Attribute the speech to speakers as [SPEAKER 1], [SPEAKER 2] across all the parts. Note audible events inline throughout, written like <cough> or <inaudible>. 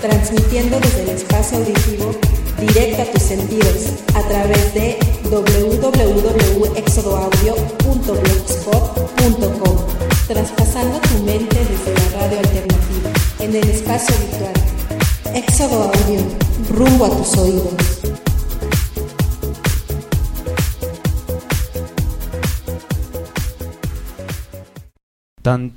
[SPEAKER 1] transmitiendo desde el espacio auditivo directo a tus sentidos a través de www.exodoaudio.blogspot.com, traspasando tu mente desde la radio alternativa en el espacio virtual. Éxodo Audio, rumbo a tus oídos.
[SPEAKER 2] Tan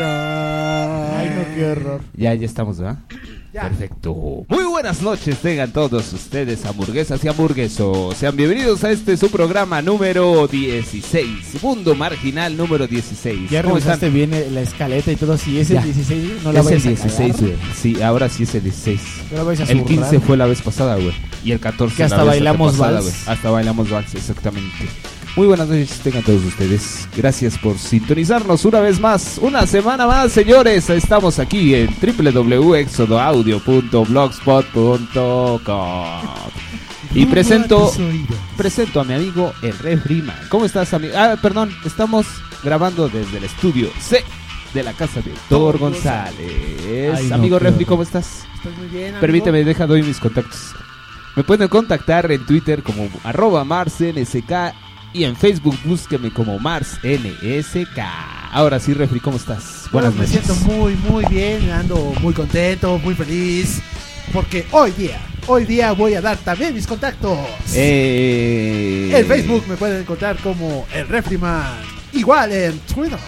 [SPEAKER 3] Ay, no, qué horror.
[SPEAKER 2] Ya, ya estamos, ¿verdad? Perfecto. Muy buenas noches, tengan todos ustedes hamburguesas y hamburguesos. Sean bienvenidos a este su programa número 16, Mundo Marginal número 16.
[SPEAKER 3] Ya
[SPEAKER 2] ¿Cómo están?
[SPEAKER 3] revisaste bien eh, la escaleta y todo. Si es
[SPEAKER 2] Ya.
[SPEAKER 3] el 16, no la
[SPEAKER 2] es el
[SPEAKER 3] vayas a
[SPEAKER 2] 16,
[SPEAKER 3] cagar.
[SPEAKER 2] güey. Sí, ahora sí es el 16.
[SPEAKER 3] No la vayas a
[SPEAKER 2] El
[SPEAKER 3] zurrar.
[SPEAKER 2] 15 fue la vez pasada, güey. Y el 14
[SPEAKER 3] Que hasta
[SPEAKER 2] la vez
[SPEAKER 3] bailamos
[SPEAKER 2] antepasada,
[SPEAKER 3] vals.
[SPEAKER 2] güey. Hasta bailamos vals, exactamente. Muy buenas noches tengan todos ustedes. Gracias por sintonizarnos una vez más, una semana más, señores. Estamos aquí en www.exodoaudio.blogspot.com y presento presento a mi amigo el Ref Rima. ¿Cómo estás, amigo? Ah, perdón, estamos grabando desde el estudio C de la casa de Thor González.
[SPEAKER 3] Ay, no,
[SPEAKER 2] amigo
[SPEAKER 3] qué
[SPEAKER 2] Refri,
[SPEAKER 3] horror.
[SPEAKER 2] ¿cómo estás? Permíteme, deja doy mis contactos. Me pueden contactar en Twitter como arroba marsnsk y en Facebook búsqueme como marsnsk. Ahora sí, Refri, ¿cómo estás?
[SPEAKER 4] Buenas me siento muy, muy bien, ando muy contento, muy feliz, porque hoy día, hoy día voy a dar también mis contactos.
[SPEAKER 2] Eh,
[SPEAKER 4] En Facebook me pueden encontrar como el Refriman, igual en Twitter,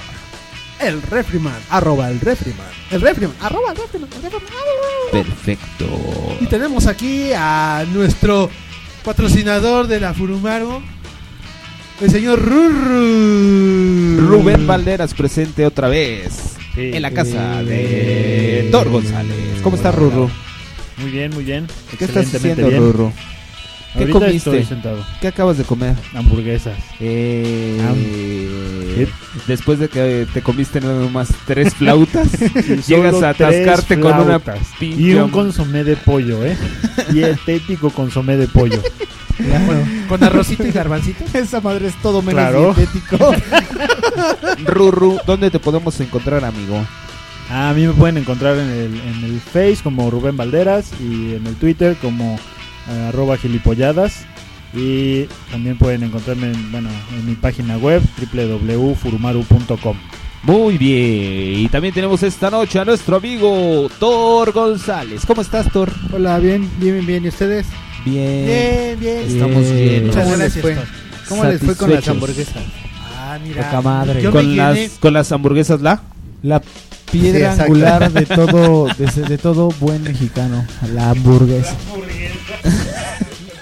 [SPEAKER 4] el Refriman, arroba el Refriman, el Refriman, arroba el Refriman, el Refriman, arroba.
[SPEAKER 2] Perfecto.
[SPEAKER 4] Y tenemos aquí a nuestro patrocinador de la Furumaru, el señor Ruru.
[SPEAKER 2] Rubén Valderas presente otra vez
[SPEAKER 5] Sí.
[SPEAKER 2] en la casa de Thor González. ¿Cómo estás, Rurro?
[SPEAKER 5] Muy bien, muy bien.
[SPEAKER 2] ¿Qué estás
[SPEAKER 5] Excelentemente
[SPEAKER 2] haciendo,
[SPEAKER 5] bien.
[SPEAKER 2] Rurro? ¿Qué
[SPEAKER 5] Ahorita
[SPEAKER 2] comiste?
[SPEAKER 5] Estoy sentado.
[SPEAKER 2] ¿Qué acabas de comer?
[SPEAKER 5] Hamburguesas.
[SPEAKER 2] Eh, después de que eh, te comiste nada más
[SPEAKER 5] <laughs>
[SPEAKER 2] tres flautas, llegas
[SPEAKER 5] Solo
[SPEAKER 2] a
[SPEAKER 5] tres
[SPEAKER 2] atascarte con una
[SPEAKER 5] flautas.
[SPEAKER 2] pinche
[SPEAKER 5] Y un
[SPEAKER 2] ham-
[SPEAKER 5] consomé de pollo, ¿eh? Dietético consomé de
[SPEAKER 2] <laughs>
[SPEAKER 5] pollo.
[SPEAKER 4] Bueno, con arrocito y garbancito.
[SPEAKER 3] <laughs> Esa madre es todo menos
[SPEAKER 5] Claro.
[SPEAKER 6] <laughs>
[SPEAKER 3] dietético.
[SPEAKER 2] Rurru, ¿dónde te podemos encontrar, amigo?
[SPEAKER 5] A mí me pueden encontrar en el, en el Face como Rubén Valderas y en el Twitter como eh, arroba gilipolladas. Y también pueden encontrarme en, bueno, en mi página web www.furumaru.com.
[SPEAKER 2] Muy bien. Y también tenemos esta noche a nuestro amigo Thor González. ¿Cómo estás, Thor?
[SPEAKER 6] Hola, bien, bien, bien, ¿y ustedes?
[SPEAKER 2] Bien.
[SPEAKER 4] Bien, bien.
[SPEAKER 2] Estamos bien.
[SPEAKER 4] Muchas
[SPEAKER 6] ¿Cómo les
[SPEAKER 4] gracias.
[SPEAKER 6] fue?
[SPEAKER 4] Thor.
[SPEAKER 6] ¿Cómo les fue con las
[SPEAKER 2] Satisfechos.
[SPEAKER 6] hamburguesas?
[SPEAKER 4] Ah, mira.
[SPEAKER 3] Poca madre.
[SPEAKER 4] Yo me
[SPEAKER 2] Con
[SPEAKER 4] llené.
[SPEAKER 2] las, con las hamburguesas, la.
[SPEAKER 3] La piedra
[SPEAKER 6] Sí, exacto.
[SPEAKER 3] angular
[SPEAKER 6] <laughs>
[SPEAKER 3] de todo, de, se- de todo buen mexicano. La hamburguesa.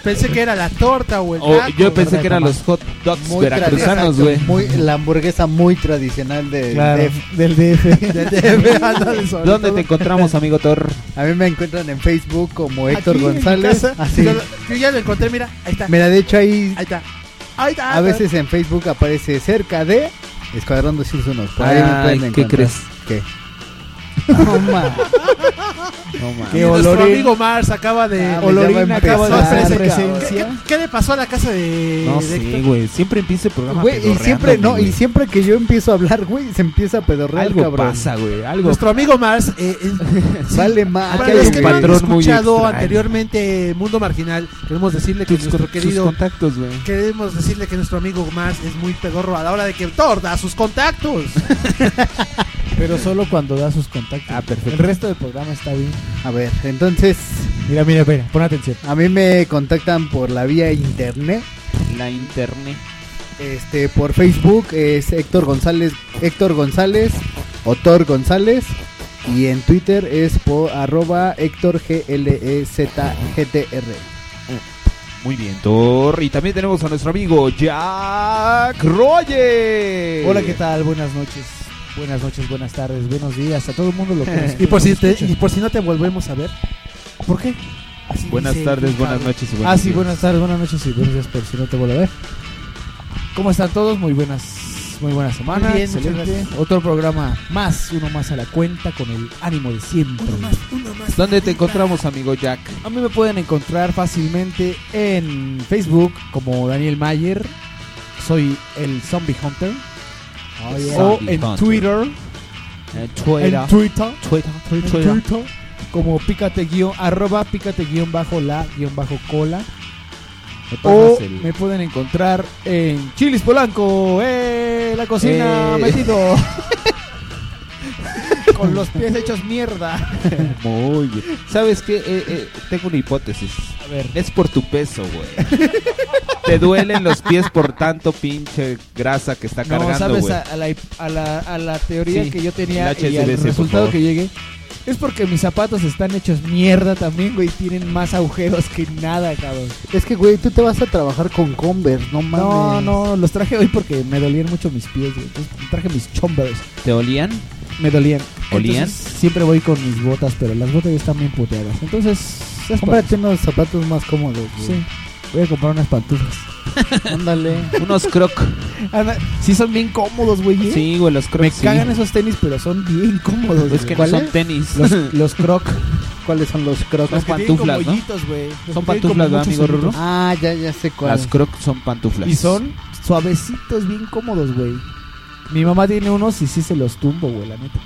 [SPEAKER 4] Pensé que era la torta o el
[SPEAKER 2] O
[SPEAKER 4] taco.
[SPEAKER 2] yo pensé que eran
[SPEAKER 3] Tacoma.
[SPEAKER 2] los hot dogs
[SPEAKER 6] Muy
[SPEAKER 2] veracruzanos,
[SPEAKER 6] tradicional,
[SPEAKER 2] güey.
[SPEAKER 6] exacto, muy- La hamburguesa muy tradicional de
[SPEAKER 3] Claro,
[SPEAKER 6] DF.
[SPEAKER 3] del
[SPEAKER 6] <laughs>
[SPEAKER 3] DF. <laughs>
[SPEAKER 4] Ándale, sobre
[SPEAKER 2] ¿Dónde
[SPEAKER 4] todo.
[SPEAKER 2] te encontramos, amigo Thor?
[SPEAKER 6] A mí me encuentran en Facebook como
[SPEAKER 4] Aquí,
[SPEAKER 6] Héctor
[SPEAKER 4] en mi
[SPEAKER 6] González. Ah,
[SPEAKER 4] casa.
[SPEAKER 6] Así.
[SPEAKER 4] Yo, yo ya lo encontré, mira. Ahí está.
[SPEAKER 6] Mira, de hecho ahí
[SPEAKER 4] Ahí está. Ahí está.
[SPEAKER 6] a veces en Facebook aparece cerca de Escuadrón 201. Por ahí me
[SPEAKER 2] Ay,
[SPEAKER 6] pueden
[SPEAKER 2] ¿Qué
[SPEAKER 6] encontrar.
[SPEAKER 2] crees?
[SPEAKER 6] ¿Qué? No, ma.
[SPEAKER 2] No mames.
[SPEAKER 3] Qué
[SPEAKER 4] Y nuestro
[SPEAKER 2] ¿eh?
[SPEAKER 3] olorín.
[SPEAKER 4] amigo Mars acaba de.
[SPEAKER 6] Ah,
[SPEAKER 4] olorín,
[SPEAKER 6] me llama
[SPEAKER 4] acaba de
[SPEAKER 6] empezar.
[SPEAKER 4] hacer ese-
[SPEAKER 3] presencia.
[SPEAKER 4] ¿Qué- ¿Qué le pasó a la casa de.?
[SPEAKER 2] No
[SPEAKER 4] de
[SPEAKER 2] sé,
[SPEAKER 4] Héctor?
[SPEAKER 2] güey. Siempre empieza el programa.
[SPEAKER 6] Güey, y
[SPEAKER 2] pedorreando,
[SPEAKER 6] siempre, no,
[SPEAKER 2] güey.
[SPEAKER 6] y siempre que yo empiezo a hablar, güey, se empieza a pedorrear,
[SPEAKER 2] Algo
[SPEAKER 6] cabrón.
[SPEAKER 2] pasa, güey. Algo.
[SPEAKER 4] Nuestro amigo Mars. eh, eh,
[SPEAKER 6] Vale,
[SPEAKER 4] para
[SPEAKER 6] más.
[SPEAKER 2] Aquí hay
[SPEAKER 4] los
[SPEAKER 2] un
[SPEAKER 4] que no han
[SPEAKER 2] patrón muy
[SPEAKER 4] escuchado
[SPEAKER 2] extraño.
[SPEAKER 4] anteriormente Mundo Marginal, queremos decirle que
[SPEAKER 2] tus,
[SPEAKER 4] nuestro
[SPEAKER 2] tus
[SPEAKER 4] querido.
[SPEAKER 2] contactos, güey.
[SPEAKER 4] Queremos decirle que nuestro amigo Mars es muy pedorro a la hora de que Thor da sus
[SPEAKER 6] <laughs>
[SPEAKER 4] contactos.
[SPEAKER 3] Pero solo cuando da sus contactos.
[SPEAKER 2] Ah, perfecto.
[SPEAKER 3] El resto del programa está bien.
[SPEAKER 6] A ver, entonces.
[SPEAKER 3] Mira, mira, mira, pon atención.
[SPEAKER 6] A mí me contactan por la vía internet,
[SPEAKER 2] La internet.
[SPEAKER 6] este, por Facebook es Héctor González, Héctor González, Otor González,
[SPEAKER 5] Y en Twitter es por arroba Héctor
[SPEAKER 6] E
[SPEAKER 5] GLEZGTR.
[SPEAKER 2] Muy bien, Thor. Y también tenemos a nuestro amigo Jack Roger.
[SPEAKER 6] Hola, ¿qué tal? Buenas noches. Buenas noches, buenas tardes, buenos días a todo el mundo lo que nos-
[SPEAKER 4] Y por, si
[SPEAKER 6] nos
[SPEAKER 4] te-
[SPEAKER 6] escucha.
[SPEAKER 4] y por si no te volvemos a ver,
[SPEAKER 6] ¿Por qué? Así
[SPEAKER 2] Buenas
[SPEAKER 6] dice
[SPEAKER 2] tardes,
[SPEAKER 6] el
[SPEAKER 2] buenas
[SPEAKER 6] Ricardo.
[SPEAKER 2] noches y buenos
[SPEAKER 6] Ah, sí,
[SPEAKER 2] días.
[SPEAKER 6] buenas tardes, buenas noches y buenos días, por si no te vuelvo a ver. ¿Cómo están todos? Muy buenas, muy buenas semanas.
[SPEAKER 5] Muy bien, muchas
[SPEAKER 6] Otro programa más, uno más a la cuenta con el ánimo de siempre.
[SPEAKER 2] ¿Dónde te encontramos, amigo Jack?
[SPEAKER 6] A mí me pueden encontrar fácilmente en Facebook como Daniel Mayer. Soy el Zombie Hunter. o
[SPEAKER 2] Zombie
[SPEAKER 6] en
[SPEAKER 2] Hunter.
[SPEAKER 6] Twitter, en Twitter, en Twitter, como pícate guión, arroba pícate guión bajo la guión bajo cola.
[SPEAKER 2] Me
[SPEAKER 6] O
[SPEAKER 2] pasas el-
[SPEAKER 6] me pueden encontrar en Chilis Polanco, ¡eh! La cocina,
[SPEAKER 2] Eh.
[SPEAKER 6] <laughs> metido. Con los pies hechos mierda.
[SPEAKER 2] <laughs> Muy bien. ¿Sabes qué? Eh, eh, tengo una hipótesis.
[SPEAKER 6] A ver,
[SPEAKER 2] Es por tu peso, güey. Te duelen los pies por tanto pinche grasa que está
[SPEAKER 6] no,
[SPEAKER 2] cargando,
[SPEAKER 6] sabes
[SPEAKER 2] güey.
[SPEAKER 6] a, a la, hip- a la- a la teoría
[SPEAKER 2] Sí,
[SPEAKER 6] que yo tenía
[SPEAKER 2] el
[SPEAKER 6] y al
[SPEAKER 2] HSBC, por
[SPEAKER 6] resultado
[SPEAKER 2] favor.
[SPEAKER 6] que llegué. Es porque mis zapatos están hechos mierda también, güey. Tienen más agujeros que nada, cabrón.
[SPEAKER 5] Es que, güey, tú te vas a trabajar con Converse, no mames.
[SPEAKER 6] No, no, los traje hoy porque me dolían mucho mis pies, güey. Entonces, traje mis chombers. <laughs>
[SPEAKER 2] ¿Te olían?
[SPEAKER 6] Me dolían.
[SPEAKER 2] ¿Olían?
[SPEAKER 6] Entonces, siempre voy con mis botas, pero las botas ya están bien puteadas. Entonces, es para-
[SPEAKER 5] Cómprate unos zapatos más cómodos, güey.
[SPEAKER 6] Sí. Voy a comprar unas pantuflas.
[SPEAKER 5] Ándale.
[SPEAKER 2] Unos croc.
[SPEAKER 6] Ana, sí son bien cómodos, güey. ¿eh?
[SPEAKER 2] Sí, güey, los crocs.
[SPEAKER 6] Me
[SPEAKER 2] sí.
[SPEAKER 6] cagan esos tenis, pero son bien cómodos.
[SPEAKER 2] Es
[SPEAKER 6] güey.
[SPEAKER 2] que no
[SPEAKER 6] ¿Cuáles?
[SPEAKER 2] son
[SPEAKER 5] <laughs>
[SPEAKER 2] tenis. <laughs>
[SPEAKER 6] Los, los croc.
[SPEAKER 5] ¿Cuáles son los crocs?
[SPEAKER 2] Los
[SPEAKER 6] que tienen como
[SPEAKER 2] pantuflas, ¿no?
[SPEAKER 6] hoyitos, güey. Los que tienen
[SPEAKER 2] Son pantuflas,
[SPEAKER 6] como
[SPEAKER 2] ¿verdad,
[SPEAKER 6] muchos
[SPEAKER 2] amigo Rorro?
[SPEAKER 6] hoyitos.
[SPEAKER 5] Ah, ya, ya sé
[SPEAKER 2] Las
[SPEAKER 5] cuáles.
[SPEAKER 2] crocs son pantuflas.
[SPEAKER 6] Y son suavecitos, bien cómodos, güey. Mi mamá tiene unos y sí se los tumbo, güey, la neta.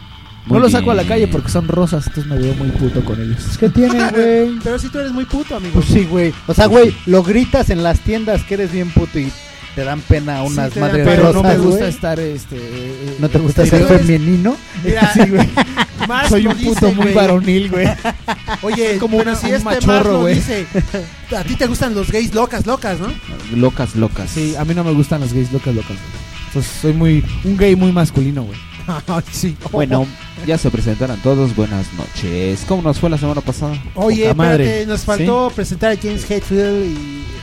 [SPEAKER 2] Muy
[SPEAKER 6] no los saco a la
[SPEAKER 2] bien.
[SPEAKER 6] calle porque son rosas, entonces me veo muy puto con ellos.
[SPEAKER 5] ¿Qué
[SPEAKER 6] <laughs>
[SPEAKER 5] tienen, güey?
[SPEAKER 4] pero si tú eres muy puto, amigo.
[SPEAKER 5] Pues sí, güey. O sea, güey, lo gritas en las tiendas que eres bien puto y te dan pena
[SPEAKER 4] Sí,
[SPEAKER 5] unas
[SPEAKER 4] te dan
[SPEAKER 5] madres
[SPEAKER 4] pena,
[SPEAKER 6] Pero no me
[SPEAKER 5] rosas,
[SPEAKER 6] gusta
[SPEAKER 5] güey.
[SPEAKER 6] estar, este... eh, eh,
[SPEAKER 5] ¿No te gusta
[SPEAKER 6] sí,
[SPEAKER 5] ser
[SPEAKER 6] güey.
[SPEAKER 5] femenino?
[SPEAKER 2] <laughs>
[SPEAKER 4] Mira,
[SPEAKER 6] <laughs> Sí,
[SPEAKER 5] <laughs>
[SPEAKER 6] güey.
[SPEAKER 4] Marx
[SPEAKER 6] Soy
[SPEAKER 4] lo
[SPEAKER 6] un puto
[SPEAKER 4] dice,
[SPEAKER 6] muy
[SPEAKER 4] güey.
[SPEAKER 6] varonil, güey.
[SPEAKER 4] Oye,
[SPEAKER 6] Soy como
[SPEAKER 4] como pero
[SPEAKER 6] una-
[SPEAKER 4] si
[SPEAKER 6] un
[SPEAKER 4] este
[SPEAKER 6] machorro,
[SPEAKER 4] Marx lo
[SPEAKER 6] güey.
[SPEAKER 4] dice, a ti te gustan los gays locas, locas, ¿no?
[SPEAKER 2] Locas, locas.
[SPEAKER 6] Sí, a mí no me gustan los gays locas, locas. güey. Entonces soy muy un gay muy masculino, güey. <laughs>
[SPEAKER 4] sí.
[SPEAKER 2] Bueno, ya se presentaron todos. Buenas noches. ¿Cómo nos fue la semana pasada?
[SPEAKER 4] Oye,
[SPEAKER 6] poca madre.
[SPEAKER 4] espérate, nos faltó presentar a James Hetfield y...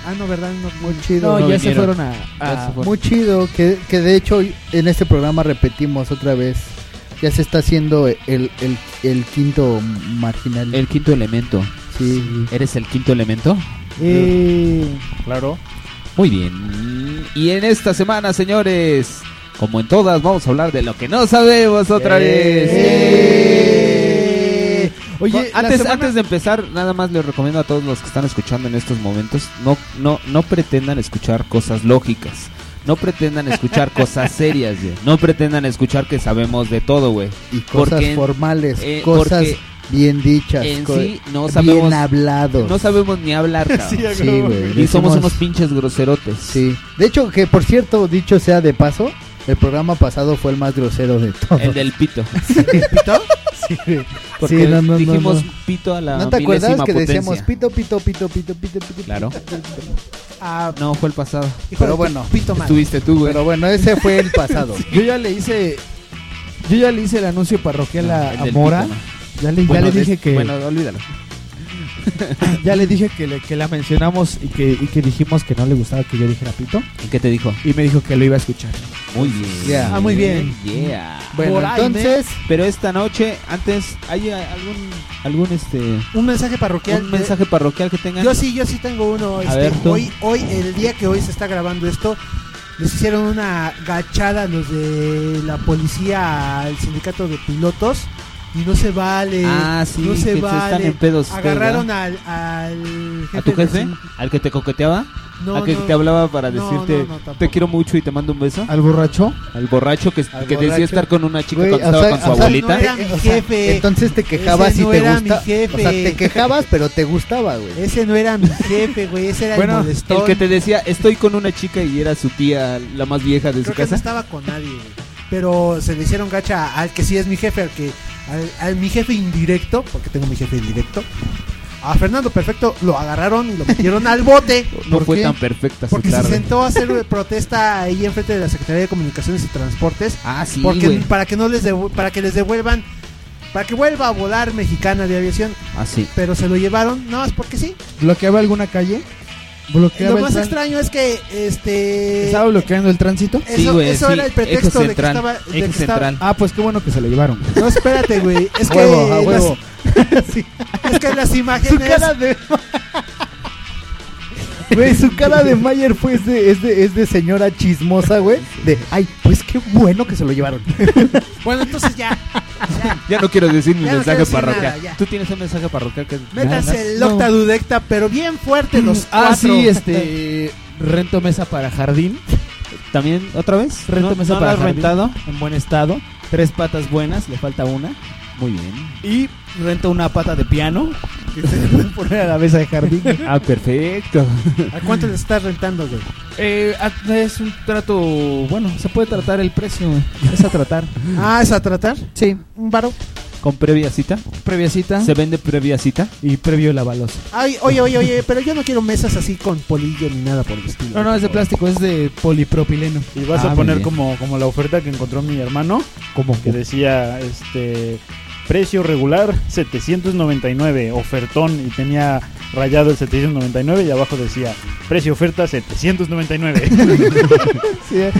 [SPEAKER 4] Ah, no, ¿verdad? No, muy chido.
[SPEAKER 6] No,
[SPEAKER 2] no
[SPEAKER 6] ya se
[SPEAKER 2] vinieron.
[SPEAKER 6] fueron a, a-
[SPEAKER 2] Ya se fueron.
[SPEAKER 5] Muy chido, que, que de hecho en este programa repetimos otra vez. Ya se está haciendo el, el, el quinto marginal.
[SPEAKER 2] El quinto elemento.
[SPEAKER 5] Sí.
[SPEAKER 2] ¿Eres el quinto elemento?
[SPEAKER 6] Eh,
[SPEAKER 7] Claro.
[SPEAKER 2] Muy bien. Y en esta semana, señores, como en todas, vamos a hablar de lo que no sabemos otra vez.
[SPEAKER 6] ¡Eh!
[SPEAKER 2] Oye,
[SPEAKER 6] Oye, la
[SPEAKER 2] antes,
[SPEAKER 6] semana-
[SPEAKER 2] antes de empezar, nada más les recomiendo a todos los que están escuchando en estos momentos, no, no, no pretendan escuchar cosas lógicas. No pretendan escuchar cosas serias, güey. No pretendan escuchar que sabemos de todo, güey.
[SPEAKER 5] Y cosas
[SPEAKER 2] Porque-
[SPEAKER 5] formales,
[SPEAKER 2] eh,
[SPEAKER 5] cosas
[SPEAKER 2] porque
[SPEAKER 5] bien dichas,
[SPEAKER 2] en
[SPEAKER 5] co-
[SPEAKER 2] sí no
[SPEAKER 5] bien
[SPEAKER 2] sabemos-
[SPEAKER 5] hablados.
[SPEAKER 2] No sabemos ni hablar, cabrón.
[SPEAKER 7] Sí,
[SPEAKER 5] sí, güey.
[SPEAKER 2] y somos
[SPEAKER 5] Decimos-
[SPEAKER 2] unos pinches groserotes.
[SPEAKER 5] Sí. De hecho, que por cierto, dicho sea de paso, el programa pasado fue el más grosero de todos.
[SPEAKER 2] El
[SPEAKER 5] <laughs>
[SPEAKER 2] del pito.
[SPEAKER 5] Sí, güey.
[SPEAKER 2] Porque
[SPEAKER 5] Sí, no, no, no,
[SPEAKER 2] dijimos
[SPEAKER 5] no.
[SPEAKER 2] pito a la
[SPEAKER 5] ¿No te acuerdas
[SPEAKER 2] milésima
[SPEAKER 5] que
[SPEAKER 2] potencia.
[SPEAKER 5] decíamos pito, pito, pito, pito, pito, pito?
[SPEAKER 2] Claro.
[SPEAKER 5] pito, pito, pito?
[SPEAKER 4] Ah,
[SPEAKER 2] No, fue el pasado.
[SPEAKER 4] hijo
[SPEAKER 5] pero
[SPEAKER 4] de tu
[SPEAKER 5] bueno.
[SPEAKER 4] Pito mal.
[SPEAKER 2] Estuviste tú, güey.
[SPEAKER 5] Pero bueno, ese fue el
[SPEAKER 2] <laughs>
[SPEAKER 5] pasado.
[SPEAKER 6] yo ya le hice yo ya le hice el anuncio parroquial a,
[SPEAKER 2] El
[SPEAKER 6] a
[SPEAKER 2] del
[SPEAKER 6] Mora.
[SPEAKER 2] pito,
[SPEAKER 6] Ya le, ya
[SPEAKER 2] Bueno,
[SPEAKER 6] le dije
[SPEAKER 2] des-
[SPEAKER 6] que
[SPEAKER 2] Bueno, olvídalo.
[SPEAKER 6] ya le dije que, le- que la mencionamos y que, y que dijimos que no le gustaba que yo dijera pito
[SPEAKER 2] ¿Y qué te dijo?
[SPEAKER 6] y me dijo que lo iba a escuchar.
[SPEAKER 2] Muy bien.
[SPEAKER 5] Yeah.
[SPEAKER 4] Ah, muy bien.
[SPEAKER 2] Yeah.
[SPEAKER 5] Bueno,
[SPEAKER 4] Por ahí, ¿eh?
[SPEAKER 5] entonces,
[SPEAKER 2] Pero esta noche, antes, ¿hay eh, algún, algún este,
[SPEAKER 4] Un mensaje parroquial.
[SPEAKER 2] un
[SPEAKER 4] de-
[SPEAKER 2] mensaje parroquial que tengan?
[SPEAKER 4] Yo sí, yo sí tengo uno. este,
[SPEAKER 2] ver, tú.
[SPEAKER 4] hoy, hoy, el día que hoy se está grabando esto, les hicieron una gachada los de la policía al sindicato de pilotos y no se vale.
[SPEAKER 2] Ah, sí,
[SPEAKER 4] no
[SPEAKER 2] que
[SPEAKER 4] se
[SPEAKER 2] se
[SPEAKER 4] vale.
[SPEAKER 2] están en pedos ustedes,
[SPEAKER 4] Agarraron al, al
[SPEAKER 2] ¿A tu
[SPEAKER 4] del
[SPEAKER 2] jefe?
[SPEAKER 4] sin-
[SPEAKER 2] ¿Al que te coqueteaba?
[SPEAKER 4] No,
[SPEAKER 2] ¿Al que
[SPEAKER 4] no,
[SPEAKER 2] te hablaba para
[SPEAKER 4] No,
[SPEAKER 2] decirte
[SPEAKER 4] no, no, tampoco.
[SPEAKER 2] te quiero mucho y te mando un beso?
[SPEAKER 6] Al borracho
[SPEAKER 2] ¿Al borracho que,
[SPEAKER 5] Al
[SPEAKER 2] que
[SPEAKER 5] borracho.
[SPEAKER 2] decía estar con una chica
[SPEAKER 5] Güey,
[SPEAKER 2] cuando
[SPEAKER 5] o
[SPEAKER 2] estaba
[SPEAKER 5] sea,
[SPEAKER 2] con su
[SPEAKER 5] o sea,
[SPEAKER 2] abuelita?
[SPEAKER 4] No era mi
[SPEAKER 5] o sea,
[SPEAKER 4] jefe.
[SPEAKER 5] entonces te quejabas
[SPEAKER 4] Ese
[SPEAKER 5] y
[SPEAKER 4] no
[SPEAKER 5] te
[SPEAKER 4] era mi
[SPEAKER 5] gustaba.
[SPEAKER 4] jefe.
[SPEAKER 5] O sea, te quejabas, pero te gustaba, güey.
[SPEAKER 4] Ese no era mi jefe, güey. Ese era
[SPEAKER 6] Bueno,
[SPEAKER 4] el molestón.
[SPEAKER 2] El que te decía, estoy con una chica y era su tía, la más vieja de su
[SPEAKER 4] Creo que no
[SPEAKER 2] casa.
[SPEAKER 4] estaba con nadie, güey. Pero se le hicieron gacha al que sí es mi jefe, al que. Al, al mi jefe indirecto, porque tengo mi jefe indirecto. A Fernando Perfecto lo agarraron y lo metieron al bote.
[SPEAKER 2] <laughs> No
[SPEAKER 5] ¿Por
[SPEAKER 2] fue
[SPEAKER 5] qué?
[SPEAKER 2] tan perfecta su
[SPEAKER 4] Porque se
[SPEAKER 2] tarde.
[SPEAKER 4] sentó a hacer eh, protesta ahí enfrente de la Secretaría de Comunicaciones y Transportes.
[SPEAKER 2] Ah, sí,
[SPEAKER 4] porque
[SPEAKER 2] güey.
[SPEAKER 4] para que no les devu- para que les devuelvan para que vuelva a volar mexicana de aviación,
[SPEAKER 2] Así.
[SPEAKER 4] pero se lo llevaron, no, es porque sí.
[SPEAKER 6] ¿Bloqueaba alguna calle? ¿Bloqueaba
[SPEAKER 4] Lo
[SPEAKER 6] el
[SPEAKER 4] más
[SPEAKER 6] tran-
[SPEAKER 4] extraño es que este
[SPEAKER 6] ¿Estaba bloqueando el tránsito?
[SPEAKER 4] eso,
[SPEAKER 2] Sí, güey,
[SPEAKER 4] eso
[SPEAKER 2] sí,
[SPEAKER 4] era el pretexto de que
[SPEAKER 2] Ecocentral,
[SPEAKER 4] estaba de que estaba-
[SPEAKER 2] Ecocentral.
[SPEAKER 6] Ah, pues qué bueno que se lo
[SPEAKER 4] <laughs>
[SPEAKER 6] llevaron.
[SPEAKER 4] No, espérate, güey, es que
[SPEAKER 6] <laughs> Huevo, a
[SPEAKER 4] las-
[SPEAKER 6] huevo.
[SPEAKER 4] es que las
[SPEAKER 6] <laughs> Su
[SPEAKER 4] imágenes
[SPEAKER 6] cara de...
[SPEAKER 3] Güey,
[SPEAKER 6] <laughs>
[SPEAKER 3] su cara de Mayer fue es de, es de, es de señora chismosa, güey. De, ay, pues qué bueno que se lo llevaron.
[SPEAKER 4] Bueno, entonces ya
[SPEAKER 2] Ya no quiero decir mi
[SPEAKER 4] Ya no
[SPEAKER 2] mensaje
[SPEAKER 4] quiero decir
[SPEAKER 2] parroquial.
[SPEAKER 4] nada, ya.
[SPEAKER 2] Tú tienes un mensaje parroquial que
[SPEAKER 4] <laughs> métase el
[SPEAKER 6] no.
[SPEAKER 4] octadudecta, pero bien fuerte los
[SPEAKER 6] Ah,
[SPEAKER 4] cuatro.
[SPEAKER 6] sí, este... Rento mesa para jardín.
[SPEAKER 2] también otra vez.
[SPEAKER 6] Rento
[SPEAKER 2] ¿No,
[SPEAKER 6] mesa
[SPEAKER 2] no lo
[SPEAKER 6] para
[SPEAKER 2] has
[SPEAKER 6] jardín.
[SPEAKER 2] rentado?
[SPEAKER 6] En buen estado. Tres patas buenas, le falta una.
[SPEAKER 2] Muy bien.
[SPEAKER 6] Y rento una pata de piano. Que se le puede poner a la mesa de jardín.
[SPEAKER 2] <laughs> Ah, perfecto.
[SPEAKER 4] ¿A cuánto le estás rentando, güey?
[SPEAKER 6] Eh, a- es un trato... Bueno, se puede tratar el precio. güey. Es a tratar.
[SPEAKER 4] Ah, es a tratar.
[SPEAKER 6] Sí.
[SPEAKER 4] Un varo.
[SPEAKER 2] <laughs> Con previa cita.
[SPEAKER 6] Previa cita.
[SPEAKER 2] ¿Se vende previa cita?
[SPEAKER 6] Y previo la balosa.
[SPEAKER 4] Ay, oye, oye, oye, pero yo no quiero mesas así con polillo ni nada por el estilo.
[SPEAKER 6] No, no, es de plástico, es de polipropileno.
[SPEAKER 5] Y vas a
[SPEAKER 2] Ah, muy
[SPEAKER 5] poner
[SPEAKER 2] bien.
[SPEAKER 5] como, como la oferta que encontró mi hermano,
[SPEAKER 6] Como
[SPEAKER 5] que decía, este, precio regular 799, ofertón, y tenía rayado el 799 y abajo decía, precio oferta
[SPEAKER 4] <laughs>
[SPEAKER 5] 799.
[SPEAKER 6] Sí, eh.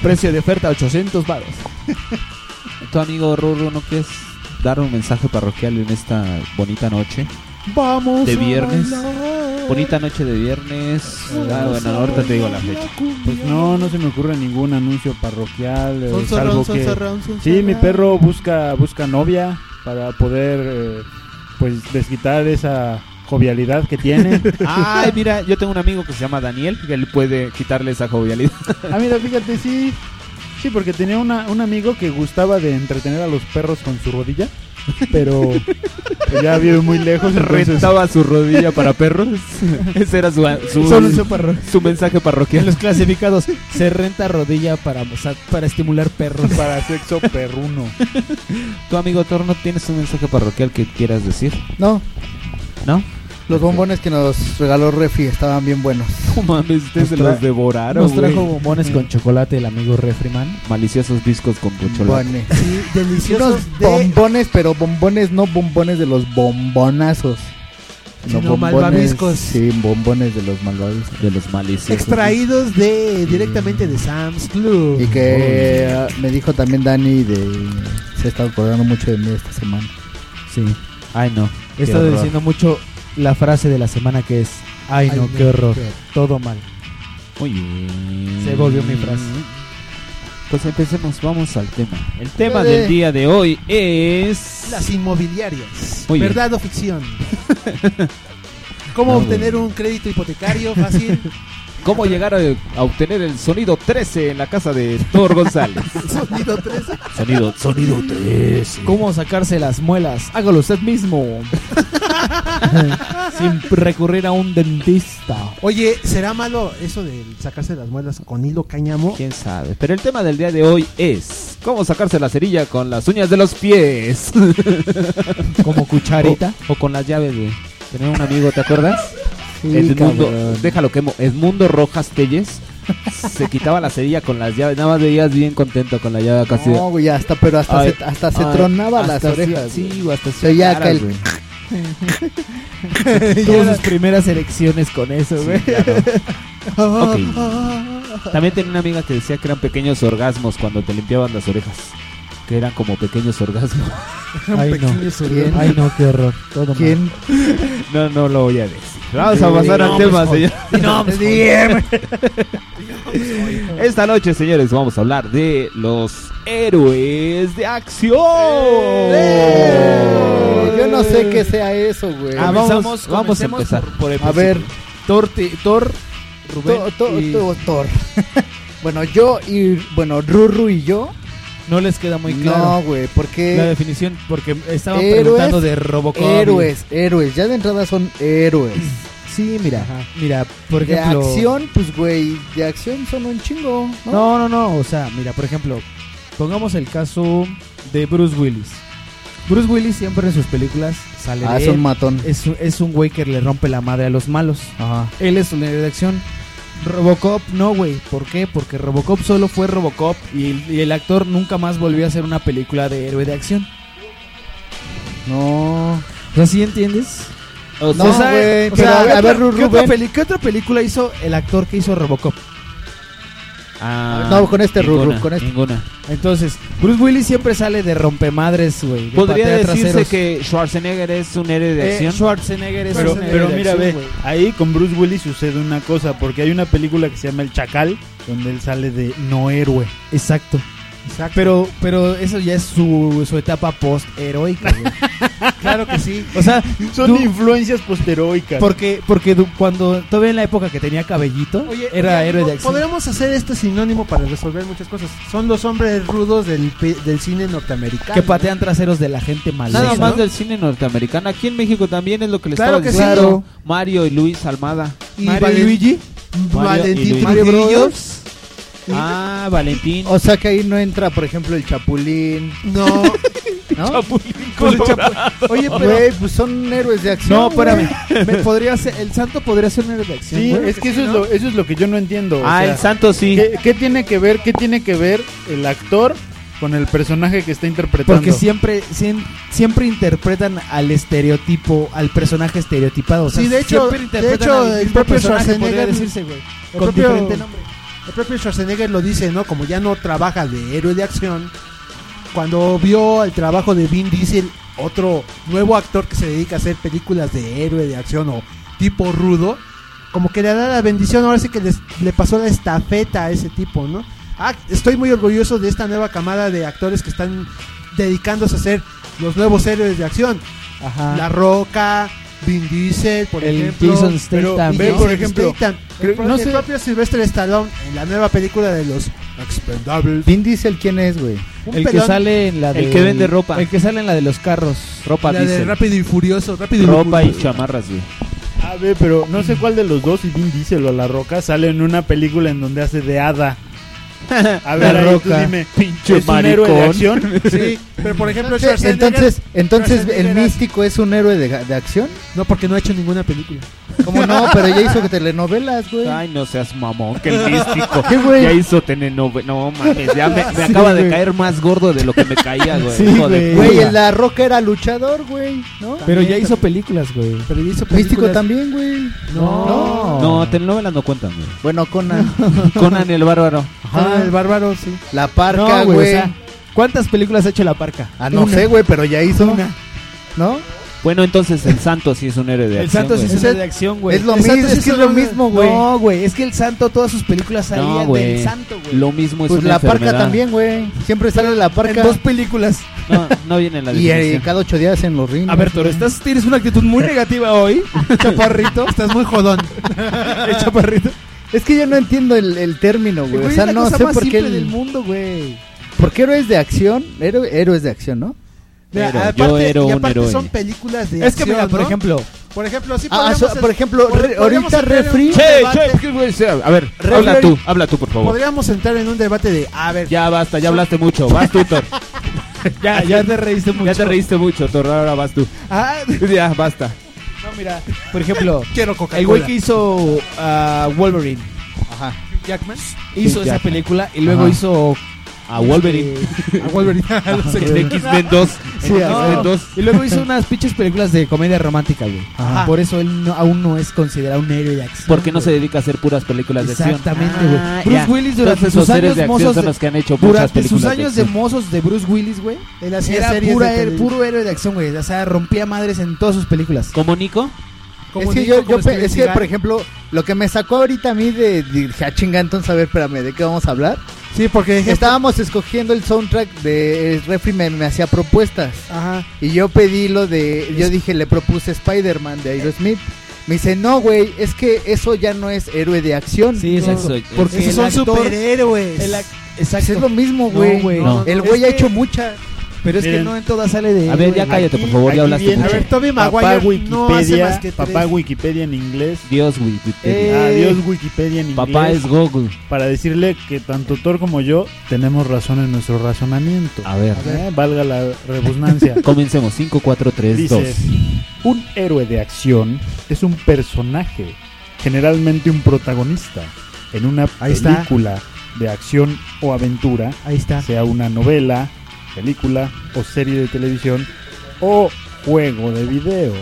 [SPEAKER 6] Precio de oferta 800 baros.
[SPEAKER 2] <laughs> Tu amigo Rorro, ¿no quieres dar un mensaje parroquial en esta bonita noche?
[SPEAKER 6] Vamos.
[SPEAKER 2] De viernes. Bonita noche de viernes. Ah, bueno, ahorita te digo la fecha.
[SPEAKER 5] Pues no, no se me ocurre ningún anuncio parroquial, eh,
[SPEAKER 4] Son
[SPEAKER 5] salvo
[SPEAKER 4] zorrón, son
[SPEAKER 5] que...
[SPEAKER 4] zorrón, son
[SPEAKER 5] Sí, mi
[SPEAKER 4] zorrón.
[SPEAKER 5] perro busca, busca novia para poder, eh, pues, desquitar esa jovialidad que tiene.
[SPEAKER 2] Ay, mira, yo tengo un amigo que se llama Daniel, que él puede quitarle esa jovialidad.
[SPEAKER 5] Ah, mira, fíjate, sí. Sí, porque tenía una- un amigo que gustaba de entretener a los perros con su rodilla,
[SPEAKER 6] <laughs>
[SPEAKER 5] pero ya vive muy lejos. Entonces,
[SPEAKER 2] Rentaba su rodilla para perros. Ese era su, su-
[SPEAKER 6] Solo se parro-
[SPEAKER 2] su mensaje
[SPEAKER 6] En
[SPEAKER 2] parroquial.
[SPEAKER 6] los clasificados se renta rodilla para, o sea, para estimular perros.
[SPEAKER 5] para sexo perruno.
[SPEAKER 2] Tu amigo Torno, ¿tienes un mensaje parroquial que quieras decir?
[SPEAKER 3] No,
[SPEAKER 2] ¿No?
[SPEAKER 3] los bombones que nos regaló Refi estaban bien buenos.
[SPEAKER 2] No mames, ustedes se
[SPEAKER 6] Nos tra-
[SPEAKER 2] los devoraron.
[SPEAKER 6] Nos trajo
[SPEAKER 2] güey.
[SPEAKER 6] bombones con chocolate el amigo Refriman.
[SPEAKER 2] maliciosos discos con pochola.
[SPEAKER 3] Bombones.
[SPEAKER 4] Sí, deliciosos
[SPEAKER 3] Unos
[SPEAKER 4] de
[SPEAKER 3] bombones, pero bombones no bombones de los bombonazos.
[SPEAKER 4] Sino malvaviscos.
[SPEAKER 3] Sí, bombones de los malvaviscos.
[SPEAKER 2] De los maliciosos.
[SPEAKER 4] extraídos de directamente de Sam's Club.
[SPEAKER 3] Y que eh, me dijo también Dani de... Se está acordando mucho de mí esta semana.
[SPEAKER 6] Sí.
[SPEAKER 2] Ay, no.
[SPEAKER 6] He
[SPEAKER 2] Qué
[SPEAKER 6] estado
[SPEAKER 2] horror.
[SPEAKER 6] diciendo mucho la frase de la semana que es: Ay, no, qué horror. Todo mal.
[SPEAKER 2] Muy bien.
[SPEAKER 6] Se volvió mi frase.
[SPEAKER 2] Pues empecemos, vamos al tema. El tema
[SPEAKER 3] Dale.
[SPEAKER 2] del día de hoy es.
[SPEAKER 4] Las inmobiliarias.
[SPEAKER 2] Muy bien.
[SPEAKER 4] ¿Verdad o
[SPEAKER 6] <laughs>
[SPEAKER 4] ficción? ¿Cómo
[SPEAKER 2] No,
[SPEAKER 4] obtener
[SPEAKER 2] güey.
[SPEAKER 4] un crédito hipotecario fácil? <laughs>
[SPEAKER 2] ¿Cómo llegar a, a obtener el sonido 13 en la casa de Thor González?
[SPEAKER 4] Sonido 13.
[SPEAKER 2] sonido, sonido 13.
[SPEAKER 6] ¿Cómo sacarse las muelas? Hágalo usted mismo. Sin recurrir a un dentista.
[SPEAKER 4] Oye, ¿será malo eso de sacarse las muelas con hilo cáñamo?
[SPEAKER 2] Quién sabe. Pero el tema del día de hoy es. ¿Cómo sacarse la cerilla con las uñas de los pies?
[SPEAKER 6] Como cucharita.
[SPEAKER 2] O, o con las llaves, güey. Tenía un amigo, ¿te acuerdas?
[SPEAKER 3] Sí,
[SPEAKER 2] Edmundo,
[SPEAKER 3] cabrón.
[SPEAKER 2] déjalo que Edmundo Rojas Telles se quitaba la cerilla con las llaves. Nada más veías bien contento con la llave acá así de-
[SPEAKER 3] No, güey, hasta, pero hasta
[SPEAKER 2] Ay,
[SPEAKER 3] se, hasta se
[SPEAKER 2] ay,
[SPEAKER 3] tronaba
[SPEAKER 2] hasta
[SPEAKER 3] las
[SPEAKER 2] así,
[SPEAKER 3] orejas.
[SPEAKER 2] Sí,
[SPEAKER 3] güey.
[SPEAKER 2] güey, hasta
[SPEAKER 3] Se oía
[SPEAKER 2] caras,
[SPEAKER 3] acá el-
[SPEAKER 2] güey.
[SPEAKER 6] Tuvo sus primeras elecciones con eso, güey.
[SPEAKER 2] Ok. También tenía una amiga que decía que eran pequeños orgasmos cuando te limpiaban las orejas. Que eran como pequeños orgasmos.
[SPEAKER 3] <laughs>
[SPEAKER 6] Ay, no. Ay, no, qué horror. Todo mal.
[SPEAKER 3] ¿Quién?
[SPEAKER 2] No, no lo voy a decir. Vamos a pasar al
[SPEAKER 3] no,
[SPEAKER 2] tema,
[SPEAKER 3] pues,
[SPEAKER 2] señor.
[SPEAKER 3] DM.
[SPEAKER 2] Esta noche, señores, vamos a hablar de los héroes de acción.
[SPEAKER 3] ¡Eh! Yo no sé qué sea eso, güey.
[SPEAKER 2] Ah, vamos, vamos a empezar.
[SPEAKER 3] A ver,
[SPEAKER 6] Thor, te- Thor, Rubén.
[SPEAKER 3] to- to-
[SPEAKER 6] y-
[SPEAKER 3] to- Thor. <laughs> bueno, yo y. Bueno, Ruru y yo.
[SPEAKER 6] No les queda muy
[SPEAKER 3] No,
[SPEAKER 6] claro
[SPEAKER 3] güey,
[SPEAKER 6] la
[SPEAKER 3] porque.
[SPEAKER 6] definición porque estaban
[SPEAKER 3] Héroes,
[SPEAKER 6] preguntando de Robocop. y-
[SPEAKER 3] Héroes, héroes. Ya de entrada son héroes.
[SPEAKER 6] <clears throat> Sí, mira. Mira, por
[SPEAKER 3] De
[SPEAKER 6] ejemplo.
[SPEAKER 3] acción, pues, güey. De acción son un chingo. No.
[SPEAKER 6] No, no, no. O sea, mira, por ejemplo, pongamos el caso de Bruce Willis. Bruce Willis siempre en sus películas sale
[SPEAKER 3] ah,
[SPEAKER 6] de
[SPEAKER 3] es un
[SPEAKER 6] él.
[SPEAKER 3] matón.
[SPEAKER 6] Es, es un güey que le rompe la madre a los malos.
[SPEAKER 3] Ajá.
[SPEAKER 6] Él es un héroe de acción. Robocop no, güey. ¿Por qué? Porque Robocop solo fue Robocop y, y el actor nunca más volvió a hacer una película de héroe de acción.
[SPEAKER 8] No.
[SPEAKER 6] O sea, ¿sí entiendes?
[SPEAKER 8] No,
[SPEAKER 6] O sea,
[SPEAKER 8] güey,
[SPEAKER 6] o
[SPEAKER 8] pero
[SPEAKER 6] sea,
[SPEAKER 8] a-
[SPEAKER 6] ¿qué
[SPEAKER 8] a
[SPEAKER 6] otra-
[SPEAKER 8] ver, Ru-
[SPEAKER 6] ¿qué otra,
[SPEAKER 8] Rubén.
[SPEAKER 6] peli- qué otra película hizo el actor que hizo Robocop?
[SPEAKER 2] Ah,
[SPEAKER 8] No, con este, Ru,
[SPEAKER 2] ninguna,
[SPEAKER 8] Ru, con este.
[SPEAKER 2] Ninguna.
[SPEAKER 6] Entonces, Bruce Willis siempre sale de rompemadres, güey. de
[SPEAKER 2] Podría
[SPEAKER 6] patea
[SPEAKER 2] decirse
[SPEAKER 6] traseros.
[SPEAKER 2] que Schwarzenegger es un héroe de
[SPEAKER 6] Eh,
[SPEAKER 2] acción.
[SPEAKER 6] Schwarzenegger es
[SPEAKER 5] Pero,
[SPEAKER 6] un héroe
[SPEAKER 5] pero
[SPEAKER 6] de
[SPEAKER 5] mira,
[SPEAKER 6] acción,
[SPEAKER 5] ve,
[SPEAKER 6] güey.
[SPEAKER 5] ahí con Bruce Willis sucede una cosa, porque hay una película que se llama El Chacal, donde él sale de no héroe.
[SPEAKER 6] Exacto. Pero, pero eso ya es su, su etapa post-heroica, güey.
[SPEAKER 4] Claro que sí.
[SPEAKER 6] O sea,
[SPEAKER 5] Son
[SPEAKER 6] tú-
[SPEAKER 5] influencias posteroicas.
[SPEAKER 6] porque, porque du- cuando todavía en la época que tenía cabellito, <laughs> era
[SPEAKER 4] oye,
[SPEAKER 6] héroe
[SPEAKER 4] po-
[SPEAKER 6] de acción.
[SPEAKER 4] Podríamos hacer este sinónimo para resolver muchas cosas. Son los hombres rudos del, pe- del cine norteamericano.
[SPEAKER 6] Que patean traseros de la gente maligna.
[SPEAKER 2] Nada más
[SPEAKER 6] ¿no?
[SPEAKER 2] del cine norteamericano. Aquí en México también es lo que les
[SPEAKER 4] Claro
[SPEAKER 2] estaba
[SPEAKER 4] que
[SPEAKER 2] diciendo
[SPEAKER 8] Claro.
[SPEAKER 2] Mario y Luis Almada.
[SPEAKER 4] Y
[SPEAKER 6] Mario
[SPEAKER 4] Valen-
[SPEAKER 6] y Luigi.
[SPEAKER 2] Mario y
[SPEAKER 4] Valentín
[SPEAKER 2] Luis.
[SPEAKER 8] Mario Bros.
[SPEAKER 4] Trujillos. Y-
[SPEAKER 2] Ah, Valentín.
[SPEAKER 8] O sea que ahí no entra, por ejemplo, el Chapulín,
[SPEAKER 4] No,
[SPEAKER 8] ¿no?
[SPEAKER 6] Con el chapu- Oye, pero...
[SPEAKER 8] Güey, pues son héroes de acción.
[SPEAKER 6] No,
[SPEAKER 8] para
[SPEAKER 6] espérame. Me podría ser, el santo podría ser un héroe de acción.
[SPEAKER 5] sí,
[SPEAKER 6] güey.
[SPEAKER 5] es que eso es, lo, eso es lo que yo no entiendo. o
[SPEAKER 2] ah,
[SPEAKER 5] sea,
[SPEAKER 2] el santo sí.
[SPEAKER 5] ¿qué, qué tiene que ver, ¿Qué tiene que ver el actor con el personaje que está interpretando?
[SPEAKER 6] Porque siempre, siem- siempre interpretan al estereotipo, al personaje estereotipado. O sea,
[SPEAKER 4] Sí, de hecho-
[SPEAKER 6] siempre
[SPEAKER 4] de
[SPEAKER 6] interpretan
[SPEAKER 4] hecho,
[SPEAKER 6] al
[SPEAKER 4] el
[SPEAKER 6] mismo
[SPEAKER 4] propio
[SPEAKER 6] personaje, podría
[SPEAKER 4] Schwarzenegger-
[SPEAKER 6] decirse, güey.
[SPEAKER 4] el
[SPEAKER 6] Con
[SPEAKER 4] propio-
[SPEAKER 6] diferente nombre.
[SPEAKER 4] el propio Schwarzenegger lo dice, ¿no? Como ya no trabaja de héroe de acción. Cuando vio el trabajo de Vin Diesel, otro nuevo actor que se dedica a hacer películas de héroe de acción o tipo rudo, como que le da la bendición, ahora sí que les- le pasó la estafeta a ese tipo, ¿no? Ah, estoy muy orgulloso de esta nueva camada de actores que están dedicándose a ser los nuevos héroes de acción.
[SPEAKER 6] Ajá.
[SPEAKER 4] La Roca, Vin Diesel, por
[SPEAKER 6] el
[SPEAKER 4] ejemplo.
[SPEAKER 6] Jason
[SPEAKER 5] pero
[SPEAKER 6] Statham.
[SPEAKER 5] ve,
[SPEAKER 6] ¿no?
[SPEAKER 5] por ejemplo,
[SPEAKER 4] Statham.
[SPEAKER 5] creo-
[SPEAKER 4] el, pro-
[SPEAKER 5] no
[SPEAKER 4] el
[SPEAKER 5] sé-
[SPEAKER 4] propio Sylvester Stallone en la nueva película de los Expendables.
[SPEAKER 8] Vin Diesel, ¿quién es, güey?
[SPEAKER 4] Un
[SPEAKER 6] El que
[SPEAKER 4] pelón,
[SPEAKER 6] sale en la de
[SPEAKER 2] El que vende ropa.
[SPEAKER 6] El que sale en la de los carros.
[SPEAKER 2] Ropa,
[SPEAKER 4] la de
[SPEAKER 2] dice.
[SPEAKER 4] Rápido y Furioso, Rápido y
[SPEAKER 2] Ropa y
[SPEAKER 4] Furioso.
[SPEAKER 2] chamarras, güey.
[SPEAKER 5] A ver, pero no sé cuál de los dos, si Vin Diesel o La Roca, sale en una película en donde hace de
[SPEAKER 2] <laughs>
[SPEAKER 5] hada. A ver,
[SPEAKER 6] La
[SPEAKER 5] ahí tú
[SPEAKER 6] Roca.
[SPEAKER 5] dime,
[SPEAKER 2] Pinche
[SPEAKER 5] ¿es un héroe de
[SPEAKER 2] maricón. <laughs>
[SPEAKER 5] acción?
[SPEAKER 4] <laughs> Sí, pero por ejemplo
[SPEAKER 8] Entonces,
[SPEAKER 4] Schwarzenegger-
[SPEAKER 8] entonces, entonces
[SPEAKER 4] Schwarzenegger
[SPEAKER 8] el
[SPEAKER 4] era-
[SPEAKER 8] místico es un héroe de, de acción.
[SPEAKER 4] No, porque no ha hecho ninguna película.
[SPEAKER 8] ¿Cómo no? Pero ya hizo
[SPEAKER 6] Pues,
[SPEAKER 8] telenovelas, güey.
[SPEAKER 2] Ay, no seas mamón,
[SPEAKER 6] <laughs>
[SPEAKER 2] que el
[SPEAKER 8] <laughs>
[SPEAKER 2] místico.
[SPEAKER 8] ¿Qué, güey?
[SPEAKER 2] Ya hizo telenovela. No mames, ya me, me acaba de
[SPEAKER 6] güey.
[SPEAKER 2] caer más gordo de lo que me caía, güey.
[SPEAKER 6] Sí,
[SPEAKER 2] hijo
[SPEAKER 6] güey.
[SPEAKER 2] de
[SPEAKER 8] Güey,
[SPEAKER 2] puta.
[SPEAKER 8] el La Roca era luchador, güey, ¿no?
[SPEAKER 6] Pero ya hizo películas, güey.
[SPEAKER 4] Pero hizo
[SPEAKER 8] Místico
[SPEAKER 4] películas-
[SPEAKER 8] también, güey.
[SPEAKER 4] No.
[SPEAKER 2] No, telenovelas no cuentan, güey.
[SPEAKER 8] Bueno, Conan.
[SPEAKER 2] <laughs> Conan el bárbaro.
[SPEAKER 4] Ah, el bárbaro, sí.
[SPEAKER 8] La
[SPEAKER 6] No,
[SPEAKER 8] Parca,
[SPEAKER 6] güey. o
[SPEAKER 8] güey.
[SPEAKER 6] sea, ¿Cuántas películas ha hecho la parca?
[SPEAKER 8] ah, no
[SPEAKER 6] Una.
[SPEAKER 8] sé, güey, pero ya hizo. ¿No?
[SPEAKER 2] Bueno, entonces el santo sí es un héroe de
[SPEAKER 6] El
[SPEAKER 2] acción.
[SPEAKER 6] santo sí
[SPEAKER 2] güey.
[SPEAKER 6] es un héroe de acción, güey.
[SPEAKER 8] Es lo
[SPEAKER 4] El
[SPEAKER 8] mismo,
[SPEAKER 4] santo sí
[SPEAKER 8] es que es
[SPEAKER 4] hizo
[SPEAKER 8] lo
[SPEAKER 4] una-
[SPEAKER 8] mismo, güey.
[SPEAKER 6] No, güey. Es que el santo, todas sus películas
[SPEAKER 2] No,
[SPEAKER 6] salían
[SPEAKER 2] güey.
[SPEAKER 6] del santo, güey.
[SPEAKER 2] Lo mismo es
[SPEAKER 8] pues
[SPEAKER 2] una
[SPEAKER 8] la
[SPEAKER 2] enfermedad.
[SPEAKER 8] Parca también, güey. Siempre sale la
[SPEAKER 6] En
[SPEAKER 8] Parca.
[SPEAKER 6] dos películas.
[SPEAKER 8] <laughs>
[SPEAKER 2] No, no viene en la
[SPEAKER 8] Y eh,
[SPEAKER 2] definición.
[SPEAKER 8] cada ocho días en los rines.
[SPEAKER 6] A ver, Toro, estás, tienes una actitud muy
[SPEAKER 8] <laughs>
[SPEAKER 6] negativa hoy, chaparrito.
[SPEAKER 4] Estás muy jodón.
[SPEAKER 6] Eh, chaparrito.
[SPEAKER 8] Es que yo no entiendo el, el término, güey.
[SPEAKER 6] Güey,
[SPEAKER 8] O
[SPEAKER 6] es
[SPEAKER 8] sea,
[SPEAKER 6] la
[SPEAKER 8] no
[SPEAKER 6] cosa
[SPEAKER 8] sé
[SPEAKER 6] más
[SPEAKER 8] por qué.
[SPEAKER 6] simple del
[SPEAKER 8] El,
[SPEAKER 6] mundo, güey.
[SPEAKER 8] ¿Por qué héroes de acción? Héroe- héroes de acción, ¿no?
[SPEAKER 4] Mira,
[SPEAKER 2] Pero yo
[SPEAKER 4] aparte,
[SPEAKER 2] era
[SPEAKER 4] y
[SPEAKER 2] un
[SPEAKER 4] aparte
[SPEAKER 2] héroe.
[SPEAKER 4] son películas de
[SPEAKER 6] Es que,
[SPEAKER 4] acción,
[SPEAKER 6] mira, por
[SPEAKER 4] ¿no?
[SPEAKER 6] ejemplo,
[SPEAKER 4] Por ejemplo, sí
[SPEAKER 8] Ah,
[SPEAKER 4] podríamos
[SPEAKER 8] so- por ejemplo,
[SPEAKER 4] pod-
[SPEAKER 8] re-
[SPEAKER 4] podríamos
[SPEAKER 8] ahorita
[SPEAKER 4] entrar en un
[SPEAKER 8] refri-
[SPEAKER 2] Che,
[SPEAKER 4] debate-
[SPEAKER 2] che, ¿qué güey sea? A ver,
[SPEAKER 4] Re-
[SPEAKER 2] habla
[SPEAKER 4] re-
[SPEAKER 2] tú, habla tú, por favor.
[SPEAKER 4] Podríamos entrar en un debate de, a ver,
[SPEAKER 2] Ya basta, ya hablaste mucho. Vas tú, Thor.
[SPEAKER 6] <laughs> ya, ya te reíste mucho.
[SPEAKER 2] Ya te reíste mucho, Thor. Ahora vas tú.
[SPEAKER 6] Ah,
[SPEAKER 2] Ya, basta.
[SPEAKER 6] no, mira,
[SPEAKER 5] <laughs>
[SPEAKER 6] por ejemplo,
[SPEAKER 4] quiero coca
[SPEAKER 6] el güey que hizo ah, Wolverine
[SPEAKER 8] Ajá.
[SPEAKER 4] Jackman.
[SPEAKER 6] hizo
[SPEAKER 2] Sí,
[SPEAKER 6] esa
[SPEAKER 2] Jackman.
[SPEAKER 6] película y luego
[SPEAKER 8] Ajá.
[SPEAKER 6] hizo
[SPEAKER 2] A Wolverine.
[SPEAKER 4] este, A Wolverine. <laughs>
[SPEAKER 6] Ah,
[SPEAKER 4] Los
[SPEAKER 2] El
[SPEAKER 4] X-Men.
[SPEAKER 6] <laughs>
[SPEAKER 2] X-Men 2.
[SPEAKER 8] Sí,
[SPEAKER 2] El
[SPEAKER 8] a
[SPEAKER 2] X-Men
[SPEAKER 8] ver.
[SPEAKER 2] 2.
[SPEAKER 6] y luego hizo unas pinches películas de comedia romántica, güey.
[SPEAKER 8] Ajá.
[SPEAKER 6] Por eso él no- aún no es considerado un héroe de acción.
[SPEAKER 2] ¿Por qué no se
[SPEAKER 6] güey.
[SPEAKER 2] dedica a hacer puras películas de acción?
[SPEAKER 6] Exactamente, güey.
[SPEAKER 2] Ah,
[SPEAKER 6] Bruce
[SPEAKER 2] ya.
[SPEAKER 6] Willis durante
[SPEAKER 2] Entonces,
[SPEAKER 6] sus
[SPEAKER 2] los héroes
[SPEAKER 6] años
[SPEAKER 2] de acción
[SPEAKER 6] mozos
[SPEAKER 2] son
[SPEAKER 6] de-
[SPEAKER 2] los que han hecho muchas
[SPEAKER 6] durante
[SPEAKER 2] películas
[SPEAKER 6] sus años de,
[SPEAKER 2] acción.
[SPEAKER 6] mozos de Bruce Willis, güey,
[SPEAKER 4] Él hacía
[SPEAKER 6] era
[SPEAKER 4] series
[SPEAKER 6] pura
[SPEAKER 4] de
[SPEAKER 6] her-
[SPEAKER 4] tele-
[SPEAKER 6] puro héroe de acción, güey. O sea, rompía madres en todas sus películas.
[SPEAKER 2] ¿Como Nico?
[SPEAKER 4] como
[SPEAKER 8] es que
[SPEAKER 4] Nico,
[SPEAKER 8] yo,
[SPEAKER 4] como
[SPEAKER 8] yo pe-
[SPEAKER 4] Steven
[SPEAKER 8] es que, por
[SPEAKER 4] Seagal.
[SPEAKER 8] ejemplo, lo que me sacó ahorita a mí de, de dije, "Ah, chinga, entonces, a ver, espérame, ¿de qué vamos a hablar?
[SPEAKER 4] Sí, porque...
[SPEAKER 8] Estábamos escogiendo el soundtrack de Refri, me, me hacía propuestas.
[SPEAKER 4] Ajá.
[SPEAKER 8] Y yo pedí lo de. Yo dije, le propuse Spider-Man de Aerosmith. Me dice, no, güey, es que eso ya no es héroe de acción.
[SPEAKER 6] Sí,
[SPEAKER 2] exacto.
[SPEAKER 6] Porque
[SPEAKER 4] Esos
[SPEAKER 6] el
[SPEAKER 4] son
[SPEAKER 6] actor-
[SPEAKER 4] superhéroes.
[SPEAKER 6] el ac-
[SPEAKER 8] Pues es
[SPEAKER 6] Exacto.
[SPEAKER 8] lo mismo,
[SPEAKER 6] No,
[SPEAKER 8] güey.
[SPEAKER 6] güey.
[SPEAKER 2] No.
[SPEAKER 8] El
[SPEAKER 4] No,
[SPEAKER 8] güey
[SPEAKER 4] es
[SPEAKER 8] ha
[SPEAKER 4] que-
[SPEAKER 8] hecho mucha.
[SPEAKER 6] Pero es que
[SPEAKER 5] Miren.
[SPEAKER 6] no en todas sale de.
[SPEAKER 2] A ver, ya
[SPEAKER 6] héroe.
[SPEAKER 2] cállate, por favor, ya hablaste
[SPEAKER 5] viene-
[SPEAKER 4] A
[SPEAKER 2] mucho.
[SPEAKER 4] ver, Tobey
[SPEAKER 5] Papá
[SPEAKER 4] Maguire
[SPEAKER 5] Wikipedia,
[SPEAKER 4] no hace más que
[SPEAKER 5] papá
[SPEAKER 4] tres.
[SPEAKER 5] Wikipedia en inglés.
[SPEAKER 2] Dios, güey. güey,
[SPEAKER 6] Eh,
[SPEAKER 5] Adiós Wikipedia en inglés.
[SPEAKER 2] Papá es Google.
[SPEAKER 5] Para decirle que tanto Thor como yo tenemos razón en nuestro razonamiento.
[SPEAKER 2] A ver,
[SPEAKER 5] Eh, Valga la
[SPEAKER 2] <laughs>
[SPEAKER 5] redundancia.
[SPEAKER 2] comencemos. 5, 4, 3, 2.
[SPEAKER 5] Dice, un héroe de acción es un personaje, generalmente un protagonista, en una
[SPEAKER 4] Ahí está.
[SPEAKER 5] película de acción o aventura,
[SPEAKER 4] Ahí está.
[SPEAKER 5] sea una novela, película o serie de televisión o juego de video.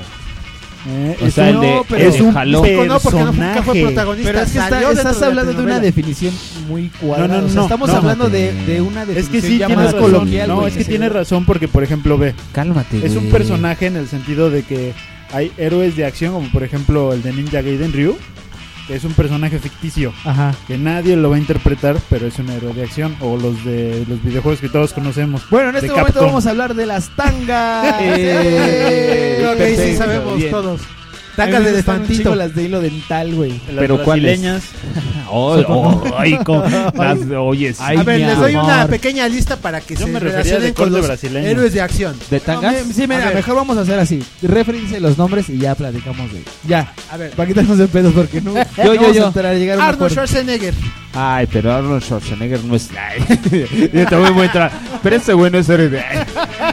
[SPEAKER 5] Eh,
[SPEAKER 2] O
[SPEAKER 5] es
[SPEAKER 2] sea,
[SPEAKER 5] un-
[SPEAKER 2] el de-
[SPEAKER 5] pero
[SPEAKER 2] el
[SPEAKER 5] es
[SPEAKER 2] de
[SPEAKER 5] un
[SPEAKER 2] Jalón.
[SPEAKER 4] Pico no, porque no fue- nunca fue
[SPEAKER 5] personaje.
[SPEAKER 4] protagonista.
[SPEAKER 6] Pero es que está-
[SPEAKER 4] salió dentro
[SPEAKER 6] estás
[SPEAKER 4] la
[SPEAKER 6] hablando de una
[SPEAKER 4] telenovela.
[SPEAKER 6] definición muy cuadrada.
[SPEAKER 5] No, no,
[SPEAKER 6] o sea,
[SPEAKER 5] no,
[SPEAKER 6] estamos
[SPEAKER 5] no,
[SPEAKER 6] hablando de,
[SPEAKER 2] cálmate.
[SPEAKER 6] de una
[SPEAKER 5] Es
[SPEAKER 6] definición
[SPEAKER 5] que sí,
[SPEAKER 6] ya
[SPEAKER 5] tiene
[SPEAKER 6] más
[SPEAKER 5] razón.
[SPEAKER 6] coloquial.
[SPEAKER 5] no,
[SPEAKER 6] güey,
[SPEAKER 5] es que
[SPEAKER 6] se
[SPEAKER 5] tiene
[SPEAKER 6] ve.
[SPEAKER 5] razón porque, por ejemplo, ve,
[SPEAKER 2] Cálmate,
[SPEAKER 5] es un
[SPEAKER 2] güey.
[SPEAKER 5] personaje en el sentido de que hay héroes de acción, como por ejemplo el de Ninja Gaiden Ryu, que es un personaje ficticio,
[SPEAKER 6] Ajá.
[SPEAKER 5] que nadie lo va a interpretar, pero es un héroe de acción, o los de los videojuegos que todos conocemos.
[SPEAKER 6] Bueno, en
[SPEAKER 5] de
[SPEAKER 6] este momento
[SPEAKER 5] Capcom.
[SPEAKER 6] vamos a hablar de las <laughs> tangas.
[SPEAKER 2] Eh,
[SPEAKER 4] Creo que ahí sí
[SPEAKER 2] perfecto,
[SPEAKER 4] sabemos
[SPEAKER 2] bien.
[SPEAKER 4] todos.
[SPEAKER 6] A mí me
[SPEAKER 4] Tangas de
[SPEAKER 6] gustan un chingo
[SPEAKER 4] elefantito.
[SPEAKER 6] las de hilo dental, güey.
[SPEAKER 5] Las
[SPEAKER 2] Pero ¿cuáles?
[SPEAKER 5] brasileñas,
[SPEAKER 2] Oh, oh, ay, co-
[SPEAKER 5] <laughs>
[SPEAKER 2] las- oyes.
[SPEAKER 6] Ay,
[SPEAKER 4] A ver,
[SPEAKER 6] mi
[SPEAKER 4] les doy una
[SPEAKER 6] amor.
[SPEAKER 4] pequeña lista para que
[SPEAKER 5] Yo
[SPEAKER 4] se
[SPEAKER 5] me refería de
[SPEAKER 4] relacionen con
[SPEAKER 5] corte
[SPEAKER 4] los
[SPEAKER 5] brasileño.
[SPEAKER 4] héroes de acción.
[SPEAKER 2] ¿De <laughs> tangas?
[SPEAKER 6] No, me- sí, mira,
[SPEAKER 4] A ver.
[SPEAKER 6] mejor vamos a hacer así. Referense los nombres y ya platicamos de. Ya,
[SPEAKER 4] A ver,
[SPEAKER 6] para quitarnos de pedos porque no.
[SPEAKER 2] Yo, yo, yo.
[SPEAKER 6] Para llegar a un
[SPEAKER 4] Arnold
[SPEAKER 6] acuerdo.
[SPEAKER 4] Schwarzenegger.
[SPEAKER 2] Ay, pero Arnold Schwarzenegger no es. Ay, <laughs> está muy buen tra- Pero ese güey no es
[SPEAKER 5] <laughs>
[SPEAKER 2] héroe de-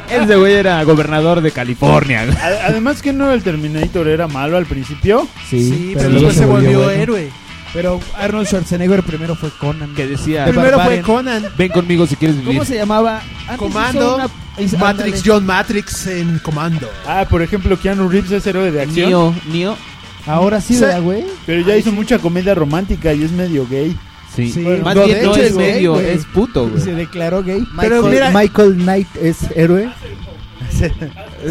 [SPEAKER 2] Ese güey era gobernador de California.
[SPEAKER 5] A- Eh, Además que no el Terminator era malo al principio.
[SPEAKER 6] Sí,
[SPEAKER 4] Sí, pero
[SPEAKER 6] luego
[SPEAKER 4] después se volvió
[SPEAKER 6] bueno.
[SPEAKER 4] héroe.
[SPEAKER 6] Pero Arnold Schwarzenegger primero fue Conan.
[SPEAKER 2] Que decía:
[SPEAKER 6] Pero-
[SPEAKER 4] Primero fue
[SPEAKER 6] Barbarian.
[SPEAKER 4] Conan.
[SPEAKER 2] Ven conmigo si quieres vivir.
[SPEAKER 6] ¿Cómo se llamaba? Antes hizo
[SPEAKER 4] Comando,
[SPEAKER 6] una- hizo-
[SPEAKER 4] Matrix,
[SPEAKER 6] ándale.
[SPEAKER 4] John Matrix en comando.
[SPEAKER 5] Ah, por ejemplo, Keanu Reeves es héroe de acción,
[SPEAKER 2] Neo, Neo.
[SPEAKER 6] Ahora sí,
[SPEAKER 4] Sí.
[SPEAKER 6] ¿verdad, güey?
[SPEAKER 5] pero ya hizo mucha comedia romántica y es medio gay.
[SPEAKER 2] Sí.
[SPEAKER 6] Sí.
[SPEAKER 2] Más
[SPEAKER 4] No,
[SPEAKER 2] bien
[SPEAKER 4] de
[SPEAKER 2] no
[SPEAKER 4] hecho,
[SPEAKER 2] es
[SPEAKER 4] el güey,
[SPEAKER 2] medio,
[SPEAKER 6] güey.
[SPEAKER 2] es puto,
[SPEAKER 6] Y se
[SPEAKER 2] güey.
[SPEAKER 6] declaró gay.
[SPEAKER 4] Pero
[SPEAKER 9] Michael-
[SPEAKER 4] mira-
[SPEAKER 9] Michael Knight es héroe.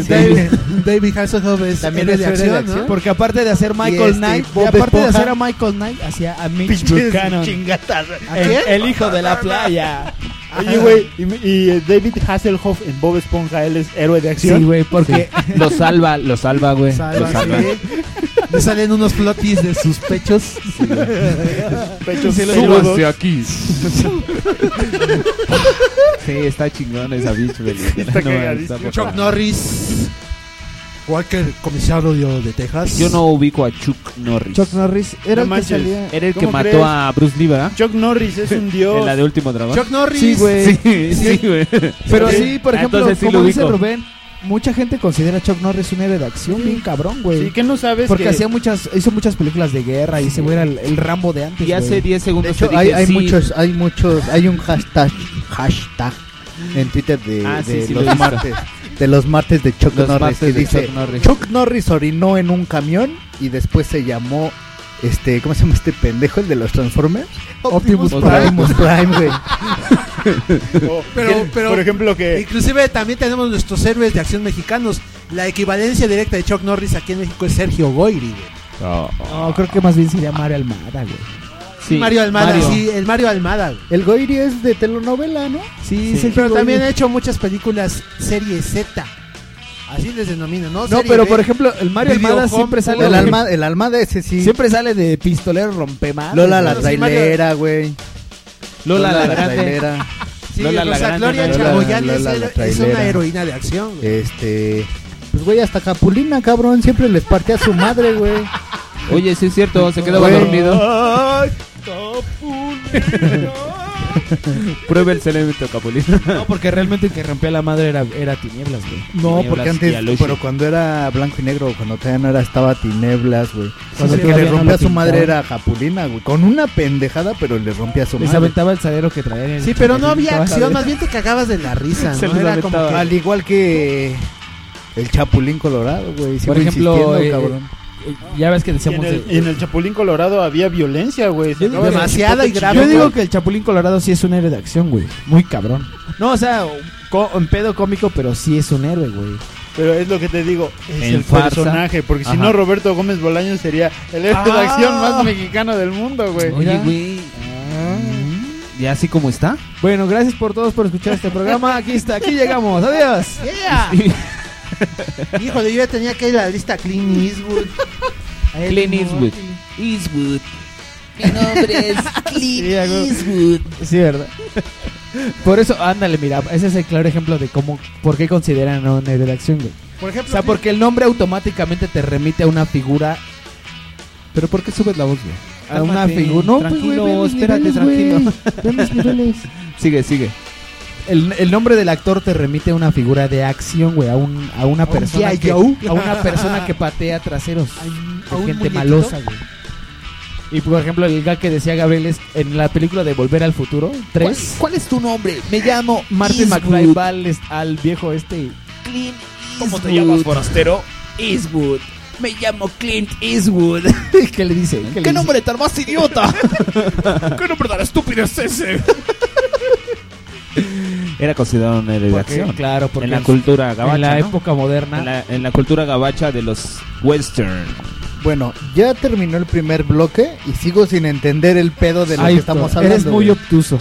[SPEAKER 4] David, David Hasselhoff es
[SPEAKER 9] También
[SPEAKER 4] héroe
[SPEAKER 9] es héroe de
[SPEAKER 4] de acción,
[SPEAKER 9] acción.
[SPEAKER 4] ¿no?
[SPEAKER 6] Porque aparte de hacer Michael
[SPEAKER 9] este,
[SPEAKER 6] Knight, y
[SPEAKER 9] Bob
[SPEAKER 6] aparte de
[SPEAKER 9] Esponja.
[SPEAKER 6] hacer a Michael Knight, hacía a Mitch
[SPEAKER 5] Pinches
[SPEAKER 6] Buchanan.
[SPEAKER 5] chingatas.
[SPEAKER 6] El, el hijo de la playa.
[SPEAKER 5] Oye, güey, y, y, eh, David Hasselhoff en Bob Esponja, él es héroe de acción.
[SPEAKER 6] Sí, güey, porque
[SPEAKER 5] <laughs>
[SPEAKER 2] Lo salva, lo salva, güey.
[SPEAKER 4] Salva,
[SPEAKER 2] Lo salva.
[SPEAKER 4] sí. Le salen unos flotis de sus pechos.
[SPEAKER 5] Pechos
[SPEAKER 6] Sí, lo-
[SPEAKER 5] peludos.
[SPEAKER 2] aquí. <laughs> sí, está chingón esa bicha. <laughs>
[SPEAKER 5] Está cagadísimo.
[SPEAKER 4] Chuck Norris. Walker, comisario de Texas.
[SPEAKER 2] Yo no ubico a Chuck Norris.
[SPEAKER 9] Chuck Norris era el
[SPEAKER 5] No
[SPEAKER 9] que
[SPEAKER 5] manches.
[SPEAKER 9] salía.
[SPEAKER 2] Era el que
[SPEAKER 5] ¿Cómo
[SPEAKER 2] mató
[SPEAKER 5] crees?
[SPEAKER 2] a Bruce Lee, ¿verdad?
[SPEAKER 5] Chuck Norris es un dios.
[SPEAKER 2] <laughs> En la de Último Dragón.
[SPEAKER 4] Chuck Norris.
[SPEAKER 6] Sí, güey.
[SPEAKER 2] Sí, sí, güey.
[SPEAKER 6] Pero
[SPEAKER 5] Sí.
[SPEAKER 6] sí, por
[SPEAKER 2] Ah,
[SPEAKER 6] ejemplo,
[SPEAKER 2] entonces sí
[SPEAKER 6] como
[SPEAKER 2] lo
[SPEAKER 6] dice
[SPEAKER 2] ubico.
[SPEAKER 6] Rubén, mucha gente considera a Chuck Norris un héroe de acción bien cabrón, güey.
[SPEAKER 5] Sí, que no sabes
[SPEAKER 6] porque
[SPEAKER 5] que
[SPEAKER 6] hacía muchas, hizo muchas películas de guerra y se era el, el Rambo de antes.
[SPEAKER 2] Y hace
[SPEAKER 6] güey.
[SPEAKER 2] 10
[SPEAKER 9] De
[SPEAKER 2] segundos
[SPEAKER 9] hecho,
[SPEAKER 2] te
[SPEAKER 9] hay,
[SPEAKER 2] dije,
[SPEAKER 9] hay
[SPEAKER 2] sí.
[SPEAKER 9] muchos, hay muchos, hay un hashtag, hashtag en Twitter de,
[SPEAKER 2] Ah, sí,
[SPEAKER 9] de
[SPEAKER 2] sí, lo he
[SPEAKER 9] los
[SPEAKER 2] visto.
[SPEAKER 9] martes, de los martes de Chuck
[SPEAKER 2] Los
[SPEAKER 9] Norris que
[SPEAKER 2] martes de
[SPEAKER 9] dice
[SPEAKER 2] Chuck Norris.
[SPEAKER 9] Chuck Norris orinó en un camión y después se llamó este, ¿cómo se llama este pendejo el de los Transformers?
[SPEAKER 6] Optimus
[SPEAKER 9] Optimus Prime, güey.
[SPEAKER 6] <laughs>
[SPEAKER 2] <laughs>
[SPEAKER 5] o-
[SPEAKER 4] Pero-
[SPEAKER 5] que-
[SPEAKER 4] pero-
[SPEAKER 5] por ejemplo, que
[SPEAKER 4] Inclusive también tenemos nuestros héroes de acción mexicanos. La equivalencia directa de Chuck Norris aquí en México es Sergio Goyri. güey.
[SPEAKER 2] Oh, oh.
[SPEAKER 6] No, creo que más bien sería Mario Almada, güey.
[SPEAKER 2] Sí,
[SPEAKER 4] Mario Almada,
[SPEAKER 2] Mario.
[SPEAKER 4] sí, el Mario Almada. güey.
[SPEAKER 9] El Goiri es de telenovela, ¿no?
[SPEAKER 6] Sí,
[SPEAKER 2] Sí.
[SPEAKER 6] Sergio
[SPEAKER 4] Pero
[SPEAKER 6] Goyri.
[SPEAKER 4] también ha hecho muchas películas serie Z. Así les denominan, ¿no?
[SPEAKER 6] No,
[SPEAKER 4] Serie
[SPEAKER 6] pero
[SPEAKER 4] B.
[SPEAKER 6] por ejemplo, el Mario Almada
[SPEAKER 4] Videohome,
[SPEAKER 6] siempre sale
[SPEAKER 9] El
[SPEAKER 6] de-
[SPEAKER 9] alma,
[SPEAKER 6] <laughs>
[SPEAKER 9] el alma de ese sí.
[SPEAKER 6] siempre sale de pistolero rompemadres.
[SPEAKER 9] Lola la
[SPEAKER 4] Bueno, sí, Mario-
[SPEAKER 9] trailera, güey.
[SPEAKER 2] Lola la grande.
[SPEAKER 9] trailera.
[SPEAKER 4] Sí,
[SPEAKER 2] Lola la
[SPEAKER 4] Rosa
[SPEAKER 2] Grande,
[SPEAKER 4] Gloria
[SPEAKER 2] Lola-
[SPEAKER 4] Chagoyán
[SPEAKER 9] Lola
[SPEAKER 4] es,
[SPEAKER 9] la
[SPEAKER 4] héroe- es una
[SPEAKER 9] trailera.
[SPEAKER 4] heroína de acción. güey.
[SPEAKER 9] Este, pues güey, hasta Capulina, cabrón, siempre les partía a su madre, güey.
[SPEAKER 2] Oye, sí es cierto, se quedaba
[SPEAKER 9] Güey.
[SPEAKER 2] dormido. <laughs> Prueba el celemento, Capulino.
[SPEAKER 6] No, porque realmente el que rompía la madre era, era Tinieblas, güey.
[SPEAKER 9] No,
[SPEAKER 2] Tinieblas
[SPEAKER 9] porque
[SPEAKER 2] y
[SPEAKER 9] antes,
[SPEAKER 2] Alushi.
[SPEAKER 9] pero cuando era blanco y negro, cuando todavía no era, estaba Tineblas, güey. Cuando
[SPEAKER 6] sí,
[SPEAKER 9] el que
[SPEAKER 6] todavía
[SPEAKER 9] le
[SPEAKER 6] no
[SPEAKER 9] rompía
[SPEAKER 6] lo
[SPEAKER 9] a su madre
[SPEAKER 6] pintaban.
[SPEAKER 9] era Capulina, güey. Con una pendejada, pero le rompía a su
[SPEAKER 6] Les
[SPEAKER 9] madre.
[SPEAKER 6] aventaba el salero que traían. en el
[SPEAKER 4] Sí, pero no
[SPEAKER 6] chalecito,
[SPEAKER 4] había acción,
[SPEAKER 6] ¿sabes?
[SPEAKER 4] más bien te cagabas de la
[SPEAKER 6] <laughs>
[SPEAKER 4] risa,
[SPEAKER 2] Se
[SPEAKER 4] ¿no?
[SPEAKER 2] los
[SPEAKER 4] Era como
[SPEAKER 2] aventaba.
[SPEAKER 4] que-
[SPEAKER 9] Al igual que el Chapulín Colorado, güey.
[SPEAKER 6] Por
[SPEAKER 9] Siempre
[SPEAKER 6] ejemplo,
[SPEAKER 9] insistiendo,
[SPEAKER 6] eh,
[SPEAKER 9] cabrón.
[SPEAKER 6] Eh, Ya ves que
[SPEAKER 5] y en,
[SPEAKER 6] decíamos...
[SPEAKER 5] el,
[SPEAKER 6] de-
[SPEAKER 5] y en el Chapulín Colorado había violencia, güey. Se
[SPEAKER 6] Yo
[SPEAKER 5] acaba
[SPEAKER 6] digo-
[SPEAKER 5] de-
[SPEAKER 4] demasiada y grave.
[SPEAKER 6] Yo digo
[SPEAKER 4] güey.
[SPEAKER 6] que el Chapulín Colorado sí es un héroe de acción, güey. Muy cabrón. No, o sea, co- un pedo cómico, pero sí es un héroe, güey.
[SPEAKER 5] Pero es lo que te digo, es
[SPEAKER 2] En
[SPEAKER 5] el
[SPEAKER 2] farsa.
[SPEAKER 5] personaje. Porque si
[SPEAKER 2] Ajá.
[SPEAKER 5] no, Roberto Gómez Bolaños sería el héroe de
[SPEAKER 6] Ah.
[SPEAKER 5] acción más mexicano del mundo, güey.
[SPEAKER 2] Oye, güey. ¿Y así como está?
[SPEAKER 6] Bueno, gracias por todos por escuchar este programa. Aquí está, aquí llegamos. Adiós.
[SPEAKER 4] Yeah. Híjole, yo ya tenía que ir a la lista Clean
[SPEAKER 6] <laughs>
[SPEAKER 4] Eastwood. A él,
[SPEAKER 2] Clint
[SPEAKER 4] no.
[SPEAKER 2] Eastwood. Eastwood. Mi nombre es Clint
[SPEAKER 6] Sí, hago-
[SPEAKER 2] Eastwood.
[SPEAKER 6] Sí, ¿verdad? Por eso, ándale, mira, ese es el claro ejemplo de cómo, por qué consideran a un héroe de acción, güey.
[SPEAKER 4] Por
[SPEAKER 6] O
[SPEAKER 4] ejemplo,
[SPEAKER 6] sea, porque el nombre automáticamente te remite a una figura. Pero ¿por qué subes la voz, güey? A una
[SPEAKER 2] Cálmate,
[SPEAKER 6] figura. No, pues, güey,
[SPEAKER 2] tranquilo,
[SPEAKER 6] ve mis
[SPEAKER 2] espérate,
[SPEAKER 6] niveles,
[SPEAKER 2] tranquilo.
[SPEAKER 3] <laughs>
[SPEAKER 6] güey. Ve mis niveles.
[SPEAKER 2] Sigue, sigue.
[SPEAKER 6] El, el nombre del actor te remite a una figura de acción, güey, a, un, a una
[SPEAKER 4] un
[SPEAKER 6] persona
[SPEAKER 4] G.I.
[SPEAKER 6] que,
[SPEAKER 4] Joe.
[SPEAKER 6] a una
[SPEAKER 2] <laughs>
[SPEAKER 6] persona que patea traseros,
[SPEAKER 4] a un- a
[SPEAKER 6] de
[SPEAKER 4] un
[SPEAKER 6] gente
[SPEAKER 4] muñequito.
[SPEAKER 6] malosa, güey. Y por ejemplo, el gag que decía Gabriel es en la película de Volver al Futuro 3.
[SPEAKER 2] es tu nombre?
[SPEAKER 6] Me llamo Martin
[SPEAKER 2] Eastwood.
[SPEAKER 6] McFly va al, est- al viejo este y
[SPEAKER 2] Clint
[SPEAKER 10] ¿Cómo te llamas, forastero? Eastwood. Me llamo Clint
[SPEAKER 6] <laughs>
[SPEAKER 10] Eastwood.
[SPEAKER 3] ¿Qué le dice?
[SPEAKER 10] ¿Qué, nombre tan más idiota? ¿Qué nombre tan estúpido es ese?
[SPEAKER 2] Era considerado un héroe de acción.
[SPEAKER 3] Claro, porque
[SPEAKER 2] en la cultura gabacha.
[SPEAKER 3] en la
[SPEAKER 2] ¿no?
[SPEAKER 3] época moderna.
[SPEAKER 2] En la- en la cultura gabacha de los western.
[SPEAKER 6] <laughs> Bueno, ya terminó el primer bloque y sigo sin entender el pedo de lo
[SPEAKER 3] Ay,
[SPEAKER 6] que estamos
[SPEAKER 3] eres
[SPEAKER 6] hablando. <laughs>
[SPEAKER 3] muy
[SPEAKER 2] <laughs>
[SPEAKER 6] güey.
[SPEAKER 3] obtuso.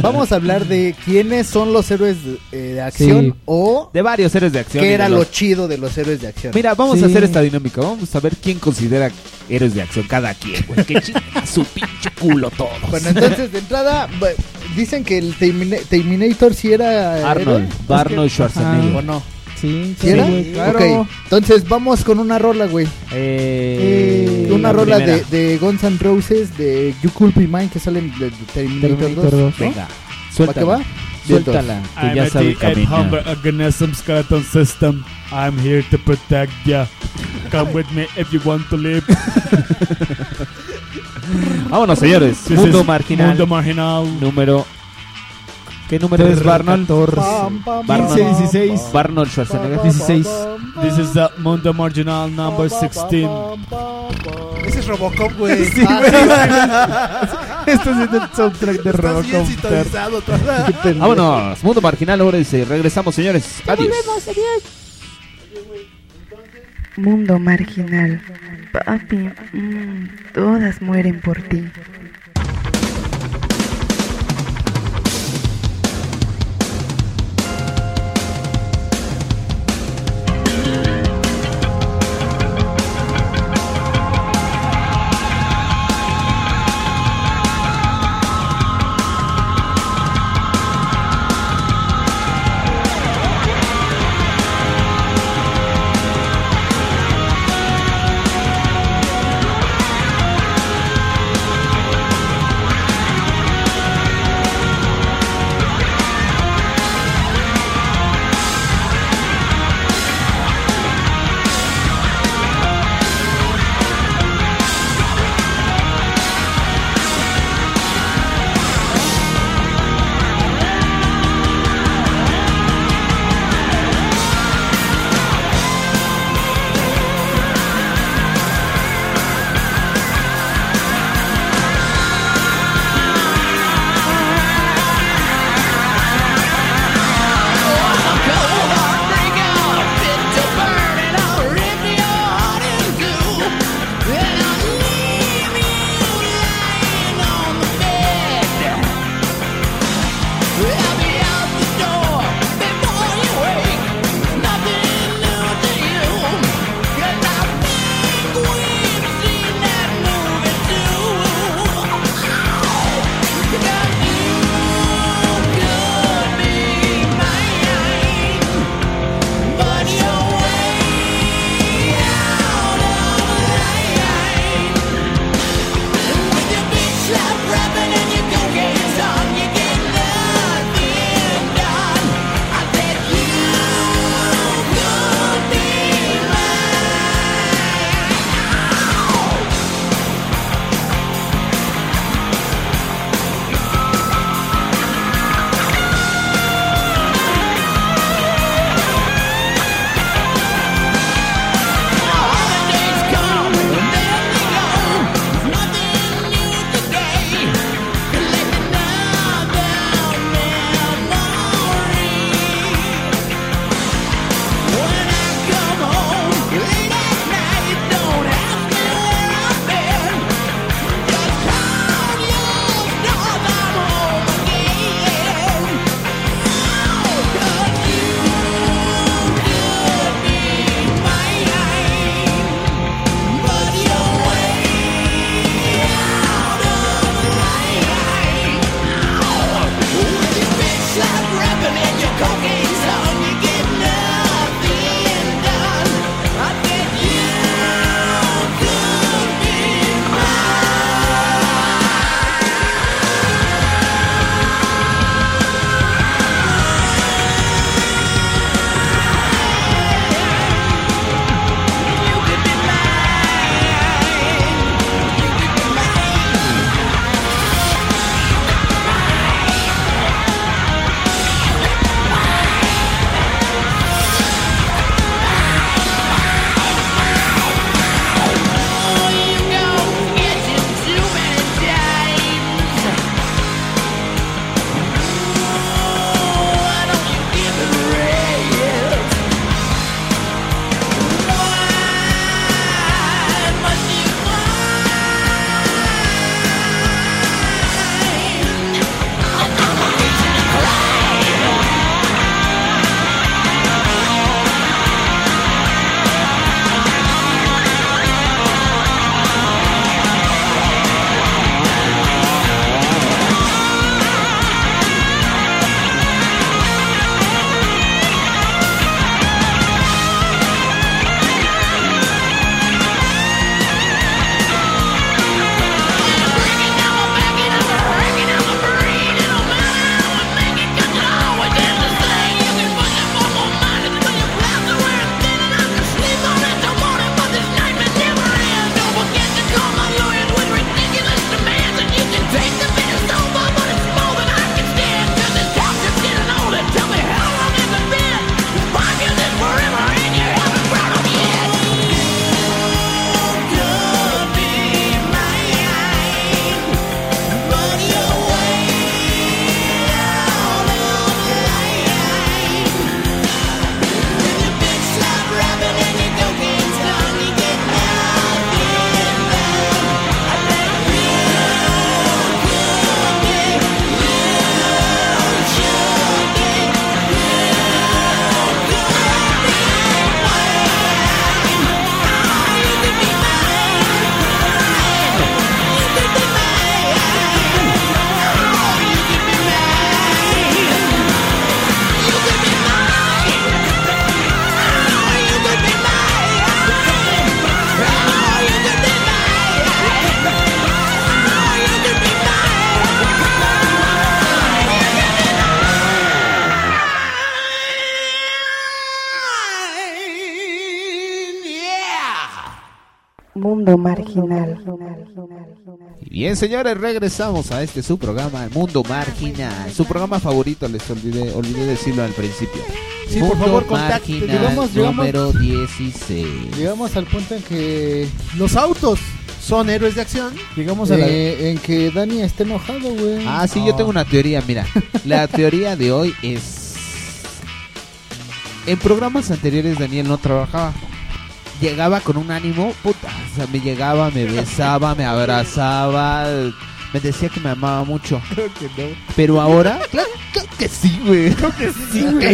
[SPEAKER 6] Vamos a hablar de quiénes son los héroes de, eh, de acción
[SPEAKER 3] Sí.
[SPEAKER 6] o
[SPEAKER 2] De varios héroes de acción.
[SPEAKER 6] qué
[SPEAKER 2] y
[SPEAKER 6] era
[SPEAKER 2] de
[SPEAKER 6] lo
[SPEAKER 2] los-
[SPEAKER 6] chido de los héroes de acción.
[SPEAKER 2] Mira, vamos
[SPEAKER 3] Sí.
[SPEAKER 2] a hacer esta dinámica. Vamos a ver quién considera héroes de acción cada quien, güey. Que chinguen a su pinche culo todos.
[SPEAKER 6] Bueno, entonces de entrada bu- dicen que el Termina- Terminator sí era eh,
[SPEAKER 2] Arnold,
[SPEAKER 6] héroe,
[SPEAKER 2] Arnold Schwarzenegger.
[SPEAKER 6] ¿O no?
[SPEAKER 3] Sí,
[SPEAKER 6] ¿Sí era?
[SPEAKER 3] güey, claro.
[SPEAKER 6] Ok, entonces vamos con una rola, güey.
[SPEAKER 2] Eh,
[SPEAKER 6] Una
[SPEAKER 2] la
[SPEAKER 6] rola de,
[SPEAKER 2] primera.
[SPEAKER 6] de Guns N' Roses de You Could Be Mine que sale en de- de Terminator,
[SPEAKER 3] Terminator
[SPEAKER 6] 2.
[SPEAKER 3] 2.
[SPEAKER 2] Venga,
[SPEAKER 6] ¿Para qué
[SPEAKER 2] suéltala.
[SPEAKER 6] va?
[SPEAKER 2] Suéltala, que ya sabe caminar.
[SPEAKER 5] organism skeleton system. I'm here to protect ya. Come with me if you want to live.
[SPEAKER 2] <laughs> Vámonos, señores.
[SPEAKER 5] This
[SPEAKER 2] Mundo
[SPEAKER 5] is
[SPEAKER 2] marginal.
[SPEAKER 5] Mundo marginal.
[SPEAKER 2] Número. ¿Qué número es Barnold?
[SPEAKER 3] 15,
[SPEAKER 2] Barnold.
[SPEAKER 3] 16.
[SPEAKER 2] Barnold Schwarzenegger.
[SPEAKER 3] 16.
[SPEAKER 5] This is the Mundo marginal number 16.
[SPEAKER 4] Ese es Robocop,
[SPEAKER 6] <laughs>
[SPEAKER 4] güey.
[SPEAKER 6] Ah,
[SPEAKER 3] Esto es el soundtrack de
[SPEAKER 4] Estás bien
[SPEAKER 3] Robocop.
[SPEAKER 4] sintonizado.
[SPEAKER 6] <laughs>
[SPEAKER 4] otra-
[SPEAKER 2] <laughs> Vámonos, Mundo Marginal, ahora dice, regresamos señores, adiós.
[SPEAKER 11] Mundo marginal. Papi, mm, todas mueren por ti.
[SPEAKER 12] Mundo marginal,
[SPEAKER 11] Mundo marginal.
[SPEAKER 2] Y bien, señores, regresamos a este su programa, el Mundo Marginal. Su programa favorito, les olvidé, olvidé decirlo al principio.
[SPEAKER 4] Sí, por
[SPEAKER 2] Mundo
[SPEAKER 4] favor, contacte.
[SPEAKER 2] Marginal
[SPEAKER 4] Llegamos- llegamos-
[SPEAKER 2] número 16.
[SPEAKER 13] Llegamos al punto en que
[SPEAKER 4] Los autos son héroes de acción.
[SPEAKER 6] Llegamos a la.
[SPEAKER 13] eh, en que Dani está enojado, güey.
[SPEAKER 2] Ah, sí, yo tengo <laughs> una teoría, mira.
[SPEAKER 4] <laughs>
[SPEAKER 2] La teoría de hoy es... En programas anteriores Daniel no trabajaba. Llegaba con un ánimo, puta. O sea, me llegaba, me besaba, me abrazaba, me decía que me amaba mucho. Pero ahora, claro, claro que sí, güey. Claro que Eh,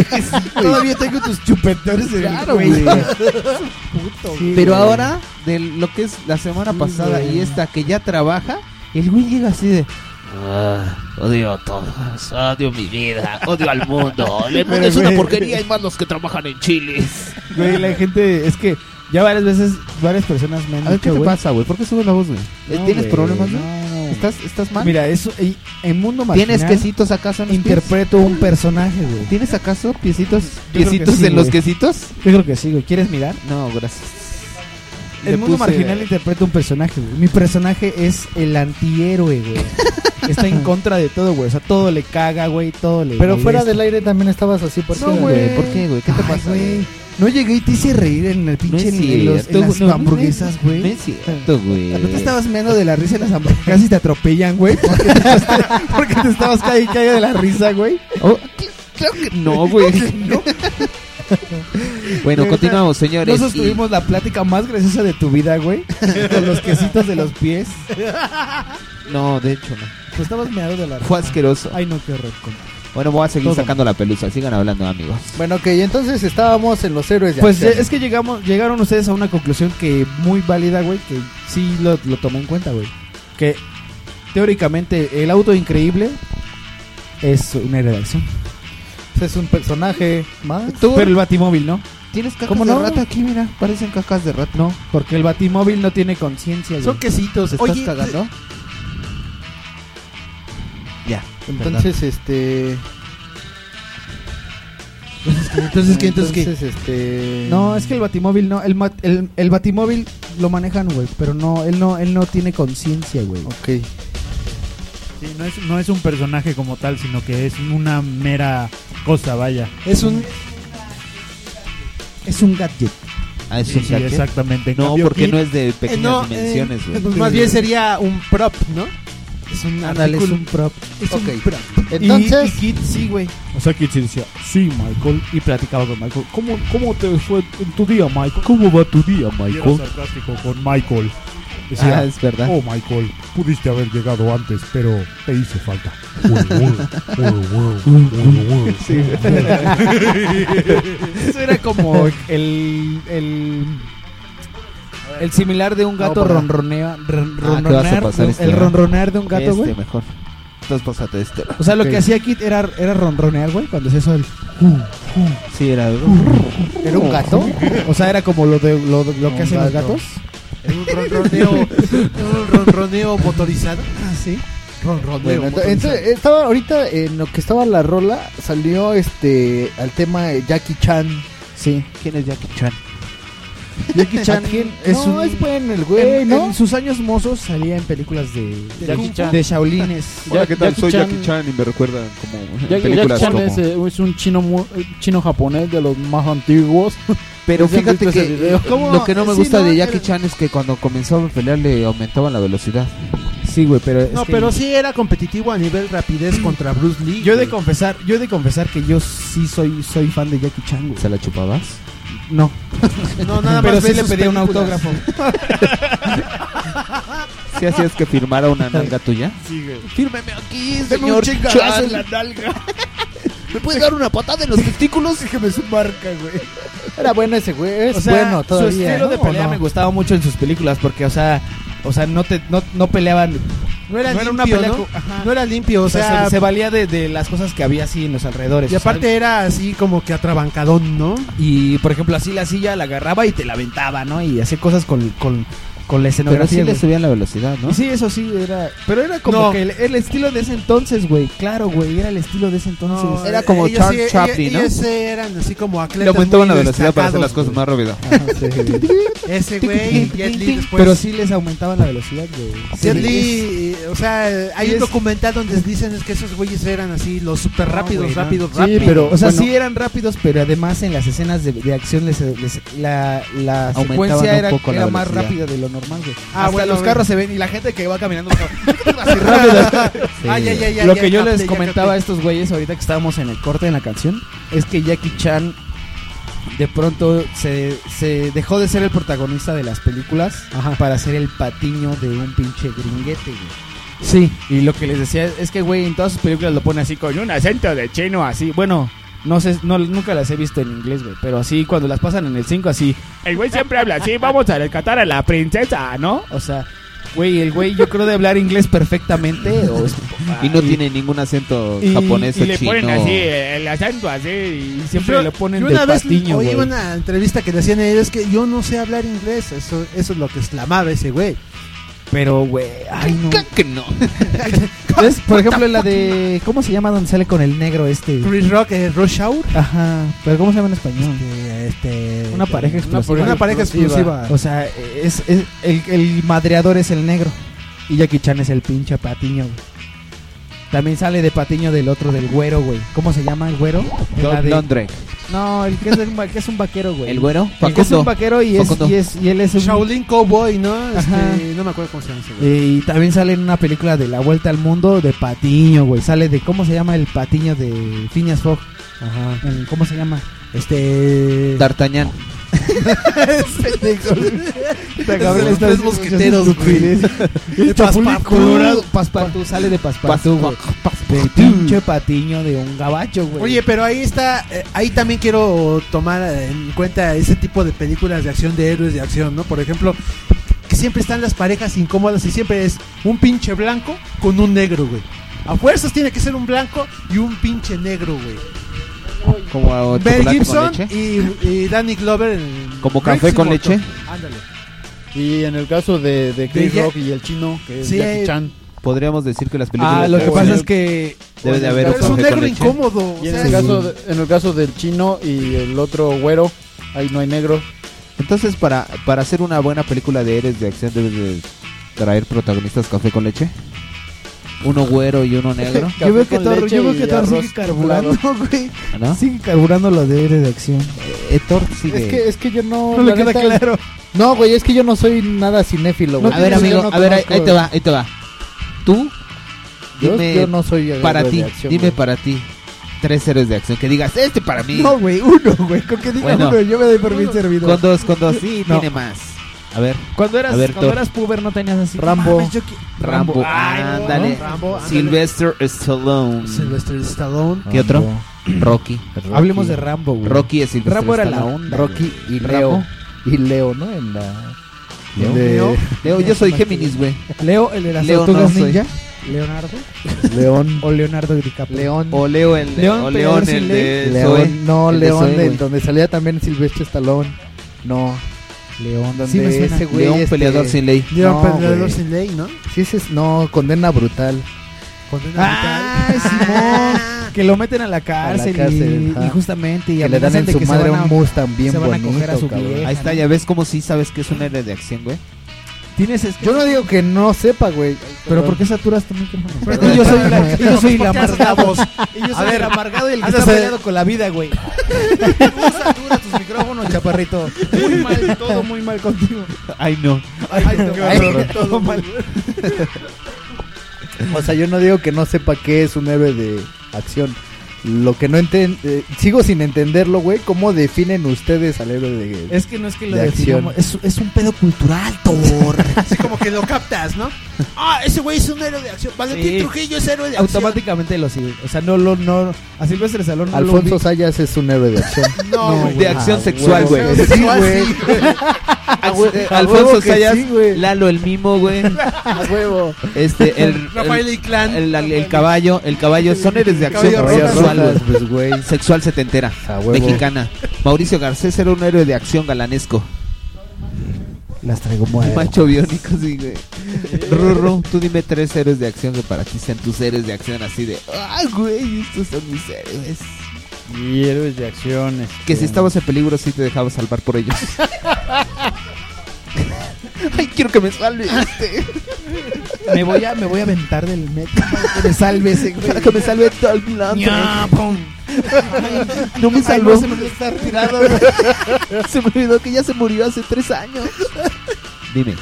[SPEAKER 2] sí, <laughs> güey.
[SPEAKER 4] Todavía tengo tus chupetones en
[SPEAKER 2] Claro,
[SPEAKER 4] el
[SPEAKER 2] güey.
[SPEAKER 4] cuello.
[SPEAKER 6] <laughs>
[SPEAKER 5] Sí,
[SPEAKER 2] Pero
[SPEAKER 5] güey.
[SPEAKER 2] ahora, de lo que es la semana pasada y esta que ya trabaja, el güey llega así de. "Ah, odio todo, odio mi vida, odio
[SPEAKER 6] <laughs>
[SPEAKER 2] al mundo. El mundo es una porquería y más los que trabajan en Chile.
[SPEAKER 6] Güey, la gente. Es que ya varias veces, varias personas me han
[SPEAKER 2] A ver, ¿qué
[SPEAKER 6] dicho,
[SPEAKER 2] te
[SPEAKER 6] güey,
[SPEAKER 2] pasa, güey? ¿Por qué subes la voz, güey? Eh,
[SPEAKER 6] no,
[SPEAKER 2] ¿Tienes
[SPEAKER 6] güey,
[SPEAKER 2] problemas, güey?
[SPEAKER 6] no, no.
[SPEAKER 2] ¿Estás, ¿Estás mal?
[SPEAKER 6] Mira, eso. y en mundo marginal.
[SPEAKER 2] ¿Tienes quesitos acaso en los pies?
[SPEAKER 6] Interpreto un personaje, güey.
[SPEAKER 2] ¿Tienes acaso piecitos,
[SPEAKER 6] creo que
[SPEAKER 2] piecitos
[SPEAKER 6] sí,
[SPEAKER 2] en los
[SPEAKER 6] güey.
[SPEAKER 2] quesitos?
[SPEAKER 6] Yo creo que sí, güey. ¿Quieres mirar?
[SPEAKER 2] No, gracias.
[SPEAKER 6] El
[SPEAKER 2] Le
[SPEAKER 6] mundo
[SPEAKER 2] puse-
[SPEAKER 6] marginal interpreta un personaje, güey. Mi personaje es el antihéroe,
[SPEAKER 2] <laughs>
[SPEAKER 6] güey. Está en contra de todo, güey. O sea, todo le caga, güey. Todo le.
[SPEAKER 13] Pero
[SPEAKER 6] molesta.
[SPEAKER 13] fuera del aire también estabas así, ¿por qué?
[SPEAKER 2] No, güey. ¿Por qué, güey? ¿Qué te
[SPEAKER 6] Ay,
[SPEAKER 2] pasa?
[SPEAKER 6] güey. No llegué y te hice reír en el
[SPEAKER 2] No es
[SPEAKER 6] pinche en, los-
[SPEAKER 2] cierto,
[SPEAKER 6] en las
[SPEAKER 2] no, no,
[SPEAKER 6] hamburguesas,
[SPEAKER 2] No
[SPEAKER 6] güey.
[SPEAKER 2] es cierto, güey.
[SPEAKER 6] No te estabas meando de la risa en las hamburguesas. Casi te atropellan,
[SPEAKER 2] <laughs>
[SPEAKER 6] güey. Porque te, porque te estabas cae y cae de la risa, güey.
[SPEAKER 2] Oh, cl- claro que no, güey. bueno, continuamos, señores.
[SPEAKER 6] Nosotros
[SPEAKER 2] y-
[SPEAKER 6] tuvimos la plática más graciosa de tu vida, güey. Con los quesitos de los pies.
[SPEAKER 2] No, de hecho, no.
[SPEAKER 6] Pues estabas meado de la risa.
[SPEAKER 2] Fue asqueroso.
[SPEAKER 6] Ay, no, qué horror. con-
[SPEAKER 2] Bueno, voy a seguir
[SPEAKER 6] Todo.
[SPEAKER 2] sacando la pelusa. Sigan hablando, amigos.
[SPEAKER 13] Bueno, ok, entonces estábamos en los héroes de
[SPEAKER 6] Pues
[SPEAKER 13] acción.
[SPEAKER 6] eh, es que llegamos, llegaron ustedes a una conclusión que muy válida, güey, que sí lo, lo tomé en cuenta, güey. Que teóricamente el auto increíble es una redacción. pues,
[SPEAKER 13] es un personaje más.
[SPEAKER 2] Tú
[SPEAKER 6] Pero el batimóvil no,
[SPEAKER 2] tienes cacas
[SPEAKER 6] ¿Cómo
[SPEAKER 2] de
[SPEAKER 6] no?
[SPEAKER 2] rato aquí, mira. Parecen cacas de rato. No.
[SPEAKER 6] porque el batimóvil no tiene conciencia, güey.
[SPEAKER 4] Son quesitos.
[SPEAKER 2] ¿Te estás
[SPEAKER 4] Oye,
[SPEAKER 2] cagando? Ya.
[SPEAKER 13] Entonces, este.
[SPEAKER 4] entonces que entonces que
[SPEAKER 13] Entonces, este.
[SPEAKER 6] No, eh, es que el batimóvil no, el, ma- el, el batimóvil lo manejan, güey, pero no, él no, él no tiene conciencia, güey.
[SPEAKER 13] Ok.
[SPEAKER 5] Sí, no, es, no es un personaje como tal, sino que es una mera cosa, vaya.
[SPEAKER 4] es un
[SPEAKER 6] Es un gadget.
[SPEAKER 2] Ah, es
[SPEAKER 5] Sí,
[SPEAKER 2] un
[SPEAKER 5] sí,
[SPEAKER 2] gadget.
[SPEAKER 5] exactamente. En
[SPEAKER 2] No,
[SPEAKER 5] cambio,
[SPEAKER 2] porque
[SPEAKER 5] Kid-
[SPEAKER 2] no es de
[SPEAKER 4] eh,
[SPEAKER 2] pequeñas
[SPEAKER 4] no, eh,
[SPEAKER 2] dimensiones, güey. Ah,
[SPEAKER 4] pues más bien sería un prop, ¿no?
[SPEAKER 6] Es un,
[SPEAKER 4] Ándale, es
[SPEAKER 6] es un prop.
[SPEAKER 13] Ok.
[SPEAKER 4] prop.
[SPEAKER 13] Entonces,
[SPEAKER 6] y, y Kid sí, güey.
[SPEAKER 5] O sea, Kid sí decía, sí, Michael. Y platicaba con Michael. ¿Cómo, cómo te fue en tu día, Michael? ¿Cómo va tu día, Michael? sarcástico con Michael.
[SPEAKER 2] Ah, es verdad.
[SPEAKER 5] Oh, Michael, pudiste haber llegado antes, pero te hizo falta.
[SPEAKER 2] <laughs>
[SPEAKER 5] <laughs>
[SPEAKER 6] Eso era como el el, el similar de un gato
[SPEAKER 13] para.
[SPEAKER 6] ronronea, ron-
[SPEAKER 2] Ah, te vas a
[SPEAKER 6] ronronear,
[SPEAKER 2] pasar
[SPEAKER 6] de-
[SPEAKER 2] este,
[SPEAKER 6] el
[SPEAKER 2] ¿verdad?
[SPEAKER 6] ronronear de un gato, güey.
[SPEAKER 2] Este mejor. Entonces pásate este.
[SPEAKER 6] O sea, lo
[SPEAKER 13] Ok.
[SPEAKER 6] que hacía Kit era, era ronronear, güey, cuando hacía eso. el-
[SPEAKER 2] Sí, era algo.
[SPEAKER 13] ¿era un gato?
[SPEAKER 6] O sea, era como lo de lo, lo que
[SPEAKER 13] Un
[SPEAKER 6] hacen los
[SPEAKER 13] gato.
[SPEAKER 6] gatos.
[SPEAKER 4] Era un ronroneo, un ronroneo motorizado.
[SPEAKER 6] sí.
[SPEAKER 4] Ronroneo.
[SPEAKER 13] Bueno, ento-
[SPEAKER 4] motorizado.
[SPEAKER 13] entonces, estaba ahorita en lo que estaba la rola, salió este al tema de Jackie Chan.
[SPEAKER 6] Sí.
[SPEAKER 2] ¿Quién es Jackie Chan?
[SPEAKER 6] Jackie Chan es
[SPEAKER 13] no,
[SPEAKER 6] un
[SPEAKER 13] es bueno el
[SPEAKER 6] en-
[SPEAKER 13] güey, ¿no?
[SPEAKER 6] en sus años mozos salía en películas de
[SPEAKER 4] Jackie
[SPEAKER 6] de,
[SPEAKER 4] Chan.
[SPEAKER 6] de shaolines.
[SPEAKER 2] Hola, ¿qué tal?
[SPEAKER 14] Jackie
[SPEAKER 2] Soy
[SPEAKER 14] Chan-
[SPEAKER 2] Jackie Chan y me recuerdan como en
[SPEAKER 14] Jackie-
[SPEAKER 2] películas
[SPEAKER 14] Jackie Chan
[SPEAKER 2] como...
[SPEAKER 14] es, eh, es un chino mu- eh, chino japonés de los más antiguos.
[SPEAKER 2] Pero
[SPEAKER 14] ¿Sí han
[SPEAKER 2] fíjate
[SPEAKER 14] visto <laughs> ese
[SPEAKER 2] que
[SPEAKER 14] video?
[SPEAKER 2] ¿cómo? lo que no me
[SPEAKER 4] Sí,
[SPEAKER 2] gusta
[SPEAKER 4] no,
[SPEAKER 2] de Jackie
[SPEAKER 4] era-
[SPEAKER 2] Chan es que cuando comenzaba a pelear le aumentaban la velocidad.
[SPEAKER 6] Sí, güey, pero es
[SPEAKER 4] no,
[SPEAKER 6] que- Mm.
[SPEAKER 4] pero sí era competitivo a nivel rapidez contra Bruce Lee.
[SPEAKER 6] yo he de
[SPEAKER 4] güey.
[SPEAKER 6] confesar, yo he de confesar que yo sí soy soy fan de Jackie Chan, güey.
[SPEAKER 2] ¿Se la chupabas? <laughs>
[SPEAKER 6] No.
[SPEAKER 4] no nada
[SPEAKER 6] pero
[SPEAKER 4] más
[SPEAKER 6] sí
[SPEAKER 4] ves
[SPEAKER 6] le
[SPEAKER 4] sus
[SPEAKER 6] pedía un
[SPEAKER 4] películas.
[SPEAKER 6] autógrafo.
[SPEAKER 2] ¿Sí hacías que firmara una nalga tuya? Fírmeme aquí, señor Chan.
[SPEAKER 4] nalga.
[SPEAKER 2] ¿Me puedes dar una patada en los testículos?
[SPEAKER 4] Déjeme su marca, güey.
[SPEAKER 13] Era bueno ese güey, es
[SPEAKER 6] O sea,
[SPEAKER 13] bueno todavía.
[SPEAKER 6] su estilo
[SPEAKER 13] ¿no?
[SPEAKER 6] de
[SPEAKER 13] ¿O
[SPEAKER 6] pelea
[SPEAKER 13] no?
[SPEAKER 6] me gustaba mucho en sus películas porque, o sea, o sea, no te no, no peleaban,
[SPEAKER 4] No era
[SPEAKER 6] No era una
[SPEAKER 4] limpio,
[SPEAKER 6] pelea
[SPEAKER 4] ¿no?
[SPEAKER 6] co- ajá.
[SPEAKER 4] No era limpio,
[SPEAKER 6] o
[SPEAKER 4] o
[SPEAKER 6] sea,
[SPEAKER 4] sea,
[SPEAKER 6] se, se valía de, de las cosas que había así en los alrededores.
[SPEAKER 4] y
[SPEAKER 6] o sea,
[SPEAKER 4] aparte era así como que atrabancadón, ¿no?
[SPEAKER 6] y por ejemplo, así la silla la agarraba y te la aventaba, ¿no? Y hacía cosas con, con con la
[SPEAKER 2] Pero sí
[SPEAKER 6] escenografía.
[SPEAKER 2] le
[SPEAKER 6] güey.
[SPEAKER 2] subían la velocidad, ¿no?
[SPEAKER 6] Y Sí, eso sí, era. Pero era como
[SPEAKER 2] No.
[SPEAKER 6] que el, el estilo de ese entonces, güey. Claro, güey, era el estilo de ese entonces.
[SPEAKER 4] No, eh, ellos sí- ellos- ellos e, eran así como atletas.
[SPEAKER 2] Le aumentaban la
[SPEAKER 4] muy
[SPEAKER 2] velocidad para hacer las
[SPEAKER 4] destacados,
[SPEAKER 2] cosas más rápido.
[SPEAKER 4] güey. Ese güey, y Jet Li después.
[SPEAKER 6] Pero sí les aumentaban la velocidad, güey.
[SPEAKER 4] Jet
[SPEAKER 6] Sí.
[SPEAKER 4] Li, eh, o sea, eh, hay
[SPEAKER 6] Y
[SPEAKER 4] un
[SPEAKER 6] es- Ah,
[SPEAKER 4] documental donde dicen es que esos güeyes eran así, los super rápidos,
[SPEAKER 6] güey, no.
[SPEAKER 4] rápidos,
[SPEAKER 6] Sí,
[SPEAKER 4] rápidos.
[SPEAKER 6] O sea, sí eran rápidos, pero además en las escenas de, de acción les, les- la, la
[SPEAKER 2] Aumentaban
[SPEAKER 6] secuencia
[SPEAKER 2] un
[SPEAKER 6] era,
[SPEAKER 2] poco la
[SPEAKER 6] era más
[SPEAKER 2] velocidad.
[SPEAKER 6] rápida de lo normal, güey.
[SPEAKER 4] Ah,
[SPEAKER 6] Hasta
[SPEAKER 4] bueno,
[SPEAKER 6] los
[SPEAKER 4] güey.
[SPEAKER 6] carros <laughs> se ven y la gente que va
[SPEAKER 4] <laughs>
[SPEAKER 6] caminando así rápido.
[SPEAKER 4] Sí. Ah, ya, ya, ya,
[SPEAKER 6] lo
[SPEAKER 4] ya,
[SPEAKER 6] que yo
[SPEAKER 4] capté,
[SPEAKER 6] les
[SPEAKER 4] ya
[SPEAKER 6] comentaba
[SPEAKER 4] capté.
[SPEAKER 6] a estos güeyes ahorita que estábamos en el corte de la canción es que Jackie Chan de pronto se, se dejó de ser el protagonista de las películas para ser el patiño de un pinche gringuete, güey. Sí. Y lo que les decía es que, güey, en todas sus películas lo pone así con un acento de chino, así. Bueno, no sé, no, nunca las he visto en inglés, güey. Pero así, cuando las pasan en el 5, así. El güey siempre habla así, vamos a rescatar a la princesa, ¿no? O sea, güey, el güey yo creo de hablar inglés perfectamente. o-
[SPEAKER 2] Y no tiene ningún acento
[SPEAKER 6] y-
[SPEAKER 2] japonés
[SPEAKER 6] y
[SPEAKER 2] o
[SPEAKER 6] le
[SPEAKER 2] chino.
[SPEAKER 6] ponen así,
[SPEAKER 5] el acento así y siempre
[SPEAKER 4] Yo-
[SPEAKER 5] le ponen
[SPEAKER 4] yo
[SPEAKER 5] de
[SPEAKER 4] una vez
[SPEAKER 5] patiño,
[SPEAKER 4] oí
[SPEAKER 5] güey.
[SPEAKER 4] una entrevista que le hacían a él, es que yo no sé hablar inglés, eso, eso es lo que exclamaba ese güey.
[SPEAKER 6] Pero, güey, ay, no.
[SPEAKER 2] que
[SPEAKER 6] <laughs>
[SPEAKER 2] no.
[SPEAKER 6] ¿Ves? Por ejemplo, la de. ¿Cómo se llama donde sale con el negro este?
[SPEAKER 4] Chris Rock, eh, Rush Hour.
[SPEAKER 6] Ajá. ¿Pero cómo se llama en español?
[SPEAKER 4] Este,
[SPEAKER 6] Una pareja explosiva.
[SPEAKER 4] Una pareja explosiva.
[SPEAKER 6] O sea, es, es- el, el madreador es el negro. Y Jackie Chan es el pinche patiño, güey. También sale de patiño del otro, del güero, güey. ¿Cómo se llama el güero? En la
[SPEAKER 2] Don-
[SPEAKER 6] de-
[SPEAKER 2] Londres.
[SPEAKER 6] No, el que, es un, va- el que es un vaquero, güey.
[SPEAKER 2] ¿El güero?
[SPEAKER 6] El que es
[SPEAKER 2] Facundo.
[SPEAKER 6] un vaquero y, es,
[SPEAKER 2] Facundo.
[SPEAKER 6] y, es- y él es un...
[SPEAKER 4] Shaolin Cowboy, ¿no? Este,
[SPEAKER 6] Ajá.
[SPEAKER 4] no me acuerdo cómo se llama ese güey.
[SPEAKER 6] Eh, Y también sale en una película de La Vuelta al Mundo de Patiño, güey. Sale de, ¿cómo se llama el Patiño de Phineas Fogg?
[SPEAKER 4] Ajá.
[SPEAKER 6] En- ¿Cómo se llama?
[SPEAKER 4] Este.
[SPEAKER 6] <laughs>
[SPEAKER 2] D'Artagnan.
[SPEAKER 4] cabrón,
[SPEAKER 6] Los
[SPEAKER 4] estás-
[SPEAKER 6] tres mosqueteros,
[SPEAKER 4] estás
[SPEAKER 6] güey.
[SPEAKER 4] De Paspartout.
[SPEAKER 6] Paspartú, Eh, sale de Paspartú,
[SPEAKER 2] Pas-
[SPEAKER 6] güey. Del pinche Patiño de un gabacho, güey.
[SPEAKER 4] Oye, pero ahí está, eh, ahí también quiero tomar en cuenta ese tipo de películas de acción, de héroes de acción, ¿no? Por ejemplo, que siempre están las parejas incómodas y siempre es un pinche blanco con un negro, güey. A fuerzas tiene que ser un blanco y un pinche negro, güey.
[SPEAKER 2] Como a
[SPEAKER 4] Mel
[SPEAKER 2] chocolate
[SPEAKER 4] Gibson
[SPEAKER 2] con leche.
[SPEAKER 4] y, y Danny Glover. en
[SPEAKER 2] Como
[SPEAKER 4] Bricks
[SPEAKER 2] café
[SPEAKER 4] y
[SPEAKER 2] con
[SPEAKER 4] Morton.
[SPEAKER 2] leche.
[SPEAKER 4] Ándale.
[SPEAKER 5] Y en el caso de, de Chris
[SPEAKER 4] De Ja-
[SPEAKER 5] Rock y el chino, que es
[SPEAKER 4] Sí,
[SPEAKER 5] Jackie
[SPEAKER 4] eh,
[SPEAKER 5] Chan.
[SPEAKER 2] Podríamos decir que las películas.
[SPEAKER 6] ah, lo que
[SPEAKER 5] o
[SPEAKER 6] pasa
[SPEAKER 5] sea,
[SPEAKER 6] es que
[SPEAKER 2] Debe de haber
[SPEAKER 4] Pero es un
[SPEAKER 2] café con
[SPEAKER 4] negro
[SPEAKER 2] leche.
[SPEAKER 4] incómodo. o
[SPEAKER 5] Y en
[SPEAKER 4] sea,
[SPEAKER 5] el, caso de- en el caso del chino y el otro güero, ahí no hay negro.
[SPEAKER 2] Entonces, para, para hacer una buena película de héroes de acción, debes de traer protagonistas café con leche. Uno güero y uno negro.
[SPEAKER 6] <laughs> yo veo que
[SPEAKER 5] con
[SPEAKER 6] Thor,
[SPEAKER 5] leche
[SPEAKER 6] yo veo
[SPEAKER 5] y
[SPEAKER 6] que Thor
[SPEAKER 5] arroz
[SPEAKER 6] sigue carburando, güey.
[SPEAKER 2] ¿no?
[SPEAKER 6] Sigue carburando los deberes de acción.
[SPEAKER 2] Eh, Thor sigue.
[SPEAKER 15] Es que, es que yo no.
[SPEAKER 6] No le
[SPEAKER 15] la
[SPEAKER 6] queda
[SPEAKER 15] neta,
[SPEAKER 6] claro.
[SPEAKER 15] No, güey, es que yo no soy nada cinéfilo, güey.
[SPEAKER 2] a ver,
[SPEAKER 15] Yo
[SPEAKER 2] amigo,
[SPEAKER 15] no
[SPEAKER 2] a ver, ahí,
[SPEAKER 15] conozco-
[SPEAKER 2] ahí te va, ahí te va. Tú,
[SPEAKER 15] Yo,
[SPEAKER 2] dime
[SPEAKER 15] yo no soy.
[SPEAKER 2] para
[SPEAKER 15] héroe de
[SPEAKER 2] ti,
[SPEAKER 15] acción,
[SPEAKER 2] dime
[SPEAKER 15] güey.
[SPEAKER 2] para ti, tres héroes de acción. Que digas, este para mí.
[SPEAKER 6] No, güey, uno, güey. Con que diga
[SPEAKER 2] Bueno.
[SPEAKER 6] uno, yo me doy por bien servido.
[SPEAKER 2] con dos, con dos. Sí,
[SPEAKER 6] <laughs> No.
[SPEAKER 2] tiene más. A ver,
[SPEAKER 6] Cuando eras,
[SPEAKER 2] A ver,
[SPEAKER 6] cuando
[SPEAKER 2] Thor.
[SPEAKER 6] eras puber no tenías así.
[SPEAKER 15] Rambo.
[SPEAKER 6] "Mames, yo qui-
[SPEAKER 2] Rambo,
[SPEAKER 6] Ay, no,
[SPEAKER 2] ándale.
[SPEAKER 4] Rambo, ándale.
[SPEAKER 2] Sylvester Stallone.
[SPEAKER 4] Sylvester
[SPEAKER 2] <laughs>
[SPEAKER 4] Stallone.
[SPEAKER 2] ¿Qué otro? Rocky.
[SPEAKER 6] Hablemos de Rambo, güey.
[SPEAKER 2] Rocky es Sylvester
[SPEAKER 6] Rambo era la
[SPEAKER 2] Stallone.
[SPEAKER 6] onda.
[SPEAKER 15] Rocky y Leo.
[SPEAKER 2] Rambo.
[SPEAKER 15] Y Leo, ¿no? En la.
[SPEAKER 2] Leo.
[SPEAKER 15] de-
[SPEAKER 4] Leo.
[SPEAKER 2] Leo, yo soy Géminis, güey.
[SPEAKER 6] güey. Leo, el de las
[SPEAKER 2] Leo no
[SPEAKER 6] tortugas
[SPEAKER 2] soy.
[SPEAKER 6] ninja. Leonardo.
[SPEAKER 15] León.
[SPEAKER 6] O Leonardo DiCaprio.
[SPEAKER 15] León.
[SPEAKER 2] O Leo el de,
[SPEAKER 6] León,
[SPEAKER 2] o
[SPEAKER 6] pero
[SPEAKER 2] León
[SPEAKER 6] sin
[SPEAKER 2] el
[SPEAKER 6] ley.
[SPEAKER 2] de
[SPEAKER 15] León.
[SPEAKER 2] Zoe.
[SPEAKER 15] no,
[SPEAKER 2] El de
[SPEAKER 15] León,
[SPEAKER 2] Zoe,
[SPEAKER 15] de-
[SPEAKER 2] güey.
[SPEAKER 15] donde salía también Silvestre Stallone. No. León, donde
[SPEAKER 6] Sí me suena.
[SPEAKER 15] ese güey.
[SPEAKER 2] León
[SPEAKER 15] este-
[SPEAKER 2] peleador sin ley.
[SPEAKER 4] Leon
[SPEAKER 15] No,
[SPEAKER 4] Peleador
[SPEAKER 15] güey.
[SPEAKER 4] sin ley, ¿no?
[SPEAKER 15] Sí, ese es, no, condena brutal.
[SPEAKER 4] Condena
[SPEAKER 6] Ah, Simón. Que lo meten a la cárcel,
[SPEAKER 15] cárcel,
[SPEAKER 6] y,
[SPEAKER 15] ajá.
[SPEAKER 6] y justamente y
[SPEAKER 15] que le dan
[SPEAKER 6] amenazan
[SPEAKER 15] en
[SPEAKER 6] de
[SPEAKER 15] su
[SPEAKER 6] que se
[SPEAKER 15] madre
[SPEAKER 6] van a-
[SPEAKER 15] un Mustang bien
[SPEAKER 6] se van a
[SPEAKER 15] bonito,
[SPEAKER 6] coger a su
[SPEAKER 15] cabrón.
[SPEAKER 6] vieja.
[SPEAKER 2] Ahí está, ya ves cómo sí sabes que es un héroe de acción, güey.
[SPEAKER 6] Tienes es-
[SPEAKER 15] Yo no digo que no sepa, güey.
[SPEAKER 6] Pero ¿por qué saturas tu micrófono?
[SPEAKER 4] Pero-
[SPEAKER 6] Y yo soy la, y yo
[SPEAKER 15] <laughs>
[SPEAKER 6] soy la
[SPEAKER 4] ¿Por qué haces la
[SPEAKER 6] amargada.
[SPEAKER 4] voz?
[SPEAKER 6] Y yo
[SPEAKER 4] A
[SPEAKER 6] soy
[SPEAKER 4] ver,
[SPEAKER 6] el amargado y el que
[SPEAKER 4] ándase.
[SPEAKER 6] está peleado con la vida, güey. Tú saturas tus micrófonos, chaparrito. Muy mal, todo muy mal contigo.
[SPEAKER 2] Ay, no.
[SPEAKER 6] Ay, no,
[SPEAKER 15] horror.
[SPEAKER 6] todo mal.
[SPEAKER 15] O sea, yo no digo que no sepa qué es un héroe de acción. Lo que no enten- eh, sigo sin entenderlo, güey. ¿Cómo definen ustedes al héroe de
[SPEAKER 6] Es que no es que lo
[SPEAKER 15] De
[SPEAKER 6] definamos. Es, es un pedo cultural,
[SPEAKER 2] <laughs>
[SPEAKER 6] Thor.
[SPEAKER 4] Así como que lo captas, ¿no? Ah, ese güey es un héroe de acción. Valentín
[SPEAKER 6] Sí.
[SPEAKER 4] Trujillo es héroe de acción.
[SPEAKER 6] Automáticamente lo sigue. O sea, no lo. No, a Silvestre Salón no
[SPEAKER 15] Alfonso
[SPEAKER 6] lo
[SPEAKER 15] Sayas es un héroe de acción.
[SPEAKER 6] <laughs>
[SPEAKER 4] No, güey.
[SPEAKER 2] De acción sexual, güey.
[SPEAKER 4] Acción
[SPEAKER 15] Ah,
[SPEAKER 4] sexual,
[SPEAKER 15] güey.
[SPEAKER 4] sí.
[SPEAKER 2] Al- eh,
[SPEAKER 15] a
[SPEAKER 2] Alfonso
[SPEAKER 15] huevo que
[SPEAKER 2] Sayas,
[SPEAKER 15] sí, güey.
[SPEAKER 2] Lalo el mimo, güey.
[SPEAKER 15] A huevo.
[SPEAKER 2] Este, el,
[SPEAKER 4] Rafael
[SPEAKER 2] el,
[SPEAKER 4] Inclán.
[SPEAKER 2] el- el- el caballo, el caballo, son héroes de acción
[SPEAKER 4] Caballo
[SPEAKER 2] pero
[SPEAKER 4] Rojas.
[SPEAKER 2] sexual, güey.
[SPEAKER 15] Rojas, pues, güey.
[SPEAKER 2] Sexual setentera,
[SPEAKER 15] A huevo.
[SPEAKER 2] mexicana. Mauricio Garcés era un héroe de acción galanesco.
[SPEAKER 4] Las traigo muertas.
[SPEAKER 2] Macho biónico, sí, güey. Rurro, tú dime tres héroes de acción que para ti sean tus héroes de acción así de. ¡Ah, güey! Estos son mis héroes.
[SPEAKER 5] Y héroes de acción. este
[SPEAKER 2] Que si estabas en peligro, sí te dejaba salvar
[SPEAKER 6] <laughs>
[SPEAKER 2] por ellos. Ay, quiero que me salve este.
[SPEAKER 3] Me voy a, me voy a aventar del metro para que me salve
[SPEAKER 2] <laughs>
[SPEAKER 3] ese güey.
[SPEAKER 2] Para que me salve todo el plan.
[SPEAKER 3] Ya,
[SPEAKER 2] No me
[SPEAKER 3] Ay,
[SPEAKER 2] salvó.
[SPEAKER 3] <laughs> no, se me olvidó estar tirado.
[SPEAKER 4] <laughs>
[SPEAKER 2] Se me olvidó que ya se murió hace tres años. Dime. Te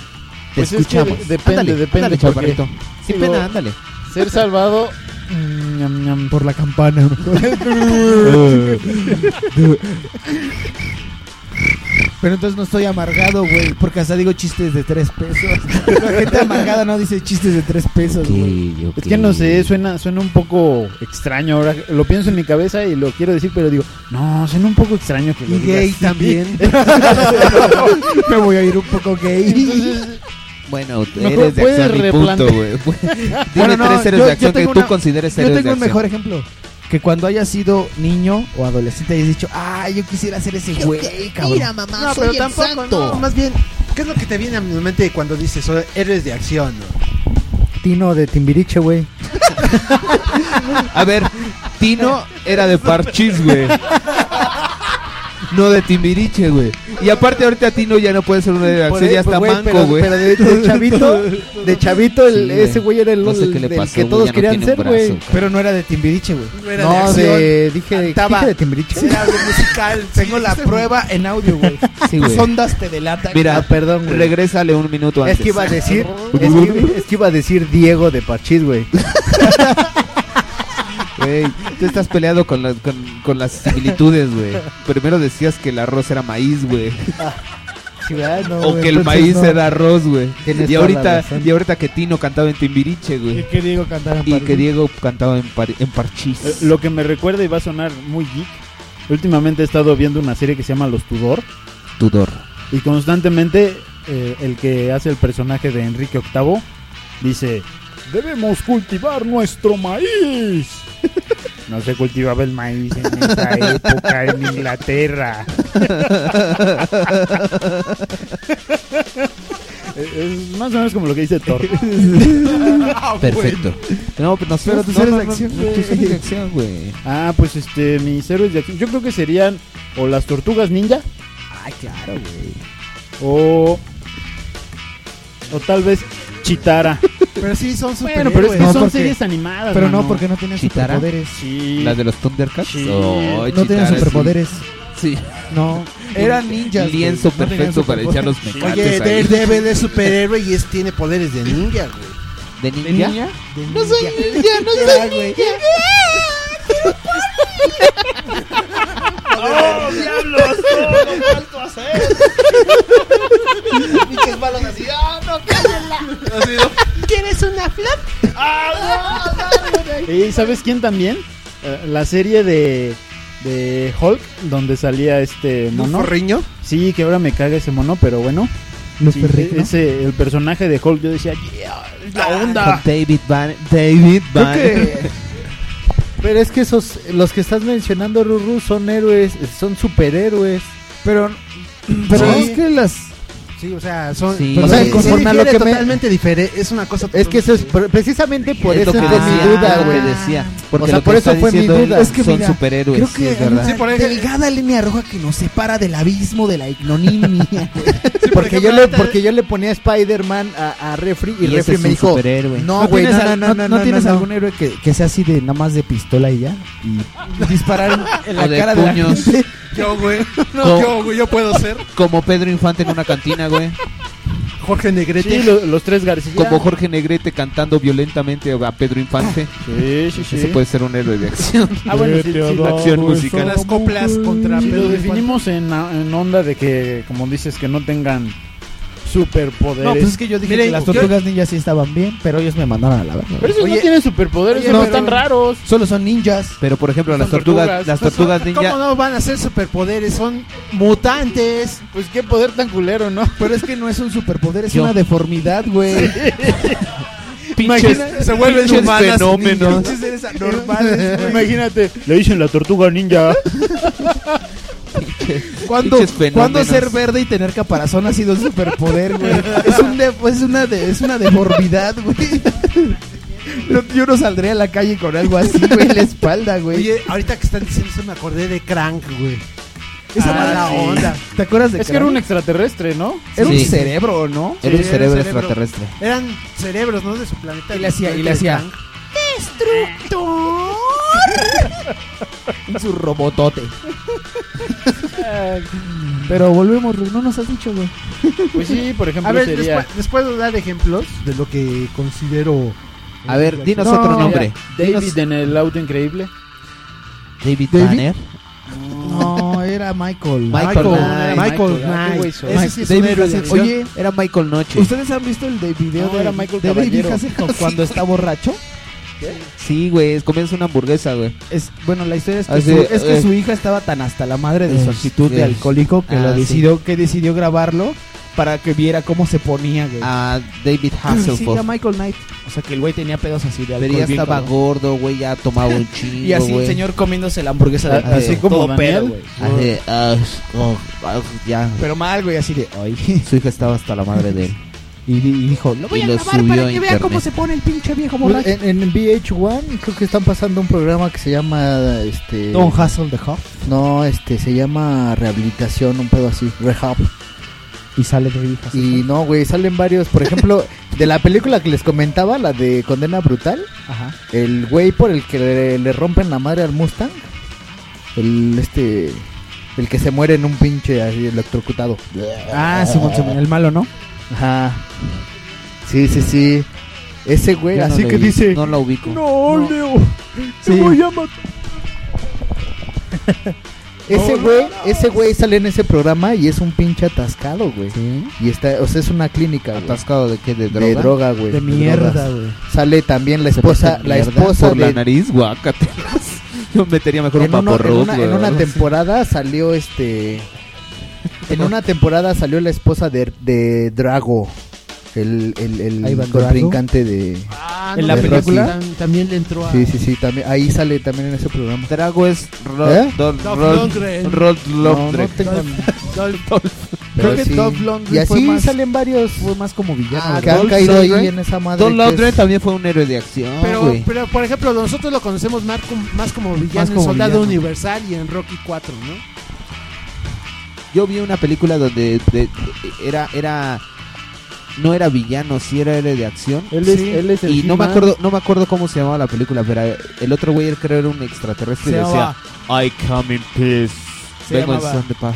[SPEAKER 16] Pues es que
[SPEAKER 2] escuchamos.
[SPEAKER 16] de- depende,
[SPEAKER 2] Ándale,
[SPEAKER 16] depende,
[SPEAKER 2] ándale,
[SPEAKER 16] porque-
[SPEAKER 2] chaparrito. Sin
[SPEAKER 16] Digo-
[SPEAKER 2] pena, ándale.
[SPEAKER 16] Ser salvado.
[SPEAKER 3] Por la campana. Pero entonces no estoy amargado, güey. Porque hasta digo chistes de tres pesos. La gente amargada no dice chistes de tres pesos, güey.
[SPEAKER 5] <laughs> Es que no sé, suena, suena un poco extraño. Ahora lo pienso en mi cabeza y lo quiero decir, pero digo, no, suena un poco extraño que lo
[SPEAKER 4] Y
[SPEAKER 5] diga
[SPEAKER 4] gay
[SPEAKER 5] así. <laughs>
[SPEAKER 4] también.
[SPEAKER 3] Me voy a ir un poco gay.
[SPEAKER 2] Bueno, tú
[SPEAKER 3] Mejor
[SPEAKER 2] eres de
[SPEAKER 5] pues.
[SPEAKER 3] puedes
[SPEAKER 2] acción y punto,
[SPEAKER 3] replantear.
[SPEAKER 2] güey. Dime
[SPEAKER 3] Bueno, no,
[SPEAKER 2] tres héroes
[SPEAKER 3] yo-
[SPEAKER 2] de
[SPEAKER 3] yo
[SPEAKER 2] acción que
[SPEAKER 3] tengo
[SPEAKER 2] tú
[SPEAKER 3] una-
[SPEAKER 2] consideres
[SPEAKER 3] yo
[SPEAKER 2] héroes
[SPEAKER 3] tengo
[SPEAKER 2] de
[SPEAKER 3] un
[SPEAKER 2] acción.
[SPEAKER 3] mejor ejemplo. Que cuando hayas sido niño o adolescente hayas dicho, ah, yo quisiera ser ese güey, cabrón.
[SPEAKER 2] mamá,
[SPEAKER 4] No, pero tampoco, no, más bien, ¿qué es lo que te viene a mi mente cuando dices "Soy- héroes de acción? no?
[SPEAKER 16] Tino de Timbiriche, güey.
[SPEAKER 2] A ver, Tino era de Parchís, güey. No de Timbiriche, güey. Y aparte ahorita Tino ya no puede ser un héroe de
[SPEAKER 6] Por
[SPEAKER 2] acción,
[SPEAKER 6] ahí,
[SPEAKER 2] ya está
[SPEAKER 6] güey,
[SPEAKER 2] manco,
[SPEAKER 6] pero-
[SPEAKER 2] güey.
[SPEAKER 6] pero de- de chavito- de chavito el- ese güey era el-
[SPEAKER 2] no sé qué le
[SPEAKER 6] el que
[SPEAKER 2] pasó, güey,
[SPEAKER 6] todos
[SPEAKER 2] ya no
[SPEAKER 6] querían
[SPEAKER 2] tiene un
[SPEAKER 6] ser,
[SPEAKER 2] brazo,
[SPEAKER 6] güey.
[SPEAKER 2] cabrón.
[SPEAKER 3] Pero no era de Timbiriche, güey.
[SPEAKER 4] era
[SPEAKER 6] No,
[SPEAKER 4] de acción,
[SPEAKER 6] de- dije-
[SPEAKER 4] cantaba,
[SPEAKER 6] dije de Timbiriche.
[SPEAKER 4] Era algo musical.
[SPEAKER 3] Tengo la prueba en audio, güey.
[SPEAKER 2] Sí,
[SPEAKER 3] Tus
[SPEAKER 2] güey.
[SPEAKER 3] ondas te delatan.
[SPEAKER 2] Mira,
[SPEAKER 6] Ah, perdón, güey.
[SPEAKER 2] Regrésale un minuto antes.
[SPEAKER 6] Es que iba a decir,
[SPEAKER 2] <laughs>
[SPEAKER 6] es que, es que iba a decir Diego de Parchís, güey.
[SPEAKER 2] Güey, tú estás peleado con, la- con, con las similitudes, güey. Primero decías que el arroz era maíz, güey.
[SPEAKER 6] Ah, Sí, ¿verdad? No,
[SPEAKER 2] o
[SPEAKER 6] güey,
[SPEAKER 2] que el
[SPEAKER 6] entonces
[SPEAKER 2] maíz
[SPEAKER 6] no.
[SPEAKER 2] era arroz, güey.
[SPEAKER 6] Tienes toda
[SPEAKER 2] Y
[SPEAKER 6] la
[SPEAKER 2] ahorita,
[SPEAKER 6] razón.
[SPEAKER 2] y ahorita que Tino cantaba en Timbiriche, güey.
[SPEAKER 17] que Diego cantara en
[SPEAKER 2] Y que
[SPEAKER 17] París.
[SPEAKER 2] Diego cantaba en, par- en Parchís.
[SPEAKER 5] Eh, Lo que me recuerda y va a sonar muy geek. Últimamente he estado viendo una serie que se llama Los Tudor.
[SPEAKER 2] Tudor.
[SPEAKER 5] Y constantemente eh, el que hace el personaje de Enrique VIII dice, debemos cultivar nuestro maíz. No se cultivaba el maíz en
[SPEAKER 2] <laughs>
[SPEAKER 5] esa época en Inglaterra. Es más o menos como lo que
[SPEAKER 3] <laughs>
[SPEAKER 5] dice Thor.
[SPEAKER 2] Perfecto. No, pero nos
[SPEAKER 3] Pero tus
[SPEAKER 2] no,
[SPEAKER 3] héroes
[SPEAKER 2] no,
[SPEAKER 3] de
[SPEAKER 2] no,
[SPEAKER 3] acción,
[SPEAKER 2] no, tus héroes de acción, güey.
[SPEAKER 5] Ah, pues este, mis héroes de acción. Yo creo que serían o las tortugas ninja.
[SPEAKER 3] Ay, claro, güey.
[SPEAKER 5] O. O tal vez Chitara.
[SPEAKER 4] Pero sí, son
[SPEAKER 5] Bueno,
[SPEAKER 4] superhéroes.
[SPEAKER 5] pero es que
[SPEAKER 3] No,
[SPEAKER 5] son
[SPEAKER 3] porque-
[SPEAKER 5] series animadas.
[SPEAKER 3] Pero no,
[SPEAKER 5] mano.
[SPEAKER 3] porque no tienes
[SPEAKER 2] ¿Chitara?
[SPEAKER 3] superpoderes.
[SPEAKER 5] Sí.
[SPEAKER 2] ¿La de los Thundercats?
[SPEAKER 5] Sí.
[SPEAKER 2] Oh,
[SPEAKER 3] No tienes
[SPEAKER 2] Chitara,
[SPEAKER 3] superpoderes.
[SPEAKER 2] Sí. sí.
[SPEAKER 3] No. Eran ninjas.
[SPEAKER 2] Lienzo
[SPEAKER 3] güey. No tenían
[SPEAKER 2] perfecto para echar
[SPEAKER 3] superpoderes.
[SPEAKER 2] los mecates
[SPEAKER 4] Oye,
[SPEAKER 2] ahí.
[SPEAKER 4] Daredevil es superhéroe y es, tiene poderes de ninja, güey.
[SPEAKER 2] ¿De ninja?
[SPEAKER 3] No soy ninja,
[SPEAKER 2] <laughs>
[SPEAKER 3] no soy ninja.
[SPEAKER 2] Oh,
[SPEAKER 6] ¡Oh, "Ah, Ah,
[SPEAKER 5] ¿Y sabes quién también? Eh, la serie de. De Hulk, donde salía este mono.
[SPEAKER 4] ¿Forriño?
[SPEAKER 5] Sí, que ahora me caga ese mono, pero bueno. Sí,
[SPEAKER 3] perritos.
[SPEAKER 5] ese, el personaje de Hulk, yo decía, "Yeah, es la onda.
[SPEAKER 2] Con David Van. David Van.
[SPEAKER 6] Pero es que esos, los que estás mencionando, Ruru, son héroes, son superhéroes.
[SPEAKER 3] Pero, pero
[SPEAKER 4] Sí.
[SPEAKER 3] es que las.
[SPEAKER 4] Sí, o sea, son.
[SPEAKER 2] Sí.
[SPEAKER 4] pero
[SPEAKER 2] O sea,
[SPEAKER 4] sí,
[SPEAKER 6] conforme
[SPEAKER 4] sí
[SPEAKER 6] a lo
[SPEAKER 4] difiere
[SPEAKER 6] que me-
[SPEAKER 4] totalmente diferente. Es una cosa.
[SPEAKER 6] Es que eso es pre- precisamente por
[SPEAKER 2] es
[SPEAKER 6] eso
[SPEAKER 2] lo que
[SPEAKER 6] fue mi
[SPEAKER 2] decía,
[SPEAKER 6] duda,
[SPEAKER 2] lo que
[SPEAKER 6] güey.
[SPEAKER 2] decía. Porque
[SPEAKER 6] sea,
[SPEAKER 2] lo que
[SPEAKER 6] por
[SPEAKER 2] está
[SPEAKER 6] eso fue mi
[SPEAKER 2] diciendo él,
[SPEAKER 6] duda. Es
[SPEAKER 3] que
[SPEAKER 2] son
[SPEAKER 3] mira,
[SPEAKER 2] superhéroes.
[SPEAKER 3] Creo
[SPEAKER 2] sí,
[SPEAKER 3] que
[SPEAKER 2] es
[SPEAKER 3] hay
[SPEAKER 2] verdad.
[SPEAKER 3] una delgada línea roja que nos separa del abismo de la
[SPEAKER 6] <laughs>
[SPEAKER 3] ignominia.
[SPEAKER 6] Porque yo, le, porque yo le ponía Spider-Man a, a Refri y,
[SPEAKER 2] Y ese
[SPEAKER 6] Refri
[SPEAKER 2] es
[SPEAKER 6] me
[SPEAKER 2] un
[SPEAKER 6] dijo:
[SPEAKER 2] superhéroe.
[SPEAKER 6] No, güey,
[SPEAKER 3] tienes
[SPEAKER 6] no, no,
[SPEAKER 3] al-
[SPEAKER 6] no, no, no,
[SPEAKER 3] tienes
[SPEAKER 6] no,
[SPEAKER 3] algún héroe que, que sea así de nada más de pistola y ya. Y
[SPEAKER 2] <laughs>
[SPEAKER 3] disparar en la
[SPEAKER 2] O de
[SPEAKER 3] cara
[SPEAKER 2] puños.
[SPEAKER 3] de la gente.
[SPEAKER 4] Yo, güey.
[SPEAKER 2] Co-
[SPEAKER 4] güey. Yo puedo ser.
[SPEAKER 2] Como Pedro Infante en una cantina, güey.
[SPEAKER 4] Jorge Negrete.
[SPEAKER 5] Sí, lo- los tres García.
[SPEAKER 2] Como Jorge Negrete cantando violentamente a Pedro Infante.
[SPEAKER 5] Sí, sí, sí.
[SPEAKER 2] Ese puede ser un héroe de acción.
[SPEAKER 5] Ah, bueno, sí, sí,
[SPEAKER 17] Teodoro,
[SPEAKER 5] la-
[SPEAKER 2] acción
[SPEAKER 17] güey,
[SPEAKER 2] musical.
[SPEAKER 17] son
[SPEAKER 4] Las coplas
[SPEAKER 17] mujeres.
[SPEAKER 4] contra
[SPEAKER 5] Si lo
[SPEAKER 4] Pedro
[SPEAKER 5] definimos en, en onda de que, como dices, que no tengan superpoderes.
[SPEAKER 3] No, pues es que yo dije
[SPEAKER 4] Miren,
[SPEAKER 3] que las
[SPEAKER 4] yo-
[SPEAKER 3] tortugas ninjas sí estaban bien, pero ellos me mandaron a la verga.
[SPEAKER 5] pero esos
[SPEAKER 4] Oye,
[SPEAKER 5] no tienen superpoderes,
[SPEAKER 4] oye,
[SPEAKER 5] no
[SPEAKER 4] pero-
[SPEAKER 5] están raros.
[SPEAKER 3] Solo son ninjas.
[SPEAKER 2] Pero por ejemplo, las
[SPEAKER 5] Son
[SPEAKER 2] tortugas,
[SPEAKER 5] tortugas.
[SPEAKER 2] las tortugas
[SPEAKER 4] ¿Cómo
[SPEAKER 2] ninja.
[SPEAKER 4] no van a ser superpoderes? Son mutantes.
[SPEAKER 5] Pues qué poder tan culero, ¿no?
[SPEAKER 3] Pero es que no es un superpoder, es
[SPEAKER 2] Yo.
[SPEAKER 3] una deformidad, güey.
[SPEAKER 4] se vuelven
[SPEAKER 2] pinches
[SPEAKER 4] humanas,
[SPEAKER 2] fenómenos.
[SPEAKER 4] ninjas.
[SPEAKER 3] Normales,
[SPEAKER 17] <laughs>
[SPEAKER 3] güey.
[SPEAKER 5] Imagínate, le dicen la tortuga ninja.
[SPEAKER 3] <laughs> ¿Cuándo,
[SPEAKER 2] Pinches fenómenos.
[SPEAKER 3] cuándo ser verde y tener caparazón ha sido un superpoder, güey? Es, un de- es una de- es una deformidad, güey. No, yo no saldré a la calle con algo así, güey, en la espalda, güey.
[SPEAKER 4] Oye, ahorita que están diciendo eso me acordé de Crank, güey.
[SPEAKER 5] Ah,
[SPEAKER 3] Esa mala onda. ¿Te acuerdas de
[SPEAKER 4] Es que era
[SPEAKER 3] Crank?
[SPEAKER 4] un
[SPEAKER 17] extraterrestre, ¿no?
[SPEAKER 3] Era
[SPEAKER 2] Sí.
[SPEAKER 3] un cerebro, ¿no?
[SPEAKER 2] Era un cerebro extraterrestre.
[SPEAKER 4] Eran cerebros, ¿no? De su planeta.
[SPEAKER 3] Y le hacía- y le hacía- ¡Destructor!
[SPEAKER 2] Su robotote.
[SPEAKER 3] Pero volvemos, Ruth, no nos has dicho, güey.
[SPEAKER 17] Pues sí, por
[SPEAKER 4] A ver, después, después de dar ejemplos de lo que considero.
[SPEAKER 17] A ver, dinos
[SPEAKER 4] No,
[SPEAKER 17] otro
[SPEAKER 4] mira,
[SPEAKER 17] nombre. David
[SPEAKER 4] dinos-
[SPEAKER 17] en el auto increíble.
[SPEAKER 2] David,
[SPEAKER 17] Tanner.
[SPEAKER 3] No, era Michael.
[SPEAKER 2] Michael Knight.
[SPEAKER 3] Michael
[SPEAKER 2] Ah, qué güey,
[SPEAKER 3] Knight.
[SPEAKER 2] son.
[SPEAKER 3] Ese sí es un
[SPEAKER 2] David
[SPEAKER 3] héroe de
[SPEAKER 2] Hasselhoff.
[SPEAKER 3] acción.
[SPEAKER 2] Oye, era Michael Noche.
[SPEAKER 3] ¿Ustedes han visto el de video
[SPEAKER 17] No,
[SPEAKER 3] de,
[SPEAKER 17] era Michael
[SPEAKER 3] de David
[SPEAKER 17] Caballero.
[SPEAKER 3] Hasselhoff cuando está borracho?
[SPEAKER 2] Sí, güey, es- comienza una hamburguesa, güey.
[SPEAKER 3] Es, bueno, la historia es que,
[SPEAKER 2] Ah, sí,
[SPEAKER 3] su, es que
[SPEAKER 2] eh.
[SPEAKER 3] su hija estaba tan hasta la madre de su
[SPEAKER 2] Eh,
[SPEAKER 3] actitud
[SPEAKER 2] eh.
[SPEAKER 3] de alcohólico que, lo
[SPEAKER 2] Ah, sí.
[SPEAKER 3] decidió, que decidió grabarlo para que viera cómo se ponía, güey.
[SPEAKER 2] A David
[SPEAKER 6] Ah,
[SPEAKER 3] sí, a
[SPEAKER 2] Hasselhoff.
[SPEAKER 3] Michael Knight. O sea, que el güey tenía pedos así de alcohol.
[SPEAKER 2] Pero ya
[SPEAKER 3] bien
[SPEAKER 2] estaba
[SPEAKER 3] cabrón.
[SPEAKER 2] gordo, güey, ya tomaba un chingo,
[SPEAKER 3] <laughs> Y así el
[SPEAKER 2] güey.
[SPEAKER 3] señor comiéndose la hamburguesa de
[SPEAKER 2] Ah, así como
[SPEAKER 3] todo
[SPEAKER 2] Daniel.
[SPEAKER 3] pedo, güey.
[SPEAKER 2] Así, ah, oh, ah, ya.
[SPEAKER 3] Pero mal, güey, así de, ay.
[SPEAKER 2] Su hija estaba hasta la madre de él.
[SPEAKER 3] Y, di- y dijo,
[SPEAKER 2] lo voy a grabar para que vea cómo se...
[SPEAKER 3] pone el pinche viejo
[SPEAKER 6] En, Pues, en VH1 creo que están pasando un programa que se llama este
[SPEAKER 3] Don Hassel de Huff.
[SPEAKER 6] No, este se llama rehabilitación, un pedo así, rehab.
[SPEAKER 3] Y sale David
[SPEAKER 6] Y no, güey, salen varios, por ejemplo, de la película que les comentaba, la de Condena Brutal,
[SPEAKER 3] Ajá.
[SPEAKER 6] el güey por el que le, le rompen la madre al Mustang, el este el que se muere en un pinche así electrocutado.
[SPEAKER 3] Ah, Simón, Simón, el malo, ¿no?
[SPEAKER 6] Ajá. Sí, sí, sí. Ese güey,
[SPEAKER 2] Yo no
[SPEAKER 6] así
[SPEAKER 2] lo
[SPEAKER 6] que
[SPEAKER 2] vi-
[SPEAKER 6] dice,
[SPEAKER 2] No la ubico.
[SPEAKER 6] "No, Leo, te
[SPEAKER 3] Sí.
[SPEAKER 6] voy a matar". Ese güey, ese güey sale en ese programa y es un pinche atascado, güey. Y está, o sea, es una clínica, güey.
[SPEAKER 2] ¿Atascado de qué? ¿De droga?
[SPEAKER 6] de droga, güey.
[SPEAKER 3] De
[SPEAKER 6] de
[SPEAKER 3] mierda,
[SPEAKER 6] drogas.
[SPEAKER 3] güey.
[SPEAKER 6] Sale también la
[SPEAKER 2] Se
[SPEAKER 6] esposa,
[SPEAKER 2] mete
[SPEAKER 6] la
[SPEAKER 2] mierda
[SPEAKER 6] esposa
[SPEAKER 2] Por la
[SPEAKER 6] de
[SPEAKER 2] nariz, guácate. <laughs> Yo metería mejor un
[SPEAKER 6] en, uno- en
[SPEAKER 2] paporro,
[SPEAKER 6] una, en una temporada salió este en una temporada salió la esposa de, de Drago, el el, el
[SPEAKER 3] Ivan Drago.
[SPEAKER 6] contrincante de
[SPEAKER 4] Ah,
[SPEAKER 3] ¿En la
[SPEAKER 4] pero
[SPEAKER 3] película?
[SPEAKER 4] tam- también le entró a.
[SPEAKER 6] Sí, sí, sí, también ahí sale también en ese programa.
[SPEAKER 2] Drago es Rod
[SPEAKER 6] ¿Eh?
[SPEAKER 2] Don-
[SPEAKER 4] Dolph
[SPEAKER 2] Rod-
[SPEAKER 4] Lundgren.
[SPEAKER 2] Rod
[SPEAKER 6] No, no
[SPEAKER 2] Lundgren.
[SPEAKER 6] tengo-
[SPEAKER 3] Creo
[SPEAKER 6] pero
[SPEAKER 3] que
[SPEAKER 6] sí.
[SPEAKER 3] Dolph Lundgren
[SPEAKER 6] y así
[SPEAKER 3] fue más-
[SPEAKER 6] salen varios
[SPEAKER 3] Fue más como villano.
[SPEAKER 2] Ah,
[SPEAKER 6] que han
[SPEAKER 2] Dolph
[SPEAKER 6] caído ahí
[SPEAKER 2] Lundgren.
[SPEAKER 6] en esa madre.
[SPEAKER 2] Don
[SPEAKER 6] que es-
[SPEAKER 2] Lundgren también fue un héroe de acción,
[SPEAKER 4] Pero,
[SPEAKER 2] güey.
[SPEAKER 4] pero, por ejemplo, nosotros lo conocemos más como, más como villano
[SPEAKER 3] Más como
[SPEAKER 4] en Soldado
[SPEAKER 3] villano.
[SPEAKER 4] Universal y en Rocky 4, ¿no?
[SPEAKER 2] Yo vi una película donde de- de- era era no era villano, sí era héroe de acción.
[SPEAKER 17] Él es,
[SPEAKER 4] Sí.
[SPEAKER 17] él es el
[SPEAKER 2] Y no me
[SPEAKER 17] He-Man.
[SPEAKER 2] acuerdo no me acuerdo cómo se llamaba la película, pero eh, el otro güey él creo era un extraterrestre y
[SPEAKER 3] Se
[SPEAKER 2] decía,
[SPEAKER 3] llamaba-
[SPEAKER 2] "I come in peace."
[SPEAKER 3] Se
[SPEAKER 2] Vengo en
[SPEAKER 3] llamaba-
[SPEAKER 2] son de paz.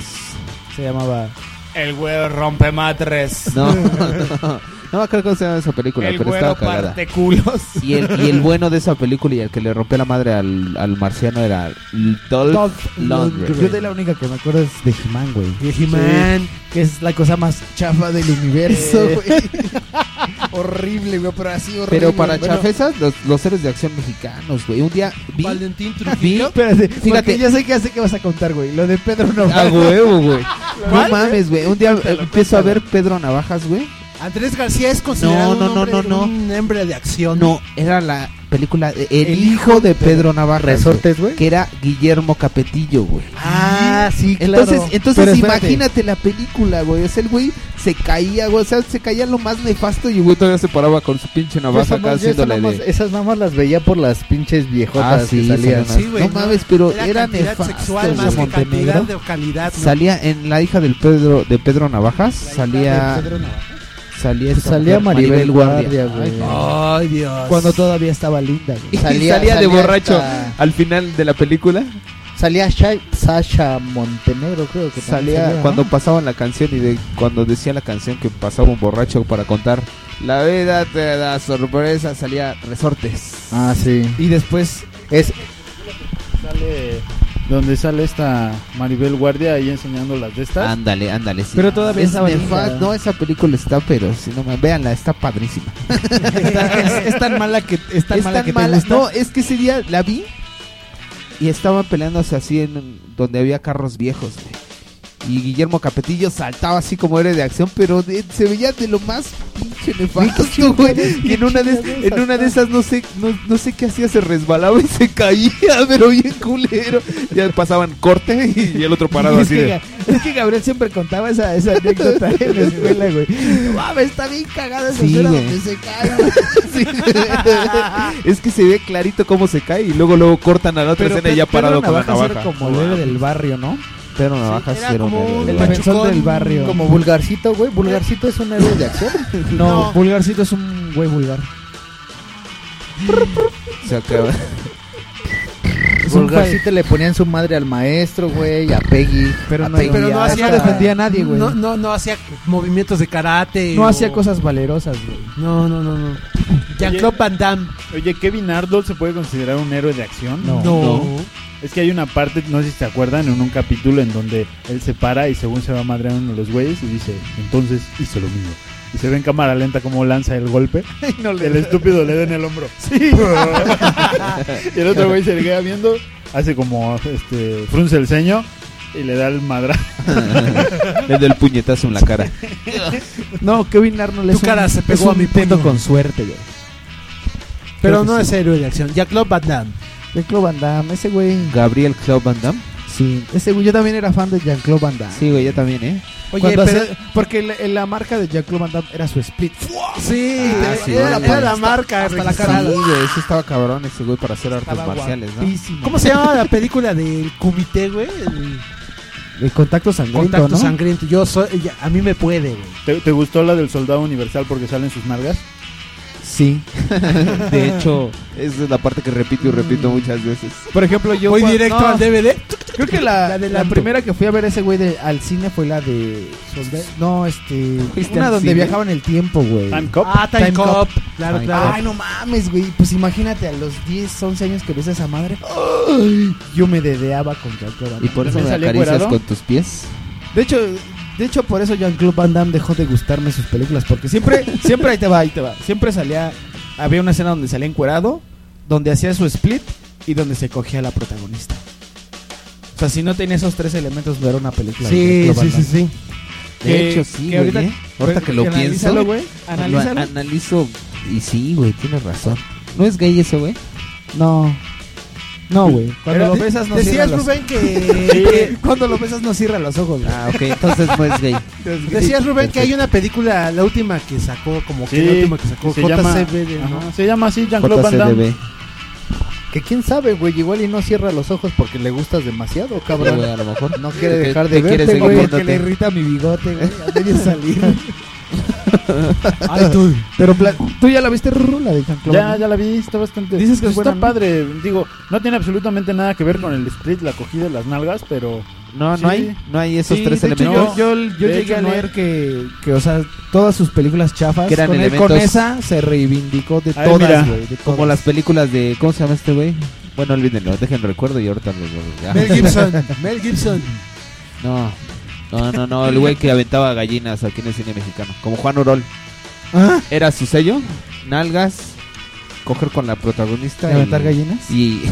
[SPEAKER 3] Se llamaba.
[SPEAKER 18] El güero rompe matres.
[SPEAKER 3] <laughs>
[SPEAKER 2] No, <laughs> no, no me acuerdo cómo se llama esa película,
[SPEAKER 18] el
[SPEAKER 2] pero
[SPEAKER 18] güero
[SPEAKER 2] estaba cagada.
[SPEAKER 18] parte culos.
[SPEAKER 2] Y el, y el bueno de esa película y el que le rompió la madre al, al marciano era L- Dolph, Lundgren.
[SPEAKER 3] Yo de la única que me acuerdo es de He-Man, güey.
[SPEAKER 4] De
[SPEAKER 3] He-Man, Que es la cosa más chafa del universo,
[SPEAKER 2] Eh.
[SPEAKER 3] güey. <laughs> horrible, güey, pero así horrible.
[SPEAKER 2] Pero para
[SPEAKER 3] Bueno,
[SPEAKER 2] chafesas, los, los héroes de acción mexicanos, güey. Un día vi...
[SPEAKER 4] Valentín
[SPEAKER 2] vi <laughs>
[SPEAKER 4] Trujillo.
[SPEAKER 3] Espérate,
[SPEAKER 2] Fíjate.
[SPEAKER 3] porque ya sé que sé que vas a contar, güey. Lo de Pedro
[SPEAKER 2] a
[SPEAKER 3] Navajas.
[SPEAKER 4] <laughs>
[SPEAKER 2] huevo, <laughs> güey. No mames, güey. Un día eh, empiezo a ver Pedro Navajas, güey.
[SPEAKER 4] Andrés García es considerado
[SPEAKER 2] No, no,
[SPEAKER 4] un,
[SPEAKER 2] no,
[SPEAKER 4] hombre,
[SPEAKER 2] no, no.
[SPEAKER 4] un hombre de acción.
[SPEAKER 2] No, era la película de El, hijo de Pedro Navajas.
[SPEAKER 6] Resortes, güey.
[SPEAKER 2] güey, Que era Guillermo Capetillo, güey.
[SPEAKER 6] Ah, sí, claro.
[SPEAKER 2] Entonces,
[SPEAKER 3] Pero
[SPEAKER 2] entonces
[SPEAKER 3] espérate.
[SPEAKER 2] imagínate la película, güey. O sea, el güey se caía, güey. O sea, se caía lo más nefasto y el güey todavía se paraba con su pinche
[SPEAKER 6] Yo
[SPEAKER 2] navaja
[SPEAKER 6] esa
[SPEAKER 2] acá
[SPEAKER 6] más- yo esa nada
[SPEAKER 2] haciéndole
[SPEAKER 6] más-
[SPEAKER 2] de... Ah,
[SPEAKER 6] esas nada más las veía por las pinches viejotas que salían.
[SPEAKER 2] salían.
[SPEAKER 4] Sí, güey,
[SPEAKER 2] no
[SPEAKER 4] no.
[SPEAKER 2] mames, pero
[SPEAKER 4] Era,
[SPEAKER 2] era,
[SPEAKER 4] cantidad
[SPEAKER 2] nefasto,
[SPEAKER 4] sexual
[SPEAKER 2] güey.
[SPEAKER 4] más que
[SPEAKER 3] Montenegro.
[SPEAKER 4] cantidad de calidad. ¿no?
[SPEAKER 2] Salía en la hija del Pedro de Pedro Navajas, salía salía esta
[SPEAKER 6] Salía
[SPEAKER 2] mujer,
[SPEAKER 6] Maribel, Guardia, güey.
[SPEAKER 2] Ay, no.
[SPEAKER 4] Ay, Dios.
[SPEAKER 3] Ah, Cuando todavía estaba linda, güey.
[SPEAKER 2] Y
[SPEAKER 6] Salía-
[SPEAKER 2] <laughs> salía, de
[SPEAKER 6] salía
[SPEAKER 2] borracho
[SPEAKER 6] hasta-
[SPEAKER 2] al final de la película.
[SPEAKER 6] Salía Sha- Sasha Montenegro, creo que también
[SPEAKER 2] Salía
[SPEAKER 6] ¿no?
[SPEAKER 2] cuando pasaban la canción y de cuando decía la canción que pasaba un borracho para contar la vida te da sorpresa, salía resortes.
[SPEAKER 6] Ah, sí.
[SPEAKER 3] Y después
[SPEAKER 6] Es
[SPEAKER 17] Sale- donde sale esta Maribel Guardia ahí enseñando las de estas.
[SPEAKER 2] Ándale, ándale, sí.
[SPEAKER 3] Pero todavía
[SPEAKER 2] Es
[SPEAKER 3] estaba
[SPEAKER 2] nefa-
[SPEAKER 3] linda.
[SPEAKER 2] No, esa película está, pero si no me véanla, está padrísima.
[SPEAKER 3] está- es, es tan mala que es tan
[SPEAKER 2] es
[SPEAKER 3] mala
[SPEAKER 2] tan
[SPEAKER 3] que
[SPEAKER 2] mala-
[SPEAKER 3] te gusta.
[SPEAKER 2] No, es que ese día la vi y estaban peleándose así en un- donde había carros viejos, güey. Y Guillermo Capetillo saltaba así como héroe de acción, pero de- se veía de lo más pinche pinche nefasto, güey. Y en una de, en una de esas no sé, no, no sé qué hacía, se resbalaba y se caía, <laughs> pero bien culero. Ya pasaban corte y, y el
[SPEAKER 3] <laughs>
[SPEAKER 2] otro parado
[SPEAKER 6] es,
[SPEAKER 2] así
[SPEAKER 6] que,
[SPEAKER 2] de.
[SPEAKER 6] Ga- es que Gabriel siempre contaba esa, esa anécdota en la escuela, güey. Mames, está bien cagada esa
[SPEAKER 2] Sí,
[SPEAKER 6] escena
[SPEAKER 2] güey.
[SPEAKER 6] donde se cae.
[SPEAKER 19] Ah,
[SPEAKER 2] es que se ve clarito cómo se cae y luego luego cortan a la otra
[SPEAKER 6] Pero
[SPEAKER 2] escena y
[SPEAKER 6] Pe-
[SPEAKER 2] ya
[SPEAKER 6] Pedro
[SPEAKER 2] parado con la
[SPEAKER 6] Navajas era
[SPEAKER 2] navaja.
[SPEAKER 6] como el héroe del barrio, ¿no?
[SPEAKER 2] Pero navajas
[SPEAKER 6] era como un
[SPEAKER 2] héroe del
[SPEAKER 6] El
[SPEAKER 2] barrio.
[SPEAKER 6] pachucón del barrio.
[SPEAKER 19] Oh, Como vulgarcito, güey. Vulgarcito es un héroe de acción.
[SPEAKER 6] No, Vulgarcito es un güey vulgar.
[SPEAKER 2] Se acaba.
[SPEAKER 6] Es un
[SPEAKER 19] Vulgarcito le ponían su madre al maestro, güey, a Peggy.
[SPEAKER 6] Pero
[SPEAKER 19] a
[SPEAKER 6] no-
[SPEAKER 19] Peggy,
[SPEAKER 6] pero no
[SPEAKER 19] a-
[SPEAKER 6] hacía-
[SPEAKER 19] a-
[SPEAKER 6] no defendía a nadie, güey.
[SPEAKER 4] No, no, no hacía movimientos de karate.
[SPEAKER 6] No
[SPEAKER 4] o-
[SPEAKER 6] hacía cosas valerosas, güey.
[SPEAKER 4] No, no,
[SPEAKER 19] <laughs>
[SPEAKER 4] no, no.
[SPEAKER 6] Jean-Claude
[SPEAKER 4] Van Damme.
[SPEAKER 5] Oye, ¿Kevin Arnold se puede considerar un héroe de acción?
[SPEAKER 6] No.
[SPEAKER 4] No.
[SPEAKER 5] Es que hay una parte, no sé si se acuerdan, en un capítulo en donde él se para y según se va a madrear uno de los güeyes y dice, entonces hizo lo mismo. Y se ve en cámara lenta cómo lanza el
[SPEAKER 4] <laughs>
[SPEAKER 5] golpe. El estúpido le da en el hombro. Sí. y el otro güey se le queda viendo, <laughs> hace como este frunce el ceño y le da el
[SPEAKER 6] <laughs>
[SPEAKER 5] madra.
[SPEAKER 2] Le doy <laughs> el puñetazo en la cara.
[SPEAKER 6] No, Kevin Arnold es
[SPEAKER 4] Tu cara
[SPEAKER 6] un,
[SPEAKER 4] Ah, se pegó
[SPEAKER 6] es
[SPEAKER 4] a
[SPEAKER 6] un
[SPEAKER 4] mi
[SPEAKER 6] teto
[SPEAKER 4] puño.
[SPEAKER 6] con suerte, güey.
[SPEAKER 4] Pero
[SPEAKER 6] Creo que
[SPEAKER 4] no
[SPEAKER 6] sí.
[SPEAKER 4] es héroe de acción. Jean-Claude Van Damme.
[SPEAKER 6] Jean-Claude Van Damme, ese güey.
[SPEAKER 2] Gabriel Claude Van Damme.
[SPEAKER 6] Sí, ese güey. Yo también era fan de Jean-Claude Van Damme.
[SPEAKER 2] Sí, güey, yo también, ¿eh?
[SPEAKER 6] Oye,
[SPEAKER 2] Cuando
[SPEAKER 6] pero-
[SPEAKER 2] hace-
[SPEAKER 6] porque la, la marca de Jean-Claude Van Damme era su split. Eh,
[SPEAKER 4] Sí,
[SPEAKER 2] Ah, sí, güey. Hasta-
[SPEAKER 6] Hasta la
[SPEAKER 2] Sí,
[SPEAKER 6] cara.
[SPEAKER 2] güey, ese estaba cabrón ese güey para hacer artes marciales, ¿no?
[SPEAKER 4] ¿Cómo se llama la película del comité, güey? El
[SPEAKER 6] El contacto sangriento,
[SPEAKER 4] contacto
[SPEAKER 6] ¿no?
[SPEAKER 4] sangriento. Yo soy, ya- a mí me puede, güey.
[SPEAKER 5] ¿Te, te gustó la del soldado universal porque salen sus nalgas?
[SPEAKER 2] <laughs>
[SPEAKER 6] Sí.
[SPEAKER 2] De hecho, esa es la parte que repito y repito
[SPEAKER 6] Mm.
[SPEAKER 2] muchas veces.
[SPEAKER 6] Por ejemplo, yo.
[SPEAKER 2] Voy
[SPEAKER 6] cuan-
[SPEAKER 2] directo
[SPEAKER 6] no,
[SPEAKER 2] al
[SPEAKER 4] DVD.
[SPEAKER 6] Creo que la, la,
[SPEAKER 2] de Lampo.
[SPEAKER 6] primera que fui a ver ese güey de- al cine fue la de. Solda- No, este.
[SPEAKER 2] ¿Fuiste
[SPEAKER 6] Una
[SPEAKER 2] al
[SPEAKER 6] donde
[SPEAKER 2] cine?
[SPEAKER 6] viajaban el tiempo, güey.
[SPEAKER 5] Time Cop.
[SPEAKER 4] Ah, Time Cop. Claro,
[SPEAKER 6] Ay,
[SPEAKER 4] claro.
[SPEAKER 6] Ay, no mames, güey. Pues imagínate a los 10, 11 años que ves a esa madre. Ay, yo me dedeaba con Jean-Claude Van Damme.
[SPEAKER 2] ¿Y por eso
[SPEAKER 6] ¿También
[SPEAKER 2] me
[SPEAKER 6] salía
[SPEAKER 2] acaricias
[SPEAKER 6] encuerado?
[SPEAKER 2] con tus pies?
[SPEAKER 6] De hecho, de hecho por eso Jean-Claude Van Damme dejó de gustarme sus películas porque siempre <laughs> siempre ahí te va, ahí te va. Siempre salía había una escena donde salía encuerado, donde hacía su split y donde se cogía a la protagonista. O sea, si no tenía esos tres elementos no era una película.
[SPEAKER 4] Sí,
[SPEAKER 6] Jean-Claude Van
[SPEAKER 4] sí, sí, sí.
[SPEAKER 6] Damme.
[SPEAKER 2] De
[SPEAKER 6] Que-
[SPEAKER 2] hecho, sí,
[SPEAKER 6] que
[SPEAKER 2] güey.
[SPEAKER 6] ahorita-
[SPEAKER 2] ¿eh? Ahorita que lo pienso.
[SPEAKER 6] analízalo, güey,
[SPEAKER 2] lo
[SPEAKER 6] analízalo.
[SPEAKER 2] analizo y sí, güey, tienes razón. ¿No es gay eso, güey?
[SPEAKER 6] No.
[SPEAKER 2] <laughs>
[SPEAKER 6] No, güey. Cuando
[SPEAKER 2] Era-
[SPEAKER 6] lo besas no
[SPEAKER 2] decías,
[SPEAKER 6] cierra los
[SPEAKER 2] Rubén,
[SPEAKER 4] que-
[SPEAKER 6] Sí. cuando lo besas no cierra los ojos. güey.
[SPEAKER 2] Ah, ok, entonces
[SPEAKER 4] <laughs>
[SPEAKER 2] no es gay.
[SPEAKER 4] Decías, Rubén, que hay una película, la última que sacó, como que la última que sacó,
[SPEAKER 5] se llama,
[SPEAKER 4] JCBD, ¿no?
[SPEAKER 5] ajá, se llama así Jean-Claude Van Damme.
[SPEAKER 19] Que quién sabe, güey. Igual y no cierra los ojos porque le gustas demasiado, cabrón.
[SPEAKER 2] Güey, a lo mejor.
[SPEAKER 19] No quiere
[SPEAKER 2] Te-
[SPEAKER 19] dejar
[SPEAKER 2] te
[SPEAKER 19] de
[SPEAKER 2] quiere
[SPEAKER 19] verte,
[SPEAKER 2] seguir
[SPEAKER 19] güey.
[SPEAKER 2] viendo.
[SPEAKER 6] Que le irrita mi bigote, güey. a medio salir.
[SPEAKER 4] Ay, tú.
[SPEAKER 6] Pero pla- tú ya la viste, Ruru, la de Jean-Claude.
[SPEAKER 5] Ya, ya la vi, está bastante.
[SPEAKER 6] Dices que es
[SPEAKER 5] Pues está
[SPEAKER 6] buena, ¿no?
[SPEAKER 5] padre. Digo, no tiene absolutamente nada que ver con el split, la cogida de las nalgas, pero.
[SPEAKER 2] No, no hay- no hay esos tres
[SPEAKER 6] de hecho,
[SPEAKER 2] elementos.
[SPEAKER 6] yo, yo- yo
[SPEAKER 5] De
[SPEAKER 6] llegué
[SPEAKER 5] hecho,
[SPEAKER 6] a
[SPEAKER 5] no
[SPEAKER 6] leer que, <laughs> que, o sea, todas sus películas chafas.
[SPEAKER 2] Que eran
[SPEAKER 6] con, él-
[SPEAKER 2] elementos-
[SPEAKER 6] con esa se
[SPEAKER 2] <laughs>
[SPEAKER 6] reivindicó de
[SPEAKER 2] Ay, mira,
[SPEAKER 6] todas, güey. de
[SPEAKER 2] Como
[SPEAKER 6] todas.
[SPEAKER 2] las películas de. ¿Cómo se llama este güey? Bueno, olvídenlo, dejen recuerdo y ahorita los los- ya.
[SPEAKER 4] Mel
[SPEAKER 2] <laughs>
[SPEAKER 4] Gibson, Mel Gibson.
[SPEAKER 2] No. No, no, no, el güey que aventaba gallinas aquí en el cine mexicano. Como Juan Orol.
[SPEAKER 6] ¿Ah?
[SPEAKER 2] Era su sello, nalgas, coger con la protagonista.
[SPEAKER 6] ¿Y aventar gallinas? <laughs>
[SPEAKER 2] Y. <laughs>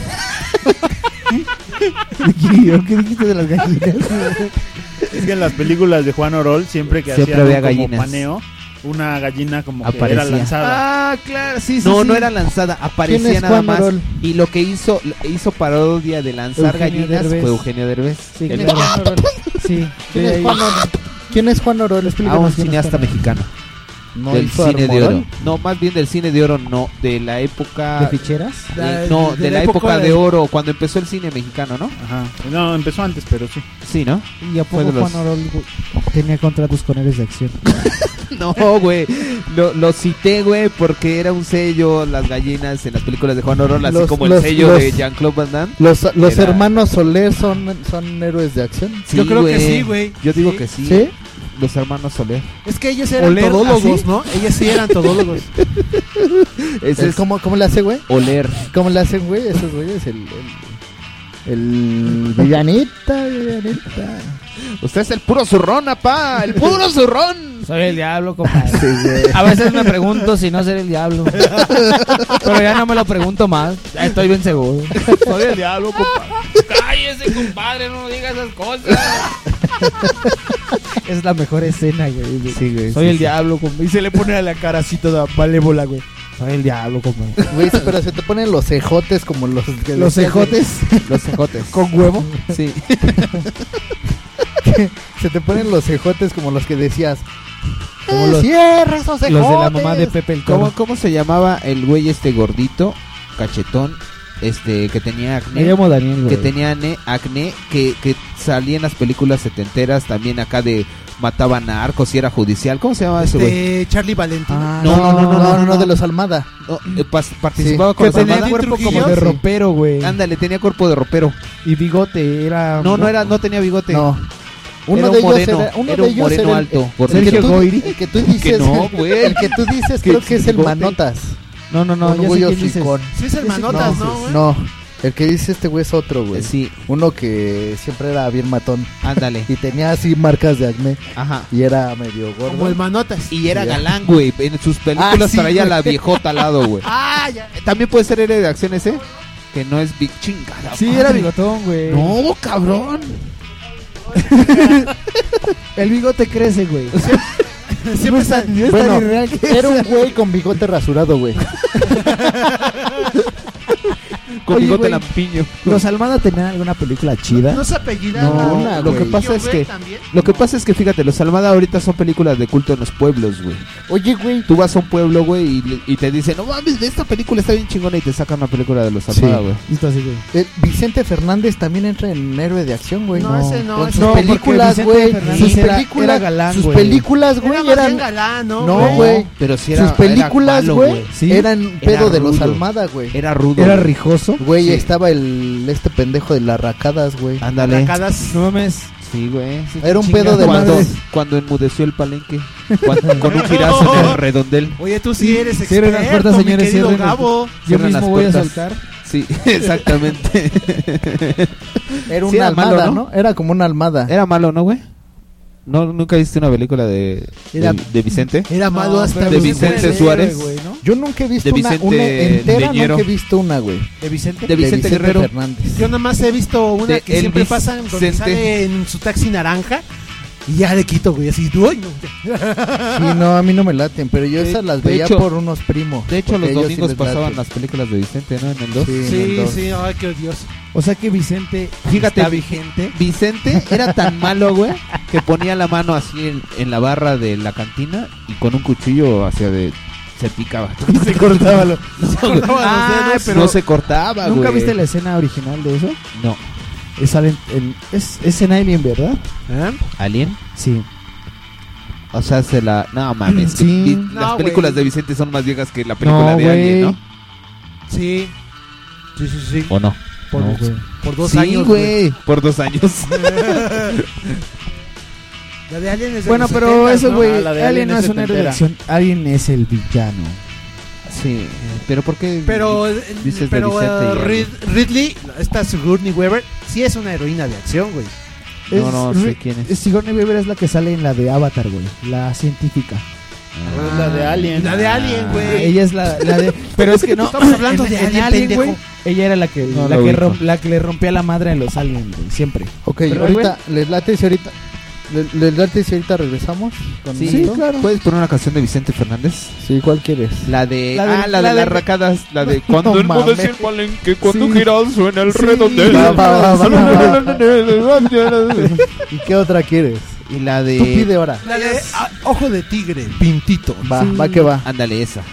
[SPEAKER 6] ¿Qué dijiste de las gallinas?
[SPEAKER 5] <laughs> Es que en las películas de Juan Orol, siempre que
[SPEAKER 2] Siempre
[SPEAKER 5] hacían
[SPEAKER 2] había
[SPEAKER 5] un como
[SPEAKER 2] gallinas.
[SPEAKER 5] paneo, una gallina como que
[SPEAKER 2] Aparecía.
[SPEAKER 5] era lanzada.
[SPEAKER 6] Ah, claro, sí, sí.
[SPEAKER 2] No,
[SPEAKER 6] sí.
[SPEAKER 2] no era lanzada,
[SPEAKER 6] ¿Quién
[SPEAKER 2] aparecía
[SPEAKER 6] es
[SPEAKER 2] nada
[SPEAKER 6] Juan
[SPEAKER 2] más.
[SPEAKER 6] Orol?
[SPEAKER 2] Y lo que hizo, hizo parodia de lanzar
[SPEAKER 6] Eugenio
[SPEAKER 2] gallinas
[SPEAKER 6] Derbez.
[SPEAKER 2] fue Eugenio Derbez.
[SPEAKER 6] Sí,
[SPEAKER 2] El-
[SPEAKER 6] claro. Ah, Sí,
[SPEAKER 19] ¿Quién
[SPEAKER 6] de
[SPEAKER 19] es
[SPEAKER 6] ahí.
[SPEAKER 19] Juan Orol? ¿Quién es Juan Orol?
[SPEAKER 2] a
[SPEAKER 19] Explícanos
[SPEAKER 2] Ah, un
[SPEAKER 19] quién es
[SPEAKER 2] cineasta
[SPEAKER 19] Juan Orol.
[SPEAKER 2] mexicano.
[SPEAKER 19] ¿No
[SPEAKER 2] del
[SPEAKER 19] hizo
[SPEAKER 2] cine de
[SPEAKER 19] Armorol?
[SPEAKER 2] oro. No, más bien del cine de oro, no. De la época.
[SPEAKER 6] ¿De ficheras?
[SPEAKER 2] Eh, no, de, la, época de... oro, cuando empezó el cine mexicano, ¿no?
[SPEAKER 5] Ajá. No, empezó antes, pero sí.
[SPEAKER 2] Sí, ¿no?
[SPEAKER 6] ¿Y a
[SPEAKER 2] Fue
[SPEAKER 6] poco
[SPEAKER 2] de los-
[SPEAKER 6] Juan Orol güey, tenía contratos con héroes de acción?
[SPEAKER 2] <laughs> No, güey. Lo, lo cité, güey, porque era un sello, las gallinas en las películas de Juan Orol, así
[SPEAKER 19] Los-
[SPEAKER 2] como el
[SPEAKER 19] los-
[SPEAKER 2] sello
[SPEAKER 19] los-
[SPEAKER 2] de Jean-Claude Van Damme.
[SPEAKER 19] Los, los
[SPEAKER 2] Era-
[SPEAKER 19] hermanos Soler son, son héroes de acción.
[SPEAKER 2] Sí,
[SPEAKER 4] Yo creo que sí, güey.
[SPEAKER 2] Yo digo
[SPEAKER 4] Sí.
[SPEAKER 2] que sí.
[SPEAKER 19] ¿Sí?
[SPEAKER 2] Los hermanos Soler.
[SPEAKER 4] Es que ellos eran
[SPEAKER 2] Oler, ¿ah,
[SPEAKER 4] todólogos,
[SPEAKER 2] ¿así?
[SPEAKER 4] ¿no? Ellos sí eran todólogos.
[SPEAKER 2] <laughs> Ese
[SPEAKER 19] El- Eh,
[SPEAKER 2] es
[SPEAKER 19] ¿Cómo, ¿Cómo le hace, güey?
[SPEAKER 2] Oler.
[SPEAKER 19] ¿Cómo le hacen, güey? Esos güeyes, el... el,
[SPEAKER 2] <laughs>
[SPEAKER 19] el villanita, villanita.
[SPEAKER 2] Usted es el puro zurrón, apá. El puro zurrón.
[SPEAKER 6] Soy el diablo, compadre. A veces me pregunto si no ser el diablo. Pero ya no me lo pregunto más. Ya Estoy bien seguro. Soy el diablo, compadre.
[SPEAKER 20] Cállese, compadre, no diga esas cosas.
[SPEAKER 21] es la mejor escena, güey. Soy el
[SPEAKER 6] sí, sí.
[SPEAKER 21] diablo, compa. Y se le pone a la cara así toda malévola, güey. Soy el diablo, compa.
[SPEAKER 6] Güey, pero se te ponen los cejotes como los... que
[SPEAKER 21] ¿Los
[SPEAKER 6] decías, güey.
[SPEAKER 21] cejotes?
[SPEAKER 2] Los cejotes.
[SPEAKER 21] ¿Con huevo? <laughs>
[SPEAKER 2] Sí.
[SPEAKER 6] se te ponen los cejotes como los que decías.
[SPEAKER 2] Como
[SPEAKER 6] "Eh,
[SPEAKER 2] los-
[SPEAKER 6] cierra esos cejotes.
[SPEAKER 2] ¿Cómo, ¿Cómo se llamaba el güey este gordito, cachetón, este que tenía acné?
[SPEAKER 21] Me llamo Daniel, güey.
[SPEAKER 2] Que tenía ane- acné, que, que salía en las películas setenteras también acá de mataban a arcos y era judicial. ¿Cómo se llamaba ese güey?
[SPEAKER 4] De Charlie Valentino.
[SPEAKER 2] no, no, no, no, no, no,
[SPEAKER 6] de los Almada.
[SPEAKER 2] Eh, pas- participaba
[SPEAKER 6] Sí.
[SPEAKER 2] con
[SPEAKER 6] Que
[SPEAKER 2] los
[SPEAKER 6] tenía
[SPEAKER 2] Almada.
[SPEAKER 6] cuerpo como de
[SPEAKER 2] Sí.
[SPEAKER 21] ropero, güey.
[SPEAKER 2] Ándale, tenía cuerpo de ropero.
[SPEAKER 21] Y bigote, era.
[SPEAKER 2] No, no era, no tenía bigote.
[SPEAKER 6] No. Uno
[SPEAKER 2] Era un
[SPEAKER 6] de ellos
[SPEAKER 2] moreno,
[SPEAKER 6] era, uno
[SPEAKER 2] era
[SPEAKER 6] de
[SPEAKER 2] un
[SPEAKER 6] ellos
[SPEAKER 2] moreno
[SPEAKER 6] era el-
[SPEAKER 2] alto.
[SPEAKER 6] el,
[SPEAKER 2] gordito.
[SPEAKER 6] que tú, el <laughs> que tú dices,
[SPEAKER 2] Que <laughs> no, güey.
[SPEAKER 6] el que tú dices creo que es el
[SPEAKER 2] bigote.
[SPEAKER 6] Manotas.
[SPEAKER 21] No, no, no,
[SPEAKER 6] Un
[SPEAKER 21] ya sé
[SPEAKER 6] orgullo
[SPEAKER 21] quién dices.
[SPEAKER 6] Sicón.
[SPEAKER 21] Sí es el Manotas, ¿no,
[SPEAKER 6] sí,
[SPEAKER 21] güey?
[SPEAKER 6] No, el que dice este güey es otro, güey. Sí. Uno que siempre era bien matón.
[SPEAKER 2] Ándale.
[SPEAKER 6] <laughs> Y tenía así marcas de acné.
[SPEAKER 2] Ajá.
[SPEAKER 6] Y era medio gordo.
[SPEAKER 2] Como el
[SPEAKER 6] Manotas.
[SPEAKER 2] Y era galán, güey. En sus películas
[SPEAKER 6] Ah, sí,
[SPEAKER 2] traía
[SPEAKER 6] güey.
[SPEAKER 2] la viejota al lado, güey.
[SPEAKER 6] Ah, ya.
[SPEAKER 2] También puede ser héroe de acción
[SPEAKER 21] ¿eh?
[SPEAKER 2] ese, que no es Big Chingada.
[SPEAKER 21] Sí,
[SPEAKER 2] madre.
[SPEAKER 21] era bigotón, güey.
[SPEAKER 2] No,
[SPEAKER 6] <laughs>
[SPEAKER 2] cabrón.
[SPEAKER 21] El bigote crece, güey.
[SPEAKER 6] <laughs> Siempre
[SPEAKER 21] está- es tan
[SPEAKER 6] bueno,
[SPEAKER 21] irreal que
[SPEAKER 6] era un güey con bigote rasurado, güey.
[SPEAKER 2] Con
[SPEAKER 21] Oye,
[SPEAKER 2] bigote
[SPEAKER 21] güey,
[SPEAKER 2] lampiño.
[SPEAKER 21] ¿Los Almada tenían alguna película chida?
[SPEAKER 4] No se apellidaba.
[SPEAKER 2] No, lo que pasa es que lo que pasa es que fíjate, los Almada ahorita son películas de culto en los pueblos, güey.
[SPEAKER 6] Oye, güey,
[SPEAKER 2] tú vas a un pueblo, güey, y, le- y te dicen, "No mames, de esta película está bien chingona" y te sacan una película de los Almada,
[SPEAKER 6] Sí.
[SPEAKER 2] Ah, güey.
[SPEAKER 6] Eh, Vicente Fernández también entra en héroe de acción, güey.
[SPEAKER 2] No, ese no,
[SPEAKER 6] Con
[SPEAKER 2] ese
[SPEAKER 6] sus
[SPEAKER 2] no, porque
[SPEAKER 6] películas,
[SPEAKER 2] Vicente
[SPEAKER 6] güey.
[SPEAKER 2] Fernández
[SPEAKER 6] Sus
[SPEAKER 2] era-
[SPEAKER 6] películas,
[SPEAKER 2] era galán,
[SPEAKER 6] sus
[SPEAKER 2] güey.
[SPEAKER 6] películas,
[SPEAKER 4] Era
[SPEAKER 6] güey,
[SPEAKER 4] más
[SPEAKER 6] eran
[SPEAKER 4] bien galán, ¿no,
[SPEAKER 6] No,
[SPEAKER 4] güey?
[SPEAKER 6] güey.
[SPEAKER 2] Pero sí era-
[SPEAKER 6] sus películas,
[SPEAKER 2] era malo,
[SPEAKER 6] güey,
[SPEAKER 2] güey. Sí.
[SPEAKER 6] eran
[SPEAKER 2] Era
[SPEAKER 6] pedo de los
[SPEAKER 2] rudo.
[SPEAKER 6] Almada, güey.
[SPEAKER 2] Era rudo, Era güey. rijoso.
[SPEAKER 6] Güey,
[SPEAKER 2] Sí.
[SPEAKER 6] estaba el este pendejo de las racadas, güey.
[SPEAKER 2] Ándale.
[SPEAKER 21] No mames.
[SPEAKER 2] Sí, güey. sí,
[SPEAKER 6] Era un
[SPEAKER 2] chinga.
[SPEAKER 6] pedo de
[SPEAKER 2] cuando,
[SPEAKER 6] madres.
[SPEAKER 2] cuando enmudeció el palenque. Cuando- con un girazo en el redondel.
[SPEAKER 4] Oye, tú sí eres experto,
[SPEAKER 21] Cierren las puertas,
[SPEAKER 4] mi
[SPEAKER 21] señores,
[SPEAKER 4] querido
[SPEAKER 21] cierren las-
[SPEAKER 4] Gabo.
[SPEAKER 21] Yo
[SPEAKER 2] Cierran
[SPEAKER 21] mismo
[SPEAKER 2] las
[SPEAKER 21] voy a
[SPEAKER 2] puertas.
[SPEAKER 21] saltar.
[SPEAKER 2] Sí, <laughs> exactamente.
[SPEAKER 6] Era una
[SPEAKER 2] Sí, era
[SPEAKER 6] almada,
[SPEAKER 2] malo,
[SPEAKER 6] ¿no?
[SPEAKER 2] ¿no?
[SPEAKER 6] Era como una almada.
[SPEAKER 2] Era malo, ¿no, güey? ¿No, ¿Nunca viste una película de,
[SPEAKER 6] Era-
[SPEAKER 2] de, de <laughs> Vicente?
[SPEAKER 6] Era malo
[SPEAKER 2] No,
[SPEAKER 6] hasta
[SPEAKER 2] pero
[SPEAKER 6] los
[SPEAKER 2] De Vicente
[SPEAKER 6] héroes,
[SPEAKER 2] Suárez.
[SPEAKER 6] güey, ¿no? Yo nunca he visto
[SPEAKER 2] De
[SPEAKER 6] una,
[SPEAKER 2] Vicente
[SPEAKER 6] una entera,
[SPEAKER 2] Leñero.
[SPEAKER 6] nunca he visto una, güey.
[SPEAKER 4] ¿De Vicente?
[SPEAKER 6] De Vicente Guerrero.
[SPEAKER 4] Yo nada más he visto una
[SPEAKER 6] De
[SPEAKER 4] que siempre
[SPEAKER 6] Elvis
[SPEAKER 4] pasa donde
[SPEAKER 6] Vicente.
[SPEAKER 4] sale en su taxi naranja y ya le quito, güey, así, "Uy, no".
[SPEAKER 6] Sí, no, a mí no me laten, pero yo
[SPEAKER 4] De-
[SPEAKER 6] esas las
[SPEAKER 4] de
[SPEAKER 6] veía
[SPEAKER 4] hecho-
[SPEAKER 6] por unos primos.
[SPEAKER 2] De hecho,
[SPEAKER 6] porque
[SPEAKER 2] los
[SPEAKER 6] ellos sí
[SPEAKER 2] domingos
[SPEAKER 6] les
[SPEAKER 2] pasaban
[SPEAKER 6] laten.
[SPEAKER 2] las películas de Vicente, ¿no? En el 2.
[SPEAKER 6] Sí,
[SPEAKER 4] <laughs> Sí, sí, ay, qué odioso.
[SPEAKER 21] O sea que Vicente
[SPEAKER 2] Fíjate,
[SPEAKER 21] está vigente.
[SPEAKER 2] Vicente era tan <laughs> malo, güey, que ponía la mano así en, en la barra de la cantina y con un cuchillo hacia de... Se picaba. <laughs>
[SPEAKER 21] Se cortaba lo-
[SPEAKER 2] No,
[SPEAKER 21] se
[SPEAKER 2] güey.
[SPEAKER 21] cortaba los
[SPEAKER 2] Ah,
[SPEAKER 21] dedos.
[SPEAKER 2] pero no se cortaba, güey.
[SPEAKER 21] ¿Nunca viste la escena original de eso?
[SPEAKER 2] No.
[SPEAKER 21] Es, Alien- en- es, es en Alien, ¿verdad?
[SPEAKER 6] ¿Eh?
[SPEAKER 2] ¿Alien?
[SPEAKER 21] Sí.
[SPEAKER 2] O sea, se la... No, mames.
[SPEAKER 21] Sí.
[SPEAKER 2] vi-
[SPEAKER 21] No,
[SPEAKER 2] las películas
[SPEAKER 4] güey.
[SPEAKER 2] de Vicente son más viejas que la película
[SPEAKER 21] No,
[SPEAKER 2] de Alien, ¿no?
[SPEAKER 4] Sí. Sí, sí, sí.
[SPEAKER 2] ¿O no?
[SPEAKER 4] Por,
[SPEAKER 2] No, güey.
[SPEAKER 4] por dos
[SPEAKER 2] Sí,
[SPEAKER 4] años,
[SPEAKER 2] güey. Por
[SPEAKER 4] <laughs>
[SPEAKER 2] dos años.
[SPEAKER 4] La de Alien es de
[SPEAKER 21] Bueno,
[SPEAKER 4] los
[SPEAKER 21] pero
[SPEAKER 4] 70s,
[SPEAKER 21] eso,
[SPEAKER 4] ¿no?
[SPEAKER 21] güey,
[SPEAKER 4] Ah, la de
[SPEAKER 21] Alien, no es una
[SPEAKER 4] setentera.
[SPEAKER 21] elección. Alien es el villano.
[SPEAKER 2] Sí, pero ¿por qué
[SPEAKER 4] Pero, eh,
[SPEAKER 2] dices
[SPEAKER 4] pero
[SPEAKER 2] de Vicente?
[SPEAKER 4] eh,
[SPEAKER 2] y Alien?
[SPEAKER 4] Rid- Ridley, esta Sigourney Weaver, sí es una heroína de acción, güey.
[SPEAKER 21] Es Ri- Sigourney Weaver es la que sale en la de Avatar, güey. La científica.
[SPEAKER 4] Ah,
[SPEAKER 6] Ah.
[SPEAKER 4] Es la de Alien. La de Alien, güey.
[SPEAKER 21] Ella es la, la
[SPEAKER 4] <laughs>
[SPEAKER 6] <laughs>
[SPEAKER 21] de. Pero es que no.
[SPEAKER 4] Estamos hablando
[SPEAKER 21] en-
[SPEAKER 4] de
[SPEAKER 21] en
[SPEAKER 4] Alien, pendejo.
[SPEAKER 21] güey, Ella era la que,
[SPEAKER 6] No
[SPEAKER 21] la,
[SPEAKER 6] lo
[SPEAKER 21] que
[SPEAKER 6] ubico.
[SPEAKER 21] rom- la que le rompía la madre a los aliens, güey. Siempre.
[SPEAKER 6] Ok, ahorita, les late si ahorita... le- ¿Les late si ahorita regresamos? con
[SPEAKER 2] <laughs> Sí,
[SPEAKER 6] esto?
[SPEAKER 2] claro. ¿Puedes poner una canción de Vicente Fernández?
[SPEAKER 6] Sí, ¿cuál quieres?
[SPEAKER 2] La de.
[SPEAKER 6] La de-
[SPEAKER 2] ah,
[SPEAKER 6] la
[SPEAKER 2] la, de,
[SPEAKER 6] de-
[SPEAKER 2] las racadas. La de.
[SPEAKER 6] <laughs>
[SPEAKER 2] Cuando
[SPEAKER 6] No
[SPEAKER 2] el mundo
[SPEAKER 6] mames.
[SPEAKER 2] es el palenque, cuando
[SPEAKER 6] Sí.
[SPEAKER 2] giras suena el redondel.
[SPEAKER 6] Va, va, va, va,
[SPEAKER 2] <laughs>
[SPEAKER 6] va,
[SPEAKER 2] ¿Y
[SPEAKER 6] qué otra quieres?
[SPEAKER 2] Y la de.
[SPEAKER 6] Tú pide ahora.
[SPEAKER 4] La de ah, Ojo de Tigre, Pintito.
[SPEAKER 6] Va, va que va.
[SPEAKER 2] Ándale, esa.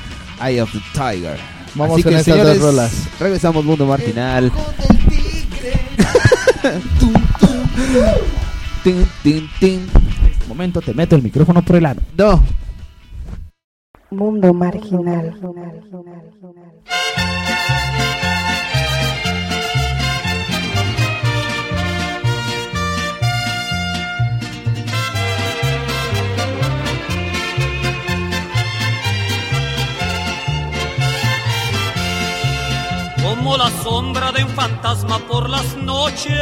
[SPEAKER 2] Eye of the Tiger.
[SPEAKER 6] Vamos con estas dos rolas.
[SPEAKER 2] Regresamos, mundo marginal. Tin, tin, tin.
[SPEAKER 21] Momento, te meto el micrófono por el ano.
[SPEAKER 2] No.
[SPEAKER 11] Mundo marginal.
[SPEAKER 22] como la sombra de un fantasma por las noches.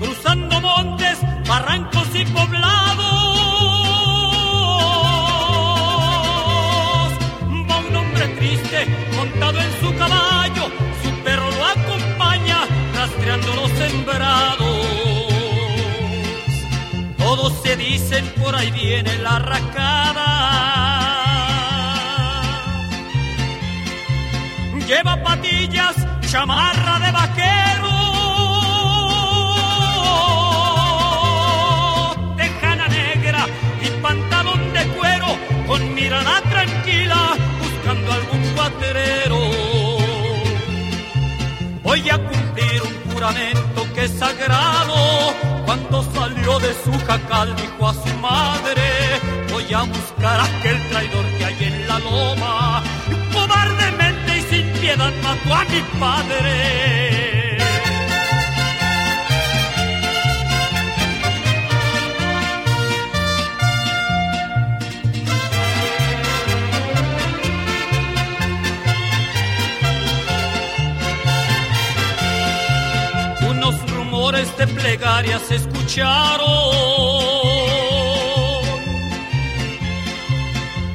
[SPEAKER 22] Cruzando montes, barrancos y poblados. Va un hombre triste montado en su caballo, su perro lo acompaña, rastreando por ahí viene la racada. Lleva patillas, chamarra de vaquero, tejana negra y pantalón de cuero, con mirada tranquila, buscando algún cuaterero. Voy a cumplir un juramento que es sagrado. Cuando salió de su jacal dijo a su madre, voy a buscar a aquel traidor que hay en la loma. Cobardemente y sin piedad mató a mi padre. Unos rumores de plegarias se escucharon.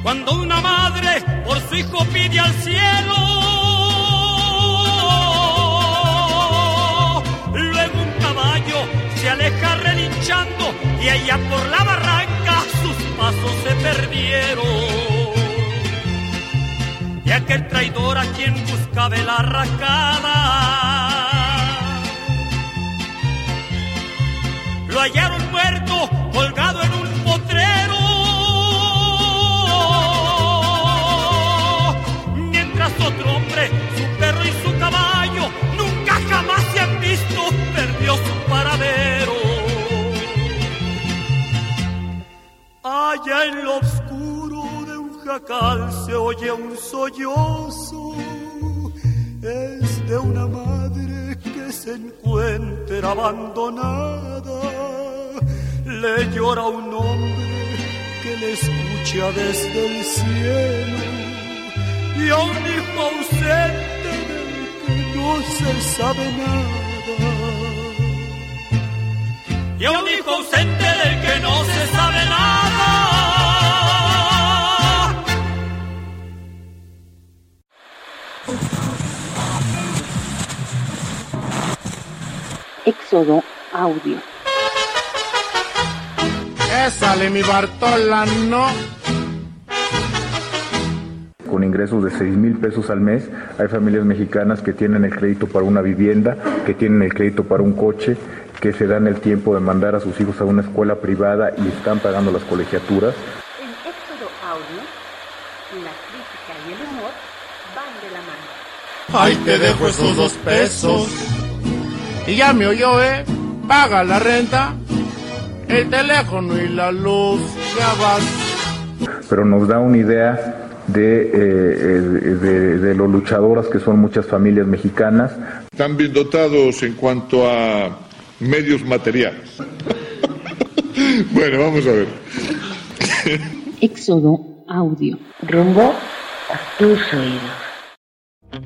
[SPEAKER 22] Cuando una madre por su hijo pide al cielo, luego un caballo se aleja relinchando y allá por la barranca sus pasos se perdieron. Y aquel traidor a quien buscaba la arracada lo hallaron muerto, colgado en un potrero. Mientras otro hombre, su perro y su caballo, nunca jamás se han visto, perdió su paradero. Allá en lo oscuro de un jacal se oye un sollozo, es de una madre que se encuentra abandonada, le llora un hombre que le escucha desde el cielo y a un hijo ausente del que no se sabe nada. Y a un hijo ausente del que no se sabe nada.
[SPEAKER 23] Éxodo Audio.
[SPEAKER 24] Eh, Sale mi Bartola, no.
[SPEAKER 15] Con ingresos de 6 mil pesos al mes, hay familias mexicanas que tienen el crédito para una vivienda, que tienen el crédito para un coche, que se dan el tiempo de mandar a sus hijos a una escuela privada y están pagando las colegiaturas.
[SPEAKER 23] En Éxodo Audio, la crítica y el humor van de la mano.
[SPEAKER 24] Ahí te dejo esos dos pesos. Y ya me oyó, ¿eh? Paga la renta, el teléfono y la luz. Ya vas.
[SPEAKER 15] pero nos da una idea de, eh, eh, de- de lo luchadoras que son muchas familias mexicanas.
[SPEAKER 25] Están bien dotados en cuanto a medios materiales. bueno, vamos a ver.
[SPEAKER 23] <laughs> Éxodo Audio. Rumbo a tus oídos.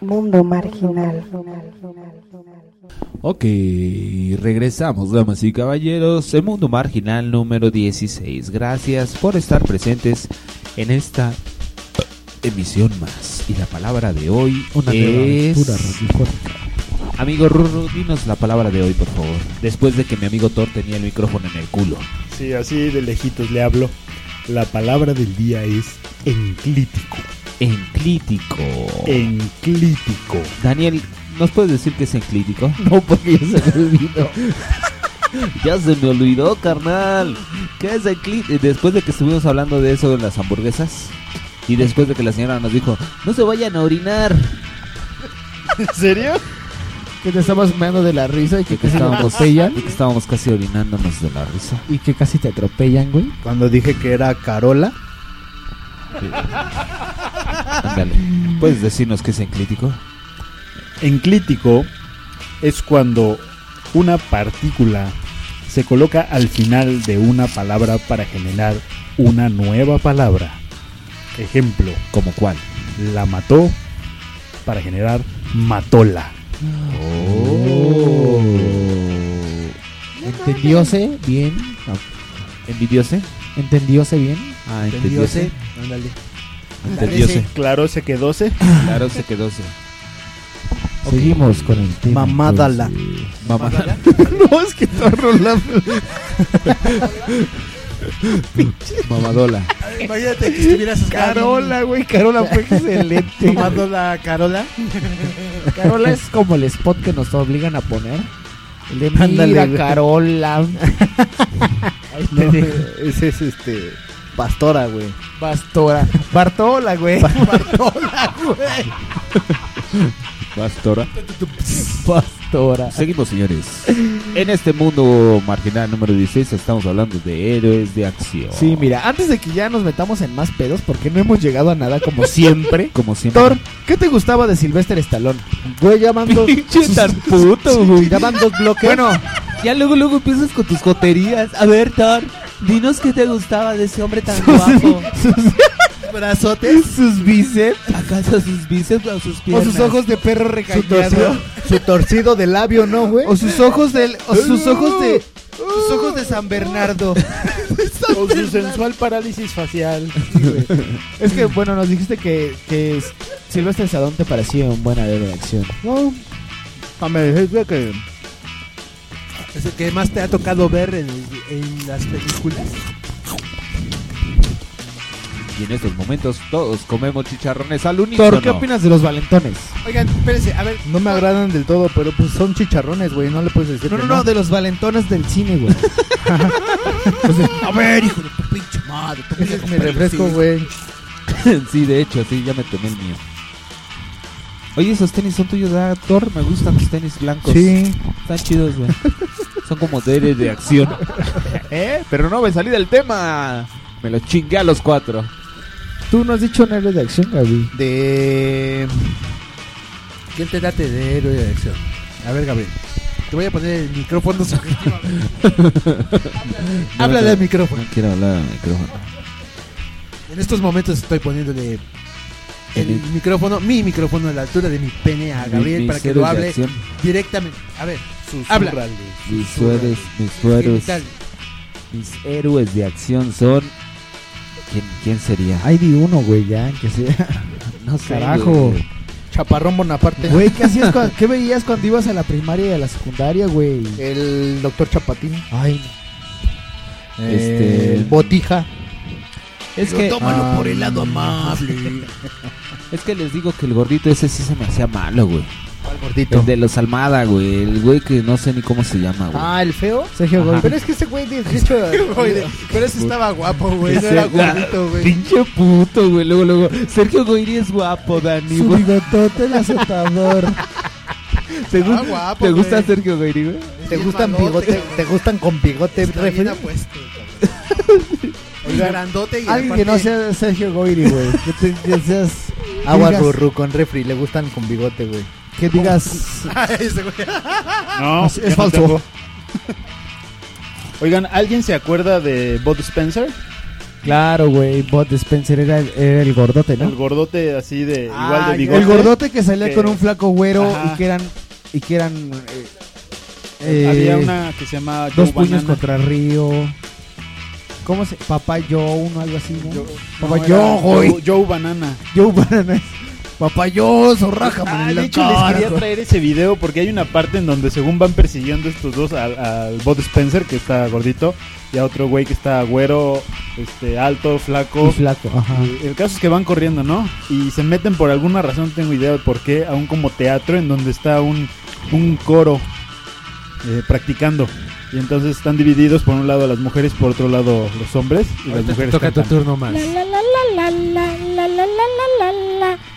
[SPEAKER 11] Mundo marginal.
[SPEAKER 2] Ok, regresamos, damas y caballeros, el mundo marginal número 16. Gracias por estar presentes en esta emisión más. Y la palabra de hoy
[SPEAKER 4] Una
[SPEAKER 2] es.
[SPEAKER 4] aventura radiofónica.
[SPEAKER 2] Amigo Ruru, dinos la palabra de hoy, por favor. Después de que mi amigo Thor tenía el micrófono en el culo.
[SPEAKER 5] Sí, así de lejitos le hablo. La palabra del día es enclítico.
[SPEAKER 2] Enclítico.
[SPEAKER 5] Enclítico.
[SPEAKER 2] Daniel, ¿nos puedes decir que es enclítico? <laughs> No, porque ya se me olvidó. <laughs> ya se me olvidó, carnal. ¿Qué es enclítico? Después de que estuvimos hablando de eso de las hamburguesas y después de que la señora nos dijo, no se vayan a orinar.
[SPEAKER 6] <laughs> ¿En serio? Que te estabas meando de la risa y que casi te atropellan.
[SPEAKER 2] <laughs> y que estábamos casi orinándonos de la risa.
[SPEAKER 6] Y que casi te atropellan, güey.
[SPEAKER 3] Cuando dije que era Carola.
[SPEAKER 2] Ándale. ¿Puedes decirnos qué es enclítico?
[SPEAKER 5] Enclítico es cuando una partícula se coloca al final de una palabra para generar una nueva palabra. Ejemplo.
[SPEAKER 2] ¿Como cuál?
[SPEAKER 5] La mató para generar matola.
[SPEAKER 6] Oh. ¿Entendióse bien?
[SPEAKER 2] ¿Envidióse?
[SPEAKER 6] ¿Entendióse bien?
[SPEAKER 2] Ah,
[SPEAKER 4] Entendióse. Ándale.
[SPEAKER 2] Entendióse.
[SPEAKER 5] Claro, se quedóse.
[SPEAKER 2] Claro, se quedóse.
[SPEAKER 26] Seguimos con el tema.
[SPEAKER 3] Mamádala.
[SPEAKER 2] Mamádala.
[SPEAKER 6] <laughs>
[SPEAKER 26] no, es que está rolando.
[SPEAKER 3] <laughs>
[SPEAKER 6] <laughs>
[SPEAKER 2] Mamadola.
[SPEAKER 4] Imagínate que estuvieras
[SPEAKER 6] Carola, güey, Carola
[SPEAKER 4] <laughs>
[SPEAKER 6] fue excelente, güey.
[SPEAKER 4] la Carola.
[SPEAKER 6] Carola es como el spot que nos obligan a poner. El de mira,
[SPEAKER 3] Ándale, güey. <laughs>
[SPEAKER 6] Carola. Ahí te
[SPEAKER 3] No,
[SPEAKER 6] dejo.
[SPEAKER 3] ese es este. Pastora, güey.
[SPEAKER 6] Pastora. Bartola, güey. <laughs> Bartola,
[SPEAKER 2] Pastora.
[SPEAKER 6] Pastora.
[SPEAKER 2] Seguimos, señores. En este mundo marginal número 16 estamos hablando de héroes de acción.
[SPEAKER 6] Sí, mira, antes de que ya nos metamos en más pedos, porque no hemos llegado a nada
[SPEAKER 3] <laughs>
[SPEAKER 6] como siempre.
[SPEAKER 2] Como siempre.
[SPEAKER 6] Thor, ¿qué te gustaba de Sylvester Stallone?
[SPEAKER 3] Güey, ya van
[SPEAKER 6] <laughs> dos. tan puto, güey. Ya
[SPEAKER 3] van dos bloques.
[SPEAKER 6] Bueno,
[SPEAKER 2] ya luego, luego empiezas con tus joterías. A ver, Thor, dinos qué te gustaba de ese hombre tan
[SPEAKER 6] <laughs>
[SPEAKER 2] guapo.
[SPEAKER 6] brazotes, sus bíceps.
[SPEAKER 2] ¿Acaso sus bíceps o sus
[SPEAKER 6] O
[SPEAKER 2] piernas?
[SPEAKER 6] sus ojos de perro
[SPEAKER 3] Su torcido,
[SPEAKER 6] recañado.
[SPEAKER 3] su torcido de labio, ¿no, güey?
[SPEAKER 6] O sus ojos del. O sus ojos
[SPEAKER 3] <laughs>
[SPEAKER 6] de. Sus ojos de San Bernardo.
[SPEAKER 27] O su sensual parálisis facial.
[SPEAKER 6] Es que, bueno, nos dijiste que, que S- Sylvester Stallone te parecía un buen héroe de acción.
[SPEAKER 3] No. Ah, me dijiste que.
[SPEAKER 4] Es el que más te ha tocado ver en, en las películas.
[SPEAKER 2] Y en estos momentos todos comemos chicharrones al unísono.
[SPEAKER 6] Thor, ¿qué opinas de los valentones?
[SPEAKER 4] Oigan, espérense, a ver.
[SPEAKER 3] No me agradan del todo, pero pues son chicharrones, güey. No le puedes decir.
[SPEAKER 6] No,
[SPEAKER 3] que
[SPEAKER 6] no, no, de los valentones del cine,
[SPEAKER 3] <laughs>
[SPEAKER 6] güey.
[SPEAKER 3] A ver, hijo de tu pinche
[SPEAKER 2] Ah,
[SPEAKER 3] madre. Ese es mi refresco, güey.
[SPEAKER 2] <laughs> sí, de hecho, sí, ya me tomé el mío. Oye, esos tenis son tuyos, ¿verdad, Thor? Me gustan tus tenis blancos.
[SPEAKER 3] Sí.
[SPEAKER 2] Están chidos, güey. Son como de héroe de acción. <laughs> ¿Eh? Pero no me salí del tema. Me lo chingué a los cuatro.
[SPEAKER 6] Tú no has dicho un héroe de acción, Gaby.
[SPEAKER 3] De.
[SPEAKER 4] ¿Quién te late de héroe de acción? A ver, Gabriel. Te voy a poner el micrófono <laughs> Háblale al micrófono.
[SPEAKER 2] No quiero hablar al micrófono.
[SPEAKER 4] En estos momentos estoy poniéndole el
[SPEAKER 2] El-
[SPEAKER 4] micrófono, mi micrófono a la altura de mi pene a
[SPEAKER 2] Mi-
[SPEAKER 4] Gabriel
[SPEAKER 2] mis
[SPEAKER 4] para que lo
[SPEAKER 2] héroes de
[SPEAKER 4] hable
[SPEAKER 2] acción.
[SPEAKER 4] directamente. A ver,
[SPEAKER 2] Habla.
[SPEAKER 4] habla.
[SPEAKER 2] Mis sueros, mis sueros. Mis héroes de acción son. ¿Quién, quién sería?
[SPEAKER 6] Ay, di uno, güey, ya, que sea.
[SPEAKER 2] No sé,
[SPEAKER 6] Carajo.
[SPEAKER 2] güey.
[SPEAKER 3] Chaparrón Bonaparte.
[SPEAKER 6] Güey, ¿qué,
[SPEAKER 3] <laughs>
[SPEAKER 6] hacías cuando- ¿qué veías cuando ibas a la primaria y a la secundaria, güey?
[SPEAKER 3] El doctor Chapatín.
[SPEAKER 6] Ay,
[SPEAKER 3] Este. Botija.
[SPEAKER 2] Es que. ah,
[SPEAKER 3] tómalo por el <laughs>
[SPEAKER 2] lado amable. es que les digo que el gordito ese sí se me hacía malo, güey.
[SPEAKER 3] ¿Cuál gordito?
[SPEAKER 2] El de los Almada, güey. El güey que no sé ni cómo se llama, güey.
[SPEAKER 3] Ah, el feo.
[SPEAKER 6] Sergio
[SPEAKER 2] Goyri.
[SPEAKER 3] Pero es que ese güey,
[SPEAKER 4] <laughs>
[SPEAKER 3] de de hecho.
[SPEAKER 4] Pero ese estaba guapo, güey. No
[SPEAKER 2] Ese <laughs>
[SPEAKER 4] era
[SPEAKER 2] ga-
[SPEAKER 4] gordito, güey.
[SPEAKER 2] Pinche puto, güey. Luego, luego. Sergio Goyri es guapo, Dani,
[SPEAKER 6] su
[SPEAKER 2] güey.
[SPEAKER 6] bigotote el azotador.
[SPEAKER 2] ¿Te, gu-
[SPEAKER 4] Ah, guapo,
[SPEAKER 2] ¿te gusta
[SPEAKER 4] güey.
[SPEAKER 2] Sergio Goyri, güey?
[SPEAKER 3] Te gustan bigote, te gustan con bigote,
[SPEAKER 4] Está bien
[SPEAKER 3] refri?
[SPEAKER 4] apuesto, cabrón. grandote y
[SPEAKER 6] Alguien que no
[SPEAKER 4] aparte-
[SPEAKER 6] sea Sergio Goyri, güey. Que, te- que seas.
[SPEAKER 21] <laughs>
[SPEAKER 3] Agua
[SPEAKER 6] digas-
[SPEAKER 3] rurru con refri, le gustan con bigote, güey.
[SPEAKER 6] Que digas.
[SPEAKER 4] <laughs> Ah, ese güey.
[SPEAKER 5] No,
[SPEAKER 6] Es-
[SPEAKER 5] ya
[SPEAKER 6] es
[SPEAKER 5] no
[SPEAKER 6] falso.
[SPEAKER 5] tengo. Oigan, ¿alguien se acuerda de Bud Spencer?
[SPEAKER 21] Claro, güey. Bot Spencer era el, era el gordote, ¿no?
[SPEAKER 5] El gordote así de
[SPEAKER 21] Ah,
[SPEAKER 5] igual de
[SPEAKER 21] ya.
[SPEAKER 5] bigote.
[SPEAKER 21] El gordote que salía con un flaco güero
[SPEAKER 5] Ajá.
[SPEAKER 21] y que eran. Y que eran eh, eh,
[SPEAKER 5] Había una que se llamaba Joe
[SPEAKER 21] Dos puños
[SPEAKER 5] Banana.
[SPEAKER 21] contra Río. ¿Cómo se.? Papá Joe, uno, algo así, ¿no? Papá
[SPEAKER 5] No, era
[SPEAKER 21] Joe, güey.
[SPEAKER 5] Joe- Joe Banana.
[SPEAKER 21] Joe Banana. <laughs> Papá Joe, zorrájame
[SPEAKER 5] Ah,
[SPEAKER 21] en la
[SPEAKER 5] de hecho,
[SPEAKER 21] cara,
[SPEAKER 5] les quería
[SPEAKER 21] güey.
[SPEAKER 5] traer ese video porque hay una parte en donde según van persiguiendo estos dos al, al Bud Spencer, que está gordito, y a otro güey que está güero, este, alto, flaco.
[SPEAKER 21] Y flaco, ajá.
[SPEAKER 5] Y el caso es que van corriendo, ¿no? Y se meten por alguna razón, no tengo idea de por qué, a un como teatro en donde está un, un coro eh, practicando. Y entonces están divididos por un lado las mujeres, por otro lado los hombres. Y las
[SPEAKER 4] Ahorita te
[SPEAKER 5] mujeres
[SPEAKER 4] toca tu
[SPEAKER 5] cantan.
[SPEAKER 4] turno, Max.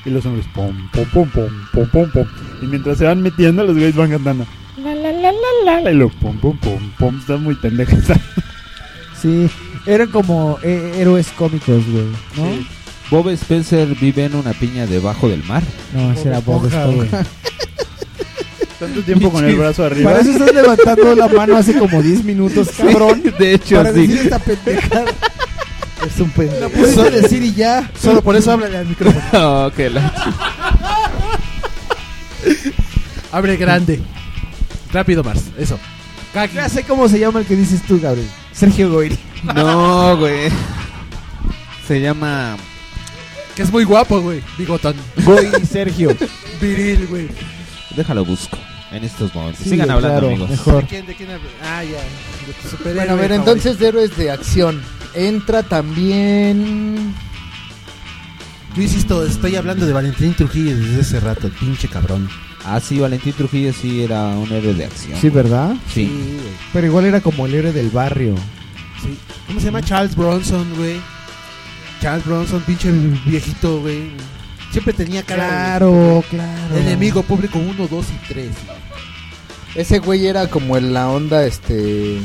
[SPEAKER 5] Y los hombres, pom, pom, pom, pom, pom, pom, pom. Y mientras se van metiendo, los güeyes van cantando. Y lo pom, pom, pom, pom. Está muy <laughs> pendeja esa.
[SPEAKER 21] Sí, eran como eh, héroes cómicos, güey, ¿no?
[SPEAKER 2] Bob Spencer vive en una piña debajo del mar.
[SPEAKER 21] No, ese era Bob Esponja.
[SPEAKER 5] Tanto tiempo con el brazo arriba.
[SPEAKER 21] Para eso estás levantando la mano hace como 10 minutos, cabrón.
[SPEAKER 6] <laughs>
[SPEAKER 2] de hecho,
[SPEAKER 21] Para
[SPEAKER 2] sí.
[SPEAKER 21] decir esta
[SPEAKER 4] <laughs>
[SPEAKER 21] pendejada.
[SPEAKER 6] Es un pendejo.
[SPEAKER 21] Puedes decir y ya.
[SPEAKER 4] Solo por eso háblale al micrófono.
[SPEAKER 2] <laughs> No, que Oh, la-
[SPEAKER 4] <laughs> Abre grande. Rápido, Mars. Eso.
[SPEAKER 21] Ya sé cómo se llama el que dices tú, Gabriel. Sergio Goyri.
[SPEAKER 2] No, güey. Se llama.
[SPEAKER 4] Que es muy guapo, güey. Bigotón. <laughs>
[SPEAKER 21] Goy Sergio.
[SPEAKER 4] Viril, güey.
[SPEAKER 2] Déjalo busco en estos momentos.
[SPEAKER 4] Sí,
[SPEAKER 2] Sigan
[SPEAKER 4] güey,
[SPEAKER 2] hablando,
[SPEAKER 4] claro,
[SPEAKER 2] amigos.
[SPEAKER 4] ¿De quién, de quién habla? Ah, ya. De tu superhéroe
[SPEAKER 6] Bueno, a ver,
[SPEAKER 4] favorito.
[SPEAKER 6] entonces de héroes de acción. Entra también.
[SPEAKER 4] Yo insisto, estoy hablando de Valentín Trujillo desde ese rato, el pinche cabrón.
[SPEAKER 2] Ah, sí, Valentín Trujillo sí era un héroe de acción.
[SPEAKER 21] Sí, ¿verdad?
[SPEAKER 2] Sí.
[SPEAKER 21] Pero igual era como el héroe del barrio.
[SPEAKER 4] Sí. ¿Cómo se llama Charles Bronson, güey? Charles Bronson, pinche viejito, güey. Siempre tenía cara.
[SPEAKER 6] Claro, claro.
[SPEAKER 4] Enemigo público 1, 2 y 3.
[SPEAKER 6] Ese güey era como en la onda, este.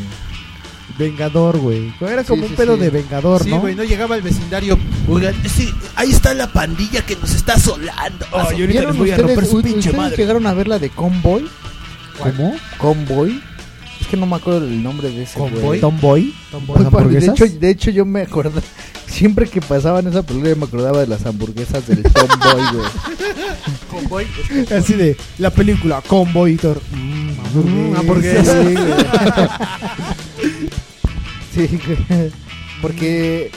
[SPEAKER 21] Vengador, güey. Era
[SPEAKER 6] Sí,
[SPEAKER 21] como
[SPEAKER 6] sí,
[SPEAKER 21] un pedo
[SPEAKER 6] sí.
[SPEAKER 21] de vengador,
[SPEAKER 4] Sí,
[SPEAKER 21] ¿no?
[SPEAKER 4] güey, no llegaba al vecindario. Oigan, sí, ahí está la pandilla que nos está asolando.
[SPEAKER 6] Oh,
[SPEAKER 4] y Ah, ahorita les voy a romper su pinche madre.
[SPEAKER 6] llegaron a ver la de Convoy?
[SPEAKER 21] ¿Cómo?
[SPEAKER 6] ¿Convoy? Es que no me acuerdo el nombre de ese
[SPEAKER 21] ¿Convoy?
[SPEAKER 6] güey.
[SPEAKER 21] ¿Tomboy?
[SPEAKER 6] Muy
[SPEAKER 21] ¿Las
[SPEAKER 6] padre. De
[SPEAKER 21] hamburguesas?
[SPEAKER 6] hecho, de hecho, yo me acordaba. <laughs> Siempre que pasaban esa película, yo me acordaba de las hamburguesas del Tomboy, güey.
[SPEAKER 4] <laughs> Convoy.
[SPEAKER 21] Así de la película Combo Hitor. Mm, hamburguesa.
[SPEAKER 6] hamburguesa.
[SPEAKER 21] Sí, güey.
[SPEAKER 6] <laughs> Sí, güey. Porque.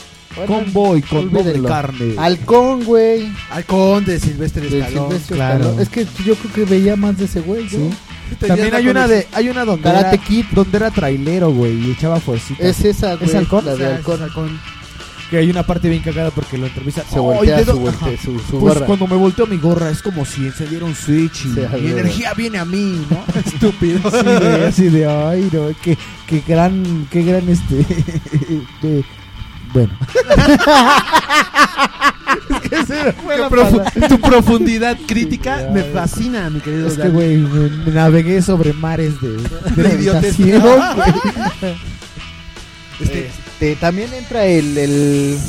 [SPEAKER 21] Convoy con doble
[SPEAKER 6] olvídenlo.
[SPEAKER 21] carne.
[SPEAKER 6] Halcón, güey.
[SPEAKER 4] Halcón de Silvestre
[SPEAKER 6] De
[SPEAKER 4] Stallone.
[SPEAKER 6] Silvestre
[SPEAKER 4] Claro.
[SPEAKER 6] Stallone. Es que yo creo que veía más de ese güey, yo.
[SPEAKER 21] También hay una de hay una donde
[SPEAKER 6] Karate
[SPEAKER 21] era, donde era trailero, güey, y echaba fuercita.
[SPEAKER 6] Es esa, güey.
[SPEAKER 21] ¿Es halcón?
[SPEAKER 6] La de
[SPEAKER 21] O sea,
[SPEAKER 6] halcón.
[SPEAKER 21] Que hay una parte bien cagada porque lo entrevista.
[SPEAKER 6] Se voltea
[SPEAKER 21] "Ay, ¿de
[SPEAKER 6] su
[SPEAKER 21] dónde-"
[SPEAKER 6] volte-
[SPEAKER 21] Ajá.
[SPEAKER 6] su- su
[SPEAKER 21] Pues
[SPEAKER 6] gorra.
[SPEAKER 21] cuando me volteo mi gorra es como si encendiera un switch y
[SPEAKER 6] Sí,
[SPEAKER 21] mi
[SPEAKER 6] güey.
[SPEAKER 21] energía viene a mí,
[SPEAKER 6] <laughs>
[SPEAKER 4] <laughs>
[SPEAKER 21] ¿no?
[SPEAKER 4] Estúpido.
[SPEAKER 21] <laughs> Sí, güey, así de, ay, no, qué, qué gran, qué gran este. <laughs> qué- bueno.
[SPEAKER 4] Tu profu- tu profundidad crítica me fascina, mi querido
[SPEAKER 21] Es que,
[SPEAKER 4] Dan.
[SPEAKER 21] güey, me- me navegué sobre mares de, <laughs> de
[SPEAKER 4] De idiotez.
[SPEAKER 21] habitación, güey. <laughs>
[SPEAKER 6] Este, este, también entra el. el...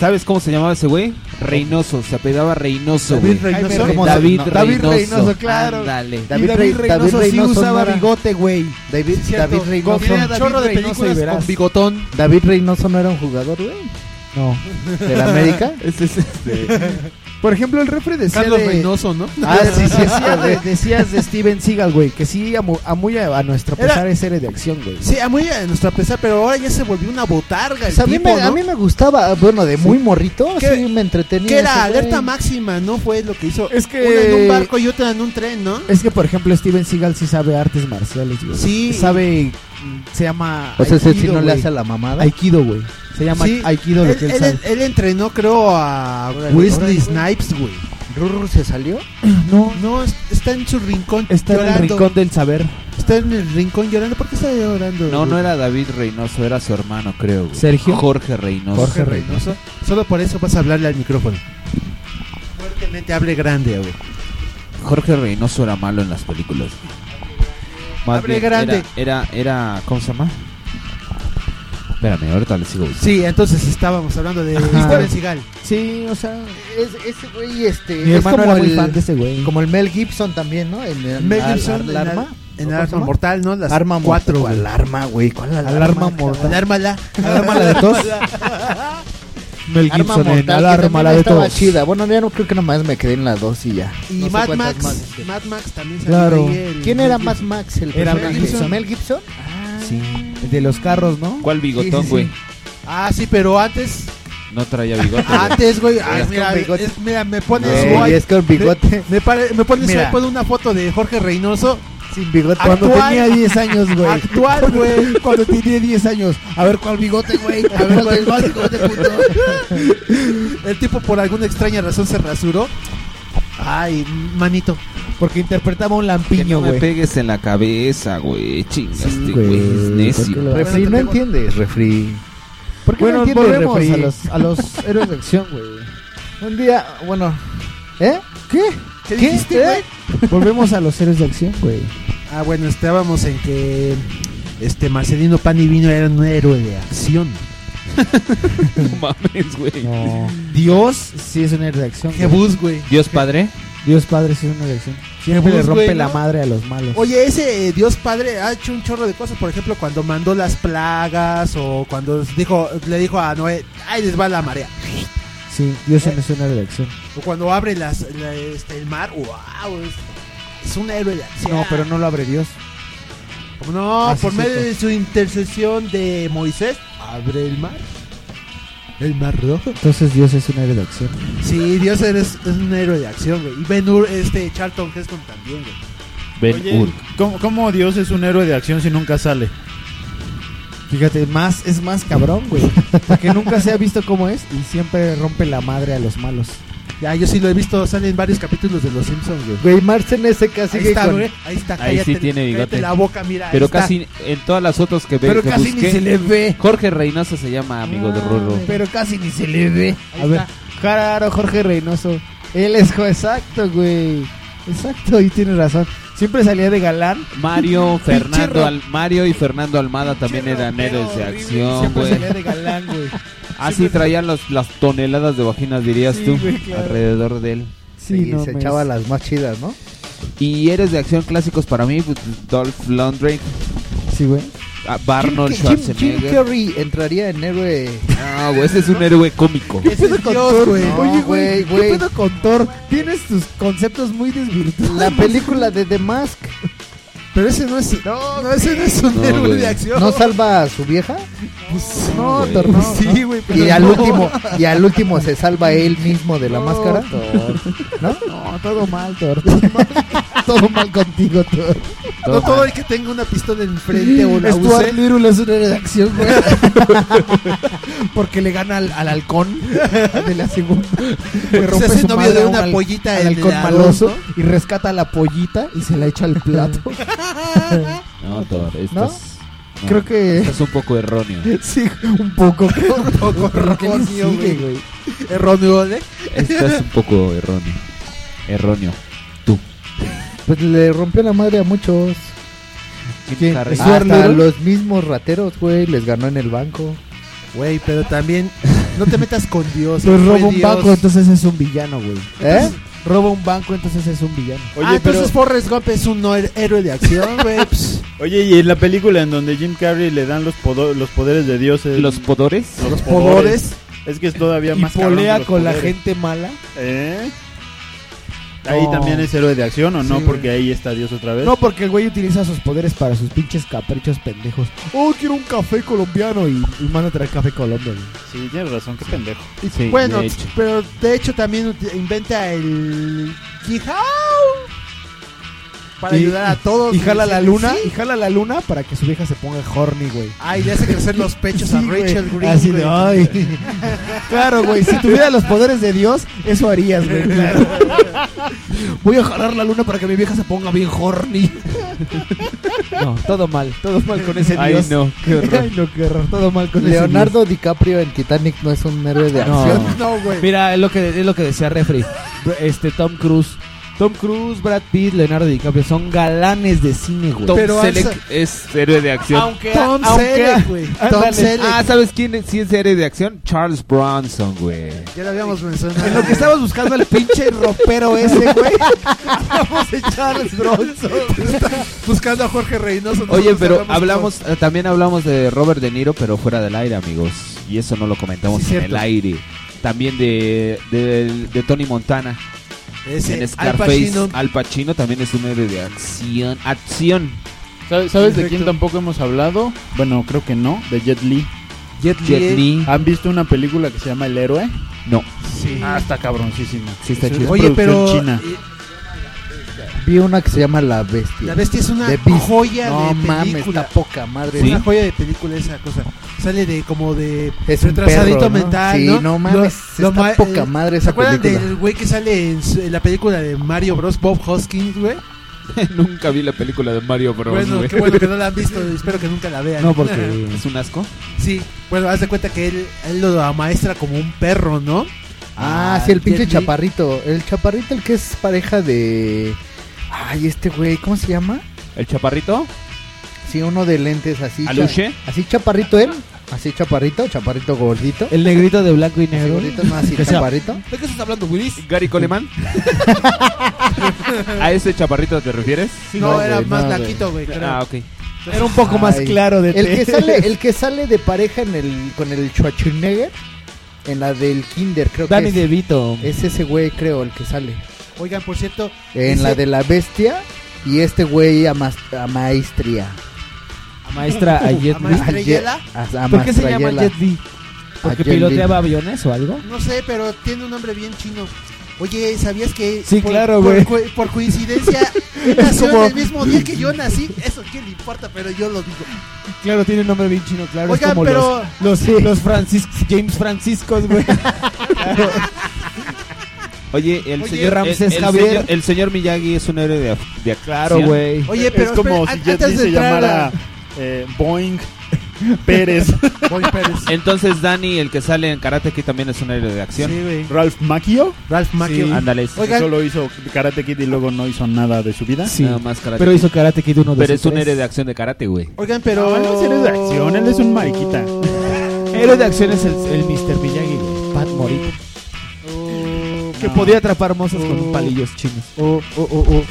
[SPEAKER 2] ¿Sabes cómo se llamaba ese güey? Reynoso, se apellidaba Reynoso.
[SPEAKER 6] David
[SPEAKER 2] güey.
[SPEAKER 6] Reynoso.
[SPEAKER 2] David,
[SPEAKER 6] ¿Cómo se-
[SPEAKER 2] David
[SPEAKER 6] no?
[SPEAKER 2] Reynoso.
[SPEAKER 6] David Reynoso, claro.
[SPEAKER 2] Ándale.
[SPEAKER 6] David Y David Rey- Reynoso David sí Reynoso usaba no era- bigote,
[SPEAKER 21] güey.
[SPEAKER 6] David, David Reynoso.
[SPEAKER 4] chorro de películas con bigotón.
[SPEAKER 6] David Reynoso no era un jugador, güey.
[SPEAKER 21] No.
[SPEAKER 6] ¿De la <laughs> América?
[SPEAKER 2] Ese es este.
[SPEAKER 21] Por ejemplo, el refre decía
[SPEAKER 4] Carlos
[SPEAKER 21] de-
[SPEAKER 4] Reynoso, ¿no?
[SPEAKER 21] Ah,
[SPEAKER 6] <laughs>
[SPEAKER 21] sí, sí, decía de, decías de Steven Seagal, güey, que sí, a, mu- a muy a, a nuestro
[SPEAKER 4] Era-
[SPEAKER 21] pesar es héroe de acción, güey.
[SPEAKER 6] ah,
[SPEAKER 4] Sí, a muy a nuestra pesar, pero ahora ya se volvió una botarga. El
[SPEAKER 6] O sea, a, mí
[SPEAKER 4] tipo,
[SPEAKER 6] me,
[SPEAKER 4] ¿no?
[SPEAKER 6] a mí me gustaba, bueno, de muy morrito,
[SPEAKER 4] ¿Qué-
[SPEAKER 6] sí me entretenía.
[SPEAKER 4] Que era
[SPEAKER 6] ese güey.
[SPEAKER 4] alerta máxima, ¿no? Fue lo que hizo.
[SPEAKER 21] Es que-
[SPEAKER 4] Una en un barco y otra en un tren, ¿no?
[SPEAKER 21] Es que, por ejemplo, Steven Seagal sí sabe artes marciales, güey.
[SPEAKER 4] Sí.
[SPEAKER 21] Sabe, mm, se llama
[SPEAKER 6] O sea, ese sí
[SPEAKER 21] Aikido,
[SPEAKER 6] no le
[SPEAKER 21] güey.
[SPEAKER 6] hace a la mamada.
[SPEAKER 21] Aikido, güey. Se llama
[SPEAKER 4] Sí,
[SPEAKER 21] Aikido lo
[SPEAKER 4] él,
[SPEAKER 21] que él,
[SPEAKER 4] él-
[SPEAKER 21] sabe.
[SPEAKER 4] él entrenó, creo, a Wesley Snipes, güey.
[SPEAKER 6] ¿Rurru se salió?
[SPEAKER 21] <clears throat> No,
[SPEAKER 4] no, es- está en su rincón
[SPEAKER 21] Está en el
[SPEAKER 4] llorando.
[SPEAKER 21] rincón del saber.
[SPEAKER 4] Está en el rincón llorando. ¿Por qué está llorando?
[SPEAKER 2] No,
[SPEAKER 4] güey?
[SPEAKER 2] no era David Reynoso, era su hermano, creo. güey.
[SPEAKER 21] Sergio.
[SPEAKER 2] Jorge Reynoso.
[SPEAKER 4] Jorge Reynoso. Solo por eso vas a hablarle al micrófono. Fuertemente hable grande, güey.
[SPEAKER 2] Jorge Reynoso era malo en las películas. Más
[SPEAKER 4] Hable
[SPEAKER 2] bien,
[SPEAKER 4] grande.
[SPEAKER 2] Era, era, era- ¿cómo se llama? Espérame, ahorita le sigo. buscando.
[SPEAKER 4] Sí, entonces estábamos hablando de Steven Seagal.
[SPEAKER 21] Sí, o sea,
[SPEAKER 6] es, ese güey, este.
[SPEAKER 21] Mi
[SPEAKER 6] es
[SPEAKER 21] hermano
[SPEAKER 6] como
[SPEAKER 21] era muy
[SPEAKER 6] el,
[SPEAKER 21] fan de ese güey.
[SPEAKER 6] Como el Mel Gibson también, ¿no? En el,
[SPEAKER 4] Mel
[SPEAKER 6] al-
[SPEAKER 4] Gibson en
[SPEAKER 6] al- al
[SPEAKER 4] al-
[SPEAKER 6] arma.
[SPEAKER 4] en
[SPEAKER 6] ¿Cómo se
[SPEAKER 4] Arma
[SPEAKER 6] llama?
[SPEAKER 4] Mortal, ¿no? Las
[SPEAKER 6] arma
[SPEAKER 4] cuatro,
[SPEAKER 6] mortal.
[SPEAKER 4] güey.
[SPEAKER 6] ¿Cuál arma, güey? ¿Cuál alarma?
[SPEAKER 21] Alarma
[SPEAKER 6] cabrón?
[SPEAKER 21] mortal.
[SPEAKER 4] Alármala.
[SPEAKER 21] Alármala de tos.
[SPEAKER 5] Mel
[SPEAKER 3] Arma
[SPEAKER 5] Gibson en
[SPEAKER 3] Mortal, que
[SPEAKER 5] Alarma,
[SPEAKER 3] también
[SPEAKER 5] la de
[SPEAKER 3] estaba
[SPEAKER 5] todos.
[SPEAKER 3] chida. Bueno, ya no creo que nomás me quedé en la dos y ya.
[SPEAKER 4] Y
[SPEAKER 3] No sé
[SPEAKER 4] Mad
[SPEAKER 3] cuántas
[SPEAKER 4] Max,
[SPEAKER 3] más.
[SPEAKER 4] Mad Max también salió
[SPEAKER 3] Claro.
[SPEAKER 4] ahí el-
[SPEAKER 3] ¿Quién era
[SPEAKER 4] Mel
[SPEAKER 3] Max
[SPEAKER 4] Gibson.
[SPEAKER 3] Max? El
[SPEAKER 4] Era
[SPEAKER 3] personaje?
[SPEAKER 4] Mel Gibson. Ah,
[SPEAKER 3] ¿Mel Gibson?
[SPEAKER 2] Sí.
[SPEAKER 28] El de los carros, ¿no?
[SPEAKER 2] ¿Cuál bigotón,
[SPEAKER 4] sí.
[SPEAKER 2] güey?
[SPEAKER 4] Ah, sí, pero antes
[SPEAKER 2] No traía bigote.
[SPEAKER 4] Antes, güey.
[SPEAKER 2] Era
[SPEAKER 4] ay,
[SPEAKER 2] con
[SPEAKER 4] mira,
[SPEAKER 2] bigote.
[SPEAKER 4] es- mira, me pones
[SPEAKER 2] No,
[SPEAKER 4] hoy-
[SPEAKER 2] y es con bigote.
[SPEAKER 4] Me, me pare- me pones
[SPEAKER 2] Mira.
[SPEAKER 4] hoy por una foto de Jorge Reynoso.
[SPEAKER 3] Sin bigote.
[SPEAKER 6] Cuando tenía 10 años, güey.
[SPEAKER 4] Actual, güey.
[SPEAKER 6] Cuando tenía 10 años. A ver cuál bigote, güey. A ver cuál bigote, bigote, puto.
[SPEAKER 4] El tipo por alguna extraña razón se rasuró. Ay, manito.
[SPEAKER 6] Porque interpretaba un lampiño,
[SPEAKER 2] No me
[SPEAKER 6] güey.
[SPEAKER 2] pegues en la cabeza, güey. Chingaste, güey. es necio.
[SPEAKER 3] Refri, no entiendes, refri. ¿Por qué
[SPEAKER 2] Bueno,
[SPEAKER 3] no entiendes,
[SPEAKER 2] volvemos
[SPEAKER 3] refri?
[SPEAKER 2] a los-
[SPEAKER 3] a los héroes de acción, güey? Un día, bueno. ¿Eh? ¿Qué?
[SPEAKER 21] <laughs>
[SPEAKER 4] ¿Qué dijiste, güey?
[SPEAKER 6] Volvemos a los héroes de acción, güey.
[SPEAKER 4] Ah, bueno, estábamos en que este Marcelino Pan y Vino era un héroe de <laughs> acción.
[SPEAKER 2] mames, güey.
[SPEAKER 6] Dios sí es una héroe de acción.
[SPEAKER 4] Jebus, güey.
[SPEAKER 2] Dios Padre.
[SPEAKER 6] Dios Padre sí es una héroe de acción. Siempre
[SPEAKER 4] Jebus,
[SPEAKER 6] le rompe
[SPEAKER 4] güey,
[SPEAKER 6] la
[SPEAKER 4] ¿no?
[SPEAKER 6] madre a los malos.
[SPEAKER 4] Oye, ese eh, Dios Padre ha hecho un chorro de cosas. Por ejemplo, cuando mandó las plagas o cuando dijo, le dijo a Noé, ahí les va la marea.
[SPEAKER 6] Sí, Dios sí no es una héroe de acción.
[SPEAKER 4] O cuando abre las, la- este, el mar, wow, es, es un héroe de acción.
[SPEAKER 6] No, pero no lo abre Dios.
[SPEAKER 4] No,
[SPEAKER 6] Ah, sí,
[SPEAKER 4] por medio
[SPEAKER 6] cierto.
[SPEAKER 4] de su intercesión de Moisés, abre el mar. El mar rojo.
[SPEAKER 6] Entonces Dios es una héroe de acción.
[SPEAKER 4] Sí, Dios eres, es un héroe de acción, güey. Y Ben Hur, este Charlton Heston también, güey.
[SPEAKER 5] Ben
[SPEAKER 4] Oye,
[SPEAKER 5] Hur. ¿Cómo, cómo Dios es un héroe de acción si nunca sale?
[SPEAKER 6] Fíjate, más es más cabrón, güey. Porque nunca se ha visto cómo es y siempre rompe la madre a los malos.
[SPEAKER 4] Ya, yo sí lo he visto, salen varios capítulos de Los Simpsons, güey.
[SPEAKER 3] Güey, Marcel ese casi
[SPEAKER 4] Ahí
[SPEAKER 3] que
[SPEAKER 4] está,
[SPEAKER 3] con-
[SPEAKER 4] güey. Ahí está,
[SPEAKER 2] Ahí sí tiene
[SPEAKER 4] cállate
[SPEAKER 2] bigote.
[SPEAKER 4] la boca, mira, ahí
[SPEAKER 2] Pero
[SPEAKER 4] está.
[SPEAKER 2] casi en todas las otras que ve.
[SPEAKER 4] Pero
[SPEAKER 2] que
[SPEAKER 4] casi ni se le ve. Ah,
[SPEAKER 2] Jorge Reynoso se llama amigo de Rorro.
[SPEAKER 6] Pero casi ni se le ve.
[SPEAKER 2] Ahí
[SPEAKER 6] a ver,
[SPEAKER 2] está.
[SPEAKER 6] claro, Jorge Reynoso. Él es jo- exacto, güey. Exacto, y tienes razón. Siempre salía de galán.
[SPEAKER 2] <laughs> Mario
[SPEAKER 6] Pinche
[SPEAKER 2] Fernando
[SPEAKER 6] ro-
[SPEAKER 2] Al- Mario y Fernando Almada también eran héroes de acción,
[SPEAKER 6] Siempre
[SPEAKER 2] güey.
[SPEAKER 6] salía de galán, güey.
[SPEAKER 2] <laughs> Así traían los- las toneladas de vaginas, dirías
[SPEAKER 6] Sí,
[SPEAKER 2] tú,
[SPEAKER 6] güey, claro.
[SPEAKER 2] alrededor de él.
[SPEAKER 6] Sí,
[SPEAKER 3] Y no se mames. echaba las más chidas, ¿no?
[SPEAKER 2] Y héroes de acción clásicos para mí, pues, Dolph Lundgren,
[SPEAKER 6] Sí, güey.
[SPEAKER 2] ah, Arnold
[SPEAKER 3] Jim- Jim- Jim
[SPEAKER 2] Schwarzenegger.
[SPEAKER 3] Carrey entraría en héroe.
[SPEAKER 2] No, güey, ese es un héroe cómico.
[SPEAKER 3] Ese es Thor, güey.
[SPEAKER 6] Oye,
[SPEAKER 3] No,
[SPEAKER 6] güey,
[SPEAKER 3] güey,
[SPEAKER 6] ¿qué
[SPEAKER 3] güey.
[SPEAKER 6] pedo con Thor? Tienes tus conceptos muy desvirtuados.
[SPEAKER 3] La película de The Mask.
[SPEAKER 4] Pero ese no es.
[SPEAKER 3] No,
[SPEAKER 4] ese no es un
[SPEAKER 3] No,
[SPEAKER 4] héroe
[SPEAKER 3] güey.
[SPEAKER 4] de acción.
[SPEAKER 3] ¿No salva a su vieja?
[SPEAKER 4] no,
[SPEAKER 3] güey.
[SPEAKER 4] Thor, no, Sí, güey, pero
[SPEAKER 3] Y al
[SPEAKER 4] no.
[SPEAKER 3] último, y al último se salva él mismo de la máscara. ¿No?
[SPEAKER 6] No, todo mal,
[SPEAKER 3] <laughs>
[SPEAKER 6] Thor. Todo mal, todo mal contigo, Thor.
[SPEAKER 4] No todo el que tenga una pistola enfrente o la
[SPEAKER 6] Stuart
[SPEAKER 4] use.
[SPEAKER 6] Little es un héroe de acción, güey. Porque le gana al, al halcón de la segunda. Le
[SPEAKER 4] Se
[SPEAKER 6] rompe
[SPEAKER 4] hace
[SPEAKER 6] su
[SPEAKER 4] novio
[SPEAKER 6] madre
[SPEAKER 4] de
[SPEAKER 6] a un
[SPEAKER 4] una
[SPEAKER 6] hal-
[SPEAKER 4] pollita
[SPEAKER 6] al
[SPEAKER 4] del
[SPEAKER 6] halcón
[SPEAKER 4] lado,
[SPEAKER 6] maloso
[SPEAKER 4] ¿no?
[SPEAKER 6] y rescata a la pollita y se la echa al
[SPEAKER 4] <laughs>
[SPEAKER 6] plato.
[SPEAKER 2] No, Thor, esto
[SPEAKER 6] ¿No? Ah,
[SPEAKER 2] es- no,
[SPEAKER 6] Creo que-
[SPEAKER 2] esto es Pues, un poco erróneo.
[SPEAKER 6] <laughs> sí, un poco.
[SPEAKER 4] <laughs>
[SPEAKER 6] un poco
[SPEAKER 4] erróneo, güey. Erróneo, ¿eh?
[SPEAKER 2] Esto es un poco erróneo. Erróneo.
[SPEAKER 6] <laughs>
[SPEAKER 3] Pues le rompió la madre a muchos.
[SPEAKER 2] Jim Carrey.
[SPEAKER 3] Hasta
[SPEAKER 2] Stuart Little.
[SPEAKER 3] los mismos rateros, güey, les ganó en el banco.
[SPEAKER 4] <laughs> Güey, pero también no te metas con Dios.
[SPEAKER 6] Pues
[SPEAKER 4] fue
[SPEAKER 6] roba un
[SPEAKER 4] Dios.
[SPEAKER 6] banco, entonces es un villano, güey.
[SPEAKER 4] ¿Eh?
[SPEAKER 6] Roba un banco, entonces es un villano.
[SPEAKER 4] ah, entonces Forrest Gump es un no her- héroe de acción, güey. Pues,
[SPEAKER 5] Oye, y en la película en donde Jim Carrey le dan los, podo- los poderes de Dios. es-
[SPEAKER 2] ¿Los podores?
[SPEAKER 5] Los
[SPEAKER 2] ¿Los
[SPEAKER 5] podores.
[SPEAKER 2] podores?
[SPEAKER 5] Es que es todavía
[SPEAKER 6] y
[SPEAKER 5] más cabrón
[SPEAKER 6] polea
[SPEAKER 5] que los
[SPEAKER 6] con la
[SPEAKER 5] poderes.
[SPEAKER 6] gente mala.
[SPEAKER 5] ¿Eh? Ahí
[SPEAKER 6] No.
[SPEAKER 5] también es héroe de acción o no,
[SPEAKER 6] Sí,
[SPEAKER 5] porque ahí está Dios otra vez.
[SPEAKER 6] No, porque el güey utiliza sus poderes para sus pinches caprichos pendejos. Oh, quiero un café colombiano y, y manda a traer café colombiano.
[SPEAKER 5] Sí, tienes razón, qué pendejo.
[SPEAKER 4] y bueno, pero de hecho también ut- inventa el Quijao para ayudar a todos.
[SPEAKER 6] Y jala la
[SPEAKER 4] Sí.
[SPEAKER 6] luna, y jala la luna para que su vieja se ponga horny, güey.
[SPEAKER 4] Ay, le hace crecer los pechos a
[SPEAKER 6] Sí, güey.
[SPEAKER 4] Rachel Green. <laughs>
[SPEAKER 6] Así de,
[SPEAKER 4] güey.
[SPEAKER 6] ay. Claro, güey, si tuviera los poderes de Dios, eso harías,
[SPEAKER 4] <laughs>
[SPEAKER 6] güey. claro. Voy a jalar la luna para que mi vieja se ponga bien horny. No, todo mal, todo mal con ese
[SPEAKER 2] Ay,
[SPEAKER 6] Dios.
[SPEAKER 2] no, qué horror.
[SPEAKER 6] Ay, no, qué horror, todo mal con ese Dios.
[SPEAKER 3] Leonardo DiCaprio en Titanic no es un héroe de acción.
[SPEAKER 6] <laughs> No, güey. Mira, es lo que es lo que decía Refri. Este Tom Cruise, Tom Cruise, Brad Pitt, Leonardo DiCaprio son galanes de cine, güey.
[SPEAKER 2] Tom Selleck es héroe de acción.
[SPEAKER 6] Aunque- Tom aunque- Selleck, güey. Tom
[SPEAKER 2] Ándale.
[SPEAKER 6] Selleck.
[SPEAKER 2] Ah, ¿sabes quién es- sí es héroe de acción? Charles Bronson, güey.
[SPEAKER 4] Ya lo habíamos mencionado.
[SPEAKER 6] En lo que estabas buscando al pinche ropero ese, güey. Vamos a "Ah, Charles Bronson.
[SPEAKER 4] <laughs> buscando a Jorge Reynoso.
[SPEAKER 2] Oye,
[SPEAKER 4] nosotros
[SPEAKER 2] pero
[SPEAKER 4] con-
[SPEAKER 2] hablamos, eh, también hablamos de Robert De Niro, pero fuera del aire, amigos. Y eso no lo comentamos
[SPEAKER 4] Sí,
[SPEAKER 2] en
[SPEAKER 4] cierto.
[SPEAKER 2] el aire. también de, de- de Tony Montana.
[SPEAKER 4] Ese,
[SPEAKER 2] en
[SPEAKER 4] Al
[SPEAKER 2] Scarface,
[SPEAKER 4] Pacino.
[SPEAKER 2] Al Pacino también es un héroe de acción. Acción.
[SPEAKER 5] ¿Sabes, sabes de quién tampoco hemos hablado? Bueno, creo que no, de Jet Li.
[SPEAKER 4] Jet Li. Jet Li.
[SPEAKER 5] ¿Han visto una película que se llama El Héroe?
[SPEAKER 2] No.
[SPEAKER 5] Sí. Ah, está cabroncísima.
[SPEAKER 2] Sí, está
[SPEAKER 5] Es
[SPEAKER 2] chida.
[SPEAKER 5] una
[SPEAKER 2] Oye,
[SPEAKER 5] producción china.
[SPEAKER 2] pero-
[SPEAKER 29] Vi una que se llama La Bestia.
[SPEAKER 4] La bestia es una
[SPEAKER 29] The Beast.
[SPEAKER 4] joya
[SPEAKER 29] no,
[SPEAKER 4] de película.
[SPEAKER 29] mames, está poca madre.
[SPEAKER 4] Es una joya de película esa cosa. Sale de como de
[SPEAKER 29] Es un
[SPEAKER 4] retrasadito
[SPEAKER 29] perro, ¿no?
[SPEAKER 4] mental.
[SPEAKER 29] Sí,
[SPEAKER 4] ¿no?
[SPEAKER 29] no mames, está poca madre
[SPEAKER 4] eh, ¿Se
[SPEAKER 29] esa
[SPEAKER 4] acuerdan
[SPEAKER 29] película.
[SPEAKER 4] del güey que sale en, su- en la película de Mario Bros. Bob Hoskins, güey?
[SPEAKER 2] Nunca vi la película de Mario Bros.
[SPEAKER 4] Bueno,
[SPEAKER 2] güey.
[SPEAKER 4] qué bueno que no la han
[SPEAKER 2] <laughs>
[SPEAKER 4] visto. espero que nunca la vean.
[SPEAKER 2] No,
[SPEAKER 4] <laughs>
[SPEAKER 2] porque- ¿Es un asco?
[SPEAKER 4] Sí, bueno, haz de cuenta que él, él lo amaestra como un perro, ¿no?
[SPEAKER 29] Ah, sí, el pinche chaparrito. El chaparrito, el que es pareja de. Ay, este güey, ¿cómo se llama?
[SPEAKER 2] ¿El chaparrito?
[SPEAKER 29] Sí, uno de lentes así. cha-
[SPEAKER 2] ¿Aluche?
[SPEAKER 29] Así chaparrito él. Así chaparrito, chaparrito gordito.
[SPEAKER 6] El negrito de blanco y negro.
[SPEAKER 29] Gordito, no,
[SPEAKER 6] <laughs>
[SPEAKER 29] así
[SPEAKER 6] Que sea-
[SPEAKER 29] chaparrito.
[SPEAKER 4] ¿De qué estás hablando, Willis?
[SPEAKER 6] <laughs>
[SPEAKER 2] Gary Coleman. ¿A ese chaparrito te refieres?
[SPEAKER 4] Sí, No, no, era güey, más no, blanquito, güey. güey, creo.
[SPEAKER 2] Ah, ok.
[SPEAKER 4] Era un poco más claro de
[SPEAKER 29] el
[SPEAKER 4] té.
[SPEAKER 29] que sale
[SPEAKER 6] <laughs>
[SPEAKER 29] El que sale de pareja en el, con el Schwarzenegger. En la del Kinder, creo
[SPEAKER 6] Danny
[SPEAKER 29] que. es.
[SPEAKER 6] DeVito.
[SPEAKER 29] Es ese güey, creo, el que sale.
[SPEAKER 4] Oigan, por cierto.
[SPEAKER 29] En
[SPEAKER 4] dice-
[SPEAKER 29] la de la bestia. Y este güey a, mas- a maestría.
[SPEAKER 6] A maestra Uh, a Jet Li.
[SPEAKER 29] A Ye- a- a
[SPEAKER 6] ¿Por qué se llama
[SPEAKER 29] Mastrayela.
[SPEAKER 6] Jet Li?
[SPEAKER 29] A
[SPEAKER 6] ¿Porque
[SPEAKER 29] Jet Li.
[SPEAKER 6] piloteaba aviones o algo?
[SPEAKER 4] No sé, pero tiene un nombre bien chino. Oye, ¿sabías que
[SPEAKER 6] Sí,
[SPEAKER 4] por,
[SPEAKER 6] claro,
[SPEAKER 4] por
[SPEAKER 6] güey.
[SPEAKER 4] co- por coincidencia él nació
[SPEAKER 6] como-
[SPEAKER 4] en el mismo día que yo nací? Eso quién le importa, pero yo lo digo.
[SPEAKER 6] Claro, tiene un nombre bien chino, claro.
[SPEAKER 4] Oigan,
[SPEAKER 6] es como
[SPEAKER 4] pero-
[SPEAKER 6] los, los, los Francis, James Franciscos,
[SPEAKER 29] <laughs>
[SPEAKER 6] güey.
[SPEAKER 2] Oye, el
[SPEAKER 6] Oye,
[SPEAKER 2] señor
[SPEAKER 6] Ramses
[SPEAKER 2] el- el,
[SPEAKER 6] Javier.
[SPEAKER 2] señor- el señor Miyagi es un héroe de, af- de
[SPEAKER 6] Claro,
[SPEAKER 2] acción.
[SPEAKER 6] güey.
[SPEAKER 4] Oye, pero
[SPEAKER 5] es como
[SPEAKER 4] espera,
[SPEAKER 5] si
[SPEAKER 4] an-
[SPEAKER 5] Jet
[SPEAKER 4] antes
[SPEAKER 5] Li
[SPEAKER 4] de
[SPEAKER 5] se
[SPEAKER 4] entrar
[SPEAKER 5] llamara
[SPEAKER 4] a-
[SPEAKER 5] eh, Boeing Pérez.
[SPEAKER 4] <laughs> Boeing Pérez.
[SPEAKER 2] Entonces, Dani, el que sale en Karate Kid también es un héroe de acción.
[SPEAKER 4] Sí, güey.
[SPEAKER 5] Ralph Macchio.
[SPEAKER 4] Ralph
[SPEAKER 2] Macchio. Ándale.
[SPEAKER 5] Que solo hizo Karate Kid y luego no hizo nada de su vida.
[SPEAKER 2] Sí. Nada más Karate
[SPEAKER 6] Pero hizo Karate Kid uno, dos
[SPEAKER 2] Pero
[SPEAKER 6] y
[SPEAKER 2] es un
[SPEAKER 6] tres.
[SPEAKER 2] héroe de acción de karate, güey.
[SPEAKER 4] Oigan, pero.
[SPEAKER 5] No, no es héroe de acción, él es un mariquita.
[SPEAKER 6] <laughs> Héroe de acción es el, el Mr. Miyagi, güey. Pat Morita. que podía atrapar mozas con palillos chinos.
[SPEAKER 29] Oh, oh, oh, oh.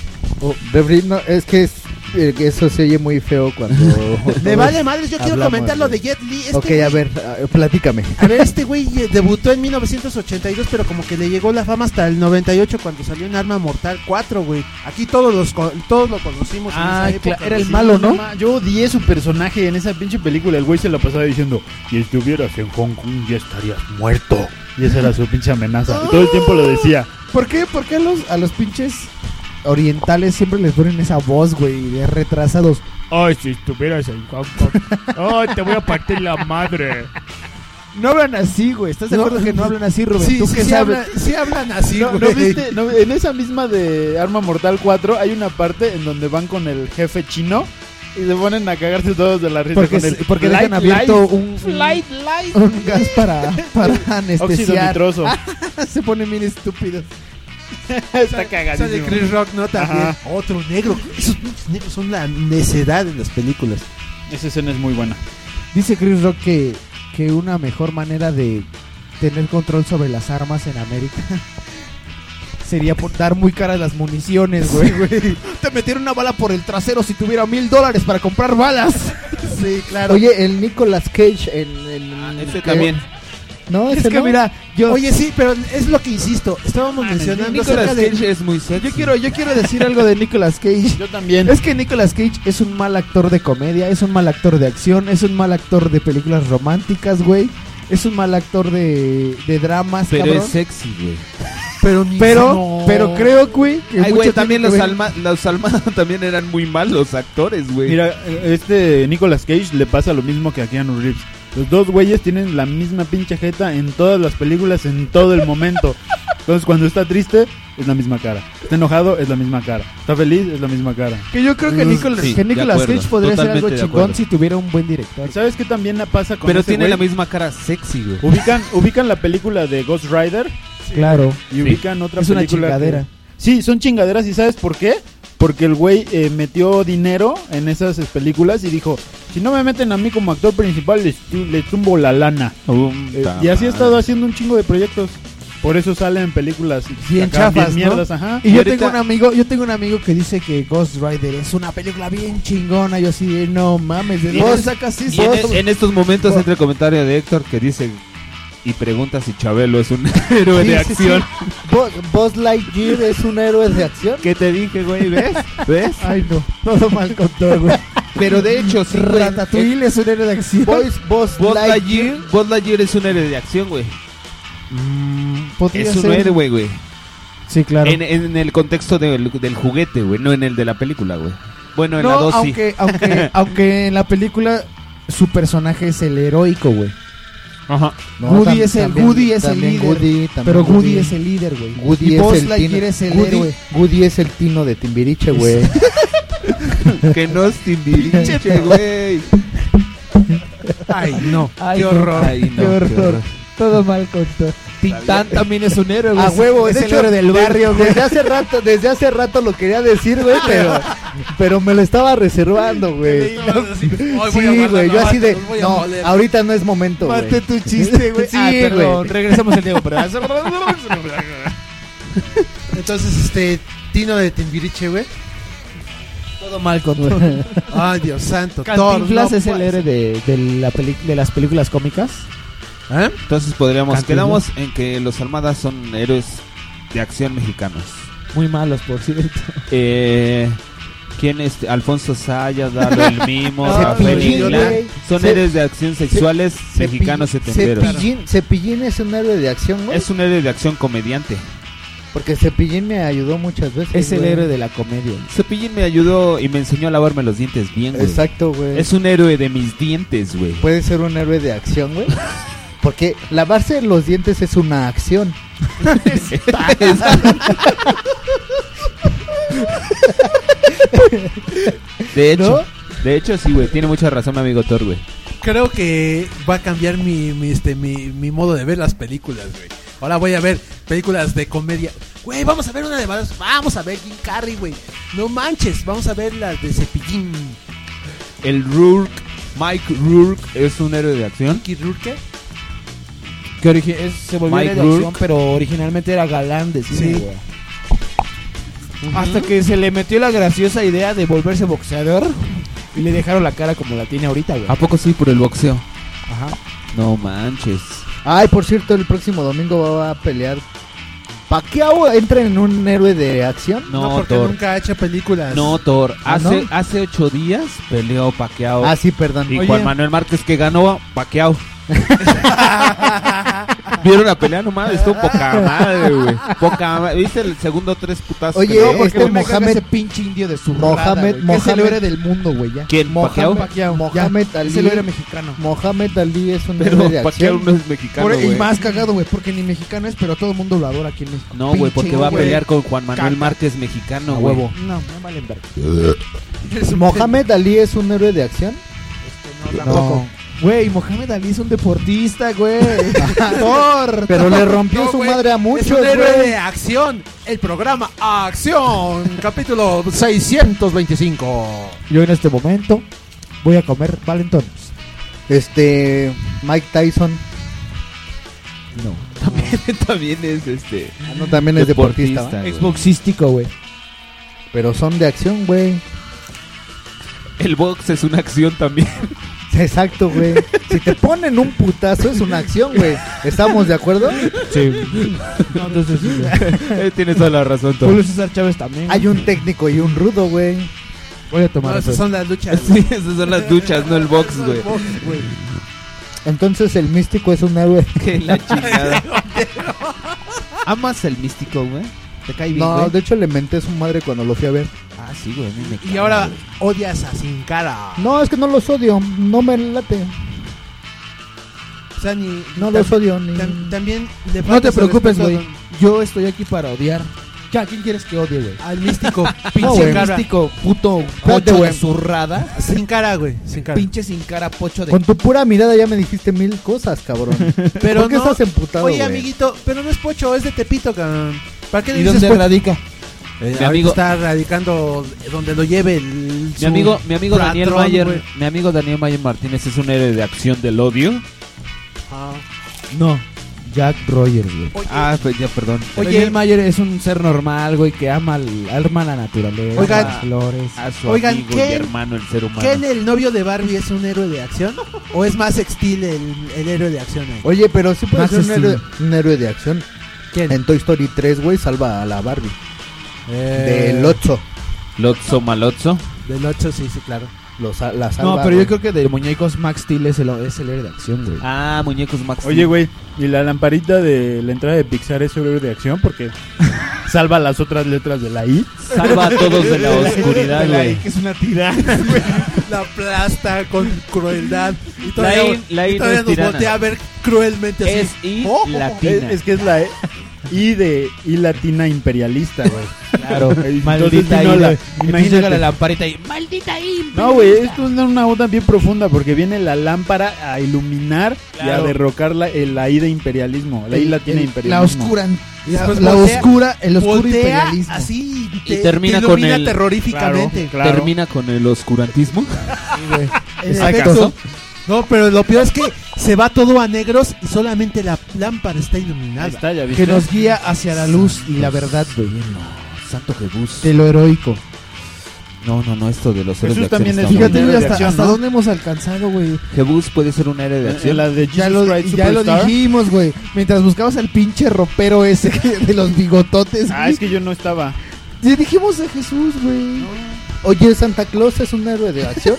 [SPEAKER 29] oh. Refri- no, es que es, eh, que eso se oye muy feo
[SPEAKER 6] <laughs>
[SPEAKER 29] cuando.
[SPEAKER 6] Ah,
[SPEAKER 4] Me vale madres, yo quiero
[SPEAKER 29] hablamos,
[SPEAKER 4] comentar lo de
[SPEAKER 29] güey.
[SPEAKER 4] Jet Li. Este
[SPEAKER 29] ok,
[SPEAKER 4] güey-
[SPEAKER 29] a ver, a- platícame.
[SPEAKER 4] A ver, este güey eh, debutó en 1982, pero como que le llegó la fama hasta el 98 cuando salió en Arma Mortal 4, güey. Aquí todos los co- todos lo conocimos. en
[SPEAKER 5] Ah,
[SPEAKER 4] esa época,
[SPEAKER 5] cla- era el
[SPEAKER 4] güey.
[SPEAKER 5] malo, ¿no? ma- Yo odié su personaje en esa pinche película. El güey se la pasaba diciendo: Si estuvieras en Hong Kong, ya estarías muerto. Y esa era su pinche amenaza. Y todo el tiempo lo decía.
[SPEAKER 6] ¿Por qué? ¿Por qué a los, a los pinches orientales siempre les ponen esa voz, güey, de retrasados?
[SPEAKER 5] Ay, si estuvieras en Hong Kong, ay, te voy a partir la madre.
[SPEAKER 6] No hablan así, güey. ¿Estás de
[SPEAKER 5] No.
[SPEAKER 6] acuerdo que no hablan así, Rubén?
[SPEAKER 5] Sí,
[SPEAKER 6] ¿Tú
[SPEAKER 5] sí,
[SPEAKER 6] qué
[SPEAKER 5] sí
[SPEAKER 6] sabes?
[SPEAKER 5] hablan-
[SPEAKER 4] sí hablan así,
[SPEAKER 5] No,
[SPEAKER 6] güey.
[SPEAKER 5] ¿no viste? No, en esa misma de Arma Mortal 4 hay una parte en donde van con el jefe chino y se ponen a cagarse todos de la risa
[SPEAKER 6] Porque,
[SPEAKER 5] con el
[SPEAKER 6] porque
[SPEAKER 5] light,
[SPEAKER 6] dejan abierto
[SPEAKER 5] light,
[SPEAKER 6] un,
[SPEAKER 5] light, light.
[SPEAKER 6] un gas para,
[SPEAKER 5] <laughs>
[SPEAKER 6] para
[SPEAKER 5] Óxido
[SPEAKER 6] anestesiar.
[SPEAKER 5] nitroso.
[SPEAKER 6] <laughs> Se ponen bien estúpidos. <laughs>
[SPEAKER 5] Está cagadísimo.
[SPEAKER 4] Sale Chris Rock, ¿no? También.
[SPEAKER 5] Ajá.
[SPEAKER 4] Otro negro. Esos pinches negros son la necedad en las películas.
[SPEAKER 5] Esa escena es muy
[SPEAKER 6] <laughs>
[SPEAKER 5] buena.
[SPEAKER 6] Dice Chris Rock que, que una mejor manera de tener control sobre las armas en América <laughs> sería por dar muy caras las municiones, güey. Te metieron una bala por el trasero si tuviera mil dólares para comprar <laughs> balas.
[SPEAKER 4] Sí,
[SPEAKER 29] Oye, el Nicolas Cage, el. el
[SPEAKER 21] Ah,
[SPEAKER 2] ese
[SPEAKER 29] que-
[SPEAKER 2] también.
[SPEAKER 29] No,
[SPEAKER 4] Es
[SPEAKER 29] ese
[SPEAKER 4] que
[SPEAKER 29] no.
[SPEAKER 4] mira, yo. Oye, sí, pero es lo que insisto. Estábamos mencionando
[SPEAKER 6] Nicolas
[SPEAKER 4] acerca de-
[SPEAKER 6] Cage es muy Yo quiero, yo quiero decir algo de Nicolas Cage.
[SPEAKER 5] Yo también.
[SPEAKER 6] Es que Nicolas Cage es un mal actor de comedia, es un mal actor de acción, es un mal actor de películas románticas, güey. Es un mal actor de, de dramas,
[SPEAKER 2] Pero
[SPEAKER 6] cabrón.
[SPEAKER 2] es sexy, güey.
[SPEAKER 4] Pero,
[SPEAKER 6] pero,
[SPEAKER 2] No.
[SPEAKER 6] pero creo, güey, que
[SPEAKER 2] Ay,
[SPEAKER 6] mucho
[SPEAKER 2] güey,
[SPEAKER 6] tiene
[SPEAKER 2] también
[SPEAKER 6] que
[SPEAKER 2] los,
[SPEAKER 6] ver-
[SPEAKER 2] alma, los Almada también eran muy malos actores, güey.
[SPEAKER 5] Mira, eh, este Nicolas Cage le pasa lo mismo que a Keanu Reeves. Los dos güeyes tienen la misma pinche jeta en todas las películas, en todo el momento. Entonces, cuando está triste, es la misma cara. Está enojado, es la misma cara. Está feliz, es la misma cara.
[SPEAKER 6] Que yo creo que Nicolas,
[SPEAKER 5] Sí,
[SPEAKER 6] que
[SPEAKER 5] de
[SPEAKER 6] Nicolas
[SPEAKER 5] acuerdo,
[SPEAKER 6] Cage podría ser algo
[SPEAKER 5] totalmente de
[SPEAKER 6] chingón
[SPEAKER 5] acuerdo.
[SPEAKER 6] si tuviera un buen director.
[SPEAKER 5] ¿Sabes qué también la pasa con
[SPEAKER 2] Pero
[SPEAKER 5] ese
[SPEAKER 2] tiene
[SPEAKER 5] güey?
[SPEAKER 2] la misma cara sexy, güey.
[SPEAKER 5] ¿Ubican, ubican la película de Ghost Rider?
[SPEAKER 6] Claro.
[SPEAKER 5] Y ubican otra
[SPEAKER 6] Es una
[SPEAKER 5] película
[SPEAKER 6] chingadera.
[SPEAKER 5] que- Sí, son chingaderas. ¿Y sabes por qué? Porque el güey eh, metió dinero en esas películas y dijo: Si no me meten a mí como actor principal, les, tu- les tumbo la lana.
[SPEAKER 2] Um,
[SPEAKER 5] Eh, y así ha estado haciendo un chingo de proyectos. Por eso salen películas
[SPEAKER 6] Bien
[SPEAKER 5] acá,
[SPEAKER 6] chafas,
[SPEAKER 5] bien
[SPEAKER 6] ¿no?
[SPEAKER 5] mierdas, ajá.
[SPEAKER 6] Y yo
[SPEAKER 5] ahorita-
[SPEAKER 6] tengo un amigo, yo tengo un amigo que dice que Ghost Rider es una película bien chingona. Yo así, de, no mames, ¿de
[SPEAKER 2] Y en e-
[SPEAKER 6] dónde
[SPEAKER 2] es-
[SPEAKER 6] sacas
[SPEAKER 2] y
[SPEAKER 6] eso?
[SPEAKER 2] en, es- en estos momentos entra el comentario de Héctor que dice y pregunta si Chabelo es un <laughs> héroe de
[SPEAKER 6] Sí, sí,
[SPEAKER 2] acción.
[SPEAKER 6] sí. <laughs> Bo- Buzz Lightyear es un héroe de acción.
[SPEAKER 2] ¿Qué te dije, güey? ¿Ves? ¿Ves?
[SPEAKER 6] Ay, no. Todo mal contado, güey.
[SPEAKER 2] Pero de hecho, sí, güey.
[SPEAKER 6] Ratatouille es un héroe de acción. Boys, Buzz,
[SPEAKER 2] Buzz
[SPEAKER 6] Lightyear.
[SPEAKER 2] Lightyear, Buzz Lightyear es un héroe de acción, güey.
[SPEAKER 21] Mm, podría
[SPEAKER 2] es un
[SPEAKER 21] ser.
[SPEAKER 2] héroe, güey.
[SPEAKER 21] Sí, claro.
[SPEAKER 2] En, en el contexto del, del juguete, güey, no en el de la película, güey. Bueno, en
[SPEAKER 21] No,
[SPEAKER 2] la dosis.
[SPEAKER 21] aunque,
[SPEAKER 2] <laughs>
[SPEAKER 21] aunque, aunque en la película su personaje es el heroico, güey.
[SPEAKER 2] Ajá.
[SPEAKER 6] No,
[SPEAKER 21] Woody
[SPEAKER 6] tam-
[SPEAKER 21] es el,
[SPEAKER 6] también-
[SPEAKER 21] Woody es el
[SPEAKER 6] también
[SPEAKER 21] líder.
[SPEAKER 6] Woody, también
[SPEAKER 21] pero Woody,
[SPEAKER 6] Woody.
[SPEAKER 21] es el líder, güey.
[SPEAKER 6] Woody
[SPEAKER 21] y
[SPEAKER 6] es
[SPEAKER 21] Buzz
[SPEAKER 6] el
[SPEAKER 21] Lightyear
[SPEAKER 6] tino.
[SPEAKER 21] es el
[SPEAKER 6] Woody,
[SPEAKER 21] héroe.
[SPEAKER 6] Woody es el tino de Timbiriche, güey.
[SPEAKER 2] que no es Timbiriche, güey.
[SPEAKER 4] Ay, no.
[SPEAKER 21] <laughs> Ay,
[SPEAKER 4] qué horror.
[SPEAKER 2] Ay, no,
[SPEAKER 21] qué horror.
[SPEAKER 2] qué horror.
[SPEAKER 21] Todo mal contado. Titán también es un héroe, güey.
[SPEAKER 6] A huevo,
[SPEAKER 21] es
[SPEAKER 6] Pues, de
[SPEAKER 21] el
[SPEAKER 6] hecho,
[SPEAKER 21] héroe del
[SPEAKER 6] de-
[SPEAKER 21] barrio, güey.
[SPEAKER 6] Desde hace rato, desde hace rato lo quería decir, güey, pero, pero me lo estaba reservando, güey.
[SPEAKER 21] "Hoy voy a
[SPEAKER 6] Sí,
[SPEAKER 21] guardar
[SPEAKER 6] güey,
[SPEAKER 21] la
[SPEAKER 6] yo así
[SPEAKER 21] bata,
[SPEAKER 6] de,
[SPEAKER 21] los voy a
[SPEAKER 6] no,
[SPEAKER 21] moler".
[SPEAKER 6] ahorita no es momento, güey.
[SPEAKER 21] Mate tu chiste,
[SPEAKER 4] <laughs>
[SPEAKER 21] güey.
[SPEAKER 6] Sí,
[SPEAKER 21] ah, perdón.
[SPEAKER 6] güey.
[SPEAKER 21] Regresamos al Diego, pero. <laughs>
[SPEAKER 4] Entonces, este, Tino de Timbiriche, güey.
[SPEAKER 21] Todo mal contado.
[SPEAKER 4] Ay, Dios santo.
[SPEAKER 21] Cantinflas
[SPEAKER 4] Thor,
[SPEAKER 21] es
[SPEAKER 4] no
[SPEAKER 21] el héroe de, de, la peli- de las películas cómicas.
[SPEAKER 2] ¿Eh? Entonces podríamos.
[SPEAKER 21] Cantinflas.
[SPEAKER 2] Quedamos en que los Almadas son héroes de acción mexicanos.
[SPEAKER 21] Muy malos, por cierto.
[SPEAKER 2] Eh. ¿Quién es? Alfonso Sayas, Dalo el Mimo,
[SPEAKER 6] No,
[SPEAKER 2] Rafael
[SPEAKER 6] Cepillín,
[SPEAKER 2] Inclán.
[SPEAKER 6] güey.
[SPEAKER 2] Son
[SPEAKER 6] Ce-
[SPEAKER 2] héroes de acción sexuales
[SPEAKER 6] Cepi-
[SPEAKER 2] mexicanos setenteros.
[SPEAKER 6] Cepillín, Cepillín es un héroe de acción, güey.
[SPEAKER 2] Es un héroe de acción comediante.
[SPEAKER 6] Porque Cepillín me ayudó muchas veces.
[SPEAKER 2] Es el
[SPEAKER 6] güey.
[SPEAKER 2] héroe de la comedia. Cepillín me ayudó y me enseñó a lavarme los dientes bien, güey.
[SPEAKER 6] Exacto, güey.
[SPEAKER 2] Es un héroe de mis dientes, güey.
[SPEAKER 6] Puede ser un héroe de acción, güey. Porque lavarse los dientes es una acción.
[SPEAKER 2] De hecho, de hecho sí, güey. Tiene mucha razón mi amigo Thor, güey.
[SPEAKER 4] Creo que va a cambiar mi, mi, este, mi, mi modo de ver las películas, güey. Ahora voy a ver películas de comedia. Güey, vamos a ver una de balazos. Vamos a ver Jim Carrey, güey. No manches, vamos a ver las de Cepillín.
[SPEAKER 2] El Rourke, Mike Rourke, es un héroe de acción.
[SPEAKER 4] ¿Mickey Rourke?
[SPEAKER 21] Que origi- es- se volvió
[SPEAKER 2] Mike
[SPEAKER 21] héroe de acción,
[SPEAKER 2] Rourke.
[SPEAKER 21] pero originalmente era galán de cine,
[SPEAKER 2] Sí.
[SPEAKER 21] güey. <laughs> Hasta que se le metió la graciosa idea de volverse boxeador y le dejaron la cara como la tiene ahorita, güey.
[SPEAKER 2] ¿A poco sí por el boxeo?
[SPEAKER 21] Ajá.
[SPEAKER 2] No manches.
[SPEAKER 6] Ay, por cierto, el próximo domingo va a pelear. ¿Pacquiao entra en un héroe de acción?
[SPEAKER 2] No, No, porque Thor.
[SPEAKER 4] Nunca ha hecho películas.
[SPEAKER 2] No, Thor.
[SPEAKER 6] ¿Ah,
[SPEAKER 2] Hace,
[SPEAKER 6] no?
[SPEAKER 2] hace ocho días peleó Paqueado.
[SPEAKER 6] Ah, sí, perdón.
[SPEAKER 2] Y
[SPEAKER 6] Oye.
[SPEAKER 2] Juan Manuel Márquez que ganó
[SPEAKER 6] <laughs>
[SPEAKER 2] Paqueado. ¿Vieron la pelea nomás? Estuvo poca madre, güey. Poca madre. ¿Viste el segundo tres putazos? que
[SPEAKER 6] Oye,
[SPEAKER 2] le
[SPEAKER 6] no,
[SPEAKER 2] dio?
[SPEAKER 6] porque
[SPEAKER 21] no
[SPEAKER 6] este
[SPEAKER 21] me caga
[SPEAKER 6] Mohamed.
[SPEAKER 21] ese pinche indio de su
[SPEAKER 6] Mohamed,
[SPEAKER 21] es el
[SPEAKER 6] Mohamed-
[SPEAKER 21] héroe del mundo, güey, ya.
[SPEAKER 2] ¿Quién?
[SPEAKER 6] Mohamed,
[SPEAKER 2] ¿Pacquiao?
[SPEAKER 6] Mohamed
[SPEAKER 21] Ya,
[SPEAKER 6] Ali.
[SPEAKER 21] es el héroe mexicano.
[SPEAKER 6] Mohamed Ali es un
[SPEAKER 2] Pero
[SPEAKER 6] héroe de
[SPEAKER 2] Pacquiao
[SPEAKER 6] acción.
[SPEAKER 2] no es mexicano,
[SPEAKER 21] Por- y
[SPEAKER 2] güey.
[SPEAKER 21] más cagado, güey, porque ni mexicano es, pero todo el mundo lo adora aquí en México.
[SPEAKER 2] No, güey,
[SPEAKER 21] Pinche
[SPEAKER 2] porque va a
[SPEAKER 21] güey.
[SPEAKER 2] pelear con Juan Manuel
[SPEAKER 21] Caca.
[SPEAKER 2] Márquez mexicano,
[SPEAKER 21] A
[SPEAKER 2] güey.
[SPEAKER 21] huevo.
[SPEAKER 2] <laughs>
[SPEAKER 21] No, no valen verga.
[SPEAKER 6] Mohamed Ali es un héroe de acción.
[SPEAKER 4] Este,
[SPEAKER 21] Tampoco. Güey, Mohamed Ali es un deportista,
[SPEAKER 6] <laughs>
[SPEAKER 21] güey.
[SPEAKER 6] Thor. Pero le rompió su madre a
[SPEAKER 4] Es
[SPEAKER 6] muchos,
[SPEAKER 4] un héroe
[SPEAKER 6] güey.
[SPEAKER 4] de acción. El programa Acción, capítulo 625.
[SPEAKER 21] Yo en este momento voy a comer valentones.
[SPEAKER 6] Este. Mike Tyson. No.
[SPEAKER 2] También es este.
[SPEAKER 6] Ah, no, también es deportista, ¿va?
[SPEAKER 2] güey.
[SPEAKER 21] Exboxístico, güey.
[SPEAKER 6] Pero son de acción,
[SPEAKER 21] <laughs>
[SPEAKER 6] güey.
[SPEAKER 2] El box es una acción también.
[SPEAKER 6] Exacto, güey. Si te ponen un putazo es una acción, güey. ¿Estamos de <laughs> acuerdo?
[SPEAKER 2] Sí.
[SPEAKER 21] No, entonces sí, güey.
[SPEAKER 2] <laughs> Tienes toda la razón, Thor.
[SPEAKER 21] Julio César Chávez también.
[SPEAKER 6] Hay un técnico y un rudo, güey.
[SPEAKER 21] Voy a
[SPEAKER 4] No,
[SPEAKER 21] tomar.
[SPEAKER 4] esas son las luchas.
[SPEAKER 2] <laughs> Sí, esas son las duchas, no el box, güey.
[SPEAKER 6] Entonces el místico es
[SPEAKER 4] <laughs>
[SPEAKER 6] un héroe.
[SPEAKER 2] Que la
[SPEAKER 6] <laughs>
[SPEAKER 2] chingada. ¿Amas el místico, güey? ¿Te cae bien,
[SPEAKER 6] No,
[SPEAKER 2] güey?
[SPEAKER 6] de hecho le menté a su madre cuando lo fui a ver.
[SPEAKER 2] Ah, sí, güey. a mí me
[SPEAKER 4] Y
[SPEAKER 2] cae,
[SPEAKER 4] ahora
[SPEAKER 2] güey.
[SPEAKER 4] odias a Sin Cara.
[SPEAKER 6] No, es que no los odio, no me late.
[SPEAKER 4] O sea, ni.
[SPEAKER 6] No
[SPEAKER 4] tam-
[SPEAKER 6] los odio ni.
[SPEAKER 4] tam- también le
[SPEAKER 21] No te
[SPEAKER 4] faltas el
[SPEAKER 21] preocupes,
[SPEAKER 4] respeto
[SPEAKER 21] güey.
[SPEAKER 4] a don-
[SPEAKER 21] Yo estoy aquí para odiar. ¿Qué- ¿A quién quieres que odie, güey?
[SPEAKER 4] Al
[SPEAKER 6] <laughs>
[SPEAKER 4] místico,
[SPEAKER 21] No,
[SPEAKER 4] pinche
[SPEAKER 21] güey,
[SPEAKER 4] cara.
[SPEAKER 21] místico, puto,
[SPEAKER 6] Espérate,
[SPEAKER 21] pocho
[SPEAKER 6] güey.
[SPEAKER 21] de zurrada.
[SPEAKER 4] Sin cara, güey. Sin cara.
[SPEAKER 21] Pinche sin cara, pocho de...
[SPEAKER 6] Con tu pura mirada ya me dijiste mil cosas, <laughs> cabrón.
[SPEAKER 4] Pero
[SPEAKER 6] ¿Por qué
[SPEAKER 4] no-
[SPEAKER 6] estás emputado,
[SPEAKER 4] Oye,
[SPEAKER 6] güey?
[SPEAKER 4] amiguito, pero no es Pocho, es de Tepito, cabrón. ¿Para qué le
[SPEAKER 21] ¿Y
[SPEAKER 4] dices
[SPEAKER 21] dónde
[SPEAKER 4] Pocho?
[SPEAKER 21] radica?
[SPEAKER 4] Eh,
[SPEAKER 2] Mi
[SPEAKER 4] ahorita
[SPEAKER 2] amigo-
[SPEAKER 4] está radicando donde lo lleve el.
[SPEAKER 2] Mi
[SPEAKER 4] su
[SPEAKER 2] amigo, mi amigo Daniel
[SPEAKER 4] patrón,
[SPEAKER 2] Mayer,
[SPEAKER 4] güey.
[SPEAKER 2] mi amigo Daniel Mayer Martínez es un héroe de acción del odio.
[SPEAKER 4] Ah.
[SPEAKER 21] No.
[SPEAKER 6] Jack Rogers, güey.
[SPEAKER 2] Ah, pues ya, perdón.
[SPEAKER 3] Oye, el Mayer es un ser normal, güey, que ama, al- ama la naturaleza,
[SPEAKER 4] Oigan,
[SPEAKER 3] las flores.
[SPEAKER 2] A su
[SPEAKER 4] Oigan,
[SPEAKER 2] amigo y
[SPEAKER 4] ¿qué-
[SPEAKER 2] hermano, el ser humano.
[SPEAKER 4] ¿Ken, el novio de Barbie, es un héroe de acción? ¿O es más Steel el, el héroe de acción? ahí?
[SPEAKER 30] Oye, pero sí puede
[SPEAKER 4] Max
[SPEAKER 30] ser un
[SPEAKER 4] Steel.
[SPEAKER 30] héroe, un héroe de acción. En Toy Story 3, güey, salva a la Barbie.
[SPEAKER 4] Eh.
[SPEAKER 30] Del 8.
[SPEAKER 2] Lotso malotso.
[SPEAKER 4] Del 8, sí, sí, claro.
[SPEAKER 30] Los, la
[SPEAKER 3] No, pero yo creo que de muñecos Max Steel es el, es el héroe de acción, güey.
[SPEAKER 2] Ah, muñecos Max.
[SPEAKER 3] Steel.
[SPEAKER 5] Oye, güey, ¿y la lamparita de la entrada de Pixar es héroe de acción?
[SPEAKER 6] <laughs>
[SPEAKER 5] Porque salva las otras letras de la I.
[SPEAKER 2] Salva a todos
[SPEAKER 4] <laughs>
[SPEAKER 6] <laughs>
[SPEAKER 2] de la oscuridad,
[SPEAKER 5] De la I,
[SPEAKER 2] güey.
[SPEAKER 5] que es una tirana,
[SPEAKER 4] güey. La aplasta con crueldad. Y
[SPEAKER 5] La
[SPEAKER 4] todavía,
[SPEAKER 5] I- la
[SPEAKER 4] y
[SPEAKER 5] I no
[SPEAKER 4] todavía
[SPEAKER 5] es
[SPEAKER 4] nos
[SPEAKER 5] tirana.
[SPEAKER 4] voltea a ver cruelmente así.
[SPEAKER 5] Es
[SPEAKER 2] I
[SPEAKER 5] Es, es que es la E- I de I latina imperialista, güey.
[SPEAKER 3] Claro,
[SPEAKER 5] <laughs> Entonces
[SPEAKER 3] maldita
[SPEAKER 5] vino
[SPEAKER 3] I,
[SPEAKER 5] la-
[SPEAKER 3] güey.
[SPEAKER 5] imagínate.
[SPEAKER 3] Llega la lamparita y,
[SPEAKER 5] ¡Maldita I! No, güey, esto es una onda bien profunda porque viene la lámpara a iluminar y a
[SPEAKER 30] Claro.
[SPEAKER 5] derrocar la, el- la I de imperialismo. La I
[SPEAKER 30] El-
[SPEAKER 5] latina
[SPEAKER 30] el-
[SPEAKER 5] imperialismo.
[SPEAKER 30] la oscura-
[SPEAKER 5] Y
[SPEAKER 30] la-
[SPEAKER 5] después
[SPEAKER 30] la
[SPEAKER 5] voltea-
[SPEAKER 30] oscura- el oscuro
[SPEAKER 5] voltea
[SPEAKER 30] imperialismo.
[SPEAKER 4] Así
[SPEAKER 5] y te-
[SPEAKER 2] termina
[SPEAKER 5] te
[SPEAKER 2] con
[SPEAKER 5] ilumina
[SPEAKER 2] el
[SPEAKER 5] terroríficamente.
[SPEAKER 2] Claro, claro. Termina con el oscurantismo. <laughs>
[SPEAKER 4] En
[SPEAKER 2] Exacto.
[SPEAKER 4] efecto. No, pero lo peor es que se va todo a negros y solamente la lámpara está iluminada.
[SPEAKER 3] que nos guía hacia la luz y la verdad, güey.
[SPEAKER 2] Santo Jesús.
[SPEAKER 3] De lo heroico.
[SPEAKER 2] No, no, no, esto de los héroes de acción está muy
[SPEAKER 6] Fíjate,
[SPEAKER 2] mal.
[SPEAKER 6] güey, hasta, hasta dónde hemos alcanzado, güey.
[SPEAKER 2] Jebus puede ser un
[SPEAKER 6] Eh,
[SPEAKER 2] héroe de acción.
[SPEAKER 6] ya lo, ya lo dijimos, güey. Mientras buscabas al pinche ropero ese <laughs> que- de los bigototes.
[SPEAKER 5] Ah,
[SPEAKER 6] güey.
[SPEAKER 5] es que yo no estaba.
[SPEAKER 6] Ya dijimos de Jesús, güey.
[SPEAKER 30] Oye, Santa Claus es un héroe de
[SPEAKER 5] <laughs>
[SPEAKER 30] acción.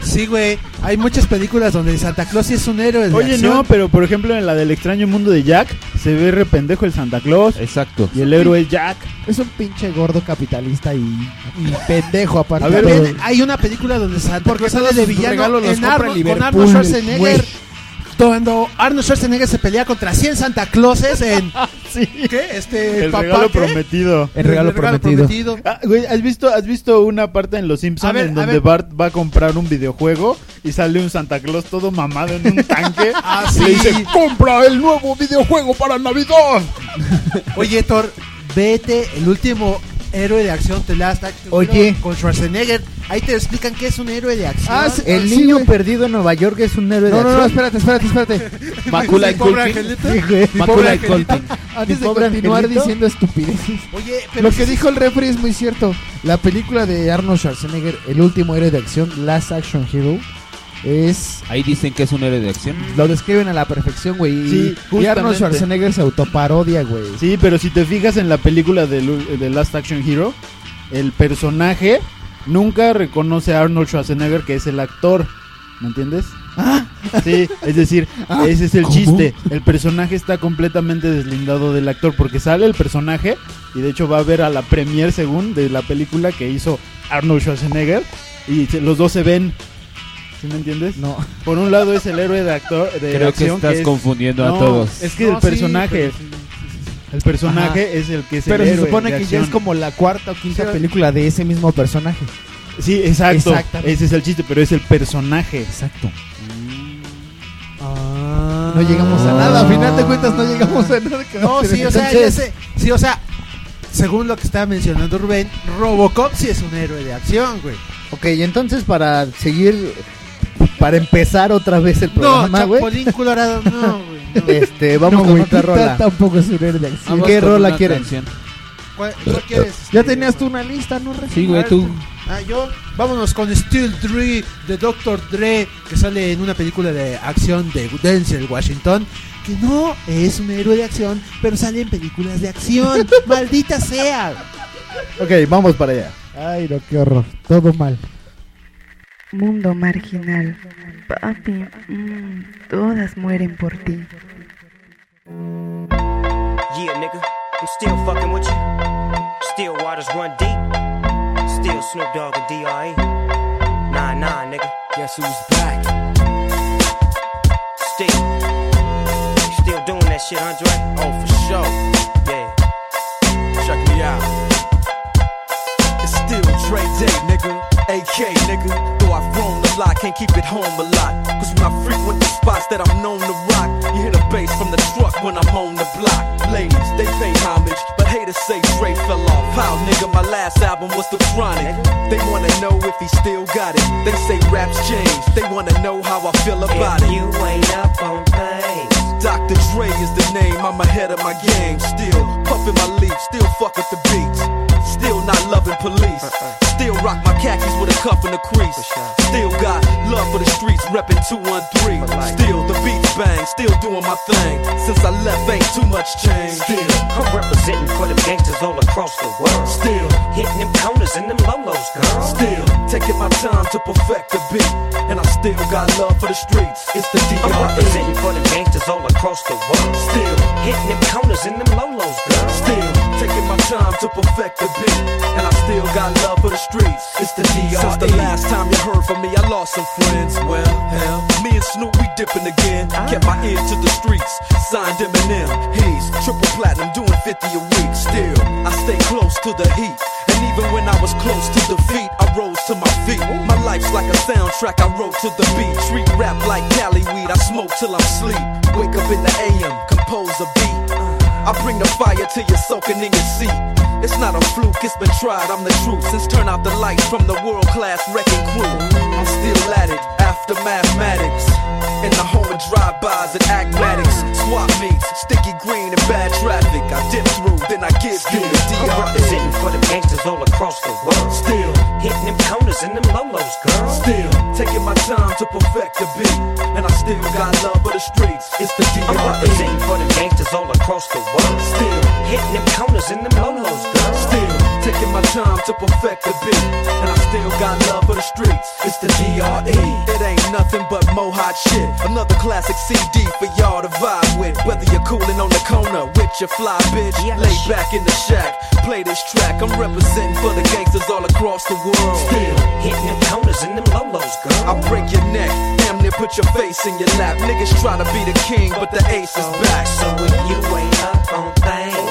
[SPEAKER 4] Sí, güey. Hay muchas películas donde Santa Claus sí es un héroe de
[SPEAKER 5] Oye,
[SPEAKER 4] acción.
[SPEAKER 5] no, pero por ejemplo en la del extraño mundo de Jack se ve rependejo el Santa Claus.
[SPEAKER 2] Exacto.
[SPEAKER 5] Y el héroe es Jack.
[SPEAKER 6] Es un pinche gordo capitalista y, y pendejo aparte.
[SPEAKER 5] A ver,
[SPEAKER 6] Pero-
[SPEAKER 5] ven,
[SPEAKER 4] Hay una película donde Santa Porque
[SPEAKER 6] todos
[SPEAKER 4] sale de
[SPEAKER 6] sus
[SPEAKER 4] villano
[SPEAKER 6] regalos los
[SPEAKER 4] en
[SPEAKER 6] compra
[SPEAKER 4] Arnold- con
[SPEAKER 6] Liverpool,
[SPEAKER 4] Arnold Schwarzenegger.
[SPEAKER 6] güey.
[SPEAKER 4] Cuando Arnold Schwarzenegger se pelea contra 100 Santa Clauses
[SPEAKER 6] <laughs>
[SPEAKER 4] en... ¿Qué? Este,
[SPEAKER 5] El
[SPEAKER 4] papá,
[SPEAKER 5] regalo
[SPEAKER 4] ¿qué?
[SPEAKER 5] prometido.
[SPEAKER 4] El regalo El regalo prometido.
[SPEAKER 5] Ah, güey, ¿has visto, has visto una parte en Los
[SPEAKER 4] A
[SPEAKER 5] Simpsons
[SPEAKER 4] ver,
[SPEAKER 5] en
[SPEAKER 4] a
[SPEAKER 5] donde
[SPEAKER 4] ver.
[SPEAKER 5] Bart va a comprar un videojuego y sale un Santa Claus todo mamado en un tanque?
[SPEAKER 4] <laughs> Ah,
[SPEAKER 5] Y
[SPEAKER 4] sí.
[SPEAKER 5] Le dice, compra el nuevo videojuego para Navidad.
[SPEAKER 4] <laughs> Oye, Thor, vete, el último héroe de acción te la hasta
[SPEAKER 30] Oye.
[SPEAKER 4] con Schwarzenegger. Ahí te explican qué es un héroe de acción.
[SPEAKER 6] Ah, sí,
[SPEAKER 30] El
[SPEAKER 6] sí,
[SPEAKER 30] niño
[SPEAKER 6] güey.
[SPEAKER 30] perdido en Nueva York es un héroe de
[SPEAKER 6] No, no,
[SPEAKER 30] acción.
[SPEAKER 6] no, espérate, espérate, espérate.
[SPEAKER 30] Macula
[SPEAKER 4] Mi
[SPEAKER 30] y
[SPEAKER 4] pobre
[SPEAKER 30] Culkin.
[SPEAKER 4] angelito.
[SPEAKER 30] Sí, güey.
[SPEAKER 4] Mi
[SPEAKER 30] Macula
[SPEAKER 4] pobre
[SPEAKER 30] y
[SPEAKER 4] angelito.
[SPEAKER 30] Culkin.
[SPEAKER 6] Antes
[SPEAKER 30] Mi
[SPEAKER 6] de
[SPEAKER 30] pobre
[SPEAKER 6] Ah, continuar
[SPEAKER 30] angelito.
[SPEAKER 6] diciendo estupideces.
[SPEAKER 4] Oye,
[SPEAKER 6] Lo que dijo el refri es muy cierto. La película de Arnold Schwarzenegger, el último héroe de acción, Last Action Hero, es...
[SPEAKER 2] Ahí dicen que es un héroe de acción.
[SPEAKER 6] Lo describen a la perfección, güey. y-
[SPEAKER 5] Sí,
[SPEAKER 6] y
[SPEAKER 5] justamente.
[SPEAKER 6] Arnold Schwarzenegger se autoparodia, güey.
[SPEAKER 5] Sí, pero si te fijas en la película de, Lu- de Last Action Hero, el personaje nunca reconoce a Arnold Schwarzenegger que es el actor. ¿Me entiendes?
[SPEAKER 2] Ah.
[SPEAKER 5] Sí, es decir, ese es el
[SPEAKER 6] ¿cómo?
[SPEAKER 5] chiste. El personaje está completamente deslindado del actor porque sale el personaje y de hecho va a ver a la premier según de la película que hizo Arnold Schwarzenegger y se- los dos se ven. ¿Sí me entiendes?
[SPEAKER 6] No.
[SPEAKER 5] Por un lado es el héroe de actor de
[SPEAKER 2] Creo que
[SPEAKER 5] acción
[SPEAKER 2] estás
[SPEAKER 5] es-
[SPEAKER 2] confundiendo a
[SPEAKER 5] No,
[SPEAKER 2] todos.
[SPEAKER 5] Es que
[SPEAKER 6] No,
[SPEAKER 5] el
[SPEAKER 6] sí,
[SPEAKER 5] personaje
[SPEAKER 6] pero
[SPEAKER 5] el personaje es el que es
[SPEAKER 6] Pero
[SPEAKER 5] el
[SPEAKER 6] se
[SPEAKER 5] héroe
[SPEAKER 6] supone
[SPEAKER 5] de
[SPEAKER 6] que
[SPEAKER 5] acción.
[SPEAKER 6] ya es como la cuarta o quinta
[SPEAKER 5] Sí,
[SPEAKER 6] película de ese mismo personaje.
[SPEAKER 5] Sí, exacto.
[SPEAKER 6] Exactamente.
[SPEAKER 5] Ese es el chiste, pero es el personaje.
[SPEAKER 6] Exacto.
[SPEAKER 4] Ah.
[SPEAKER 6] No llegamos a nada, a final de cuentas no llegamos a nada. que
[SPEAKER 4] No, sí, o sea, ya
[SPEAKER 6] Entonces-
[SPEAKER 4] sé. Sí, o sea, según lo que estaba mencionando Rubén, Robocop sí es un héroe de acción, güey.
[SPEAKER 30] Ok, y entonces para seguir, para empezar otra vez el
[SPEAKER 4] No,
[SPEAKER 30] programa, güey.
[SPEAKER 4] Chapulín Colorado, no, güey.
[SPEAKER 30] <laughs> Este, vamos
[SPEAKER 6] No,
[SPEAKER 30] con
[SPEAKER 6] güey,
[SPEAKER 30] otra
[SPEAKER 6] Tita
[SPEAKER 30] rola.
[SPEAKER 6] Tampoco es un héroe de acción.
[SPEAKER 30] ¿Qué rola quieren?
[SPEAKER 4] ¿Cuál, cuál quieres?
[SPEAKER 6] Ya tenías tú una lista, ¿no? Rafa?
[SPEAKER 2] Sí, güey, tú.
[SPEAKER 4] Ah, yo. Vámonos con Steel Dre de Dr. Dre, que sale en una película de acción de Denzel Washington, que no es un héroe de acción, pero sale en películas de
[SPEAKER 6] <laughs>
[SPEAKER 4] acción. ¡Maldita sea!
[SPEAKER 30] Ok, vamos para allá.
[SPEAKER 6] Ay, no, qué horror. Todo mal.
[SPEAKER 11] Mundo marginal. Papi, mm, todas mueren por ti.
[SPEAKER 31] Yeah, nigga, I'm still fucking with you. Still waters run deep. Still Snoop Dogg and D.R.E. Nah, nah, nigga. Guess who's back? Still. You Still doing that shit, Andre? Oh, for sure. Yeah. Check me out.
[SPEAKER 32] It's still Dre Day, nigga. AK, nigga. Though I've grown a lot, can't keep it home a lot. Cause when I frequent the spots that I'm known to rock, you hear the bass from the truck when I'm on the block. Ladies, they pay homage, but haters say Dre fell off. How, nigga, my last album was The Chronic. They wanna know if he still got it. They say raps changed, they wanna know how I feel about
[SPEAKER 31] If
[SPEAKER 32] it.
[SPEAKER 31] you ain't up on things,
[SPEAKER 32] Dr. Dr. Dre is the name, I'm ahead of my game. Still puffin' my leaf, still fuck with the beats. Still not loving police. Still rock my khakis with a cuff and a crease. Still got love for the streets, reppin' 213. Still the beats bang, still doing my thing. Since I left, ain't too much change. Still,
[SPEAKER 31] I'm representing for them gangsters all across the world.
[SPEAKER 32] Still
[SPEAKER 31] hitting them corners and them lolos, girl.
[SPEAKER 32] Still taking my time to perfect the beat, and I still got love for the streets. It's the D.R.E.
[SPEAKER 31] I'm representing for them gangsters all across the world. Still hitting them corners and them lolos, girl.
[SPEAKER 32] Still taking my time to perfect the beat, and I still got love for the streets. It's the D.R.E. Since the last time you heard from me, I lost some friends. Well, hell, me and Snoop we dipping again. Kept my ear to the streets, signed Eminem. He's triple platinum, doing 50 a week. Still, I stay close to the heat, and even when I was close to defeat, I rose to my feet. My life's like a soundtrack I wrote to the beat. Treat rap like Cali weed, I smoke till I'm sleep. Wake up in the AM, compose a beat. I bring the fire till you're soaking in your seat. It's not a fluke, it's been tried, I'm the truth. Since turn out the lights from the world class wrecking crew, I'm still at it after mathematics. In the home of drive-bys and acmatics, swap meets, sticky green and bad traffic. I dip through, then I give you the
[SPEAKER 31] I'm representing for them gangsters all across the world.
[SPEAKER 32] Still
[SPEAKER 31] hitting them corners and them lolos, girl.
[SPEAKER 32] Still taking my time to perfect the beat, and I still got love for the streets. It's the D.R.E.
[SPEAKER 31] I'm representing for them gangsters all across the world.
[SPEAKER 32] Still
[SPEAKER 31] hitting them corners and them lolos, girl.
[SPEAKER 32] Still taking my time to perfect the beat, and I still got love for the streets. It's the D.R.E. It ain't nothing but mohawk shit. Another classic CD for y'all to vibe with. Whether you're cooling on the corner with your fly bitch, lay back in the shack, play this track. I'm representing for the gangsters all across the world. Still
[SPEAKER 31] hitting them corners and them lolos,
[SPEAKER 32] I
[SPEAKER 31] girl.
[SPEAKER 32] break your neck, damn near put your face in your lap. Niggas try to be the king, but the ace is back. So
[SPEAKER 31] if you ain't up on things,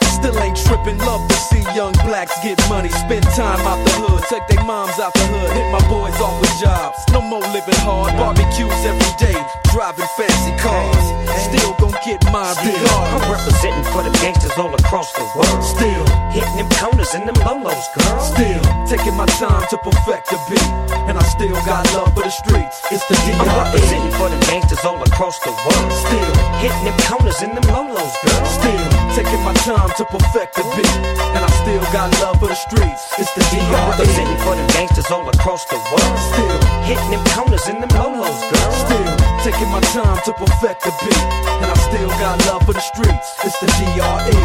[SPEAKER 32] Still ain't tripping, love to see young blacks get money. Spend time out the hood, take their moms out the hood, hit my boys off with jobs. No more living hard, barbecues every day, driving fancy cars. Still gon' get mine
[SPEAKER 31] I'm
[SPEAKER 32] regardless.
[SPEAKER 31] representing for them gangsters all across the world.
[SPEAKER 32] Still
[SPEAKER 31] hitting them corners and them lolos, girl.
[SPEAKER 32] Still taking my time to perfect the beat, and I still got love for the streets. It's the D.R.E.
[SPEAKER 31] I'm representing for them gangsters all across the world.
[SPEAKER 32] Still
[SPEAKER 31] hitting them corners and them lolos, girl.
[SPEAKER 32] Still taking my time to perfect the beat, and I still got love for the streets. It's the
[SPEAKER 31] I'm
[SPEAKER 32] D.R.E.
[SPEAKER 31] representing for them gangsters all across the world.
[SPEAKER 32] Still
[SPEAKER 31] hitting them corners and them lolos, girl.
[SPEAKER 32] Still taking my time to perfect the beat, and I still got love for the streets. It's the E. D.R.E.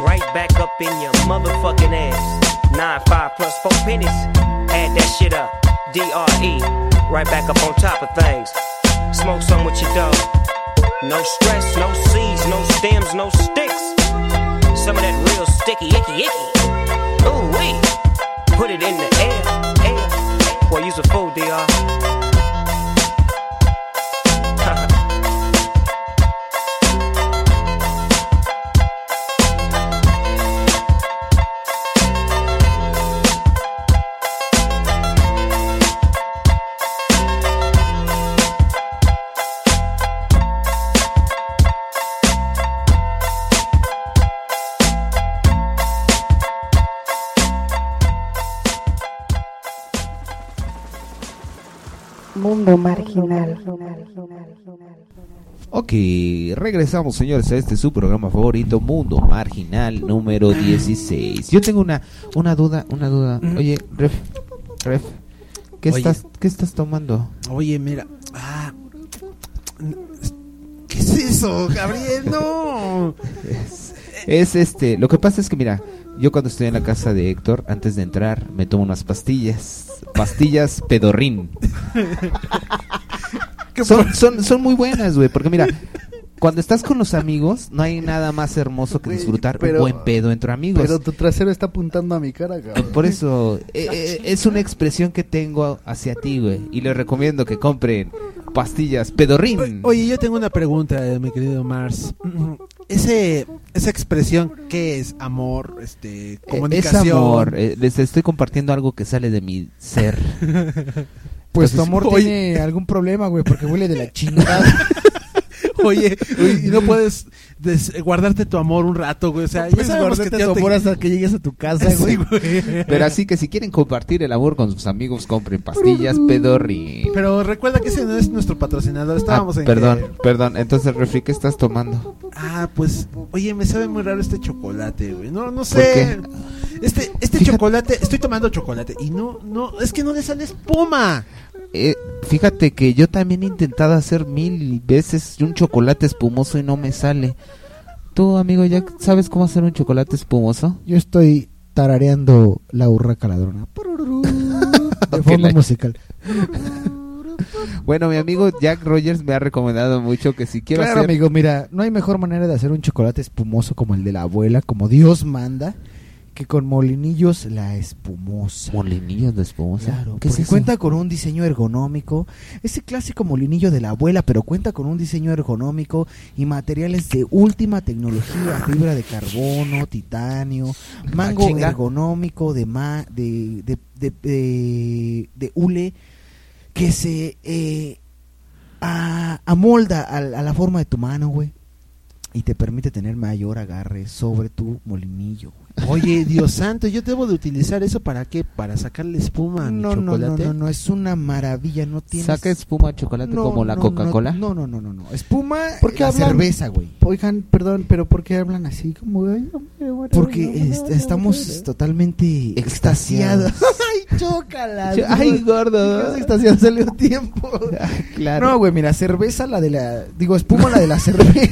[SPEAKER 31] Right back up in your motherfucking ass. Nine five plus four pennies. Add that shit up. D R E. Right back up on top of things. Smoke some with your dog. No stress, no seeds, no stems, no sticks. Some of that real sticky, icky, icky. Ooh wee. Put it in the air, air. Boy, you's a fool, Dr.
[SPEAKER 11] Mundo marginal.
[SPEAKER 2] Ok, regresamos señores a este su programa favorito, Mundo Marginal número 16. Yo tengo una, una duda, una duda.
[SPEAKER 30] Mm.
[SPEAKER 2] Oye, Ref, Ref, ¿qué,
[SPEAKER 4] Oye.
[SPEAKER 2] estás, ¿qué estás tomando?
[SPEAKER 4] Oye, mira. Ah. ¿Qué es eso, Gabriel? No.
[SPEAKER 2] <laughs> Es este, lo que pasa es que mira, yo cuando estoy en la casa de Héctor, antes de entrar, me tomo unas pastillas, pastillas pedorrín. Son, son, son muy buenas, güey, porque mira, cuando estás con los amigos, no hay nada más hermoso que disfrutar
[SPEAKER 6] pero-
[SPEAKER 2] un buen pedo entre amigos.
[SPEAKER 6] Pero tu trasero está apuntando a mi cara, cabrón.
[SPEAKER 2] Por eso, eh, eh, es una expresión que tengo hacia ti, güey, y les recomiendo que compren pastillas pedorrín.
[SPEAKER 4] Oye, yo tengo una pregunta, eh, mi querido Mars. Mm, Ese, esa expresión, ¿qué es? Amor,
[SPEAKER 6] E-,
[SPEAKER 4] este,
[SPEAKER 2] Eh,
[SPEAKER 4] comunicación. <laughs>
[SPEAKER 2] Es amor. eh, les estoy compartiendo algo que sale de mi ser.
[SPEAKER 16] Pues tu
[SPEAKER 4] <laughs>
[SPEAKER 2] Entonces,
[SPEAKER 16] amor
[SPEAKER 2] oye,
[SPEAKER 16] tiene algún problema, güey, porque huele de la chingada.
[SPEAKER 4] Oye, oye, y no puedes, des- guardarte tu amor un rato, güey. O sea, ya
[SPEAKER 6] puedes
[SPEAKER 4] sabemos que
[SPEAKER 6] guardarte
[SPEAKER 4] ya
[SPEAKER 6] tu
[SPEAKER 4] te-
[SPEAKER 6] amor hasta que llegues a tu casa,
[SPEAKER 4] Sí,
[SPEAKER 6] güey.
[SPEAKER 4] güey.
[SPEAKER 2] Pero así que si quieren compartir el amor con sus amigos, compren pastillas, pedorri.
[SPEAKER 4] Pero recuerda que ese no es nuestro
[SPEAKER 6] Ah,
[SPEAKER 4] patrocinador. Estábamos en.
[SPEAKER 2] Ah, Perdón, perdón. Entonces, Refri, ¿qué estás tomando?
[SPEAKER 4] Ah, pues, oye, me sabe muy raro este chocolate, güey. No, no
[SPEAKER 2] ¿Por
[SPEAKER 4] sé. Este, este chocolate, estoy tomando chocolate y no, no, es que no le sale espuma.
[SPEAKER 2] Eh, fíjate que yo también he intentado hacer mil veces un chocolate espumoso y no me sale. ¿Tú, amigo, ya sabes cómo hacer un chocolate espumoso?
[SPEAKER 6] Yo estoy tarareando la urraca
[SPEAKER 2] <laughs>
[SPEAKER 6] ladrona. De
[SPEAKER 2] Ok,
[SPEAKER 6] fondo
[SPEAKER 2] la-
[SPEAKER 6] musical.
[SPEAKER 2] Bueno, mi amigo Jack Rogers me ha recomendado mucho que si quiero
[SPEAKER 6] Claro,
[SPEAKER 2] hacer...
[SPEAKER 6] amigo, mira, no hay mejor manera de hacer un chocolate espumoso como el de la abuela, como Dios manda, que con molinillos la espumosa.
[SPEAKER 2] ¿Molinillos de espumosa?
[SPEAKER 6] Claro,
[SPEAKER 2] ¿Qué
[SPEAKER 6] que
[SPEAKER 2] es
[SPEAKER 6] se
[SPEAKER 2] eso?
[SPEAKER 6] cuenta con un diseño ergonómico, ese clásico molinillo de la abuela, pero cuenta con un diseño ergonómico y materiales de última tecnología, fibra de carbono, titanio, mango
[SPEAKER 2] Ah, chinga.
[SPEAKER 6] ergonómico de ma, de de, de, de- de hule que se eh, a- amolda a, a la forma de tu mano, güey. Y te permite tener mayor agarre sobre tu molinillo.
[SPEAKER 4] Oye, Dios santo, yo debo de utilizar eso para qué? Para sacarle espuma a mi
[SPEAKER 6] No, no,
[SPEAKER 4] chocolate.
[SPEAKER 6] no, no, no, es una maravilla, no tienes...
[SPEAKER 2] ¿Saca espuma de chocolate
[SPEAKER 6] No,
[SPEAKER 2] como la
[SPEAKER 6] no, no,
[SPEAKER 2] Coca-Cola?
[SPEAKER 6] No, no, no, no, no. Espuma,
[SPEAKER 5] ¿Por qué
[SPEAKER 6] la
[SPEAKER 5] hablan?
[SPEAKER 6] cerveza, güey.
[SPEAKER 5] Oigan, perdón, pero ¿por qué hablan así? Como, ay, hombre, bueno, no,
[SPEAKER 6] Porque
[SPEAKER 5] no,
[SPEAKER 6] est-
[SPEAKER 5] no,
[SPEAKER 6] estamos totalmente
[SPEAKER 2] <laughs>
[SPEAKER 6] extasiados.
[SPEAKER 5] <laughs> Ay, chócala.
[SPEAKER 6] Yo- ay,
[SPEAKER 5] gordo.
[SPEAKER 6] Estación salió a <laughs> tiempo.
[SPEAKER 5] claro.
[SPEAKER 6] No, güey, mira, cerveza la de la... Digo, espuma la de la cerveza.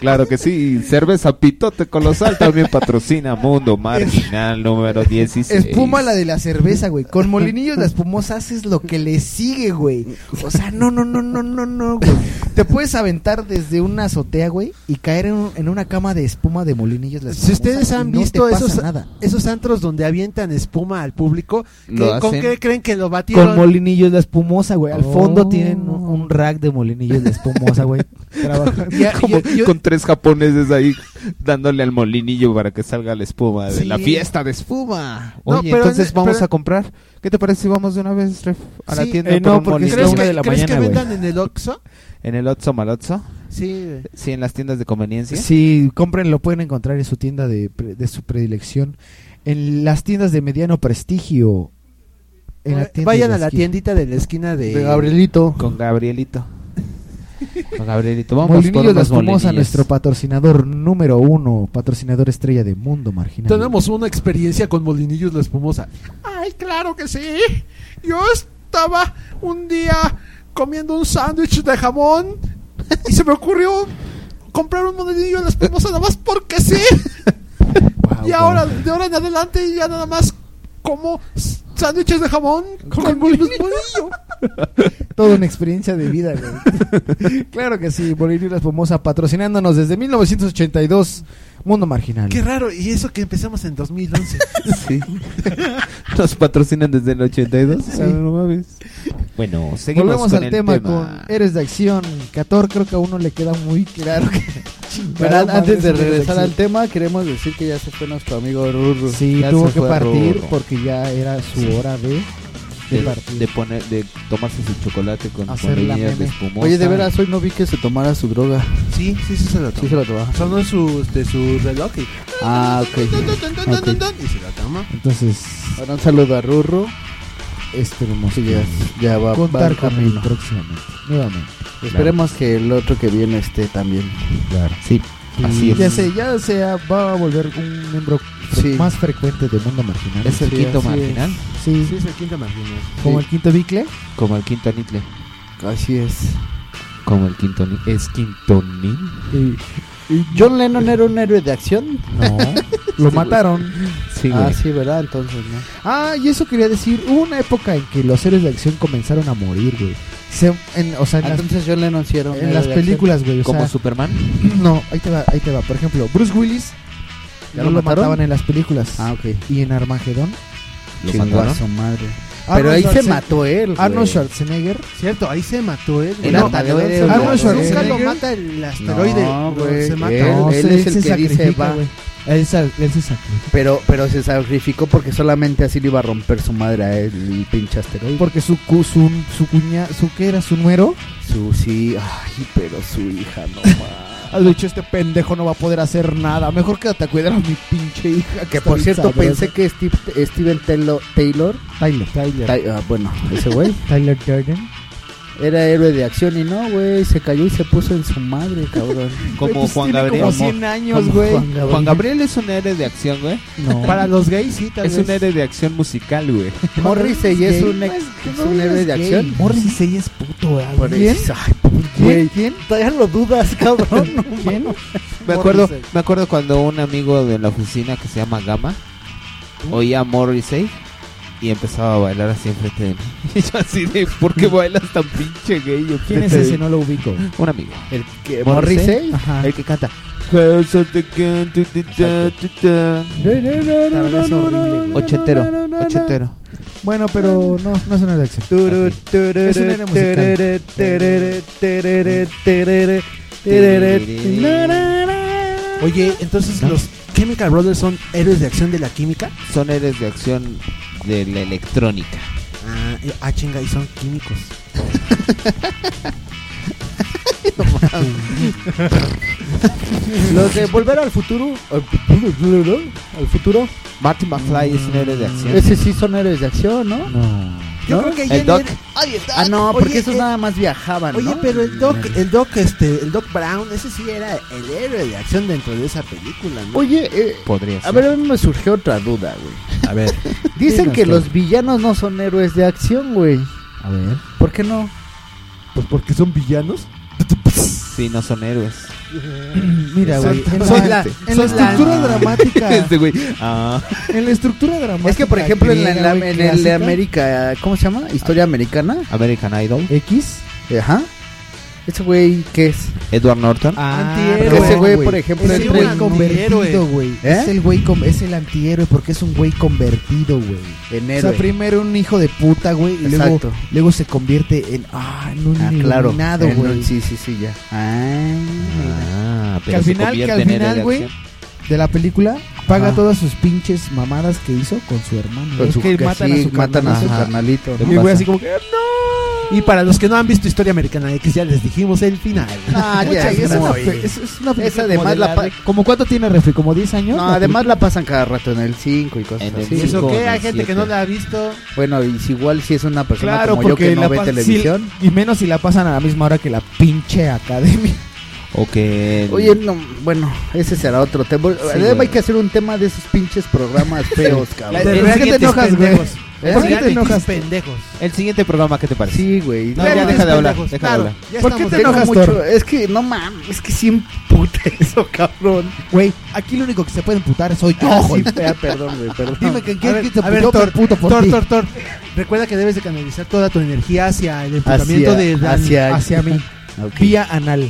[SPEAKER 2] Claro que sí, cerveza pitote colosal también patrocina Mundo Marginal número 16.
[SPEAKER 6] espuma la de la cerveza, güey. Con molinillos la espumosa haces lo que le sigue, güey. O sea, no, no, no, no, no, no, güey. Te puedes aventar desde una azotea, güey, y caer en, un- en una cama de espuma de molinillos la
[SPEAKER 4] Si ustedes
[SPEAKER 6] espumosa,
[SPEAKER 4] han
[SPEAKER 6] y no te
[SPEAKER 4] visto
[SPEAKER 6] pasa
[SPEAKER 4] esos,
[SPEAKER 6] nada.
[SPEAKER 4] esos antros donde avientan espuma al público, ¿qué-
[SPEAKER 6] Lo
[SPEAKER 4] ¿con
[SPEAKER 6] hacen.
[SPEAKER 4] qué creen que lo batieron?
[SPEAKER 6] Con molinillos la espumosa, güey. Al
[SPEAKER 2] Oh.
[SPEAKER 6] fondo tienen un, un rack de molinillos la espumosa, <laughs> güey.
[SPEAKER 2] <laughs>
[SPEAKER 6] Trabajan.
[SPEAKER 2] Como con tres japoneses ahí dándole al molinillo para que salga la espuma de
[SPEAKER 6] Sí.
[SPEAKER 2] la fiesta de espuma.
[SPEAKER 6] No,
[SPEAKER 2] Oye,
[SPEAKER 6] pero-
[SPEAKER 2] entonces vamos
[SPEAKER 6] pero-
[SPEAKER 2] a comprar. ¿Qué te parece si vamos de una vez Ref, a la
[SPEAKER 4] Sí,
[SPEAKER 2] tienda
[SPEAKER 4] eh,
[SPEAKER 2] por
[SPEAKER 4] no,
[SPEAKER 2] un
[SPEAKER 4] porque es la
[SPEAKER 2] molinillo?
[SPEAKER 4] una de la ¿Crees que- mañana, crees que güey. vendan en el Oxxo?
[SPEAKER 2] ¿En el Otso Malotso?
[SPEAKER 4] Sí, güey.
[SPEAKER 2] Sí, en las tiendas de conveniencia.
[SPEAKER 6] Si compren, lo pueden encontrar en su tienda de, pre- de su predilección. En las tiendas de mediano prestigio. En la tienda
[SPEAKER 4] Vayan
[SPEAKER 6] de
[SPEAKER 4] a la
[SPEAKER 6] esquina.
[SPEAKER 4] tiendita de la esquina de,
[SPEAKER 2] Con Gabrielito. Con Gabrielito. Vamos
[SPEAKER 6] Molinillos
[SPEAKER 2] por
[SPEAKER 6] Las
[SPEAKER 2] unos
[SPEAKER 6] Espumosa,
[SPEAKER 2] molinillos.
[SPEAKER 6] nuestro patrocinador número uno, patrocinador estrella de Mundo Marginal.
[SPEAKER 4] Tenemos una experiencia con molinillos la espumosa.
[SPEAKER 3] <laughs> Ay, claro que sí. Yo estaba un día Ah, comiendo un sándwich de jamón y se me ocurrió comprar un monedillo de la espumosa nada más porque sí. y ahora, de ahora en adelante, ya nada más como s- sándwiches de jamón con molinillo.
[SPEAKER 6] Toda una experiencia de vida, güey. <laughs> claro que sí, Molinillos Las Espumosa patrocinándonos desde 1982, Mundo
[SPEAKER 4] <laughs>
[SPEAKER 6] Marginal.
[SPEAKER 4] Qué raro, y eso que empezamos en
[SPEAKER 3] <laughs>
[SPEAKER 4] 2011.
[SPEAKER 2] Sí. <laughs> Nos patrocinan desde el 82.
[SPEAKER 6] Sí.
[SPEAKER 2] Ah, no mames. Bueno, seguimos
[SPEAKER 6] Volvemos
[SPEAKER 2] con
[SPEAKER 6] al
[SPEAKER 2] el
[SPEAKER 6] tema,
[SPEAKER 2] tema.
[SPEAKER 6] con Héroes de Acción. 14 creo que a uno le queda muy claro
[SPEAKER 5] <laughs>
[SPEAKER 6] que...
[SPEAKER 5] Pero antes
[SPEAKER 6] Chingada madre,
[SPEAKER 5] de
[SPEAKER 6] Héroes
[SPEAKER 5] regresar
[SPEAKER 6] Acción.
[SPEAKER 5] al tema, queremos decir que ya se fue nuestro amigo Rurru.
[SPEAKER 6] Sí,
[SPEAKER 5] Ya
[SPEAKER 6] tuvo
[SPEAKER 5] se
[SPEAKER 6] que
[SPEAKER 5] fue
[SPEAKER 6] partir
[SPEAKER 5] Rurru.
[SPEAKER 6] porque ya era su hora de, de
[SPEAKER 2] De,
[SPEAKER 6] partir.
[SPEAKER 2] de poner, de tomarse su chocolate con
[SPEAKER 6] Hacer la
[SPEAKER 2] molinillos de
[SPEAKER 6] meme.
[SPEAKER 2] espumosa.
[SPEAKER 5] Oye, de veras, hoy no vi que se tomara su droga.
[SPEAKER 4] Sí, sí, sí se lo
[SPEAKER 5] Sí se lo tomaba.
[SPEAKER 4] Son de su, de su reloj y...
[SPEAKER 5] Ah, ok. Ok.
[SPEAKER 4] y se lo toma.
[SPEAKER 6] Entonces,
[SPEAKER 5] Bueno, un saludo a Rurru.
[SPEAKER 6] Esperemos
[SPEAKER 5] que ya, ya va
[SPEAKER 6] contar
[SPEAKER 5] va
[SPEAKER 6] con
[SPEAKER 5] camino.
[SPEAKER 6] él próximamente. Nuevamente.
[SPEAKER 5] Esperemos que el otro que viene esté también.
[SPEAKER 6] Claro.
[SPEAKER 2] Sí,
[SPEAKER 6] Y Ya se, ya se va a volver un miembro fre-
[SPEAKER 5] Sí.
[SPEAKER 6] más frecuente de Mundo Marginal.
[SPEAKER 2] ¿Es el
[SPEAKER 6] Sí,
[SPEAKER 2] quinto
[SPEAKER 6] así es.
[SPEAKER 2] marginal?
[SPEAKER 6] Sí.
[SPEAKER 4] Sí, es el quinto marginal.
[SPEAKER 6] Como
[SPEAKER 2] Sí.
[SPEAKER 6] el quinto bicle.
[SPEAKER 2] Como el quinto nitle.
[SPEAKER 5] Así es.
[SPEAKER 2] Como el quinto ni- ¿Es quinto ni-
[SPEAKER 5] ¿John Lennon era un héroe de acción?
[SPEAKER 6] No. <laughs> Lo mataron.
[SPEAKER 2] Sí,
[SPEAKER 5] ah,
[SPEAKER 2] güey.
[SPEAKER 5] sí, ¿verdad? Entonces, ¿no?
[SPEAKER 6] Ah, y eso quería decir, hubo una época en que los héroes de acción comenzaron a morir, güey. Se- en- o
[SPEAKER 2] Ah,
[SPEAKER 6] sea, en las-
[SPEAKER 5] Entonces John Lennon sí era un
[SPEAKER 6] en
[SPEAKER 5] héroe
[SPEAKER 6] las
[SPEAKER 5] de acción.
[SPEAKER 6] películas, güey, o
[SPEAKER 2] ¿Como
[SPEAKER 6] sea-
[SPEAKER 2] Superman?
[SPEAKER 6] <clears throat> No, ahí te va, ahí te va. Por ejemplo, Bruce Willis
[SPEAKER 5] ¿Ya
[SPEAKER 6] no
[SPEAKER 5] lo
[SPEAKER 6] lo
[SPEAKER 5] mataron?
[SPEAKER 6] mataban en las películas. Ah,
[SPEAKER 5] ok.
[SPEAKER 6] Y en Armagedón. Ah,
[SPEAKER 2] ¿Lo
[SPEAKER 5] Chingó
[SPEAKER 2] mandaron?
[SPEAKER 5] a su madre. Pero ahí se
[SPEAKER 6] Schwarzenegger-
[SPEAKER 5] mató él. güey.
[SPEAKER 6] Arnold Schwarzenegger.
[SPEAKER 4] Cierto, ahí se mató él.
[SPEAKER 5] El
[SPEAKER 4] No,
[SPEAKER 5] atadero
[SPEAKER 4] Arnold
[SPEAKER 5] era un
[SPEAKER 4] Schwarzenegger.
[SPEAKER 5] atadero.
[SPEAKER 4] Nunca lo mata el asteroide.
[SPEAKER 5] No,
[SPEAKER 4] se
[SPEAKER 5] güey,
[SPEAKER 4] mata.
[SPEAKER 5] Él,
[SPEAKER 6] No,
[SPEAKER 5] él
[SPEAKER 6] se-
[SPEAKER 5] es el
[SPEAKER 6] se
[SPEAKER 5] que dice
[SPEAKER 6] sacrifica,
[SPEAKER 5] va.
[SPEAKER 6] güey.
[SPEAKER 3] Él, sa- él se sacrificó.
[SPEAKER 6] Pero, pero se sacrificó porque solamente así le iba a romper su madre a él, el pinche asteroide.
[SPEAKER 3] Porque su, cu- su, su cuña, su que era su nuero,
[SPEAKER 6] Su sí, ay, pero su hija
[SPEAKER 3] <laughs>
[SPEAKER 6] no más.
[SPEAKER 3] ha dicho este pendejo no va a poder hacer nada. Mejor quédate a cuidar a mi pinche hija.
[SPEAKER 6] Que por cierto pensé que Steve- Steven Taylor, Taylor,
[SPEAKER 3] Tyler. Tyler.
[SPEAKER 6] Ty- ah, bueno, ese güey
[SPEAKER 3] <laughs> Tyler Durden.
[SPEAKER 6] era héroe de acción y no, güey, se cayó y se puso en su madre, cabrón.
[SPEAKER 2] <laughs> Como
[SPEAKER 3] pues
[SPEAKER 2] Juan Gabriel.
[SPEAKER 6] pues, Como- como Juan Gabriel.
[SPEAKER 2] Juan Gabriel es un héroe de acción, güey. <laughs>
[SPEAKER 3] No. Para los gays, sí, tal
[SPEAKER 2] Es
[SPEAKER 3] vez.
[SPEAKER 2] un héroe de acción musical, güey.
[SPEAKER 6] Morrissey es un ex- es un héroe de acción.
[SPEAKER 3] Morrissey es puto, güey.
[SPEAKER 6] Por
[SPEAKER 3] ¿Quién?
[SPEAKER 6] eso, ay, por- güey,
[SPEAKER 3] <laughs> ¿Quién?
[SPEAKER 6] Todavía lo dudas, cabrón. <laughs> no mames.
[SPEAKER 2] Me acuerdo, me acuerdo cuando un amigo de la oficina que se llama Gama oía a Morrissey y empezaba a bailar así enfrente de mí. <laughs> Y yo así de, ¿por qué bailas tan pinche gay?
[SPEAKER 3] ¿Quién es
[SPEAKER 5] Este,
[SPEAKER 3] ese? No lo ubico.
[SPEAKER 2] Un amigo.
[SPEAKER 6] ¿El que
[SPEAKER 3] Morrissey?
[SPEAKER 2] Ajá. El que canta. Ochentero, ochentero.
[SPEAKER 3] Bueno, pero no, no es una de acción. Es un héroe musical.
[SPEAKER 4] Oye, entonces los Chemical Brothers son héroes de acción de la química.
[SPEAKER 2] Son héroes de acción de la electrónica.
[SPEAKER 4] Ah, eh, ah, chinga, y son
[SPEAKER 6] <laughs>
[SPEAKER 4] químicos.
[SPEAKER 6] Los de Volver al Futuro. Al futuro.
[SPEAKER 2] Marty McFly es un héroe de acción.
[SPEAKER 6] Ese sí son héroes de acción, ¿no?
[SPEAKER 2] No.
[SPEAKER 4] Yo
[SPEAKER 6] ¿No?
[SPEAKER 4] creo que
[SPEAKER 2] El Doc.
[SPEAKER 6] Ah, no, porque
[SPEAKER 4] Oye,
[SPEAKER 6] esos
[SPEAKER 4] eh,
[SPEAKER 6] nada más viajaban,
[SPEAKER 4] Oye,
[SPEAKER 6] ¿no?
[SPEAKER 4] pero el Doc, el Doc, este, el Doc Brown, ese sí era el héroe de acción dentro de esa película, ¿no?
[SPEAKER 6] Oye, eh,
[SPEAKER 2] Podría
[SPEAKER 6] a ver, a mí me surgió otra duda, güey.
[SPEAKER 4] A ver.
[SPEAKER 6] <laughs> Dicen
[SPEAKER 4] Dinos,
[SPEAKER 6] que
[SPEAKER 4] Tom.
[SPEAKER 6] los villanos no son héroes de acción, güey.
[SPEAKER 3] A ver.
[SPEAKER 6] ¿Por qué no?
[SPEAKER 3] Pues porque son villanos.
[SPEAKER 2] Sí, no son héroes.
[SPEAKER 6] <laughs>
[SPEAKER 3] Mira, güey. En la,
[SPEAKER 6] Exactamente.
[SPEAKER 3] en la
[SPEAKER 6] Son la-
[SPEAKER 3] estructura dramática.
[SPEAKER 2] Este güey. Ah.
[SPEAKER 3] En la estructura dramática.
[SPEAKER 6] Es que, por ejemplo, en, la, en
[SPEAKER 3] griega,
[SPEAKER 6] la- en
[SPEAKER 3] güey,
[SPEAKER 6] el de
[SPEAKER 3] clásica,
[SPEAKER 6] América, ¿cómo se llama? Historia americana.
[SPEAKER 2] American Idol.
[SPEAKER 3] X.
[SPEAKER 6] Ajá. Ese güey, ¿qué es?
[SPEAKER 2] Edward Norton.
[SPEAKER 6] Porque ese güey, por ejemplo,
[SPEAKER 3] es el Ah,
[SPEAKER 6] entra
[SPEAKER 3] güey
[SPEAKER 6] en-
[SPEAKER 3] convertido, güey.
[SPEAKER 6] ¿Eh?
[SPEAKER 3] Es el güey con- es el antihéroe porque es un güey convertido, güey.
[SPEAKER 6] en
[SPEAKER 3] O
[SPEAKER 6] héroe.
[SPEAKER 3] sea, primero un hijo de puta, güey, y luego,
[SPEAKER 6] Exacto.
[SPEAKER 3] luego se convierte en ah, en un
[SPEAKER 6] Ah, claro.
[SPEAKER 3] iluminado,
[SPEAKER 6] En
[SPEAKER 3] güey.
[SPEAKER 6] un- sí, sí, sí, ya. Ah,
[SPEAKER 2] Ah,
[SPEAKER 3] Que al final, que al final, güey, de la película paga
[SPEAKER 6] Ajá.
[SPEAKER 3] todas sus pinches mamadas que hizo con su hermano.
[SPEAKER 6] Con
[SPEAKER 3] Es
[SPEAKER 6] su-
[SPEAKER 3] que
[SPEAKER 6] que
[SPEAKER 3] matan
[SPEAKER 6] sí,
[SPEAKER 3] a su
[SPEAKER 6] matan a su
[SPEAKER 3] carnalazo.
[SPEAKER 6] carnalito.
[SPEAKER 3] Y el güey así como que
[SPEAKER 4] Y para los que no han visto Historia Americana X, ya les dijimos el final.
[SPEAKER 6] Ah, ya,
[SPEAKER 3] Mucha- es, una,
[SPEAKER 6] muy
[SPEAKER 3] fe-
[SPEAKER 6] bien.
[SPEAKER 3] es, es una
[SPEAKER 6] Esa
[SPEAKER 3] película
[SPEAKER 6] además
[SPEAKER 3] como de
[SPEAKER 6] la pa-
[SPEAKER 3] de- ¿Como cuánto tiene refri? ¿Como 10 años?
[SPEAKER 6] No,
[SPEAKER 3] La
[SPEAKER 6] además la pasan cada rato en el 5 y cosas
[SPEAKER 2] En el
[SPEAKER 6] así.
[SPEAKER 2] cinco.
[SPEAKER 4] ¿Eso qué?
[SPEAKER 2] con
[SPEAKER 4] Hay
[SPEAKER 2] el
[SPEAKER 4] gente que
[SPEAKER 2] siete.
[SPEAKER 4] no la ha visto.
[SPEAKER 6] Bueno, y si igual si es una persona
[SPEAKER 3] Claro,
[SPEAKER 6] como yo
[SPEAKER 3] porque
[SPEAKER 6] que no
[SPEAKER 3] la
[SPEAKER 6] ve
[SPEAKER 3] pas-
[SPEAKER 6] televisión.
[SPEAKER 3] sí, y menos si la pasan a la misma hora que la pinche academia.
[SPEAKER 2] O que. el-
[SPEAKER 6] Oye, no, bueno, ese será otro tema. Además,
[SPEAKER 2] güey.
[SPEAKER 6] hay que hacer un tema de esos pinches programas feos, cabrón.
[SPEAKER 2] La-
[SPEAKER 3] ¿Por
[SPEAKER 2] el
[SPEAKER 3] qué te
[SPEAKER 2] siguiente
[SPEAKER 3] enojas, güey?
[SPEAKER 2] pendejos.
[SPEAKER 6] ¿Eh?
[SPEAKER 3] ¿Por qué
[SPEAKER 4] Reality
[SPEAKER 3] te enojas?
[SPEAKER 4] pendejos.
[SPEAKER 2] El siguiente programa, ¿qué te parece?
[SPEAKER 6] Sí, güey.
[SPEAKER 2] No, ya deja de hablar.
[SPEAKER 4] pendejos,
[SPEAKER 2] Deja de
[SPEAKER 4] claro.
[SPEAKER 2] hablar.
[SPEAKER 4] Ya
[SPEAKER 3] ¿Por qué
[SPEAKER 4] estamos
[SPEAKER 3] te
[SPEAKER 4] de-
[SPEAKER 6] Tengo
[SPEAKER 3] enojas,
[SPEAKER 6] mucho-
[SPEAKER 3] Thor?
[SPEAKER 6] Es que no mames, es que sí puta <laughs> eso, cabrón.
[SPEAKER 3] Güey, aquí lo único que se puede emputar soy yo,
[SPEAKER 6] Ojo,
[SPEAKER 3] güey.
[SPEAKER 6] perdón, güey, perdón.
[SPEAKER 3] Dime que
[SPEAKER 4] A
[SPEAKER 3] quién
[SPEAKER 4] ver,
[SPEAKER 3] que te
[SPEAKER 4] a ver,
[SPEAKER 3] emputó,
[SPEAKER 4] Thor,
[SPEAKER 3] me puto por
[SPEAKER 4] Thor,
[SPEAKER 3] ti.
[SPEAKER 4] Thor, Thor. Recuerda que debes de canalizar toda tu energía hacia el enfocamiento
[SPEAKER 6] Hacia,
[SPEAKER 4] de Dan-
[SPEAKER 6] hacia,
[SPEAKER 3] Hacia mí.
[SPEAKER 6] Ok.
[SPEAKER 3] Vía anal.